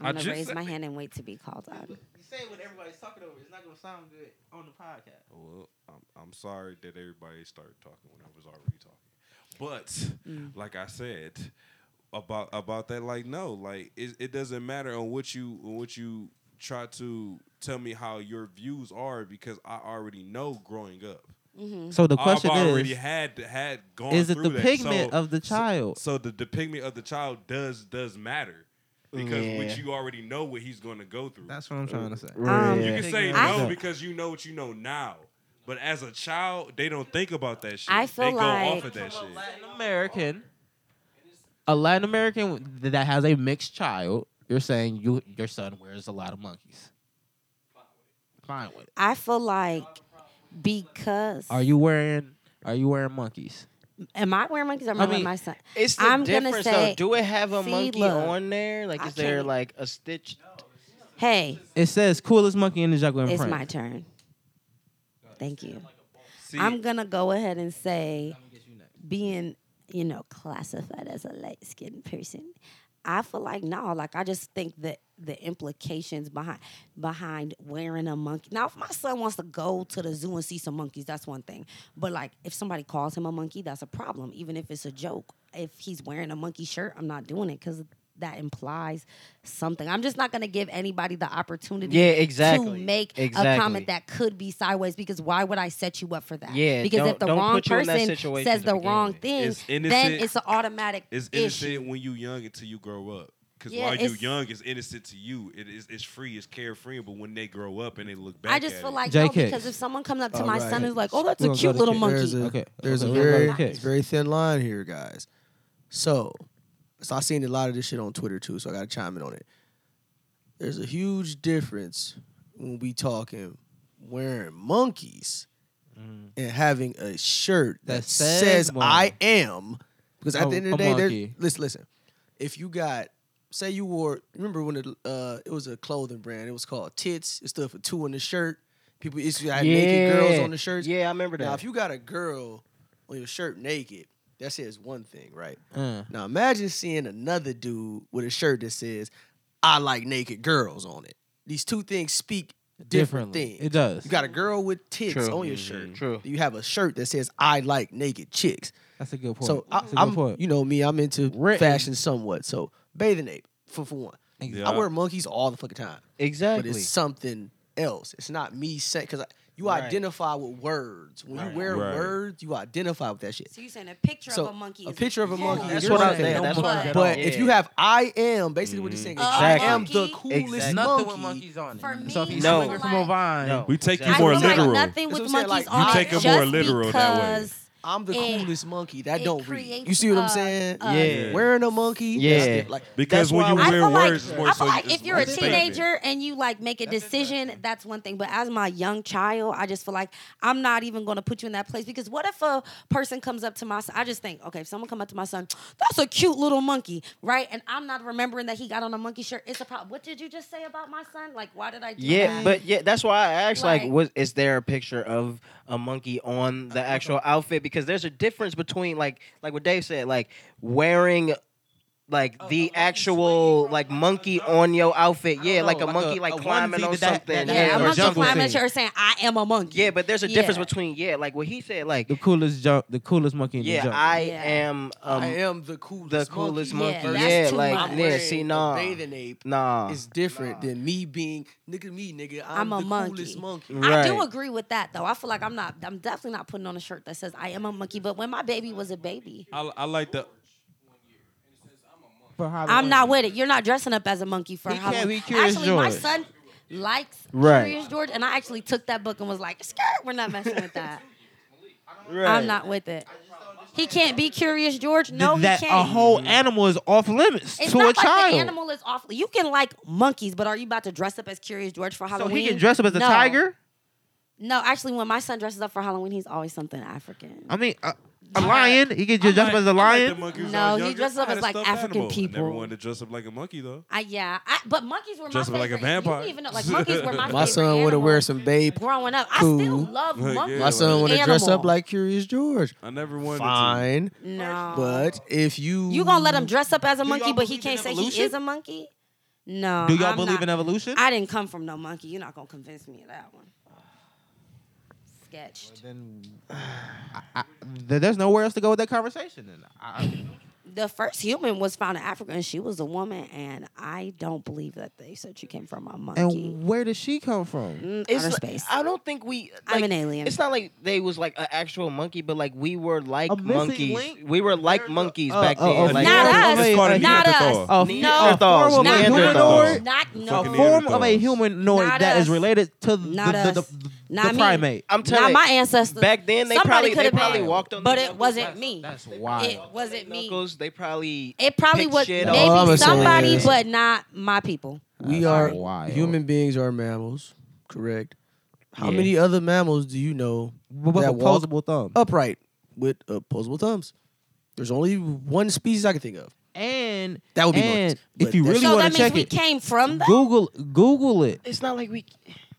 Speaker 2: I
Speaker 1: gonna
Speaker 2: just
Speaker 1: raise
Speaker 2: said
Speaker 1: my
Speaker 2: it.
Speaker 1: hand and wait to be called on.
Speaker 2: Well, I'm, I'm sorry that everybody started talking when I was already talking. But like I said, about about that. Like, no, like it, it doesn't matter on what you on what you try to tell me how your views are because I already know growing up.
Speaker 3: So the question
Speaker 2: I've already
Speaker 3: is,
Speaker 2: had had gone.
Speaker 3: is it
Speaker 2: through
Speaker 3: the
Speaker 2: that.
Speaker 3: pigment
Speaker 2: So-
Speaker 3: of the child?
Speaker 2: So the, the pigment of the child does does matter because
Speaker 5: Yeah.
Speaker 2: which you already know what he's going to go through.
Speaker 3: That's what I'm trying to say.
Speaker 1: Um,
Speaker 2: you
Speaker 5: Yeah.
Speaker 2: can say
Speaker 3: Pigment
Speaker 2: no
Speaker 3: of the-
Speaker 2: because you know what you know now. But as a child, they don't think about that shit.
Speaker 1: I feel
Speaker 2: they go
Speaker 1: like-
Speaker 2: off of that shit.
Speaker 3: Latin American, a Latin American that has a mixed child, you're saying you your son wears a lot of monkeys. Fine with it.
Speaker 1: I feel like because
Speaker 3: Are you wearing? Are you wearing monkeys?
Speaker 1: am I wearing monkeys? Or am I,
Speaker 3: I
Speaker 1: wearing
Speaker 3: mean,
Speaker 1: my son?
Speaker 5: It's the
Speaker 1: I'm gonna
Speaker 5: difference
Speaker 1: say
Speaker 5: though. Do it have a monkey
Speaker 1: Fila.
Speaker 5: on there? Like,
Speaker 1: I
Speaker 5: is there
Speaker 1: can't-
Speaker 5: like a stitch?
Speaker 1: Hey,
Speaker 3: It says coolest monkey in the jungle in
Speaker 1: it's
Speaker 3: print.
Speaker 1: my turn. Thank you.
Speaker 2: See,
Speaker 1: I'm gonna go ahead and say, being you know classified as a light skinned person, I feel like no, like I just think that the implications behind behind wearing a monkey. Now, if my son wants to go to the zoo and see some monkeys, that's one thing. But like, if somebody calls him a monkey, that's a problem. Even if it's a joke, if he's wearing a monkey shirt, I'm not doing it because. That implies something. I'm just not gonna give anybody the opportunity
Speaker 5: Yeah,
Speaker 1: to
Speaker 5: exactly.
Speaker 1: make a
Speaker 5: Exactly.
Speaker 1: comment that that could be sideways because why would I set you up for that?
Speaker 5: Yeah,
Speaker 1: because if
Speaker 5: don't-
Speaker 1: the
Speaker 5: don't
Speaker 1: wrong
Speaker 5: put you in that
Speaker 1: person
Speaker 5: situation
Speaker 1: says
Speaker 5: to
Speaker 1: the
Speaker 5: begin
Speaker 1: wrong
Speaker 5: with.
Speaker 1: thing,
Speaker 2: It's
Speaker 1: then
Speaker 2: innocent.
Speaker 1: it's an automatic
Speaker 2: it's
Speaker 1: issue.
Speaker 2: innocent when you young until you grow up. Because
Speaker 1: Yeah,
Speaker 2: while you
Speaker 1: it's-
Speaker 2: young, it's innocent to you. It is it's free, it's carefree. But when they grow up and they look back,
Speaker 1: I just
Speaker 2: at
Speaker 1: feel
Speaker 2: it,
Speaker 1: like
Speaker 3: Jay
Speaker 1: no,
Speaker 3: Kicks.
Speaker 1: because if someone comes up to
Speaker 4: All
Speaker 1: my
Speaker 4: right.
Speaker 1: son and is like, "Oh, that's a
Speaker 3: We're gonna
Speaker 1: cute
Speaker 3: go to
Speaker 1: little
Speaker 3: Kicks.
Speaker 1: monkey,"
Speaker 4: There's a,
Speaker 3: Okay,
Speaker 4: there's
Speaker 3: okay,
Speaker 4: a
Speaker 3: we're gonna
Speaker 4: very
Speaker 3: go to kicks.
Speaker 4: very thin line here, guys. So, so I've seen a lot of this shit on Twitter too, so I gotta chime in on it. There's a huge difference when we talking wearing monkeys and having a shirt that,
Speaker 3: Mm-hmm. That
Speaker 4: says,
Speaker 3: says
Speaker 4: I
Speaker 3: one.
Speaker 4: am. Because at
Speaker 3: A-
Speaker 4: the end of
Speaker 3: a
Speaker 4: the day, there's,
Speaker 3: monkey.
Speaker 4: listen, listen. If you got say you wore remember when it uh it was a clothing brand, it was called Tits, it stood for two in the shirt. People used to have naked girls on the shirts.
Speaker 5: Yeah, I remember that.
Speaker 4: Now, if you got a girl on your shirt naked, that says one thing, right?
Speaker 3: Uh,
Speaker 4: Now, imagine seeing another dude with a shirt that says, I like naked girls on it. These two things speak different
Speaker 3: differently.
Speaker 4: things.
Speaker 3: It does.
Speaker 4: You got a girl with tits
Speaker 5: True.
Speaker 4: on your
Speaker 5: Mhm.
Speaker 4: shirt.
Speaker 5: True.
Speaker 4: You have a shirt that says, I like naked chicks.
Speaker 3: That's a good point.
Speaker 4: So, I,
Speaker 3: That's a good
Speaker 4: I'm,
Speaker 3: point.
Speaker 4: you know me, I'm into
Speaker 5: Written.
Speaker 4: fashion somewhat. So, bathing ape, for, for one.
Speaker 2: Yeah.
Speaker 4: I wear monkeys all the fucking time
Speaker 5: exactly.
Speaker 4: but it's something else. It's not me saying because you
Speaker 5: Right.
Speaker 4: identify with words. When
Speaker 5: Right.
Speaker 4: you wear
Speaker 2: Right.
Speaker 4: words, you you identify with that shit.
Speaker 1: so you're saying a picture
Speaker 4: So,
Speaker 1: of a monkey,
Speaker 4: a
Speaker 1: is
Speaker 4: picture of a
Speaker 1: Yeah,
Speaker 4: monkey
Speaker 5: that's
Speaker 4: is
Speaker 5: what
Speaker 4: one
Speaker 5: I'm
Speaker 4: thing,
Speaker 5: saying. That's
Speaker 1: but-
Speaker 5: what I'm saying.
Speaker 4: But
Speaker 5: Yeah.
Speaker 4: if you have "I am," basically
Speaker 2: Mm-hmm.
Speaker 4: what it's saying, is,
Speaker 1: Mhm.
Speaker 4: I am the
Speaker 1: Exactly.
Speaker 4: coolest
Speaker 5: Exactly.
Speaker 4: monkey.
Speaker 3: on
Speaker 1: For me,
Speaker 3: so if he's
Speaker 5: No.
Speaker 3: swinging from a vine,
Speaker 5: No.
Speaker 2: we take you
Speaker 1: I
Speaker 2: more
Speaker 1: feel like
Speaker 2: literal.
Speaker 1: nothing
Speaker 4: That's
Speaker 1: with
Speaker 4: what I'm saying,
Speaker 1: monkees
Speaker 4: like,
Speaker 1: on
Speaker 4: you
Speaker 2: take
Speaker 1: it
Speaker 2: 'em
Speaker 1: just
Speaker 2: more literal that way.
Speaker 1: because
Speaker 4: I'm the
Speaker 1: It-
Speaker 4: coolest monkey. That
Speaker 1: it
Speaker 4: don't read.
Speaker 1: creates
Speaker 4: You see what I'm
Speaker 1: a-
Speaker 4: saying?
Speaker 1: a-
Speaker 5: Yeah.
Speaker 4: Wearing a monkey.
Speaker 5: Yeah.
Speaker 4: that's it. Like
Speaker 2: because
Speaker 5: That's
Speaker 2: when
Speaker 5: why
Speaker 2: you
Speaker 5: I
Speaker 1: I
Speaker 2: wear
Speaker 1: feel like,
Speaker 2: words, it's more
Speaker 1: I
Speaker 2: so
Speaker 1: feel like if you're a
Speaker 2: it's more statement.
Speaker 1: teenager and you like make a decision, that's one thing. But as my young child, I just feel like I'm not even going to put you in that place because what if a person comes up to my son? I just think, okay, if someone come up to my son, that's a cute little monkey, right? And I'm not remembering that he got on a monkey shirt. It's a problem. What did you just say about my son? Like, why did I do
Speaker 5: yeah,
Speaker 1: that?
Speaker 5: but yeah, that's why I asked. Like,
Speaker 1: Like-
Speaker 5: was is there a picture of a monkey on the actual outfit? Because there's a difference between like, like what Dave said, like wearing. Like the actual like monkey on your outfit, yeah,
Speaker 3: know,
Speaker 5: like a
Speaker 3: like
Speaker 5: monkey
Speaker 3: a-
Speaker 5: like
Speaker 3: a
Speaker 5: climbing
Speaker 3: onesie
Speaker 5: on
Speaker 3: that- that-
Speaker 5: something,
Speaker 3: that-
Speaker 1: yeah,
Speaker 5: yeah,
Speaker 1: a
Speaker 3: or
Speaker 1: monkey
Speaker 3: jungle
Speaker 1: climbing at
Speaker 3: scene.
Speaker 1: you or saying I am a monkey.
Speaker 5: yeah. But there's a difference
Speaker 1: Yeah.
Speaker 5: between yeah, like what he said, like
Speaker 3: the coolest jump, the coolest monkey in the
Speaker 5: yeah,
Speaker 3: jungle.
Speaker 5: I
Speaker 1: Yeah.
Speaker 5: am um,
Speaker 4: I am the coolest.
Speaker 5: the coolest
Speaker 1: monkey.
Speaker 5: monkey,
Speaker 1: Yeah,
Speaker 5: yeah,
Speaker 1: that's too
Speaker 5: like
Speaker 1: much.
Speaker 4: I'm
Speaker 5: yeah,
Speaker 4: wearing
Speaker 5: see,
Speaker 4: a
Speaker 5: nah,
Speaker 4: bathing ape.
Speaker 5: nah,
Speaker 4: It's different than me being nigga me nigga.
Speaker 1: I'm
Speaker 4: I'm,
Speaker 1: a
Speaker 4: the
Speaker 1: monkey.
Speaker 4: coolest monkey.
Speaker 1: I do
Speaker 5: Right.
Speaker 1: agree with that though. I feel like I'm not. I'm definitely not putting on a shirt that says I am a monkey. But when my baby was a baby,
Speaker 2: I, I like the
Speaker 3: For Halloween.
Speaker 1: I'm not with it. You're not dressing up as a monkey for
Speaker 3: He can't
Speaker 1: Halloween.
Speaker 3: be Curious
Speaker 1: actually, my
Speaker 3: George.
Speaker 1: son likes
Speaker 5: Right.
Speaker 1: Curious George, and I actually took that book and was like, "Skirt, we're not messing with that.
Speaker 5: right.
Speaker 1: I'm not with it." He can't be Curious George.
Speaker 3: Th-
Speaker 1: No,
Speaker 3: that
Speaker 1: he
Speaker 3: a
Speaker 1: can't.
Speaker 3: whole animal is off limits
Speaker 1: it's
Speaker 3: to
Speaker 1: not
Speaker 3: a
Speaker 1: like
Speaker 3: child.
Speaker 1: the animal is awful. You can like monkeys, but are you about to dress up as Curious George for
Speaker 3: so
Speaker 1: Halloween?
Speaker 3: he can dress up as a
Speaker 1: No.
Speaker 3: tiger.
Speaker 1: No, actually, when my son dresses up for Halloween, he's always something African.
Speaker 3: I mean, a, a lion. He can dress up as a lion.
Speaker 1: No, he dresses up as, like, African
Speaker 2: I never
Speaker 1: people.
Speaker 2: wanted to dress up like a monkey though.
Speaker 1: I, yeah, I, but monkeys were my
Speaker 2: Dress up
Speaker 1: favorite.
Speaker 2: like
Speaker 1: You
Speaker 2: a vampire.
Speaker 1: didn't even know, like monkeys were my,
Speaker 2: My
Speaker 1: favorite.
Speaker 4: My son would have
Speaker 1: animal
Speaker 4: wear some babe.
Speaker 1: growing up. I still
Speaker 4: Cool.
Speaker 1: love
Speaker 2: Yeah,
Speaker 1: monkeys.
Speaker 4: My son
Speaker 1: The
Speaker 4: want to dress up
Speaker 1: animal.
Speaker 4: like Curious George.
Speaker 2: I never wanted to.
Speaker 4: Fine,
Speaker 1: no,
Speaker 4: but if you
Speaker 1: You gonna let him dress up as a monkey,
Speaker 3: y'all
Speaker 1: but he
Speaker 3: believe in
Speaker 1: can't say he
Speaker 3: evolution?
Speaker 1: is a monkey? No.
Speaker 3: Do y'all
Speaker 1: I'm
Speaker 3: believe
Speaker 1: not-
Speaker 3: in evolution?
Speaker 1: I didn't come from no monkey. You're not gonna convince me of that one. Sketched.
Speaker 3: [sighs] Then I- I- th- there's nowhere else to go with that conversation. Then I,
Speaker 1: the first human was found in Africa, and she was a woman. And I don't believe that they said she came from a monkey.
Speaker 3: And where did she come from?
Speaker 1: Mm,
Speaker 5: It's
Speaker 1: outer
Speaker 5: like-
Speaker 1: space.
Speaker 5: I don't think we.
Speaker 1: I'm
Speaker 5: like,
Speaker 1: an alien.
Speaker 5: It's not like they was like an actual monkey, but like we were like
Speaker 3: A missing
Speaker 5: monkeys.
Speaker 3: link?
Speaker 5: We were like
Speaker 3: There's a-
Speaker 5: monkeys
Speaker 3: oh,
Speaker 5: back
Speaker 3: oh,
Speaker 5: then.
Speaker 3: oh,
Speaker 5: like,
Speaker 1: not us.
Speaker 2: It's called a
Speaker 1: not
Speaker 2: Neanderthal.
Speaker 1: us.
Speaker 3: A,
Speaker 1: No.
Speaker 3: a form
Speaker 1: Not
Speaker 3: of a
Speaker 5: Neanderthals.
Speaker 3: humanoid.
Speaker 1: Not no.
Speaker 3: A
Speaker 2: Fucking
Speaker 3: form of a
Speaker 2: Neanderthals.
Speaker 3: humanoid
Speaker 1: Not
Speaker 3: that is
Speaker 1: us.
Speaker 3: related to the,
Speaker 1: Not
Speaker 3: the, the,
Speaker 1: us.
Speaker 3: the,
Speaker 1: Not me.
Speaker 3: primate.
Speaker 5: I'm
Speaker 1: Not
Speaker 5: telling
Speaker 1: my
Speaker 5: you,
Speaker 1: ancestors.
Speaker 5: back then they
Speaker 1: Somebody
Speaker 5: probably
Speaker 1: could
Speaker 5: they
Speaker 1: have been.
Speaker 5: probably walked on.
Speaker 1: but
Speaker 5: their
Speaker 1: it
Speaker 5: knuckles.
Speaker 1: wasn't me.
Speaker 3: That's wild.
Speaker 1: It wasn't me.
Speaker 5: Knuckles, they probably.
Speaker 1: It probably
Speaker 5: picked
Speaker 1: was
Speaker 5: shit
Speaker 1: maybe
Speaker 5: up.
Speaker 4: All I'm saying
Speaker 1: somebody,
Speaker 4: is-
Speaker 1: but not my people.
Speaker 4: We
Speaker 5: Uh,
Speaker 3: That's
Speaker 4: are
Speaker 3: wild.
Speaker 4: human beings are mammals, correct? How
Speaker 3: Yeah.
Speaker 4: many other mammals do you know
Speaker 3: What about
Speaker 4: that walk
Speaker 3: opposable thumb?
Speaker 4: upright with opposable thumbs? There's only one species I can think of.
Speaker 3: And
Speaker 4: That would be
Speaker 3: and
Speaker 4: monkeys, but
Speaker 3: if you
Speaker 4: that's-
Speaker 3: really
Speaker 1: so
Speaker 3: want
Speaker 1: that
Speaker 3: to
Speaker 1: means
Speaker 3: check
Speaker 1: we
Speaker 3: it,
Speaker 1: came from them.
Speaker 3: Google Google it.
Speaker 5: It's not like we.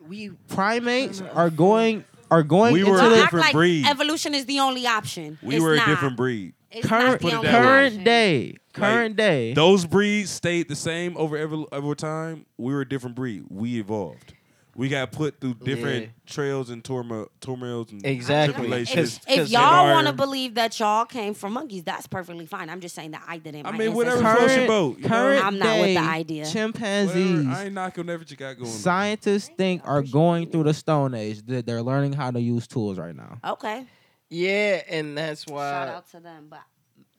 Speaker 5: We
Speaker 3: Primates are going are going
Speaker 2: We
Speaker 3: into
Speaker 2: were
Speaker 1: Don't
Speaker 2: a
Speaker 3: the
Speaker 1: act
Speaker 2: different
Speaker 1: like
Speaker 2: breed.
Speaker 1: Evolution is the only option.
Speaker 2: We
Speaker 1: It's
Speaker 2: were a
Speaker 1: not.
Speaker 2: different breed.
Speaker 1: It's not
Speaker 3: current
Speaker 1: the only
Speaker 3: current
Speaker 1: option.
Speaker 3: day current day.
Speaker 2: Those breeds stayed the same over ever, over time. We were a different breed. We evolved. We got put through different
Speaker 5: Yeah.
Speaker 2: trails and turmo- turmoils and
Speaker 5: Exactly.
Speaker 2: tribulations.
Speaker 1: If,
Speaker 5: Cause-
Speaker 1: if
Speaker 5: cause
Speaker 1: y'all
Speaker 2: they're-
Speaker 1: want to believe that y'all came from monkeys, that's perfectly fine. I'm just saying that I didn't.
Speaker 2: I
Speaker 1: My
Speaker 2: mean, whatever
Speaker 1: ancestors-
Speaker 3: current,
Speaker 2: floats your boat, you know?
Speaker 3: current
Speaker 1: I'm not with the
Speaker 3: day
Speaker 1: idea.
Speaker 3: Chimpanzees.
Speaker 2: Whatever, I ain't knocking whatever you got going. on.
Speaker 3: Scientists think are going through the stone age. That they're learning how to use tools right now.
Speaker 1: Okay,
Speaker 5: yeah, and that's
Speaker 1: shout
Speaker 5: why
Speaker 1: out to them, but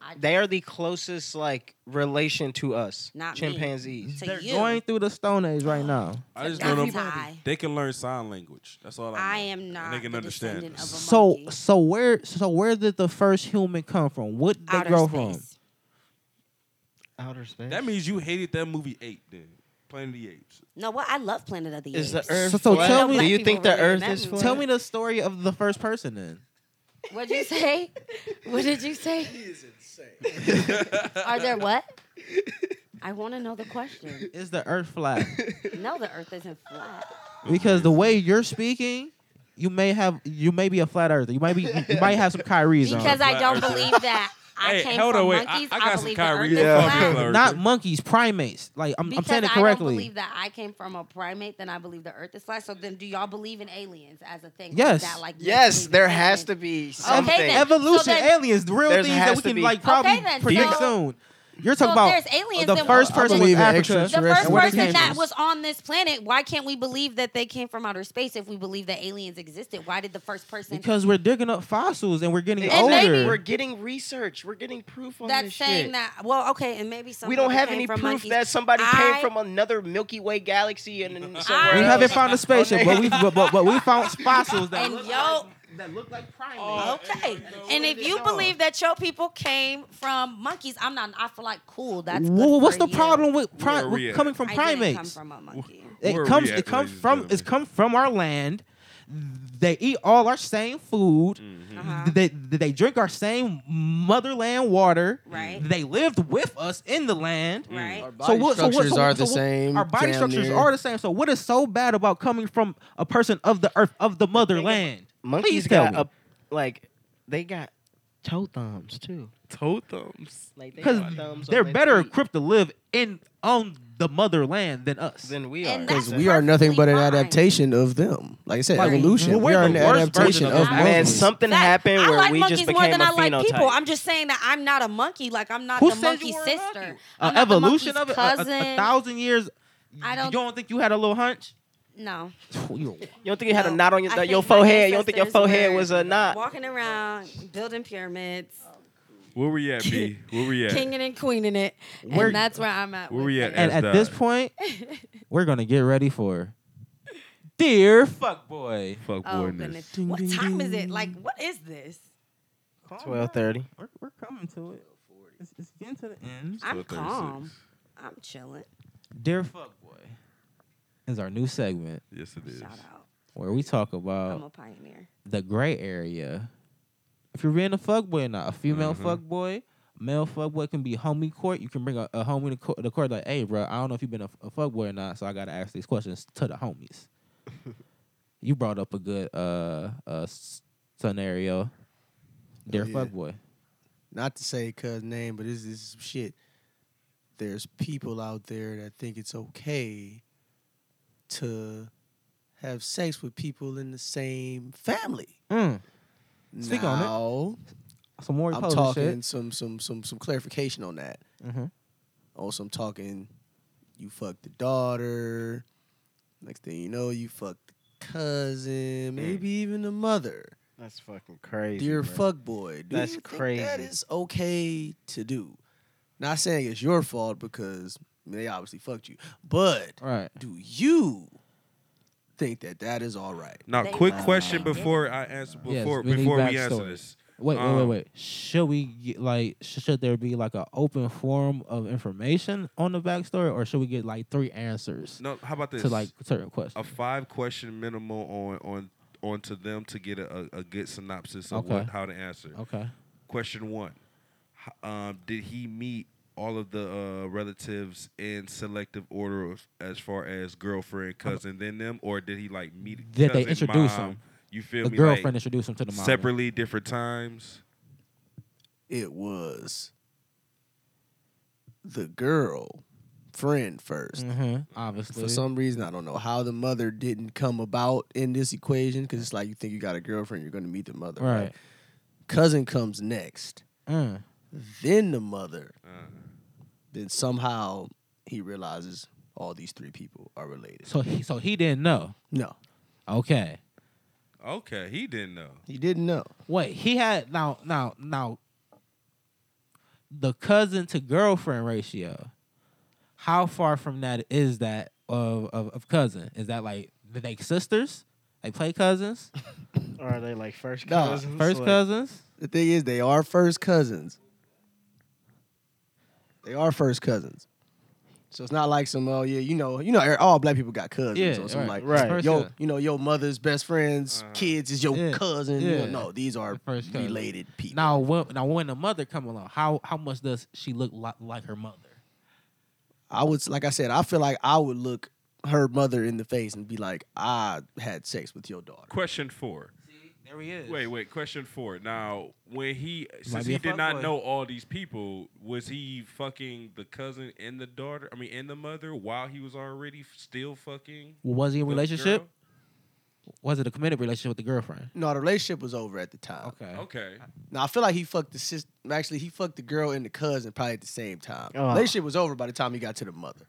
Speaker 1: I,
Speaker 5: they are the closest like relation to us.
Speaker 1: Not me.
Speaker 5: chimpanzees.
Speaker 1: to
Speaker 3: They're
Speaker 1: you,
Speaker 3: going through the stone age right now.
Speaker 2: I just
Speaker 1: That's
Speaker 2: don't know.
Speaker 1: everybody.
Speaker 2: They can learn sign language. That's all I know.
Speaker 1: I am not.
Speaker 2: they can
Speaker 1: the
Speaker 2: understand
Speaker 1: descendant
Speaker 2: us.
Speaker 1: of a
Speaker 3: So
Speaker 1: monkey.
Speaker 3: so where so where did the first human come from? What did they
Speaker 1: Outer
Speaker 3: grow from?
Speaker 1: space.
Speaker 5: Outer space.
Speaker 2: That means you hated that movie Eight, then Planet of the Apes.
Speaker 1: No, what I love Planet of the
Speaker 5: is
Speaker 1: Apes.
Speaker 5: the Earth.
Speaker 3: So- so
Speaker 5: flat?
Speaker 3: tell me-
Speaker 5: Do
Speaker 1: Black
Speaker 5: you
Speaker 1: people
Speaker 5: think the
Speaker 1: really
Speaker 5: Earth
Speaker 1: in
Speaker 5: is
Speaker 1: that movie.
Speaker 5: flat?
Speaker 3: Tell me the story of the first person then.
Speaker 1: What'd you say? what did you say? Are there what? I want to know the question.
Speaker 3: Is [laughs] the earth flat?
Speaker 1: No, the Earth isn't flat.
Speaker 3: because
Speaker 1: [laughs]
Speaker 3: the way you're speaking, you may have you may be a flat earther. You might be you, you might
Speaker 1: [laughs]
Speaker 3: have some Kyrie's on.
Speaker 1: Because I
Speaker 2: flat
Speaker 1: don't
Speaker 2: earther.
Speaker 1: believe that I
Speaker 2: Hey,
Speaker 1: came
Speaker 2: hold
Speaker 1: from
Speaker 2: on, wait. I-
Speaker 1: monkeys.
Speaker 2: I got some
Speaker 1: believe the
Speaker 2: Kyrie
Speaker 1: Earth is
Speaker 2: Yeah.
Speaker 1: flat.
Speaker 2: Fucking
Speaker 3: not monkeys, primates. Like I'm, I'm
Speaker 1: Because
Speaker 3: saying it
Speaker 1: I don't
Speaker 3: correctly.
Speaker 1: believe that I came from a primate, then I believe the Earth is flat. So then, do y'all believe in aliens as a thing? Or is
Speaker 3: Yes.
Speaker 1: That, like,
Speaker 5: Yes,
Speaker 1: make-believe
Speaker 5: there
Speaker 1: thing?
Speaker 5: has to be something.
Speaker 1: then.
Speaker 3: Evolution,
Speaker 1: So then-
Speaker 3: aliens, the real
Speaker 5: There's
Speaker 3: things that
Speaker 5: has
Speaker 3: we
Speaker 5: to
Speaker 3: can
Speaker 5: be-
Speaker 3: like probably
Speaker 1: Okay, then,
Speaker 3: predict
Speaker 1: so-
Speaker 3: soon. You're
Speaker 1: So
Speaker 3: talking
Speaker 1: if
Speaker 3: about
Speaker 1: there's aliens,
Speaker 3: the
Speaker 1: then
Speaker 3: first
Speaker 1: what-
Speaker 3: person was
Speaker 4: believe in
Speaker 3: Africa.
Speaker 1: The
Speaker 4: extraterrestrials.
Speaker 1: first
Speaker 3: And where they
Speaker 1: person
Speaker 3: came
Speaker 1: that
Speaker 3: from.
Speaker 1: was on this planet, why can't we believe that they came from outer space if we believe that aliens existed? Why did the first person
Speaker 3: because we're digging up fossils and we're getting
Speaker 5: It's-
Speaker 1: And
Speaker 3: older.
Speaker 1: maybe-
Speaker 5: we're getting research. We're getting proof on
Speaker 1: that's
Speaker 5: this
Speaker 1: saying
Speaker 5: shit.
Speaker 1: that? Well, okay, and maybe some
Speaker 5: we don't
Speaker 1: people
Speaker 5: have
Speaker 1: came
Speaker 5: any
Speaker 1: from
Speaker 5: proof
Speaker 1: monkeys.
Speaker 5: that somebody
Speaker 1: I-
Speaker 5: came from another Milky Way galaxy and then somewhere
Speaker 3: we
Speaker 5: else.
Speaker 3: haven't found a spaceship,
Speaker 1: [laughs]
Speaker 3: but we but, but, but we found fossils that
Speaker 1: and
Speaker 3: look,
Speaker 1: yo.
Speaker 3: that look like primates.
Speaker 1: Okay, and if you believe that your people came from monkeys, I'm not. I feel like cool. That's good
Speaker 3: Wha- what's
Speaker 1: for
Speaker 3: the
Speaker 1: you.
Speaker 3: problem with, pri-
Speaker 2: Where are
Speaker 3: with
Speaker 2: we at?
Speaker 3: coming from
Speaker 1: I
Speaker 3: primates?
Speaker 1: didn't come from a monkey.
Speaker 2: Where
Speaker 3: It
Speaker 2: are
Speaker 3: comes.
Speaker 2: we at,
Speaker 3: It comes
Speaker 2: ladies and
Speaker 3: from. It's
Speaker 2: gentlemen?
Speaker 3: come from our land. They eat all our same food.
Speaker 2: Mm-hmm.
Speaker 1: Uh-huh.
Speaker 3: They they drink our same motherland water.
Speaker 1: Right.
Speaker 3: They lived with us in the land.
Speaker 2: Mm.
Speaker 1: Right. Our
Speaker 4: body structures are the same,
Speaker 3: Our body
Speaker 4: damn
Speaker 3: structures
Speaker 4: near.
Speaker 3: are the same. So what is so bad about coming from a person of the earth of the motherland?
Speaker 5: Monkeys
Speaker 3: Please tell
Speaker 5: got
Speaker 3: me.
Speaker 5: a, like they got toe thumbs too.
Speaker 2: Totems.
Speaker 5: Like they
Speaker 3: because
Speaker 5: got thumbs on
Speaker 3: they're
Speaker 5: their
Speaker 3: better
Speaker 5: feet
Speaker 3: equipped to live in on the motherland than us.
Speaker 5: than we are.
Speaker 1: And
Speaker 4: Because
Speaker 1: That's
Speaker 4: we are nothing but an
Speaker 1: perfectly fine.
Speaker 4: adaptation of them. Like I said,
Speaker 1: Like,
Speaker 4: evolution.
Speaker 3: we're
Speaker 4: We are an
Speaker 3: the worst
Speaker 4: adaptation
Speaker 3: version
Speaker 4: of
Speaker 3: of that.
Speaker 5: Man,
Speaker 4: monkeys.
Speaker 5: something
Speaker 1: Fact,
Speaker 5: happened
Speaker 1: I
Speaker 5: where
Speaker 1: like
Speaker 5: we
Speaker 1: monkeys
Speaker 5: just
Speaker 1: more
Speaker 5: became
Speaker 1: than
Speaker 5: a
Speaker 1: I like
Speaker 5: phenotype.
Speaker 1: people. I'm just saying that I'm not a monkey. Like I'm not
Speaker 3: Who
Speaker 1: the
Speaker 3: said
Speaker 1: monkey
Speaker 3: you were a monkey?
Speaker 1: sister.
Speaker 3: An
Speaker 1: I'm not the
Speaker 3: evolution of
Speaker 1: monkey's
Speaker 3: it, a- a-
Speaker 1: cousin.
Speaker 3: A, thousand years.
Speaker 1: I
Speaker 3: You
Speaker 1: don't-
Speaker 3: don't think you had a little hunch?
Speaker 1: No.
Speaker 5: you don't think you had a
Speaker 1: No.
Speaker 5: knot on your,
Speaker 1: I
Speaker 5: that- your
Speaker 1: think my
Speaker 5: forehead? You don't think your
Speaker 1: ancestors
Speaker 5: forehead
Speaker 1: were
Speaker 5: was a knot?
Speaker 1: Walking around, building pyramids,
Speaker 2: Where we at, B? Where we at?
Speaker 1: kinging and queening it,
Speaker 3: Where-
Speaker 1: and that's where I'm at.
Speaker 2: Where
Speaker 1: with
Speaker 2: we
Speaker 1: it.
Speaker 2: at?
Speaker 3: and
Speaker 2: As
Speaker 3: at this
Speaker 2: died.
Speaker 1: [laughs]
Speaker 3: point, we're gonna get ready for dear fuck boy.
Speaker 2: Fuck
Speaker 1: Oh
Speaker 2: boyness.
Speaker 1: goodness! What time is it? Like, what is this?
Speaker 5: Twelve thirty.
Speaker 3: We're, we're coming to it. It's, it's getting to the end.
Speaker 1: I'm
Speaker 2: 12:36.
Speaker 1: calm. I'm chilling.
Speaker 3: Dear fuck boy is our new segment
Speaker 2: Yes, it is.
Speaker 1: Shout out.
Speaker 3: where we talk
Speaker 1: I'm a
Speaker 3: about
Speaker 1: pioneer.
Speaker 3: the gray area. If you're being a fuck boy or not, a female
Speaker 2: Mhm.
Speaker 3: fuck boy. Male fuckboy can be homie court. You can bring a, a homie to court, the court like, hey, bro, I don't know if you've been a, a fuckboy or not, so I gotta ask these questions to the homies. you brought up a good uh, uh s- scenario. Dear
Speaker 4: Oh, yeah.
Speaker 3: fuckboy.
Speaker 4: Not to say cuz name, but this, this is some shit. There's people out there that think it's okay to have sex with people in the same family.
Speaker 3: Mm.
Speaker 4: Now,
Speaker 3: Speak on it. Some more
Speaker 4: I'm
Speaker 3: poser
Speaker 4: talking
Speaker 3: shit.
Speaker 4: some some some some clarification on that.
Speaker 3: Mhm.
Speaker 4: Also, I'm talking. You fucked the daughter. Next thing you know, you fucked the cousin, maybe even the mother.
Speaker 5: Mm. That's fucking crazy.
Speaker 4: Dear
Speaker 5: bro.
Speaker 4: fuck boy. Do
Speaker 5: That's
Speaker 4: you think that
Speaker 5: crazy.
Speaker 4: is okay to do. Not saying it's your fault because I mean, they obviously fucked you, but
Speaker 3: Right.
Speaker 4: do you think that that is all right?
Speaker 2: Now,
Speaker 1: They
Speaker 2: quick
Speaker 1: love
Speaker 2: question
Speaker 1: it. They
Speaker 2: before I answer
Speaker 3: Yes,
Speaker 2: before
Speaker 3: we need
Speaker 2: before we answer
Speaker 3: backstory.
Speaker 2: this.
Speaker 3: Wait, wait, wait,
Speaker 2: Um,
Speaker 3: wait. Should we get, like? sh- Should there be like an open forum of information on the backstory, or should we get like three answers
Speaker 2: No, how about this?
Speaker 3: to like certain
Speaker 2: a
Speaker 3: questions?
Speaker 2: five question minimal on on onto them to get a, a, a good synopsis of
Speaker 3: Okay.
Speaker 2: what, how to answer.
Speaker 3: Okay.
Speaker 2: Question one: H- um, Did he meet all of the uh, relatives in selective order of, as far as girlfriend, cousin, then them, or did he like meet?
Speaker 3: Uh-huh. Did they
Speaker 2: cousin,
Speaker 3: introduce
Speaker 2: mom,
Speaker 3: him?
Speaker 2: You feel
Speaker 3: The
Speaker 2: me?
Speaker 3: girlfriend
Speaker 2: like,
Speaker 3: introduced him to the mom.
Speaker 2: separately, different times.
Speaker 4: It was the girl friend 1st
Speaker 3: hmm Obviously.
Speaker 4: For some reason, I don't know how the mother didn't come about in this equation because it's like you think you got a girlfriend, you're going to meet the mother. Right.
Speaker 3: right.
Speaker 4: Cousin comes next,
Speaker 3: Mm.
Speaker 4: then the mother,
Speaker 2: Uh,
Speaker 4: then somehow he realizes all these three people are related.
Speaker 3: So he so he didn't know.
Speaker 4: No,
Speaker 3: Okay.
Speaker 2: okay, he didn't know.
Speaker 4: he didn't know.
Speaker 3: Wait, he had now now now the cousin to girlfriend ratio. How far from that is that of of, of cousin? Is that like did they sisters? They play cousins?
Speaker 5: Or are they like first
Speaker 4: Nah,
Speaker 5: cousins?
Speaker 3: First
Speaker 5: Like-
Speaker 3: cousins?
Speaker 4: The thing is, they are first cousins. They are first cousins. So it's not like some oh yeah you know you know all black people got cousins
Speaker 3: Yeah,
Speaker 4: or something like
Speaker 3: right,
Speaker 5: right.
Speaker 4: yo
Speaker 3: First-
Speaker 4: you know your mother's best friend's
Speaker 2: Uh-huh.
Speaker 4: kids is your
Speaker 3: Yeah,
Speaker 4: cousin you know,
Speaker 3: yeah.
Speaker 4: no these are
Speaker 3: The first cousin.
Speaker 4: related people
Speaker 3: Now when now when the mother come along, how how much does she look li- like her mother?
Speaker 4: I would like I said I feel like I would look her mother in the face and be like I had sex with your daughter
Speaker 2: Question four.
Speaker 3: There he is.
Speaker 2: Wait, wait. Question four. Now, when he since
Speaker 3: be
Speaker 2: he
Speaker 3: a
Speaker 2: did not
Speaker 3: fuckboy.
Speaker 2: know all these people, was he fucking the cousin and the daughter? I mean, and the mother while he was already f- still fucking
Speaker 3: Was he in a
Speaker 2: the
Speaker 3: relationship? Was it a committed relationship with the girlfriend?
Speaker 4: no the relationship was over at the time
Speaker 3: Okay.
Speaker 2: girl? Okay.
Speaker 4: Now I feel like he fucked the sister. Actually, he fucked the girl and the cousin probably at the same time.
Speaker 5: Oh.
Speaker 4: Relationship was over by the time he got to the mother.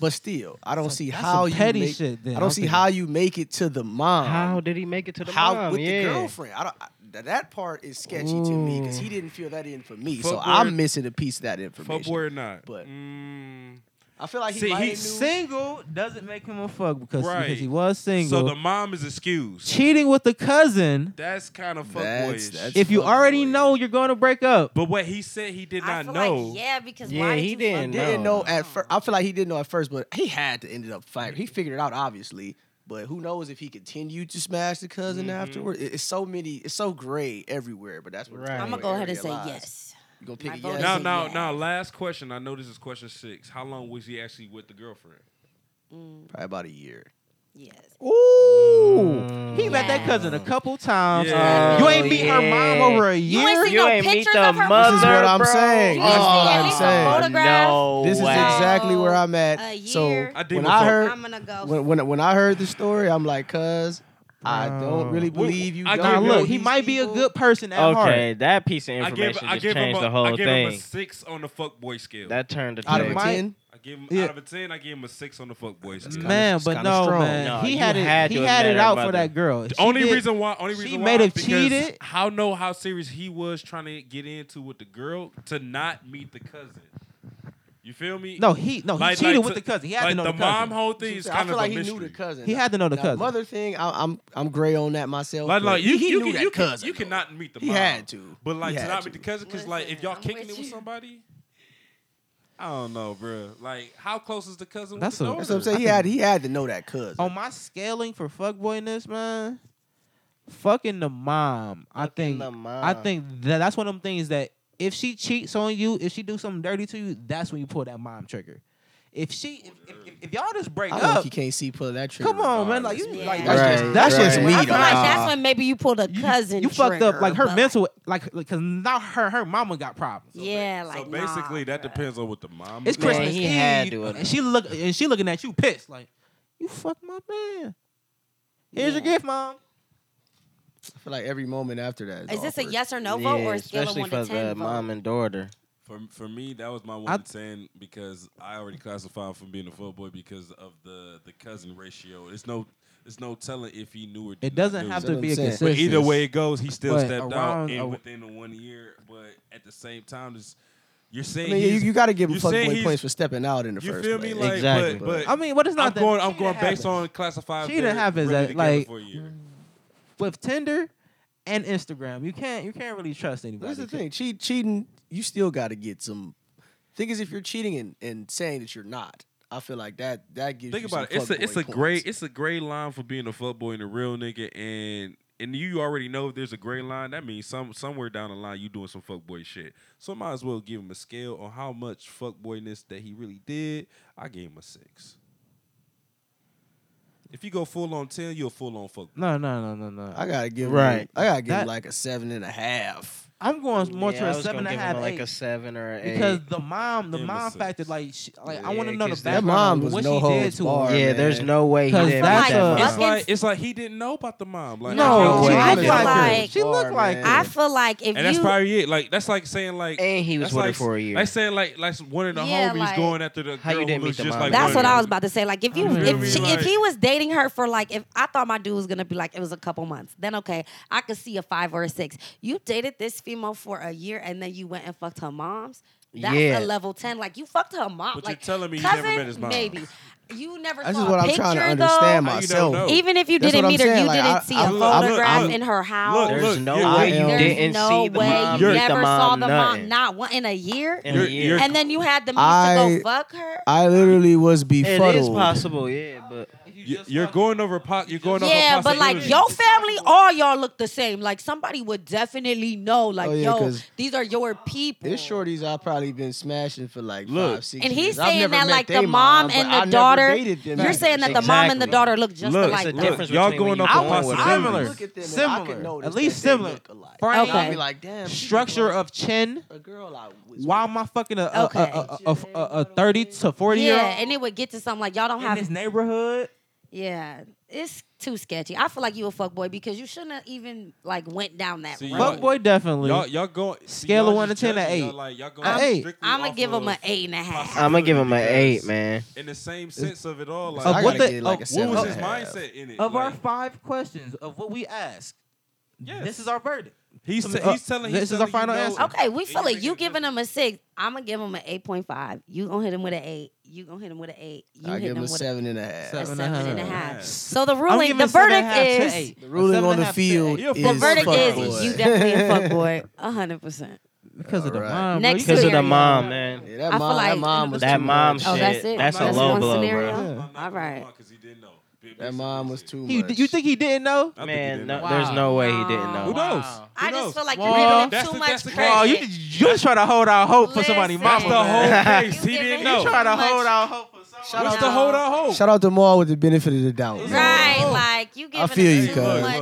Speaker 4: But still, I don't
Speaker 3: So
Speaker 4: see
Speaker 3: that's
Speaker 4: how
Speaker 3: some
Speaker 4: you
Speaker 3: petty
Speaker 4: make,
Speaker 3: shit then.
Speaker 4: I
Speaker 3: I'm
Speaker 4: don't see
Speaker 3: thinking-
Speaker 4: how you make it to the mom.
Speaker 5: How did he make it to the
Speaker 4: How-
Speaker 5: mom?
Speaker 4: with
Speaker 5: yeah.
Speaker 4: the girlfriend? I don't. I, th- that part is sketchy to me because he
Speaker 5: Ooh.
Speaker 4: didn't feel that in for me. so
Speaker 2: Fuckboy-
Speaker 4: I'm missing a piece of that information.
Speaker 2: Fuckboy or not?
Speaker 4: But-
Speaker 2: Mm,
Speaker 4: I feel like he
Speaker 2: See,
Speaker 4: might
Speaker 2: he
Speaker 4: have knew-
Speaker 3: Single doesn't make him a fuck because,
Speaker 2: Right.
Speaker 3: because he was single.
Speaker 2: so the mom is excused.
Speaker 3: cheating with the cousin
Speaker 2: That's kind of
Speaker 4: That's-
Speaker 2: fuckboyish.
Speaker 4: that's-
Speaker 3: if you
Speaker 4: fuckboy.
Speaker 3: already know you're going to break up.
Speaker 2: But what he said he did
Speaker 1: I
Speaker 2: not
Speaker 1: feel
Speaker 2: know.
Speaker 1: Like, yeah, because
Speaker 5: Yeah,
Speaker 1: why
Speaker 5: he
Speaker 1: you
Speaker 5: didn't
Speaker 1: fuck-
Speaker 4: didn't
Speaker 5: No.
Speaker 4: know at first. I feel like he didn't know at first, but he had to end up fighting. He figured it out, obviously. But who knows if he continued to smash the cousin
Speaker 5: Mm-hmm.
Speaker 4: afterward? It- It's so many. It's so gray everywhere. But that's what
Speaker 5: Right.
Speaker 1: I'm gonna go ahead and say yes.
Speaker 4: You gonna pick
Speaker 1: My
Speaker 4: a
Speaker 1: vote
Speaker 4: yes?
Speaker 1: is
Speaker 2: Now,
Speaker 1: That's a
Speaker 2: now,
Speaker 1: yes.
Speaker 2: now. Last question. I know this is question six. How long was he actually with the girlfriend?
Speaker 1: Mm,
Speaker 4: Probably about a year.
Speaker 1: yes.
Speaker 3: Ooh.
Speaker 5: Mm.
Speaker 3: He met that
Speaker 1: Yeah.
Speaker 3: cousin a couple times.
Speaker 2: Yeah.
Speaker 3: You ain't meet her mom
Speaker 5: Yeah.
Speaker 3: over a
Speaker 1: You ain't
Speaker 3: year.
Speaker 1: seen
Speaker 5: You
Speaker 1: no
Speaker 5: ain't meet
Speaker 1: pictures
Speaker 5: the
Speaker 1: of her.
Speaker 5: mother,
Speaker 4: This is what I'm
Speaker 5: bro.
Speaker 4: saying. This is
Speaker 1: Oh,
Speaker 4: what I'm
Speaker 1: no.
Speaker 4: saying.
Speaker 1: Photograph?
Speaker 5: No
Speaker 4: This is
Speaker 5: way.
Speaker 4: exactly where I'm
Speaker 1: A
Speaker 4: at.
Speaker 1: year.
Speaker 4: So
Speaker 2: I did
Speaker 4: when
Speaker 2: what
Speaker 4: I
Speaker 2: fuck-
Speaker 1: I'm
Speaker 4: heard
Speaker 1: gonna go.
Speaker 4: when, when when I heard the story, I'm like, cuz I
Speaker 3: Uh,
Speaker 4: don't really
Speaker 2: Well,
Speaker 4: believe you.
Speaker 2: I
Speaker 4: don't
Speaker 3: Nah,
Speaker 2: give
Speaker 4: know
Speaker 3: look, he
Speaker 4: these
Speaker 3: might be a
Speaker 4: people.
Speaker 3: good person at
Speaker 5: Okay,
Speaker 3: heart.
Speaker 5: that piece of
Speaker 2: I
Speaker 5: information
Speaker 2: give, I
Speaker 5: just
Speaker 2: give him
Speaker 5: changed
Speaker 2: a,
Speaker 5: the whole
Speaker 2: I give him a
Speaker 5: thing.
Speaker 2: six on the fuckboy scale.
Speaker 5: That turned a
Speaker 4: Out of
Speaker 5: ten.
Speaker 4: a
Speaker 3: Might-
Speaker 4: ten,
Speaker 2: I give him
Speaker 3: Yeah.
Speaker 2: out of a ten. I gave him a six on the fuckboy scale.
Speaker 3: Man,
Speaker 4: it's
Speaker 3: but
Speaker 4: kinda
Speaker 3: no,
Speaker 4: strong.
Speaker 3: man.
Speaker 5: No,
Speaker 3: he
Speaker 5: you
Speaker 3: had it
Speaker 5: had to
Speaker 3: he
Speaker 5: have
Speaker 3: had
Speaker 5: met
Speaker 3: it
Speaker 5: her
Speaker 3: out for
Speaker 5: mother.
Speaker 3: that girl.
Speaker 2: The
Speaker 3: She
Speaker 2: only
Speaker 3: did-
Speaker 2: reason why, only
Speaker 3: she
Speaker 2: reason why,
Speaker 3: may have
Speaker 2: because
Speaker 3: cheated.
Speaker 2: How know how serious he was trying to get into with the girl to not meet the cousin. You feel me?
Speaker 3: No, he no, he
Speaker 2: Like-
Speaker 3: cheated
Speaker 2: like
Speaker 3: with
Speaker 2: to-
Speaker 3: the cousin. He had
Speaker 2: like
Speaker 3: to know
Speaker 2: the,
Speaker 3: the,
Speaker 2: mom
Speaker 3: cousin.
Speaker 2: whole thing
Speaker 4: I
Speaker 2: is kind
Speaker 4: feel
Speaker 2: of
Speaker 4: like
Speaker 2: a
Speaker 4: he
Speaker 2: mystery.
Speaker 4: knew the cousin.
Speaker 3: He had to know the
Speaker 4: Now,
Speaker 3: cousin.
Speaker 4: Mother thing, I, I'm I'm gray on that myself.
Speaker 2: Like,
Speaker 4: but
Speaker 2: like you,
Speaker 4: he, he
Speaker 2: you,
Speaker 4: knew
Speaker 2: can,
Speaker 4: that
Speaker 2: you, can-
Speaker 4: cousin.
Speaker 2: you cannot meet the
Speaker 4: He
Speaker 2: mom.
Speaker 4: had to.
Speaker 2: But like
Speaker 4: He
Speaker 2: to
Speaker 4: had
Speaker 2: not
Speaker 4: to.
Speaker 2: meet the cousin, because like if
Speaker 1: Listen,
Speaker 2: y'all
Speaker 1: I'm
Speaker 2: kicking
Speaker 1: with
Speaker 2: it with
Speaker 1: you.
Speaker 2: somebody, I don't know, bro. Like how close is the cousin?
Speaker 3: That's
Speaker 2: with the
Speaker 3: a-
Speaker 4: That's what I'm
Speaker 2: daughter?
Speaker 4: saying. He had he had to know that cousin.
Speaker 3: on my scaling for fuckboyness, man, fucking the mom. I
Speaker 5: Fucking
Speaker 3: think
Speaker 5: the mom.
Speaker 3: I think that that's one of them things that if she cheats on you, if she do something dirty to you, that's when you pull that mom trigger. If she, if, if- if, if y'all just break
Speaker 4: I
Speaker 3: up,
Speaker 4: think he can't see pulling that trigger.
Speaker 3: come on, man, like you,
Speaker 1: regardless,
Speaker 3: like
Speaker 1: man.
Speaker 3: that's
Speaker 5: Right,
Speaker 3: just that's just
Speaker 4: right.
Speaker 3: me.
Speaker 1: I feel like
Speaker 4: Nah.
Speaker 1: that's when maybe you pulled a
Speaker 3: You-
Speaker 1: cousin.
Speaker 3: You fucked up,
Speaker 1: trigger,
Speaker 3: like her
Speaker 1: but,
Speaker 3: mental, like because now her her mama got problems.
Speaker 1: Yeah, like
Speaker 2: So basically,
Speaker 1: nah,
Speaker 2: that
Speaker 1: bruh.
Speaker 2: depends on what the mom.
Speaker 3: It's
Speaker 2: is like.
Speaker 5: Man,
Speaker 3: Christmas
Speaker 5: he
Speaker 3: Eve,
Speaker 5: had to have
Speaker 3: and she look and she looking at you pissed, like you fucked my man. Here's your
Speaker 1: Yeah.
Speaker 3: gift, mom.
Speaker 4: I feel like every moment after that. Is,
Speaker 1: Is this a
Speaker 4: awkward.
Speaker 1: yes or no vote or a scale of
Speaker 5: especially
Speaker 1: one to
Speaker 5: for the
Speaker 1: ten?
Speaker 5: mom
Speaker 1: vote?
Speaker 5: and daughter.
Speaker 2: For for me, that was my one
Speaker 3: I-
Speaker 2: to ten because I already classified from being a fuckboy because of the the cousin ratio. It's no it's no telling if he knew or did
Speaker 3: It doesn't
Speaker 2: not
Speaker 3: have
Speaker 2: do it.
Speaker 3: to
Speaker 4: what
Speaker 3: be a
Speaker 4: I'm saying.
Speaker 3: consistent.
Speaker 2: But either way it goes, he still
Speaker 3: But
Speaker 2: stepped
Speaker 3: around-
Speaker 2: out in
Speaker 3: ar-
Speaker 2: within the one year. But at the same time, it's, you're saying
Speaker 4: I mean, you,
Speaker 2: he's-
Speaker 4: you got to give him
Speaker 2: you're saying
Speaker 4: fuckboy
Speaker 2: he's-
Speaker 4: points for stepping out in the
Speaker 2: You
Speaker 4: first
Speaker 2: feel
Speaker 4: place.
Speaker 2: me? Like,
Speaker 5: Exactly.
Speaker 2: but, but
Speaker 3: I mean, what is not
Speaker 2: I'm
Speaker 3: that
Speaker 2: going. I'm
Speaker 3: cheating
Speaker 2: going based
Speaker 3: happens.
Speaker 2: on classified.
Speaker 3: Cheating
Speaker 2: they're
Speaker 3: happens
Speaker 2: really
Speaker 3: at,
Speaker 2: together
Speaker 3: like-
Speaker 2: for a year.
Speaker 3: with Tinder and Instagram. You can't you can't really trust anybody.
Speaker 4: That's the thing. Cheat, cheating, you still got to get some. Thing is, if you're cheating and, and saying that you're not, I feel like that that gives.
Speaker 2: Think
Speaker 4: you
Speaker 2: about
Speaker 4: some
Speaker 2: it. It's a
Speaker 4: fuckboy
Speaker 2: it's a
Speaker 4: points.
Speaker 2: gray it's a gray line for being a fuckboy and a real nigga, and and you already know if there's a gray line. That means some somewhere down the line you doing some fuckboy shit. So might as well give him a scale on how much fuckboyness that he really did. I gave him a six. If you go full on ten, you're full on fuck.
Speaker 3: No, no, no, no, no.
Speaker 4: I gotta give right.
Speaker 5: Right.
Speaker 4: I gotta give him
Speaker 3: That-
Speaker 4: like a seven and a half.
Speaker 3: I'm going more
Speaker 5: Yeah,
Speaker 3: to
Speaker 5: I
Speaker 3: a
Speaker 5: was gonna
Speaker 3: seven and a
Speaker 5: give
Speaker 3: half,
Speaker 5: him, like
Speaker 3: eight,
Speaker 5: a seven or an eight.
Speaker 3: because the mom, the
Speaker 2: Give him a
Speaker 3: mom
Speaker 2: six.
Speaker 3: factor, like, she, like I
Speaker 5: Yeah,
Speaker 3: want to know the
Speaker 5: 'cause
Speaker 3: background,
Speaker 5: that
Speaker 3: of
Speaker 4: mom was
Speaker 3: what
Speaker 4: no
Speaker 3: she did
Speaker 4: holds
Speaker 3: to
Speaker 4: barred.
Speaker 3: him.
Speaker 5: yeah,
Speaker 4: man.
Speaker 5: there's no way he
Speaker 3: 'Cause
Speaker 5: didn't
Speaker 3: that's
Speaker 5: like that.
Speaker 3: a-
Speaker 5: mom.
Speaker 2: It's
Speaker 1: Fucking-
Speaker 2: like it's like he didn't know about the mom. Like
Speaker 3: No,
Speaker 5: No
Speaker 3: she
Speaker 5: way.
Speaker 3: looked
Speaker 5: I feel
Speaker 3: like her.
Speaker 1: like-
Speaker 3: She looked
Speaker 4: Bar,
Speaker 3: like her.
Speaker 1: I feel like if
Speaker 2: and that's
Speaker 1: you
Speaker 2: probably it. Like that's like saying like
Speaker 5: and he was
Speaker 2: that's
Speaker 5: with her
Speaker 2: like-
Speaker 5: for a year.
Speaker 2: That's saying like like one of the
Speaker 1: Yeah,
Speaker 2: homies
Speaker 1: like-
Speaker 2: going after the
Speaker 5: How you
Speaker 2: girl
Speaker 5: didn't
Speaker 2: who looks
Speaker 5: meet the
Speaker 2: just
Speaker 5: mom?
Speaker 2: like
Speaker 1: That's
Speaker 2: one
Speaker 1: what
Speaker 2: of
Speaker 1: I
Speaker 2: them.
Speaker 1: was about to say. Like if you
Speaker 3: I mean,
Speaker 1: if she,
Speaker 2: like-
Speaker 1: if he was dating her for like if I thought my dude was gonna be like it was a couple months, then okay, I could see a five or a six. You dated this female for a year and then you went and fucked her mom's. That's a
Speaker 5: Yeah.
Speaker 1: level ten. Like you fucked her mom.
Speaker 2: But you're
Speaker 1: like,
Speaker 2: telling me you never
Speaker 1: cousin,
Speaker 2: met his mom.
Speaker 1: Maybe you never.
Speaker 4: That's
Speaker 1: saw
Speaker 4: just
Speaker 1: a
Speaker 4: what I'm
Speaker 1: picture,
Speaker 4: trying to
Speaker 1: though.
Speaker 4: understand
Speaker 2: How you
Speaker 4: myself.
Speaker 2: don't know?
Speaker 1: Even if you
Speaker 4: That's
Speaker 1: didn't
Speaker 4: what I'm
Speaker 1: meet her,
Speaker 4: saying.
Speaker 1: you
Speaker 4: Like,
Speaker 1: didn't
Speaker 4: I-
Speaker 1: see
Speaker 4: I
Speaker 1: a
Speaker 4: look-
Speaker 2: I look-
Speaker 1: photograph
Speaker 2: I look-
Speaker 1: in her house.
Speaker 2: look,
Speaker 5: There's
Speaker 2: look,
Speaker 5: no
Speaker 2: you're-
Speaker 5: way you
Speaker 4: I am-
Speaker 5: didn't
Speaker 1: no
Speaker 5: see the
Speaker 1: way
Speaker 5: mom.
Speaker 1: you
Speaker 5: meet
Speaker 1: never
Speaker 5: the
Speaker 1: saw
Speaker 5: mom,
Speaker 1: the
Speaker 5: nothing.
Speaker 1: mom not one in a year,
Speaker 5: In a
Speaker 2: You're-
Speaker 5: year.
Speaker 2: you're-
Speaker 1: and then you had the means to
Speaker 4: I-
Speaker 1: go fuck her.
Speaker 4: I literally was befuddled.
Speaker 5: it is possible, yeah, but
Speaker 2: You- You're going over po- You're going over.
Speaker 1: Yeah, but like
Speaker 2: possibilities.
Speaker 1: your family, all y'all look the same. Like somebody would definitely know. Like
Speaker 4: Oh, yeah,
Speaker 1: yo,
Speaker 4: 'cause
Speaker 1: these are your people.
Speaker 4: This shorties I've probably been smashing for like five, six
Speaker 1: and
Speaker 4: years.
Speaker 1: he's
Speaker 4: I've
Speaker 1: saying
Speaker 4: never
Speaker 1: that
Speaker 4: met
Speaker 1: like
Speaker 4: they
Speaker 1: the mom
Speaker 4: but
Speaker 1: and
Speaker 4: I've
Speaker 1: the
Speaker 4: never
Speaker 1: daughter.
Speaker 4: dated them
Speaker 1: You're
Speaker 4: either.
Speaker 1: saying that the mom and the
Speaker 5: Exactly.
Speaker 1: daughter look just
Speaker 2: Look,
Speaker 1: alike.
Speaker 5: it's a
Speaker 1: though.
Speaker 5: difference
Speaker 2: y'all
Speaker 5: between
Speaker 2: going
Speaker 5: when
Speaker 2: up
Speaker 5: you
Speaker 2: on
Speaker 5: know what
Speaker 3: Similar.
Speaker 5: it is.
Speaker 2: possibilities.
Speaker 4: Look at them and I
Speaker 3: Similar.
Speaker 4: could notice
Speaker 3: At
Speaker 4: that
Speaker 3: least
Speaker 4: they
Speaker 3: similar.
Speaker 4: look alike.
Speaker 3: Frame,
Speaker 4: And I'd
Speaker 1: Okay.
Speaker 4: be like, damn. she
Speaker 3: structure
Speaker 4: was
Speaker 3: of chin.
Speaker 4: a girl I was
Speaker 3: Why
Speaker 4: with.
Speaker 3: am I fucking a a,
Speaker 1: Okay.
Speaker 3: a, a, a, a, a thirty to forty year
Speaker 1: yeah,
Speaker 3: old
Speaker 1: and it would get to something like y'all don't
Speaker 3: in
Speaker 1: have.
Speaker 3: this neighborhood?
Speaker 1: yeah, it's too sketchy. I feel like you a fuckboy because you shouldn't have even like went down that
Speaker 2: See,
Speaker 1: road.
Speaker 2: y'all-
Speaker 3: Fuck boy, definitely.
Speaker 2: Y'all, y'all going
Speaker 3: Scale
Speaker 2: y'all
Speaker 3: of one
Speaker 2: just
Speaker 3: to ten to
Speaker 2: judging,
Speaker 3: eight.
Speaker 2: Y'all like, y'all
Speaker 3: I'm-
Speaker 2: going
Speaker 3: eight.
Speaker 2: strictly
Speaker 1: I'm gonna
Speaker 2: off
Speaker 1: give him
Speaker 2: of-
Speaker 1: an eight and a half.
Speaker 5: I'm gonna give him an
Speaker 2: Because
Speaker 5: eight, man.
Speaker 2: In the same sense of it all, like,
Speaker 3: Of
Speaker 4: I
Speaker 3: what
Speaker 4: gotta
Speaker 3: they-
Speaker 4: get like a
Speaker 3: of-
Speaker 2: what
Speaker 4: seven
Speaker 2: was
Speaker 4: and
Speaker 2: his
Speaker 4: a half.
Speaker 2: mindset in it?
Speaker 3: of our
Speaker 2: like,
Speaker 3: five questions of what we asked,
Speaker 2: yes.
Speaker 3: this is our verdict.
Speaker 2: he's,
Speaker 3: some-
Speaker 2: t-
Speaker 3: uh,
Speaker 2: he's telling.
Speaker 3: this
Speaker 2: he's
Speaker 3: is our
Speaker 2: telling
Speaker 3: final
Speaker 2: you no.
Speaker 3: answer.
Speaker 1: Okay, we
Speaker 2: And
Speaker 1: feel it.
Speaker 2: making
Speaker 1: You
Speaker 2: a
Speaker 1: giving
Speaker 2: judgment.
Speaker 1: him a six. I'm gonna give him an eight point five. You gonna hit him with an eight. You gonna hit him with an eight. You
Speaker 4: I
Speaker 1: hit
Speaker 4: give him a
Speaker 1: with
Speaker 4: seven and a half.
Speaker 1: a
Speaker 3: Seven
Speaker 1: seven
Speaker 3: and a
Speaker 1: and a
Speaker 2: half.
Speaker 1: half.
Speaker 2: Yeah.
Speaker 1: So the
Speaker 3: I'm
Speaker 1: ruling,
Speaker 3: giving
Speaker 1: the
Speaker 3: seven
Speaker 1: verdict
Speaker 3: and a half to
Speaker 1: is
Speaker 3: eight.
Speaker 4: The ruling
Speaker 3: Seven
Speaker 4: on
Speaker 3: and a
Speaker 4: the
Speaker 3: half to
Speaker 4: field
Speaker 3: eight.
Speaker 2: You're a
Speaker 1: the
Speaker 4: is
Speaker 1: verdict
Speaker 4: fuckboy.
Speaker 1: is you definitely a fuckboy.
Speaker 5: [laughs]
Speaker 1: A hundred percent.
Speaker 3: because of the
Speaker 4: Alright.
Speaker 3: mom.
Speaker 1: Next
Speaker 3: bro.
Speaker 5: Because of
Speaker 1: scenario.
Speaker 5: the mom, man.
Speaker 1: I
Speaker 4: Yeah, that
Speaker 1: feel
Speaker 4: mom,
Speaker 1: like-
Speaker 4: that mom was
Speaker 5: That
Speaker 4: too
Speaker 5: mom
Speaker 4: much.
Speaker 5: shit.
Speaker 1: Oh, that's it?
Speaker 5: That's a
Speaker 1: That's
Speaker 5: low
Speaker 1: one
Speaker 5: blow,
Speaker 1: scenario?
Speaker 5: bro.
Speaker 1: Yeah.
Speaker 2: I'm not
Speaker 1: All
Speaker 2: giving him
Speaker 1: right.
Speaker 2: one 'cause he didn't know.
Speaker 4: That mom was too much.
Speaker 3: He- you think he didn't know?
Speaker 2: I think he
Speaker 5: Man,
Speaker 2: didn't
Speaker 5: no,
Speaker 2: know.
Speaker 5: there's no way he didn't
Speaker 2: Who
Speaker 5: know.
Speaker 3: Wow.
Speaker 2: knows? Who
Speaker 1: I just
Speaker 2: knows?
Speaker 1: feel like
Speaker 3: Well,
Speaker 1: you're giving him
Speaker 2: that's
Speaker 1: too
Speaker 2: the-
Speaker 1: much
Speaker 2: that's the-
Speaker 1: credit.
Speaker 2: Well,
Speaker 3: Oh, you you just try to hold out hope for somebody.
Speaker 1: Listen.
Speaker 3: Mama,
Speaker 2: That's the whole
Speaker 3: man. [laughs]
Speaker 2: case. He
Speaker 1: You
Speaker 2: didn't
Speaker 1: giving him
Speaker 2: know.
Speaker 3: try to
Speaker 1: too much-
Speaker 3: hold out hope for somebody.
Speaker 2: What's
Speaker 1: out
Speaker 2: the
Speaker 1: to-
Speaker 2: hold out hope? Oh.
Speaker 4: Shout out to Maul with the benefit of the doubt. man.
Speaker 1: Right, like you giving
Speaker 4: feel
Speaker 1: him
Speaker 4: you,
Speaker 1: too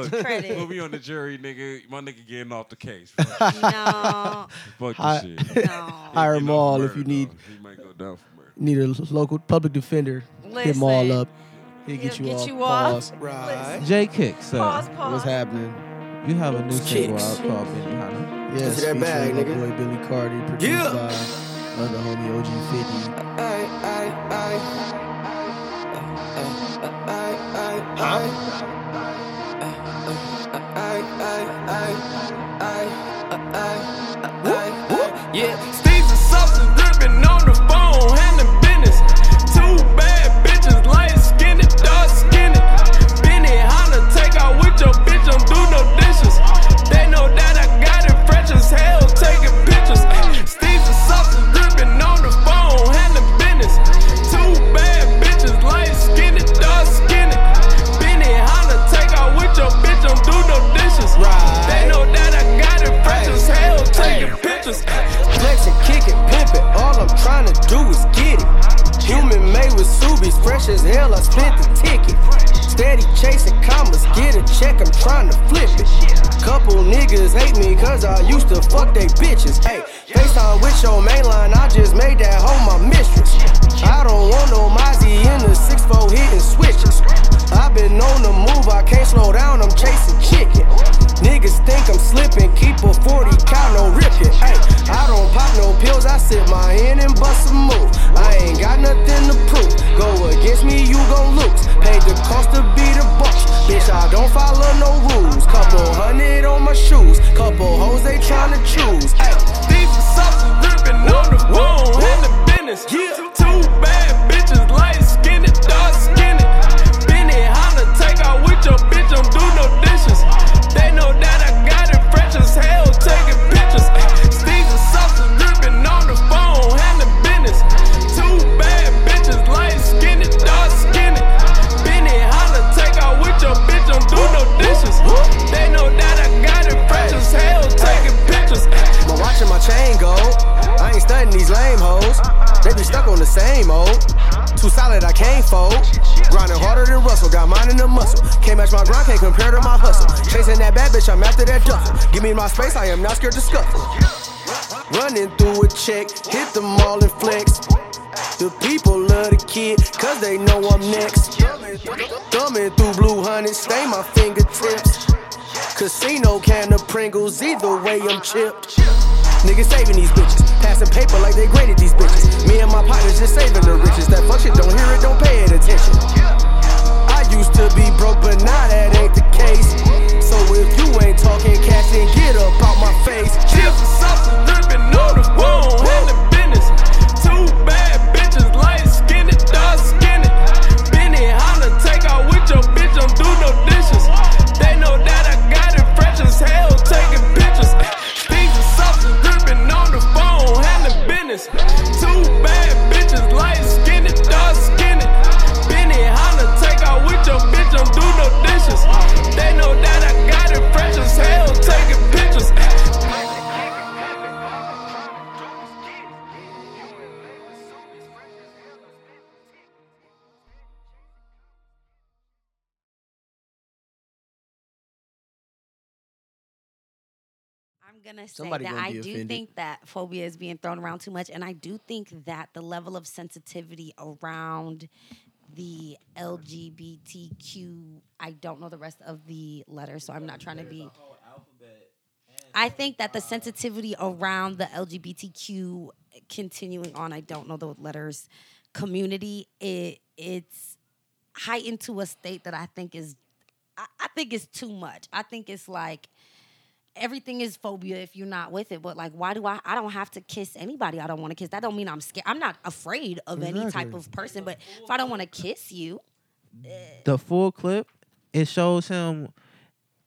Speaker 4: cuz.
Speaker 1: much credit.
Speaker 2: Put me on the jury, nigga. My nigga getting off
Speaker 1: [laughs]
Speaker 2: the case. Fuck
Speaker 1: no,
Speaker 2: this
Speaker 4: Hi- [laughs]
Speaker 2: shit.
Speaker 1: no.
Speaker 4: Hire
Speaker 2: He
Speaker 4: him
Speaker 2: know
Speaker 4: all
Speaker 2: for
Speaker 4: if you
Speaker 2: murder,
Speaker 4: need
Speaker 2: though. He might go down for murder.
Speaker 4: need a local public defender. Hit
Speaker 1: Listen.
Speaker 4: Maul up. He'll
Speaker 1: He'll
Speaker 4: get you
Speaker 1: get
Speaker 4: off.
Speaker 1: you off.
Speaker 4: Pause.
Speaker 1: Right.
Speaker 3: Jay Kick, so
Speaker 1: Pause. Pause.
Speaker 4: What's happening?
Speaker 3: you have a new single
Speaker 9: Kicks.
Speaker 3: out called Benihana.
Speaker 4: Yeah,
Speaker 9: Into that bag,
Speaker 4: featuring
Speaker 9: nigga.
Speaker 4: my boy Billy Cardi, produced
Speaker 9: Yeah.
Speaker 4: by other homie OG 50.
Speaker 9: Yeah, Steve's a substance dripping on the phone, handling business. Two bad bitches, light skinned, dark skinned. Benny Honda, take out with your bitch, don't do no dishes. They know that I got it fresh as hell, taking pictures. Steve's a substance dripping on the phone, handling business. Two bad bitches, light skinned, dark skinned. Benny Honda, take out with your bitch, don't do no dishes. They know that I got it fresh as hell, taking pictures.
Speaker 10: Flexing, kicking, pimping. All I'm trying to do is get it. Human made with Subies, fresh as hell. I spent the ticket. Steady chasing commas, get a check. I'm trying to flip it. Couple niggas hate me cause I used to fuck they bitches. Hey, FaceTime with your mainline, I just made that hoe my mistress. I don't want no Mozzie in the 6-4 hitting switches. I've been on the move, I can't slow down, I'm chasing chicken.
Speaker 4: deeper, 40 condo ripping. Hey, I don't pop no pills, I sit my hand and bust a move. I ain't got nothing to prove. Go against me, you gon' lose. Paid the cost to be the boss. Bitch, I don't follow no rules. Couple hundred on my shoes, couple hoes they tryna choose. Hey,
Speaker 10: These are sauces dripping on the wall in the business. Two bad bitches, light skinned, dark skinned. Benny Hanna, take out with your bitch, don't do no dishes. They know that I got it fresh as hell, taking pictures. These are sauces dripping on the phone in the business. Two bad bitches, light skinned, dark skinned. Benny Hanna, take out with your bitch, don't do no dishes. They know that I got it fresh as hell, taking pictures.
Speaker 4: My watch and my chain go. I ain't studying these lame hoes. They be stuck on the same old. Too solid, I can't fold. Grinding harder than Russell, got mine in the muscle. Can't match my grind, can't compare to my hustle. Chasing that bad bitch, I'm after that duffel. Give me my space, I am not scared to scuffle. Running through a check, hit them all and flex. The people love the kid, cause they know I'm next. Thumbing through blue honey, stain my fingertips. Casino can of Pringles, either way I'm chipped. Niggas saving these bitches, passing paper like they graded these bitches. Me and my partners just saving the riches. That fuck shit don't hear it, don't pay it attention. I used to be broke, but now that ain't the case. So if you ain't talking cash, then get up out my face.
Speaker 10: Chips and sauces dripping on the wall in the business. Two bad bitches, light skinned, dark skinned. Benny Hanna, take out with your bitch, don't do no dishes. They know that I got it fresh as hell, taking pictures. These and sauces dripping on the phone in the business. Two bad bitches, light skinned, dark skinned. Benny Hanna, take out with your bitch, don't do no dishes. They know that I got it fresh as hell, taking pictures.
Speaker 1: I'm gonna say
Speaker 5: Somebody
Speaker 1: that
Speaker 5: gonna
Speaker 1: I
Speaker 5: be
Speaker 1: do
Speaker 5: offended.
Speaker 1: think that phobia is being thrown around too much, and I do think that the level of sensitivity around the LGBTQ, I don't know the rest of the letters, so I'm not trying to be. I think that the sensitivity around the LGBTQ continuing on, I don't know the letters, community, it it's heightened to a state that I think is, I, I think it's too much. I think it's like everything is phobia if you're not with it. But like, why do I? I don't have to kiss anybody. I don't want to kiss. That don't mean I'm scared. I'm not afraid of any type
Speaker 5: Exactly.
Speaker 1: of person. But if I don't want to kiss you,
Speaker 3: the full clip, it shows him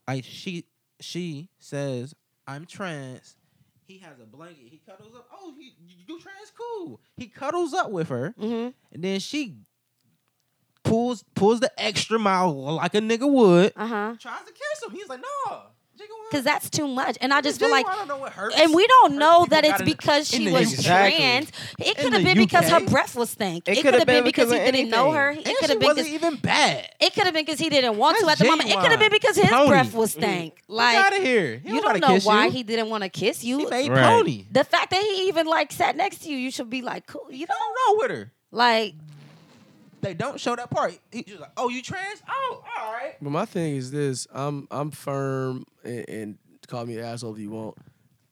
Speaker 3: like she she says, I'm trans. He has a blanket. He cuddles up. Oh, he, you trans cool. He cuddles up with her.
Speaker 1: Mm-hmm.
Speaker 3: And then she pulls pulls the extra mile like a nigga would.
Speaker 1: uh huh,
Speaker 3: Tries to kiss him. He's like, no.
Speaker 1: because that's too much. And I just feel like.
Speaker 3: I don't know what hurts.
Speaker 1: And we don't know that it's
Speaker 3: people got in-
Speaker 1: because she
Speaker 11: the
Speaker 1: was
Speaker 11: Exactly.
Speaker 1: trans. It
Speaker 11: In
Speaker 1: could have
Speaker 11: the
Speaker 1: been because her
Speaker 11: UK.
Speaker 1: breath was stank.
Speaker 11: It
Speaker 1: It, could
Speaker 11: coulda
Speaker 1: have been
Speaker 11: been
Speaker 1: because he
Speaker 11: because of
Speaker 1: didn't know
Speaker 11: anything.
Speaker 1: her. It
Speaker 3: and
Speaker 1: could
Speaker 3: she
Speaker 1: have been
Speaker 3: wasn't
Speaker 1: because
Speaker 3: even bad.
Speaker 1: it could have been because he didn't want to at
Speaker 3: That's
Speaker 1: the moment. It could have been
Speaker 3: genuine.
Speaker 1: because his
Speaker 3: Pony.
Speaker 1: breath was
Speaker 4: Mm-hmm.
Speaker 1: stank. Like
Speaker 3: Get out of here. He
Speaker 1: you
Speaker 3: don't
Speaker 1: don't
Speaker 3: gotta
Speaker 1: know
Speaker 3: kiss
Speaker 1: why
Speaker 3: you.
Speaker 1: he didn't want to kiss you.
Speaker 3: He made
Speaker 11: Right.
Speaker 3: pony.
Speaker 1: the fact that he even like sat next to you, you should be like, cool. You know,
Speaker 3: Don't roll with her.
Speaker 1: like
Speaker 3: They don't show that part. He just like, oh, you trans? Oh, all right.
Speaker 5: But my thing is this: I'm I'm firm, and, and call me an asshole if you want.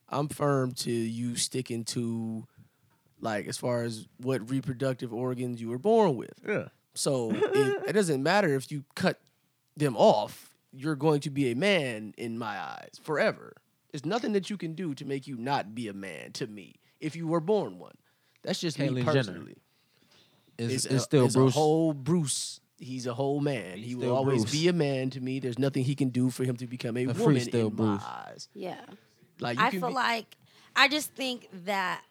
Speaker 5: I'm firm to you sticking to, like, as far as what reproductive organs you were born with.
Speaker 11: Yeah.
Speaker 3: [laughs]
Speaker 5: So it, it doesn't matter if you cut them off. You're going to be a man in my eyes forever. There's nothing that you can do to make you not be a man to me if you were born one. That's just
Speaker 3: Caitlyn
Speaker 5: me
Speaker 3: Jenner.
Speaker 5: personally.
Speaker 3: It's,
Speaker 5: It's
Speaker 3: it's still Bruce.
Speaker 5: A whole Bruce. He's a whole man. he will
Speaker 3: still
Speaker 5: always
Speaker 3: Bruce.
Speaker 5: be a man to me. There's nothing he can do for him to become a,
Speaker 3: A
Speaker 5: woman
Speaker 3: freestyle
Speaker 5: in
Speaker 3: Bruce.
Speaker 5: my eyes.
Speaker 1: yeah.
Speaker 5: Like you
Speaker 1: I
Speaker 5: can
Speaker 1: feel
Speaker 5: be-
Speaker 1: like I just think that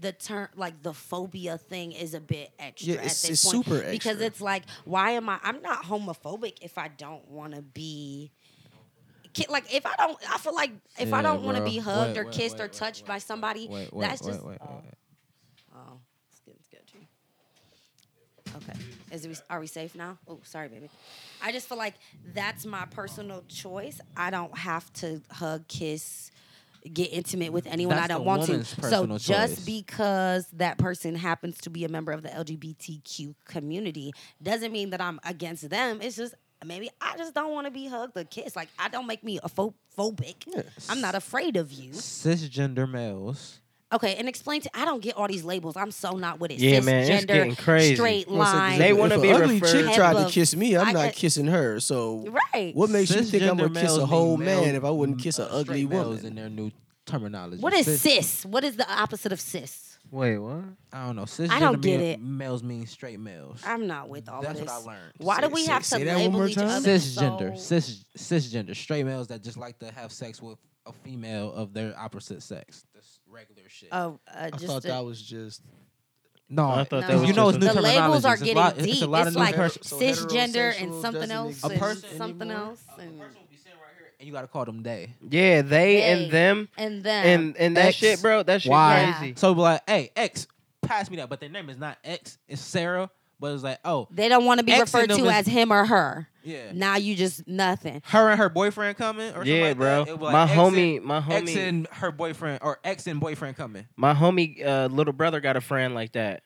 Speaker 1: the term like the phobia thing is a bit extra
Speaker 5: Yeah,
Speaker 1: at
Speaker 5: it's-
Speaker 1: this
Speaker 5: it's
Speaker 1: point
Speaker 5: super
Speaker 1: because
Speaker 5: extra.
Speaker 1: it's like why am I I'm not homophobic if I don't want to be ki- like if I don't I feel like if I
Speaker 3: Yeah,
Speaker 1: don't want to
Speaker 3: bro.
Speaker 1: be hugged
Speaker 3: Wait,
Speaker 1: or
Speaker 3: wait,
Speaker 1: kissed
Speaker 3: wait,
Speaker 1: or
Speaker 3: wait,
Speaker 1: touched by somebody
Speaker 3: Wait, wait,
Speaker 1: that's
Speaker 3: wait,
Speaker 1: just
Speaker 3: wait, wait, wait.
Speaker 1: oh it's getting sketchy Okay. Is we, are we safe now? Oh, sorry, baby. I just feel like that's my personal choice. I don't have to hug, kiss, get intimate with anyone I
Speaker 3: That's
Speaker 1: don't
Speaker 3: the
Speaker 1: want to.
Speaker 3: woman's
Speaker 1: So
Speaker 3: personal
Speaker 1: just
Speaker 3: choice.
Speaker 1: because that person happens to be a member of the LGBTQ community doesn't mean that I'm against them. It's just Maybe I just don't want to be hugged or kissed. Like I don't make me a pho- phobic. I'm not afraid of you.
Speaker 3: Cisgender males.
Speaker 1: Okay, and explain to I don't get all these labels. I'm so not with it.
Speaker 5: Yeah, man, it's
Speaker 1: Cisgender,
Speaker 5: getting crazy.
Speaker 1: Straight
Speaker 4: Once again,
Speaker 1: line.
Speaker 5: They
Speaker 4: if
Speaker 5: wanna
Speaker 4: a
Speaker 5: be
Speaker 4: ugly
Speaker 5: referred-
Speaker 4: chick tried to
Speaker 1: Headbutt.
Speaker 4: kiss me. I'm
Speaker 1: I
Speaker 4: not
Speaker 1: got-
Speaker 4: kissing her. So
Speaker 1: right.
Speaker 4: what makes you think I'm
Speaker 3: Cisgender
Speaker 4: gonna kiss
Speaker 3: males
Speaker 4: a whole
Speaker 3: mean
Speaker 4: man
Speaker 3: male-
Speaker 4: if I wouldn't kiss
Speaker 3: uh,
Speaker 4: an ugly
Speaker 3: straight males
Speaker 4: woman?
Speaker 3: in their new terminology.
Speaker 1: What is
Speaker 3: Cis-
Speaker 1: cis? What is the opposite of cis?
Speaker 5: Wait, what?
Speaker 3: I don't know. Cisgender
Speaker 1: I don't get
Speaker 3: mean-
Speaker 1: it.
Speaker 3: Males mean straight males.
Speaker 1: I'm not with all
Speaker 3: That's
Speaker 1: of
Speaker 3: what
Speaker 1: this.
Speaker 3: I learned.
Speaker 1: Why do
Speaker 4: Say-
Speaker 1: we
Speaker 4: say-
Speaker 1: have to
Speaker 4: say that one
Speaker 1: label
Speaker 4: more
Speaker 1: each
Speaker 4: time.
Speaker 1: other?
Speaker 3: cisgender,
Speaker 1: so-
Speaker 3: cis cisgender, straight males that just like to have sex with a female of their opposite sex. That's regular shit.
Speaker 1: Uh, uh,
Speaker 4: I
Speaker 1: just
Speaker 4: thought
Speaker 1: a-
Speaker 4: that was just
Speaker 3: no,
Speaker 5: I thought that was
Speaker 3: you know
Speaker 5: just
Speaker 3: it's new
Speaker 5: a-
Speaker 1: the labels are
Speaker 3: terminologies.
Speaker 1: getting
Speaker 3: it's a lot,
Speaker 1: deep.
Speaker 3: It's a lot of new
Speaker 1: like
Speaker 3: pers-
Speaker 4: so
Speaker 1: cisgender and
Speaker 4: heterosexual
Speaker 1: something
Speaker 4: doesn't
Speaker 1: else,
Speaker 4: exist
Speaker 1: and
Speaker 3: person
Speaker 1: something
Speaker 4: anymore?
Speaker 1: else, and,
Speaker 3: and you gotta call them they.
Speaker 5: Yeah, they
Speaker 1: Hey.
Speaker 5: and them
Speaker 1: and then
Speaker 5: and and that
Speaker 3: X,
Speaker 5: shit, bro. That shit
Speaker 3: Why?
Speaker 1: Yeah.
Speaker 5: crazy.
Speaker 3: So be like, hey, X, pass me that. But their name is not X. It's Sarah. But it's like, oh,
Speaker 1: they don't want to be
Speaker 3: X
Speaker 1: referred
Speaker 3: in them
Speaker 1: to
Speaker 3: is-
Speaker 1: as him or her.
Speaker 3: yeah.
Speaker 1: Now you just nothing.
Speaker 3: Her and her boyfriend coming, or something
Speaker 5: Yeah,
Speaker 3: like
Speaker 5: bro.
Speaker 3: that. It be like
Speaker 5: my
Speaker 3: X
Speaker 5: homie,
Speaker 3: and-
Speaker 5: my
Speaker 3: X
Speaker 5: homie,
Speaker 3: and her boyfriend, or X and boyfriend coming.
Speaker 5: my homie, uh, little brother got a friend like that.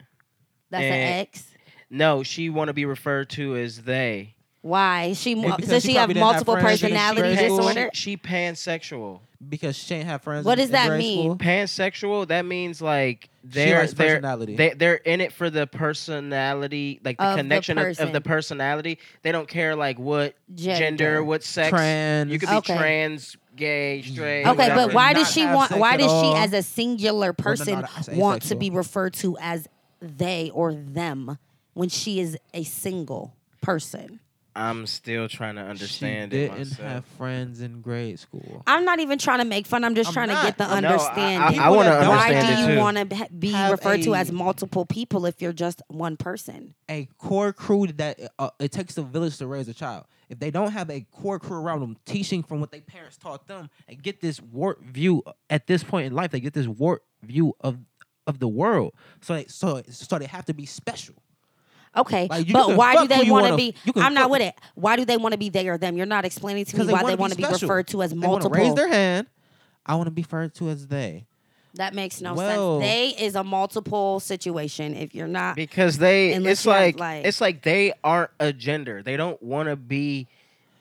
Speaker 1: That's an
Speaker 5: And-
Speaker 1: X.
Speaker 5: No, she want to be referred to as they.
Speaker 1: Why she? mu-
Speaker 3: because
Speaker 1: Does
Speaker 3: she
Speaker 1: she have
Speaker 3: probably didn't have
Speaker 1: multiple
Speaker 3: friends in
Speaker 1: personality
Speaker 3: grade
Speaker 5: pan-
Speaker 3: school.
Speaker 1: disorder?
Speaker 5: She, she pansexual.
Speaker 3: because she ain't have friends.
Speaker 1: What
Speaker 3: in-
Speaker 1: does
Speaker 3: in
Speaker 1: that
Speaker 3: grade
Speaker 1: mean?
Speaker 3: school.
Speaker 5: Pansexual. That means like they're
Speaker 3: likes
Speaker 5: they're
Speaker 3: personality.
Speaker 5: they, they're in it for the personality, like the
Speaker 1: Of the
Speaker 5: connection of, of the
Speaker 1: person.
Speaker 5: personality. They don't care like what
Speaker 1: Gender.
Speaker 5: gender, what sex.
Speaker 3: Trans.
Speaker 5: You could be
Speaker 1: Okay.
Speaker 5: trans, gay, straight.
Speaker 1: Okay,
Speaker 5: whatever.
Speaker 1: but why
Speaker 3: Not
Speaker 1: does she
Speaker 3: have
Speaker 1: want?
Speaker 3: sex
Speaker 1: Why
Speaker 3: at
Speaker 1: does
Speaker 3: all.
Speaker 1: she, as a singular person,
Speaker 3: not as
Speaker 1: want to
Speaker 3: asexual.
Speaker 1: be referred to as they or them when she is a single person?
Speaker 5: I'm still trying to
Speaker 3: She
Speaker 5: understand it
Speaker 3: didn't
Speaker 5: myself.
Speaker 3: have friends in grade school.
Speaker 1: I'm not even trying to make fun. I'm just
Speaker 3: I'm
Speaker 1: trying
Speaker 3: not.
Speaker 1: to get the
Speaker 5: No, I-
Speaker 1: understanding.
Speaker 5: I, I, want to
Speaker 3: People that don't
Speaker 1: why
Speaker 3: have-
Speaker 5: understand
Speaker 1: do
Speaker 5: it
Speaker 1: you
Speaker 5: too.
Speaker 1: want to be
Speaker 3: Have
Speaker 1: referred to
Speaker 3: a-
Speaker 1: as multiple people if you're just one person?
Speaker 3: A core crew that uh, it takes a village to raise a child. If they don't have a core crew around them, teaching from what their parents taught them, and get this warped view uh, at this point in life, they get this warped view of of the world. So they, so so they have to be special.
Speaker 1: Okay,
Speaker 3: Like, you
Speaker 1: but
Speaker 3: can
Speaker 1: why
Speaker 3: fuck
Speaker 1: do
Speaker 3: who
Speaker 1: they
Speaker 3: you
Speaker 1: want to
Speaker 3: wanna-
Speaker 1: be?
Speaker 3: you can
Speaker 1: I'm not
Speaker 3: fuck-
Speaker 1: with it. Why do they want to be they or them? You're not explaining to me
Speaker 3: Because
Speaker 1: why they
Speaker 3: want
Speaker 1: be referred to as
Speaker 3: want to
Speaker 1: multiple.
Speaker 3: raise their hand. I want to be referred to as they.
Speaker 1: That makes no
Speaker 3: Well-
Speaker 1: sense. They is a multiple situation. If you're not,
Speaker 5: because they
Speaker 1: Unless
Speaker 5: it's
Speaker 1: you have,
Speaker 5: like,
Speaker 1: like-
Speaker 5: it's like they aren't a gender. They don't want to be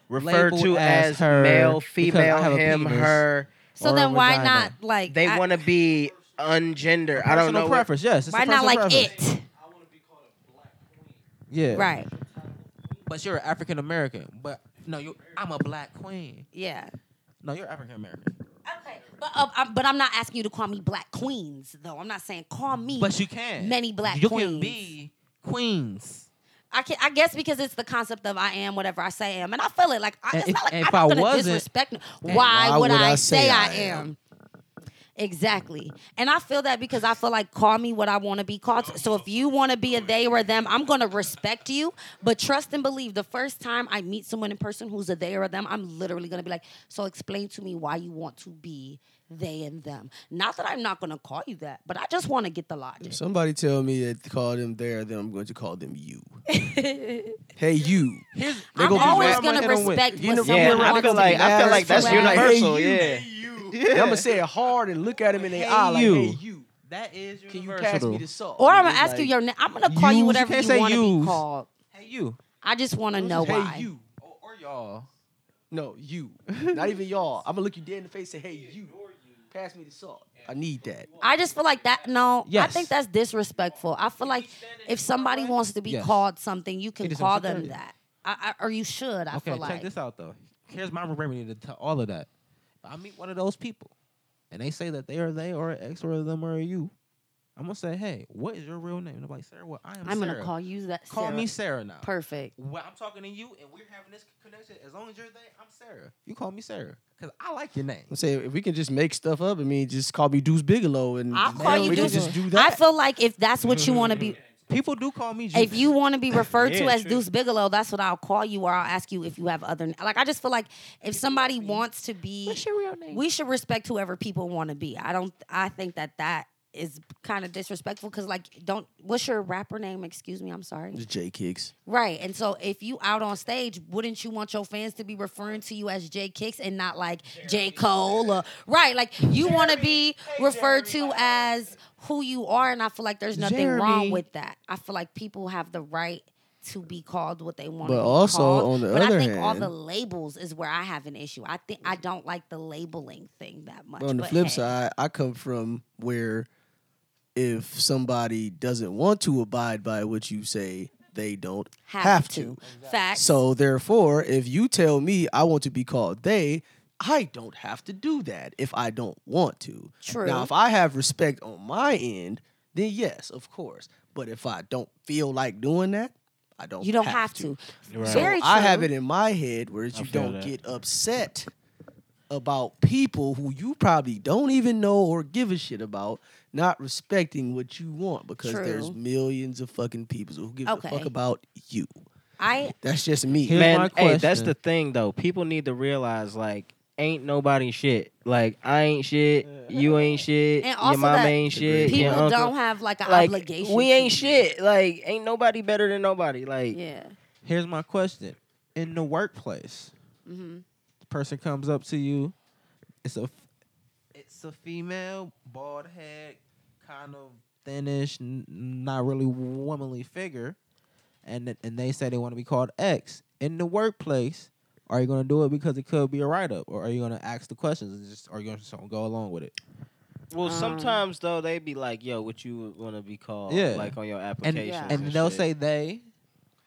Speaker 5: referred
Speaker 3: Labeled
Speaker 5: to
Speaker 3: as
Speaker 5: as,
Speaker 3: her
Speaker 5: male,
Speaker 3: because I
Speaker 5: female,
Speaker 3: have a
Speaker 5: him,
Speaker 3: penis.
Speaker 5: her.
Speaker 1: so
Speaker 3: or
Speaker 1: then why
Speaker 3: vagina.
Speaker 1: not like
Speaker 5: They
Speaker 1: I-
Speaker 5: want to be ungender. I don't
Speaker 3: Personal
Speaker 5: know. what-
Speaker 3: preference. yes, it's a
Speaker 1: Why not
Speaker 3: personal
Speaker 1: like
Speaker 3: preference.
Speaker 1: it?
Speaker 3: Yeah,
Speaker 1: Right.
Speaker 3: But you're African American. But no, you. I'm a black queen.
Speaker 1: Yeah.
Speaker 3: No, you're African American.
Speaker 1: Okay. But uh, I'm, but I'm not asking you to call me black queens though. I'm not saying call me.
Speaker 3: But you can.
Speaker 1: Many black
Speaker 3: you
Speaker 1: queens.
Speaker 3: can be queens.
Speaker 1: I can. I guess because it's the concept of I am whatever I say I am, and I feel it. Like I,
Speaker 3: And
Speaker 1: it's
Speaker 3: if-
Speaker 1: not like I'm
Speaker 3: if I
Speaker 1: not gonna
Speaker 3: wasn't-
Speaker 1: disrespect. Why,
Speaker 4: why
Speaker 1: would,
Speaker 4: would
Speaker 1: I,
Speaker 4: I
Speaker 1: say,
Speaker 4: say
Speaker 1: I,
Speaker 4: I
Speaker 1: am?
Speaker 4: am?
Speaker 1: Exactly, and I feel that because I feel like call me what I want to be called. So if you want to be a they or a them, I'm gonna respect you. But trust and believe. The first time I meet someone in person who's a they or a them, I'm literally gonna be like, "So explain to me why you want to be they and them." Not that I'm not gonna call you that, but I just want to get the logic. [laughs]
Speaker 4: If somebody tell me that to call them there, then I'm going to call them you. hey you.
Speaker 3: Here's
Speaker 4: They
Speaker 1: I'm
Speaker 4: gonna be
Speaker 1: always
Speaker 4: right.
Speaker 3: I'ma
Speaker 1: gonna
Speaker 3: hit 'em with-
Speaker 1: respect
Speaker 4: You
Speaker 1: what
Speaker 4: know,
Speaker 1: someone
Speaker 5: Yeah,
Speaker 4: Someone
Speaker 5: I
Speaker 1: wants
Speaker 5: feel
Speaker 1: to
Speaker 5: like
Speaker 1: be
Speaker 5: I feel like that's
Speaker 1: referred to as.
Speaker 5: universal.
Speaker 4: Hey, you.
Speaker 5: Yeah.
Speaker 4: [laughs] I'm gonna say it hard and look at him in the
Speaker 3: Hey,
Speaker 4: eye like,
Speaker 3: you.
Speaker 4: hey you.
Speaker 3: that is your
Speaker 4: Can you pass me the salt?
Speaker 1: Or I'm
Speaker 4: And
Speaker 1: gonna
Speaker 4: it's
Speaker 1: ask you
Speaker 4: like,
Speaker 1: your name. I'm gonna call
Speaker 3: Use,
Speaker 1: you
Speaker 3: you
Speaker 1: whatever
Speaker 3: can't
Speaker 1: you,
Speaker 3: say
Speaker 1: want to be
Speaker 3: use.
Speaker 1: called.
Speaker 3: Hey you.
Speaker 1: I just want to know
Speaker 4: hey
Speaker 1: why.
Speaker 4: you.
Speaker 3: Or, or y'all.
Speaker 4: No, you. Not
Speaker 1: [laughs]
Speaker 4: even y'all. I'm gonna look you dead in the face and say, hey you. Pass me the salt. I need that.
Speaker 1: I just feel like that. No, I
Speaker 3: Yes.
Speaker 1: think that's disrespectful. I feel like if somebody wants to be
Speaker 3: Yes.
Speaker 1: called something, you can
Speaker 3: It is
Speaker 1: call
Speaker 3: also
Speaker 1: them
Speaker 3: dirty.
Speaker 1: that, I, I, or you should. I
Speaker 3: Okay,
Speaker 1: feel
Speaker 3: check
Speaker 1: like.
Speaker 3: this out though. Here's my remedy to, to all of that. If I meet one of those people, and they say that they are they or an X or a them or a you. I'm gonna say, hey, what is your real name? And I'm like, Sarah. Well, I am.
Speaker 1: I'm
Speaker 3: Sarah.
Speaker 1: gonna call you that.
Speaker 3: Call me
Speaker 1: Sarah.
Speaker 3: Sarah now.
Speaker 1: Perfect.
Speaker 3: Well, I'm talking to you, and we're having this connection. As long as you're there, I'm Sarah. You call me Sarah because I like your name.
Speaker 4: I'm saying if we can just make stuff up, I mean, just call me Deuce Bigelow and
Speaker 1: I'll
Speaker 4: just-
Speaker 1: call
Speaker 4: we
Speaker 1: you.
Speaker 4: can
Speaker 1: Deuce.
Speaker 4: just do
Speaker 1: I
Speaker 4: that.
Speaker 1: feel like if that's what you want to be,
Speaker 3: Mm-hmm. People do call me.
Speaker 1: if
Speaker 3: Juice.
Speaker 1: you want to be referred to
Speaker 5: Yeah,
Speaker 1: as
Speaker 5: true.
Speaker 1: Deuce Bigelow, that's what I'll call you, or I'll ask you if you have other. Like I just feel like if somebody wants to be, we should respect whoever people want to be. I don't. I think that that is kind of disrespectful because like don't. What's your rapper name? Excuse me. I'm sorry.
Speaker 4: Just J Kicks.
Speaker 1: Right. And so if you out on stage, wouldn't you want your fans to be referring to you as Jay Kicks and not like J. Cole or right? Like you want to be referred to as who you are, and I feel like there's nothing wrong
Speaker 3: Jeremy.
Speaker 1: with that. I feel like people have the right to be called what they want.
Speaker 4: But
Speaker 1: to be
Speaker 4: also,
Speaker 1: called.
Speaker 4: on the
Speaker 1: but
Speaker 4: other
Speaker 1: I think all the
Speaker 4: hand-
Speaker 1: labels is where I have an issue. I think I don't like the labeling thing that much.
Speaker 4: But on the
Speaker 1: but
Speaker 4: flip
Speaker 1: hey.
Speaker 4: side, I come from where if somebody doesn't want to abide by what you say, they don't have, to.
Speaker 1: Facts.
Speaker 4: So therefore, if you tell me I want to be called they, I don't have to do that if I don't want to.
Speaker 1: True.
Speaker 4: Now, if I have respect on my end, then yes, of course. But if I don't feel like doing that, I don't.
Speaker 1: you don't have, to.
Speaker 4: So
Speaker 1: Very true.
Speaker 4: I have it in my head where you
Speaker 3: feel
Speaker 4: don't
Speaker 3: that.
Speaker 4: get upset about people who you probably don't even know or give a shit about not respecting what you want because there's
Speaker 1: True.
Speaker 4: millions of fucking people who give a fuck
Speaker 1: Okay.
Speaker 4: about you.
Speaker 1: I
Speaker 4: That's just me.
Speaker 3: Here's
Speaker 5: Man,
Speaker 3: my
Speaker 5: hey, that's
Speaker 3: question.
Speaker 5: the thing though. People need to realize like ain't nobody shit. Like I ain't shit, you ain't shit,
Speaker 1: And
Speaker 5: your
Speaker 1: also
Speaker 5: mama
Speaker 1: that
Speaker 5: ain't shit.
Speaker 1: people
Speaker 5: your uncle-
Speaker 1: don't have like an
Speaker 5: like,
Speaker 1: obligation.
Speaker 5: We ain't
Speaker 1: to.
Speaker 5: shit. Like ain't nobody better than nobody. Like
Speaker 1: Yeah.
Speaker 3: Here's my question: In the workplace,
Speaker 1: hmm
Speaker 3: the person comes up to you, it's a, it's a female, bald head, kind of thinnish, n- not really womanly figure, and th- and they say they want to be called X in the workplace. Are you gonna do it because it could be a write up, or are you gonna ask the questions and just are you gonna just go along with it?
Speaker 5: well
Speaker 1: Um,
Speaker 5: sometimes though they be like, yo, what you wanna be called
Speaker 3: Yeah.
Speaker 5: Oh, like on your
Speaker 3: And
Speaker 5: application.
Speaker 1: Yeah.
Speaker 3: and they'll say they.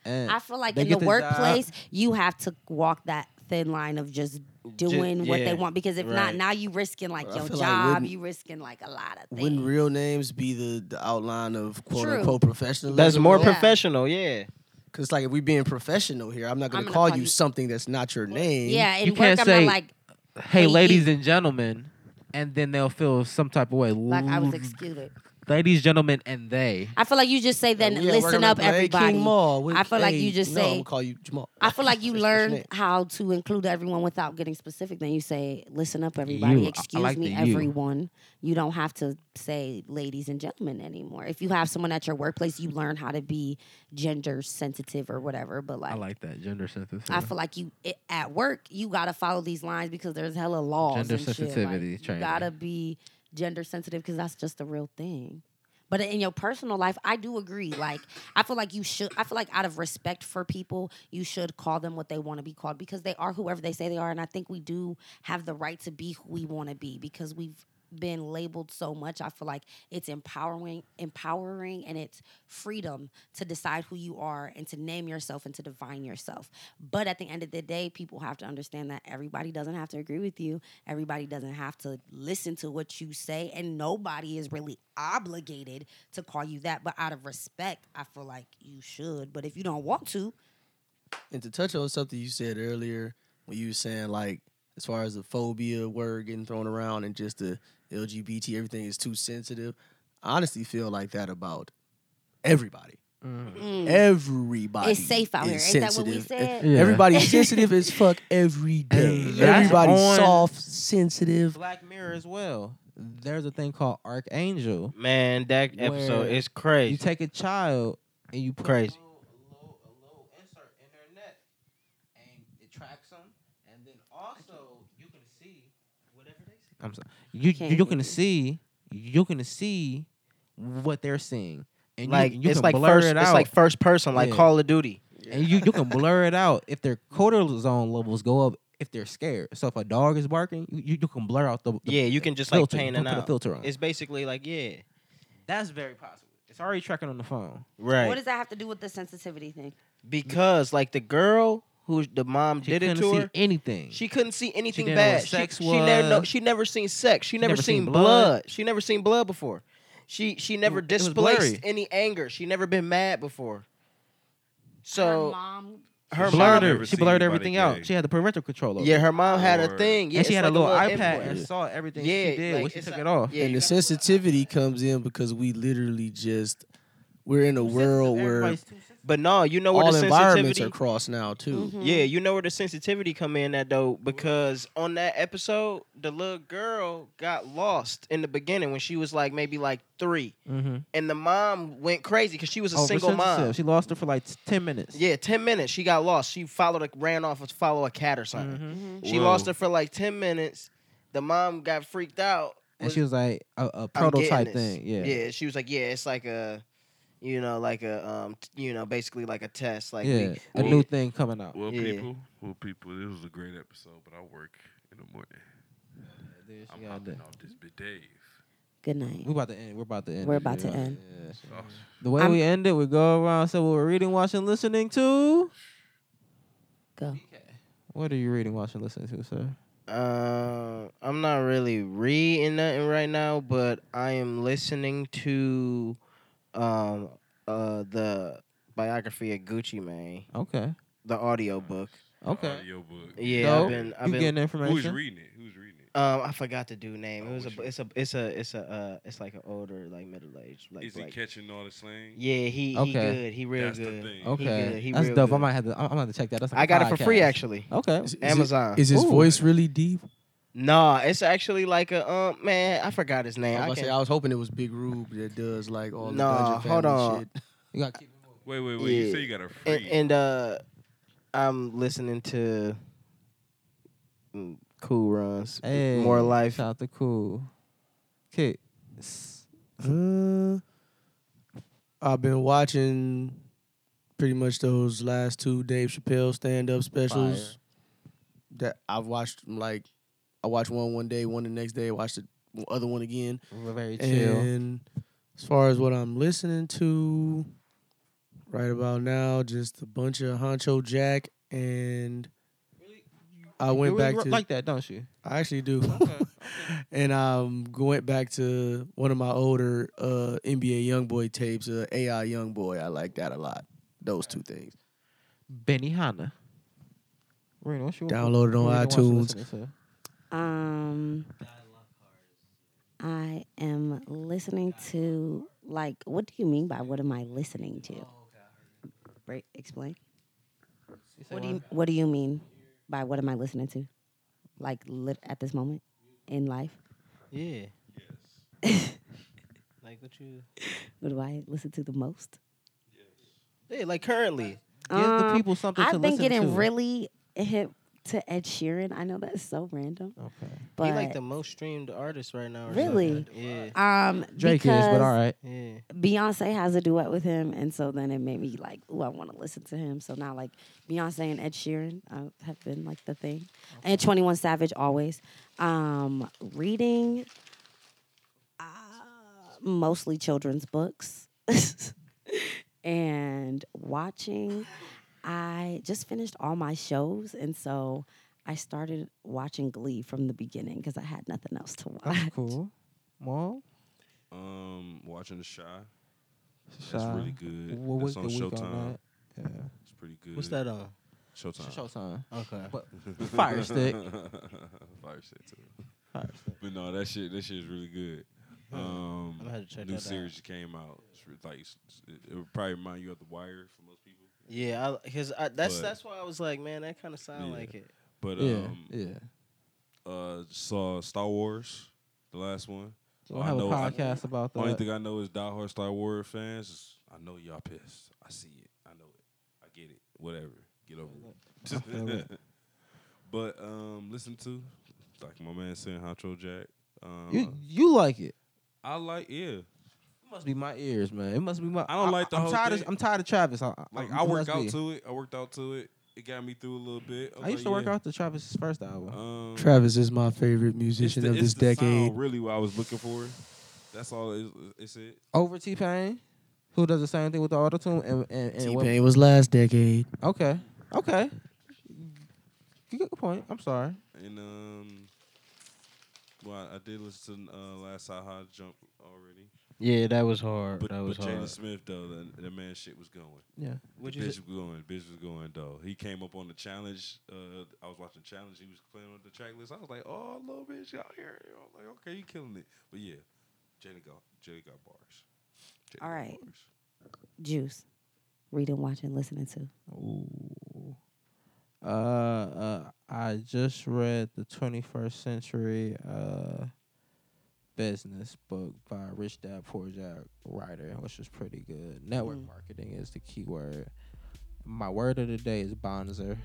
Speaker 3: And
Speaker 1: I feel like
Speaker 3: They
Speaker 1: in the
Speaker 3: get the job.
Speaker 1: workplace, you have to walk that thin line of just doing what
Speaker 5: yeah,
Speaker 1: they want because if not,
Speaker 5: right.
Speaker 1: now you risking like
Speaker 4: Well, I
Speaker 1: your
Speaker 4: feel like
Speaker 1: job,
Speaker 4: wouldn't-
Speaker 1: you risking like a lot of things.
Speaker 4: Wouldn't real names be the, the outline of quote
Speaker 1: True.
Speaker 4: unquote professionalism?
Speaker 5: that's more
Speaker 1: Yeah.
Speaker 5: professional, yeah.
Speaker 4: Because like if we being professional here, I'm not gonna,
Speaker 1: I'm gonna
Speaker 4: call,
Speaker 1: call
Speaker 4: you
Speaker 1: you-
Speaker 4: something that's not your name.
Speaker 1: yeah, in
Speaker 3: You
Speaker 1: work,
Speaker 3: can't
Speaker 1: I'm
Speaker 3: say-
Speaker 1: not like
Speaker 3: hey,
Speaker 1: Hey,
Speaker 3: ladies and gentlemen, and then they'll feel some type of way.
Speaker 1: like I was
Speaker 3: L-
Speaker 1: excluded.
Speaker 3: ladies, gentlemen, and they.
Speaker 1: I feel like you just say then
Speaker 4: Like, we at work,
Speaker 1: listen
Speaker 4: I'm
Speaker 1: up
Speaker 4: like, "Hey, King
Speaker 1: everybody.
Speaker 4: Maul, what-
Speaker 1: I feel like
Speaker 4: hey,
Speaker 1: you just
Speaker 4: no, I'm
Speaker 1: say-
Speaker 4: gonna call you Jamal.
Speaker 1: I feel like you
Speaker 4: That's your name.
Speaker 1: learn how to include everyone without getting specific. Then you say, "Listen up, everybody.
Speaker 3: You, I- I
Speaker 1: Excuse
Speaker 3: like
Speaker 1: me,
Speaker 3: the you.
Speaker 1: everyone." You don't have to say "ladies and gentlemen" anymore. If you have someone at your workplace, you learn how to be gender sensitive or whatever. But like,
Speaker 3: I like that gender sensitivity.
Speaker 1: I feel like you it, at work, you gotta follow these lines because there's hella laws.
Speaker 3: Gender
Speaker 1: and shit. Like,
Speaker 3: sensitivity
Speaker 1: you
Speaker 3: training.
Speaker 1: gotta be gender sensitive because that's just the real thing. But in your personal life, I do agree. Like, I feel like you should. I feel like out of respect for people, you should call them what they want to be called because they are whoever they say they are. And I think we do have the right to be who we want to be because we've been labeled so much. I feel like it's empowering, empowering, and it's freedom to decide who you are and to name yourself and to define yourself. But at the end of the day, people have to understand that everybody doesn't have to agree with you. Everybody doesn't have to listen to what you say, and nobody is really obligated to call you that. But out of respect, I feel like you should. But if you don't want to,
Speaker 4: And to touch on something you said earlier, when you were saying like as far as the phobia word getting thrown around and just the LGBT everything is too sensitive, I honestly feel like that about everybody.
Speaker 1: mm,
Speaker 4: Everybody
Speaker 1: it's safe out
Speaker 4: is
Speaker 1: here. Ain't that what
Speaker 4: sensitive.
Speaker 1: we said?
Speaker 3: Yeah.
Speaker 1: [laughs]
Speaker 4: Everybody's sensitive as fuck every day.
Speaker 3: And that's
Speaker 4: Everybody's
Speaker 3: on-
Speaker 4: soft, sensitive.
Speaker 3: Black Mirror as well. There's a thing called Archangel.
Speaker 5: Man, that
Speaker 3: Where
Speaker 5: episode is
Speaker 3: You
Speaker 5: crazy.
Speaker 3: take a child and you put
Speaker 5: Crazy.
Speaker 3: a little, a little, a little insert in their neck, and it tracks them. And then also you can see whatever they see. I'm sorry. You
Speaker 1: Can't
Speaker 3: you, you
Speaker 1: hear
Speaker 3: can
Speaker 1: you.
Speaker 3: see you can see what they're seeing. And you-
Speaker 5: like
Speaker 3: you,
Speaker 5: it's
Speaker 3: can
Speaker 5: like
Speaker 3: blur
Speaker 5: first
Speaker 3: it
Speaker 5: it's
Speaker 3: out.
Speaker 5: like first person, like
Speaker 3: Yeah.
Speaker 5: Call of Duty.
Speaker 3: and you, you can blur it out if their cortisone levels go up if they're scared. So if a dog is barking, you, you, you can blur out the, the
Speaker 5: Yeah, you can just like
Speaker 3: filter. You
Speaker 5: paint
Speaker 3: can
Speaker 5: it
Speaker 3: put a
Speaker 5: out.
Speaker 3: filter on.
Speaker 5: It's basically like yeah,
Speaker 3: That's very possible. It's already tracking on the phone.
Speaker 5: right.
Speaker 1: What does that have to do with the sensitivity thing?
Speaker 5: because like the girl who the mom
Speaker 3: She
Speaker 5: did it
Speaker 3: couldn't
Speaker 5: to
Speaker 3: see
Speaker 5: her,
Speaker 3: anything.
Speaker 5: she couldn't see anything
Speaker 3: didn't know
Speaker 5: bad.
Speaker 3: what sex
Speaker 5: she, she never know,
Speaker 3: was.
Speaker 5: she never seen sex. She never,
Speaker 3: never
Speaker 5: seen,
Speaker 3: seen
Speaker 5: blood.
Speaker 3: blood.
Speaker 5: She never seen blood before. She she never
Speaker 3: it was
Speaker 5: displaced
Speaker 3: blurry.
Speaker 5: any anger. She never been mad before.
Speaker 1: Her
Speaker 5: So
Speaker 1: mom
Speaker 5: her, mom,
Speaker 2: She
Speaker 3: blurred
Speaker 2: never
Speaker 3: her. She
Speaker 2: seen
Speaker 3: blurred
Speaker 2: anybody
Speaker 3: everything
Speaker 2: gay.
Speaker 3: out. She had the parental control over.
Speaker 5: yeah,
Speaker 3: it.
Speaker 5: her mom had a
Speaker 2: Or-
Speaker 5: thing. Yeah,
Speaker 3: and she
Speaker 5: it's
Speaker 3: had
Speaker 5: like
Speaker 3: a little, iPad
Speaker 5: input.
Speaker 3: and saw everything
Speaker 5: Yeah,
Speaker 3: she did
Speaker 5: like,
Speaker 3: when she
Speaker 5: it's
Speaker 3: took
Speaker 5: a-
Speaker 3: it off.
Speaker 5: yeah,
Speaker 4: and
Speaker 5: you
Speaker 4: the
Speaker 5: got-
Speaker 4: sensitivity comes in because we literally just we're in a world where
Speaker 5: But no, you know where
Speaker 4: all
Speaker 5: the
Speaker 4: environments
Speaker 5: sensitivity
Speaker 4: are crossed now too.
Speaker 1: Mm-hmm.
Speaker 5: Yeah, you know where the sensitivity come in at though, because on that episode, the little girl got lost in the beginning when she was like maybe like three,
Speaker 3: mm-hmm.
Speaker 5: and the mom went crazy because she was a single mom.
Speaker 3: She lost her Oh, for like ten minutes.
Speaker 5: Yeah, ten minutes she got lost. She followed, a, ran off to follow a cat or something.
Speaker 3: Mhm.
Speaker 5: She
Speaker 2: Whoa.
Speaker 5: lost her for like ten minutes. The mom got freaked out.
Speaker 3: And she was like a, a
Speaker 5: "I'm getting
Speaker 3: prototype
Speaker 5: this."
Speaker 3: thing. Yeah.
Speaker 5: yeah. She was like, yeah, it's like a. you know, like a um, t- you know, basically like a test, like
Speaker 3: yeah,
Speaker 5: we-
Speaker 3: a
Speaker 5: we-
Speaker 3: new thing coming out.
Speaker 2: Well,
Speaker 5: Yeah.
Speaker 2: people, well, people, this was a great episode, but I work in the morning.
Speaker 3: There she
Speaker 2: I'm
Speaker 3: go,
Speaker 2: hopping
Speaker 3: there.
Speaker 2: off this bit, Dave.
Speaker 1: Good night.
Speaker 3: We about to end. We're about to end.
Speaker 1: We're
Speaker 3: it,
Speaker 1: about to
Speaker 3: yeah.
Speaker 1: end.
Speaker 3: Yeah.
Speaker 2: So-
Speaker 3: The way
Speaker 1: I'm-
Speaker 3: we end it, we go around. So we're reading, watching, listening to.
Speaker 1: Go.
Speaker 3: What are you reading, watching, listening to, sir?
Speaker 5: Uh, I'm not really reading nothing right now, but I am listening to um uh the biography of Gucci Mane,
Speaker 3: Okay.
Speaker 5: the audiobook.
Speaker 3: Okay.
Speaker 2: Audiobook.
Speaker 5: Yeah,
Speaker 3: Dope.
Speaker 5: I've been I've
Speaker 3: you
Speaker 5: been
Speaker 3: getting information?
Speaker 2: Who's reading it? Who's reading it?
Speaker 5: um I forgot the dude name.
Speaker 2: Oh,
Speaker 5: It was
Speaker 2: which
Speaker 5: a
Speaker 2: one?
Speaker 5: it's a it's a it's a uh it's like an older like middle aged like,
Speaker 2: Is he
Speaker 5: like-
Speaker 2: catching all the slang?
Speaker 5: yeah he
Speaker 3: Okay.
Speaker 5: he good he real
Speaker 2: That's the
Speaker 5: good.
Speaker 2: thing.
Speaker 5: He
Speaker 3: Okay,
Speaker 5: good, he
Speaker 3: that's
Speaker 5: real
Speaker 3: dope. I
Speaker 5: good.
Speaker 3: might have to. I'm, I'm gonna have to check that. That's on
Speaker 5: I
Speaker 3: the
Speaker 5: got it for free
Speaker 3: podcast.
Speaker 5: actually.
Speaker 3: Okay.
Speaker 4: Is- is it-
Speaker 5: Amazon.
Speaker 4: Is his
Speaker 3: Ooh.
Speaker 4: voice really deep?
Speaker 5: Nah, it's actually like a um man I forgot his name.
Speaker 4: I,
Speaker 5: I
Speaker 4: was
Speaker 5: can't-
Speaker 4: say, I was hoping it was Big Rube that does like all the
Speaker 5: Nah,
Speaker 4: Dungeon
Speaker 5: hold
Speaker 4: Family
Speaker 5: on.
Speaker 4: shit.
Speaker 3: [laughs] You got keep it
Speaker 2: Wait, wait, wait. You
Speaker 5: Yeah.
Speaker 2: say you got a free.
Speaker 5: and, and uh, I'm listening to mm, Cool Runs,
Speaker 3: moving. Hey,
Speaker 5: More Life.
Speaker 3: Shout out to cool. Okay. S-
Speaker 4: Uh, I've been watching pretty much those last two Dave Chappelle stand up specials that I've watched. Like, I watched one one day, one the next day, watched the other one again.
Speaker 3: We're very chill.
Speaker 4: And as far as what I'm listening to right about now, just a bunch of Honcho Jack and. I
Speaker 3: You
Speaker 4: went
Speaker 3: really
Speaker 4: back
Speaker 3: ru-
Speaker 4: to
Speaker 3: like that, don't you?
Speaker 4: I actually do. [laughs] and I um, went back to one of my older uh, NBA YoungBoy tapes, uh, AI YoungBoy. I like that a lot. Those two things.
Speaker 3: Benny Hanna. Reno, what's your
Speaker 4: Downloaded on
Speaker 3: what you watching,
Speaker 4: iTunes.
Speaker 3: listening to?
Speaker 1: Um, I am listening to like. What do you mean by what am I listening to? Right, explain.
Speaker 2: Oh.
Speaker 1: What do you What do you mean by what am I listening to? Like lit at this moment in life,
Speaker 5: Yeah. Yes. [laughs] like what you?
Speaker 1: what do I listen to the most?
Speaker 5: Yeah, like currently.
Speaker 3: Give the
Speaker 1: Um,
Speaker 3: people something to
Speaker 1: I've been
Speaker 3: listen
Speaker 1: getting
Speaker 3: to.
Speaker 1: really hip to Ed Sheeran. I know that's so random,
Speaker 3: Okay.
Speaker 1: but
Speaker 5: he like the most streamed artist right now. or something.
Speaker 1: Really?
Speaker 5: Yeah.
Speaker 1: um,
Speaker 3: Drake is,
Speaker 1: because-
Speaker 3: but all right.
Speaker 5: Yeah.
Speaker 1: Beyonce has a duet with him, and so then it made me like, oh, I want to listen to him. So now like Beyonce and Ed Sheeran uh, have been like the thing, and Twenty One Savage always. Um, reading uh, mostly children's books [laughs] and watching. I just finished all my shows, and so I started watching Glee from the beginning because I had nothing else to watch.
Speaker 3: That's Oh, cool. Well,
Speaker 2: um, watching The Shy. That's
Speaker 3: Shy.
Speaker 2: really good.
Speaker 3: We'll
Speaker 2: That's
Speaker 3: wait
Speaker 2: on
Speaker 3: the week
Speaker 2: Showtime.
Speaker 3: on that. Yeah.
Speaker 2: It's pretty good.
Speaker 5: What's that on?
Speaker 2: Showtime.
Speaker 3: Showtime.
Speaker 5: Okay.
Speaker 3: But Fire Stick.
Speaker 2: [laughs] Fire stick too.
Speaker 3: Fire Stick.
Speaker 2: But no, that shit, that shit is really good. Um,
Speaker 5: I'm gonna have to check
Speaker 2: new
Speaker 5: that
Speaker 2: series just came out. It's re- like it's- it's- it, it would probably remind you of The Wire for most people.
Speaker 5: Yeah, because I, that's
Speaker 2: But-
Speaker 5: that's why I was like, man, that kind of sound
Speaker 2: Yeah.
Speaker 5: like it.
Speaker 2: But
Speaker 3: Yeah.
Speaker 2: um,
Speaker 3: yeah.
Speaker 2: uh, saw Star Wars, the last one.
Speaker 3: We'll
Speaker 2: I
Speaker 3: have a
Speaker 2: know- I-
Speaker 3: podcast about
Speaker 2: Only
Speaker 3: that.
Speaker 2: thing I know is diehard Star Wars fans. is, I know y'all pissed. I see it. I know it. I get it. Whatever. Get over
Speaker 3: I feel
Speaker 2: it. [laughs] but um, listen to like my man saying Honcho Jack. Um,
Speaker 3: You you like it.
Speaker 2: I like yeah.
Speaker 3: It must be my ears, man. It must be my.
Speaker 2: I don't like the
Speaker 3: I'm
Speaker 2: whole
Speaker 3: tired
Speaker 2: thing.
Speaker 3: Of, I'm tired of Travis. I,
Speaker 2: Like
Speaker 3: I'm-
Speaker 2: I
Speaker 3: it
Speaker 2: worked
Speaker 3: must
Speaker 2: out
Speaker 3: be.
Speaker 2: to it. I worked out to it. It got me through a little bit. was
Speaker 3: I used
Speaker 2: like,
Speaker 3: to work
Speaker 2: yeah.
Speaker 3: out to Travis's first album.
Speaker 2: Um,
Speaker 4: Travis is my favorite
Speaker 2: it's
Speaker 4: musician
Speaker 2: the-
Speaker 4: of this
Speaker 2: it's the sound
Speaker 4: decade.
Speaker 2: really, what I was looking for. That's all. It, it's it.
Speaker 3: Over T Pain, who does the same thing with the auto tune and and, and
Speaker 4: T
Speaker 3: what-
Speaker 4: Pain was last decade.
Speaker 3: Okay, okay. You get the point. I'm sorry.
Speaker 2: And um, well, I, I did listen to uh, last Saha jump already.
Speaker 5: Yeah, that was hard.
Speaker 2: But, but Jalen Smith though, the, the man shit was going.
Speaker 3: Yeah.
Speaker 2: The
Speaker 5: What'd you
Speaker 2: bitch was
Speaker 5: say?
Speaker 2: going. Bitch was going though. He came up on the challenge. Uh, I was watching challenge. He was playing on the track list. I was like, oh, little bitch out here. I was like, okay, you killing it. But yeah, Jalen got Jalen got bars. Jalen
Speaker 1: All
Speaker 2: got
Speaker 1: right.
Speaker 2: bars.
Speaker 1: Juice, reading, watching, listening to.
Speaker 3: Ooh. Uh, uh, I just read the 21st Century uh, Business book by Rich Dad Poor Jack writer, which is pretty good. Network
Speaker 1: Mm.
Speaker 3: marketing is the key word. My word of the day is bonzer.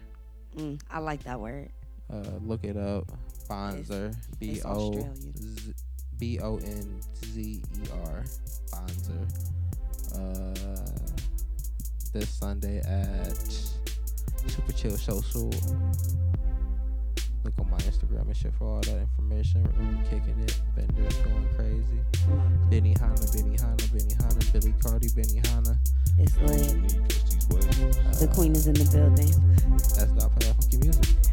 Speaker 1: Mm, I like that word.
Speaker 3: Uh, look it up. Bonzer. B
Speaker 1: it's
Speaker 3: O
Speaker 1: Australian.
Speaker 3: Z- B O N Z E R. Bonzer. Uh, this Sunday at Super Chill Social. Look on my Instagram and shit for all that information. Remember kicking it. Vendors going crazy. Benny Hanna, Benny Hanna, Benny Hanna, Billy Cardi, Benny Hanna.
Speaker 1: It's lit.
Speaker 2: These waves.
Speaker 1: The queen is in the building.
Speaker 3: That's not play funky music.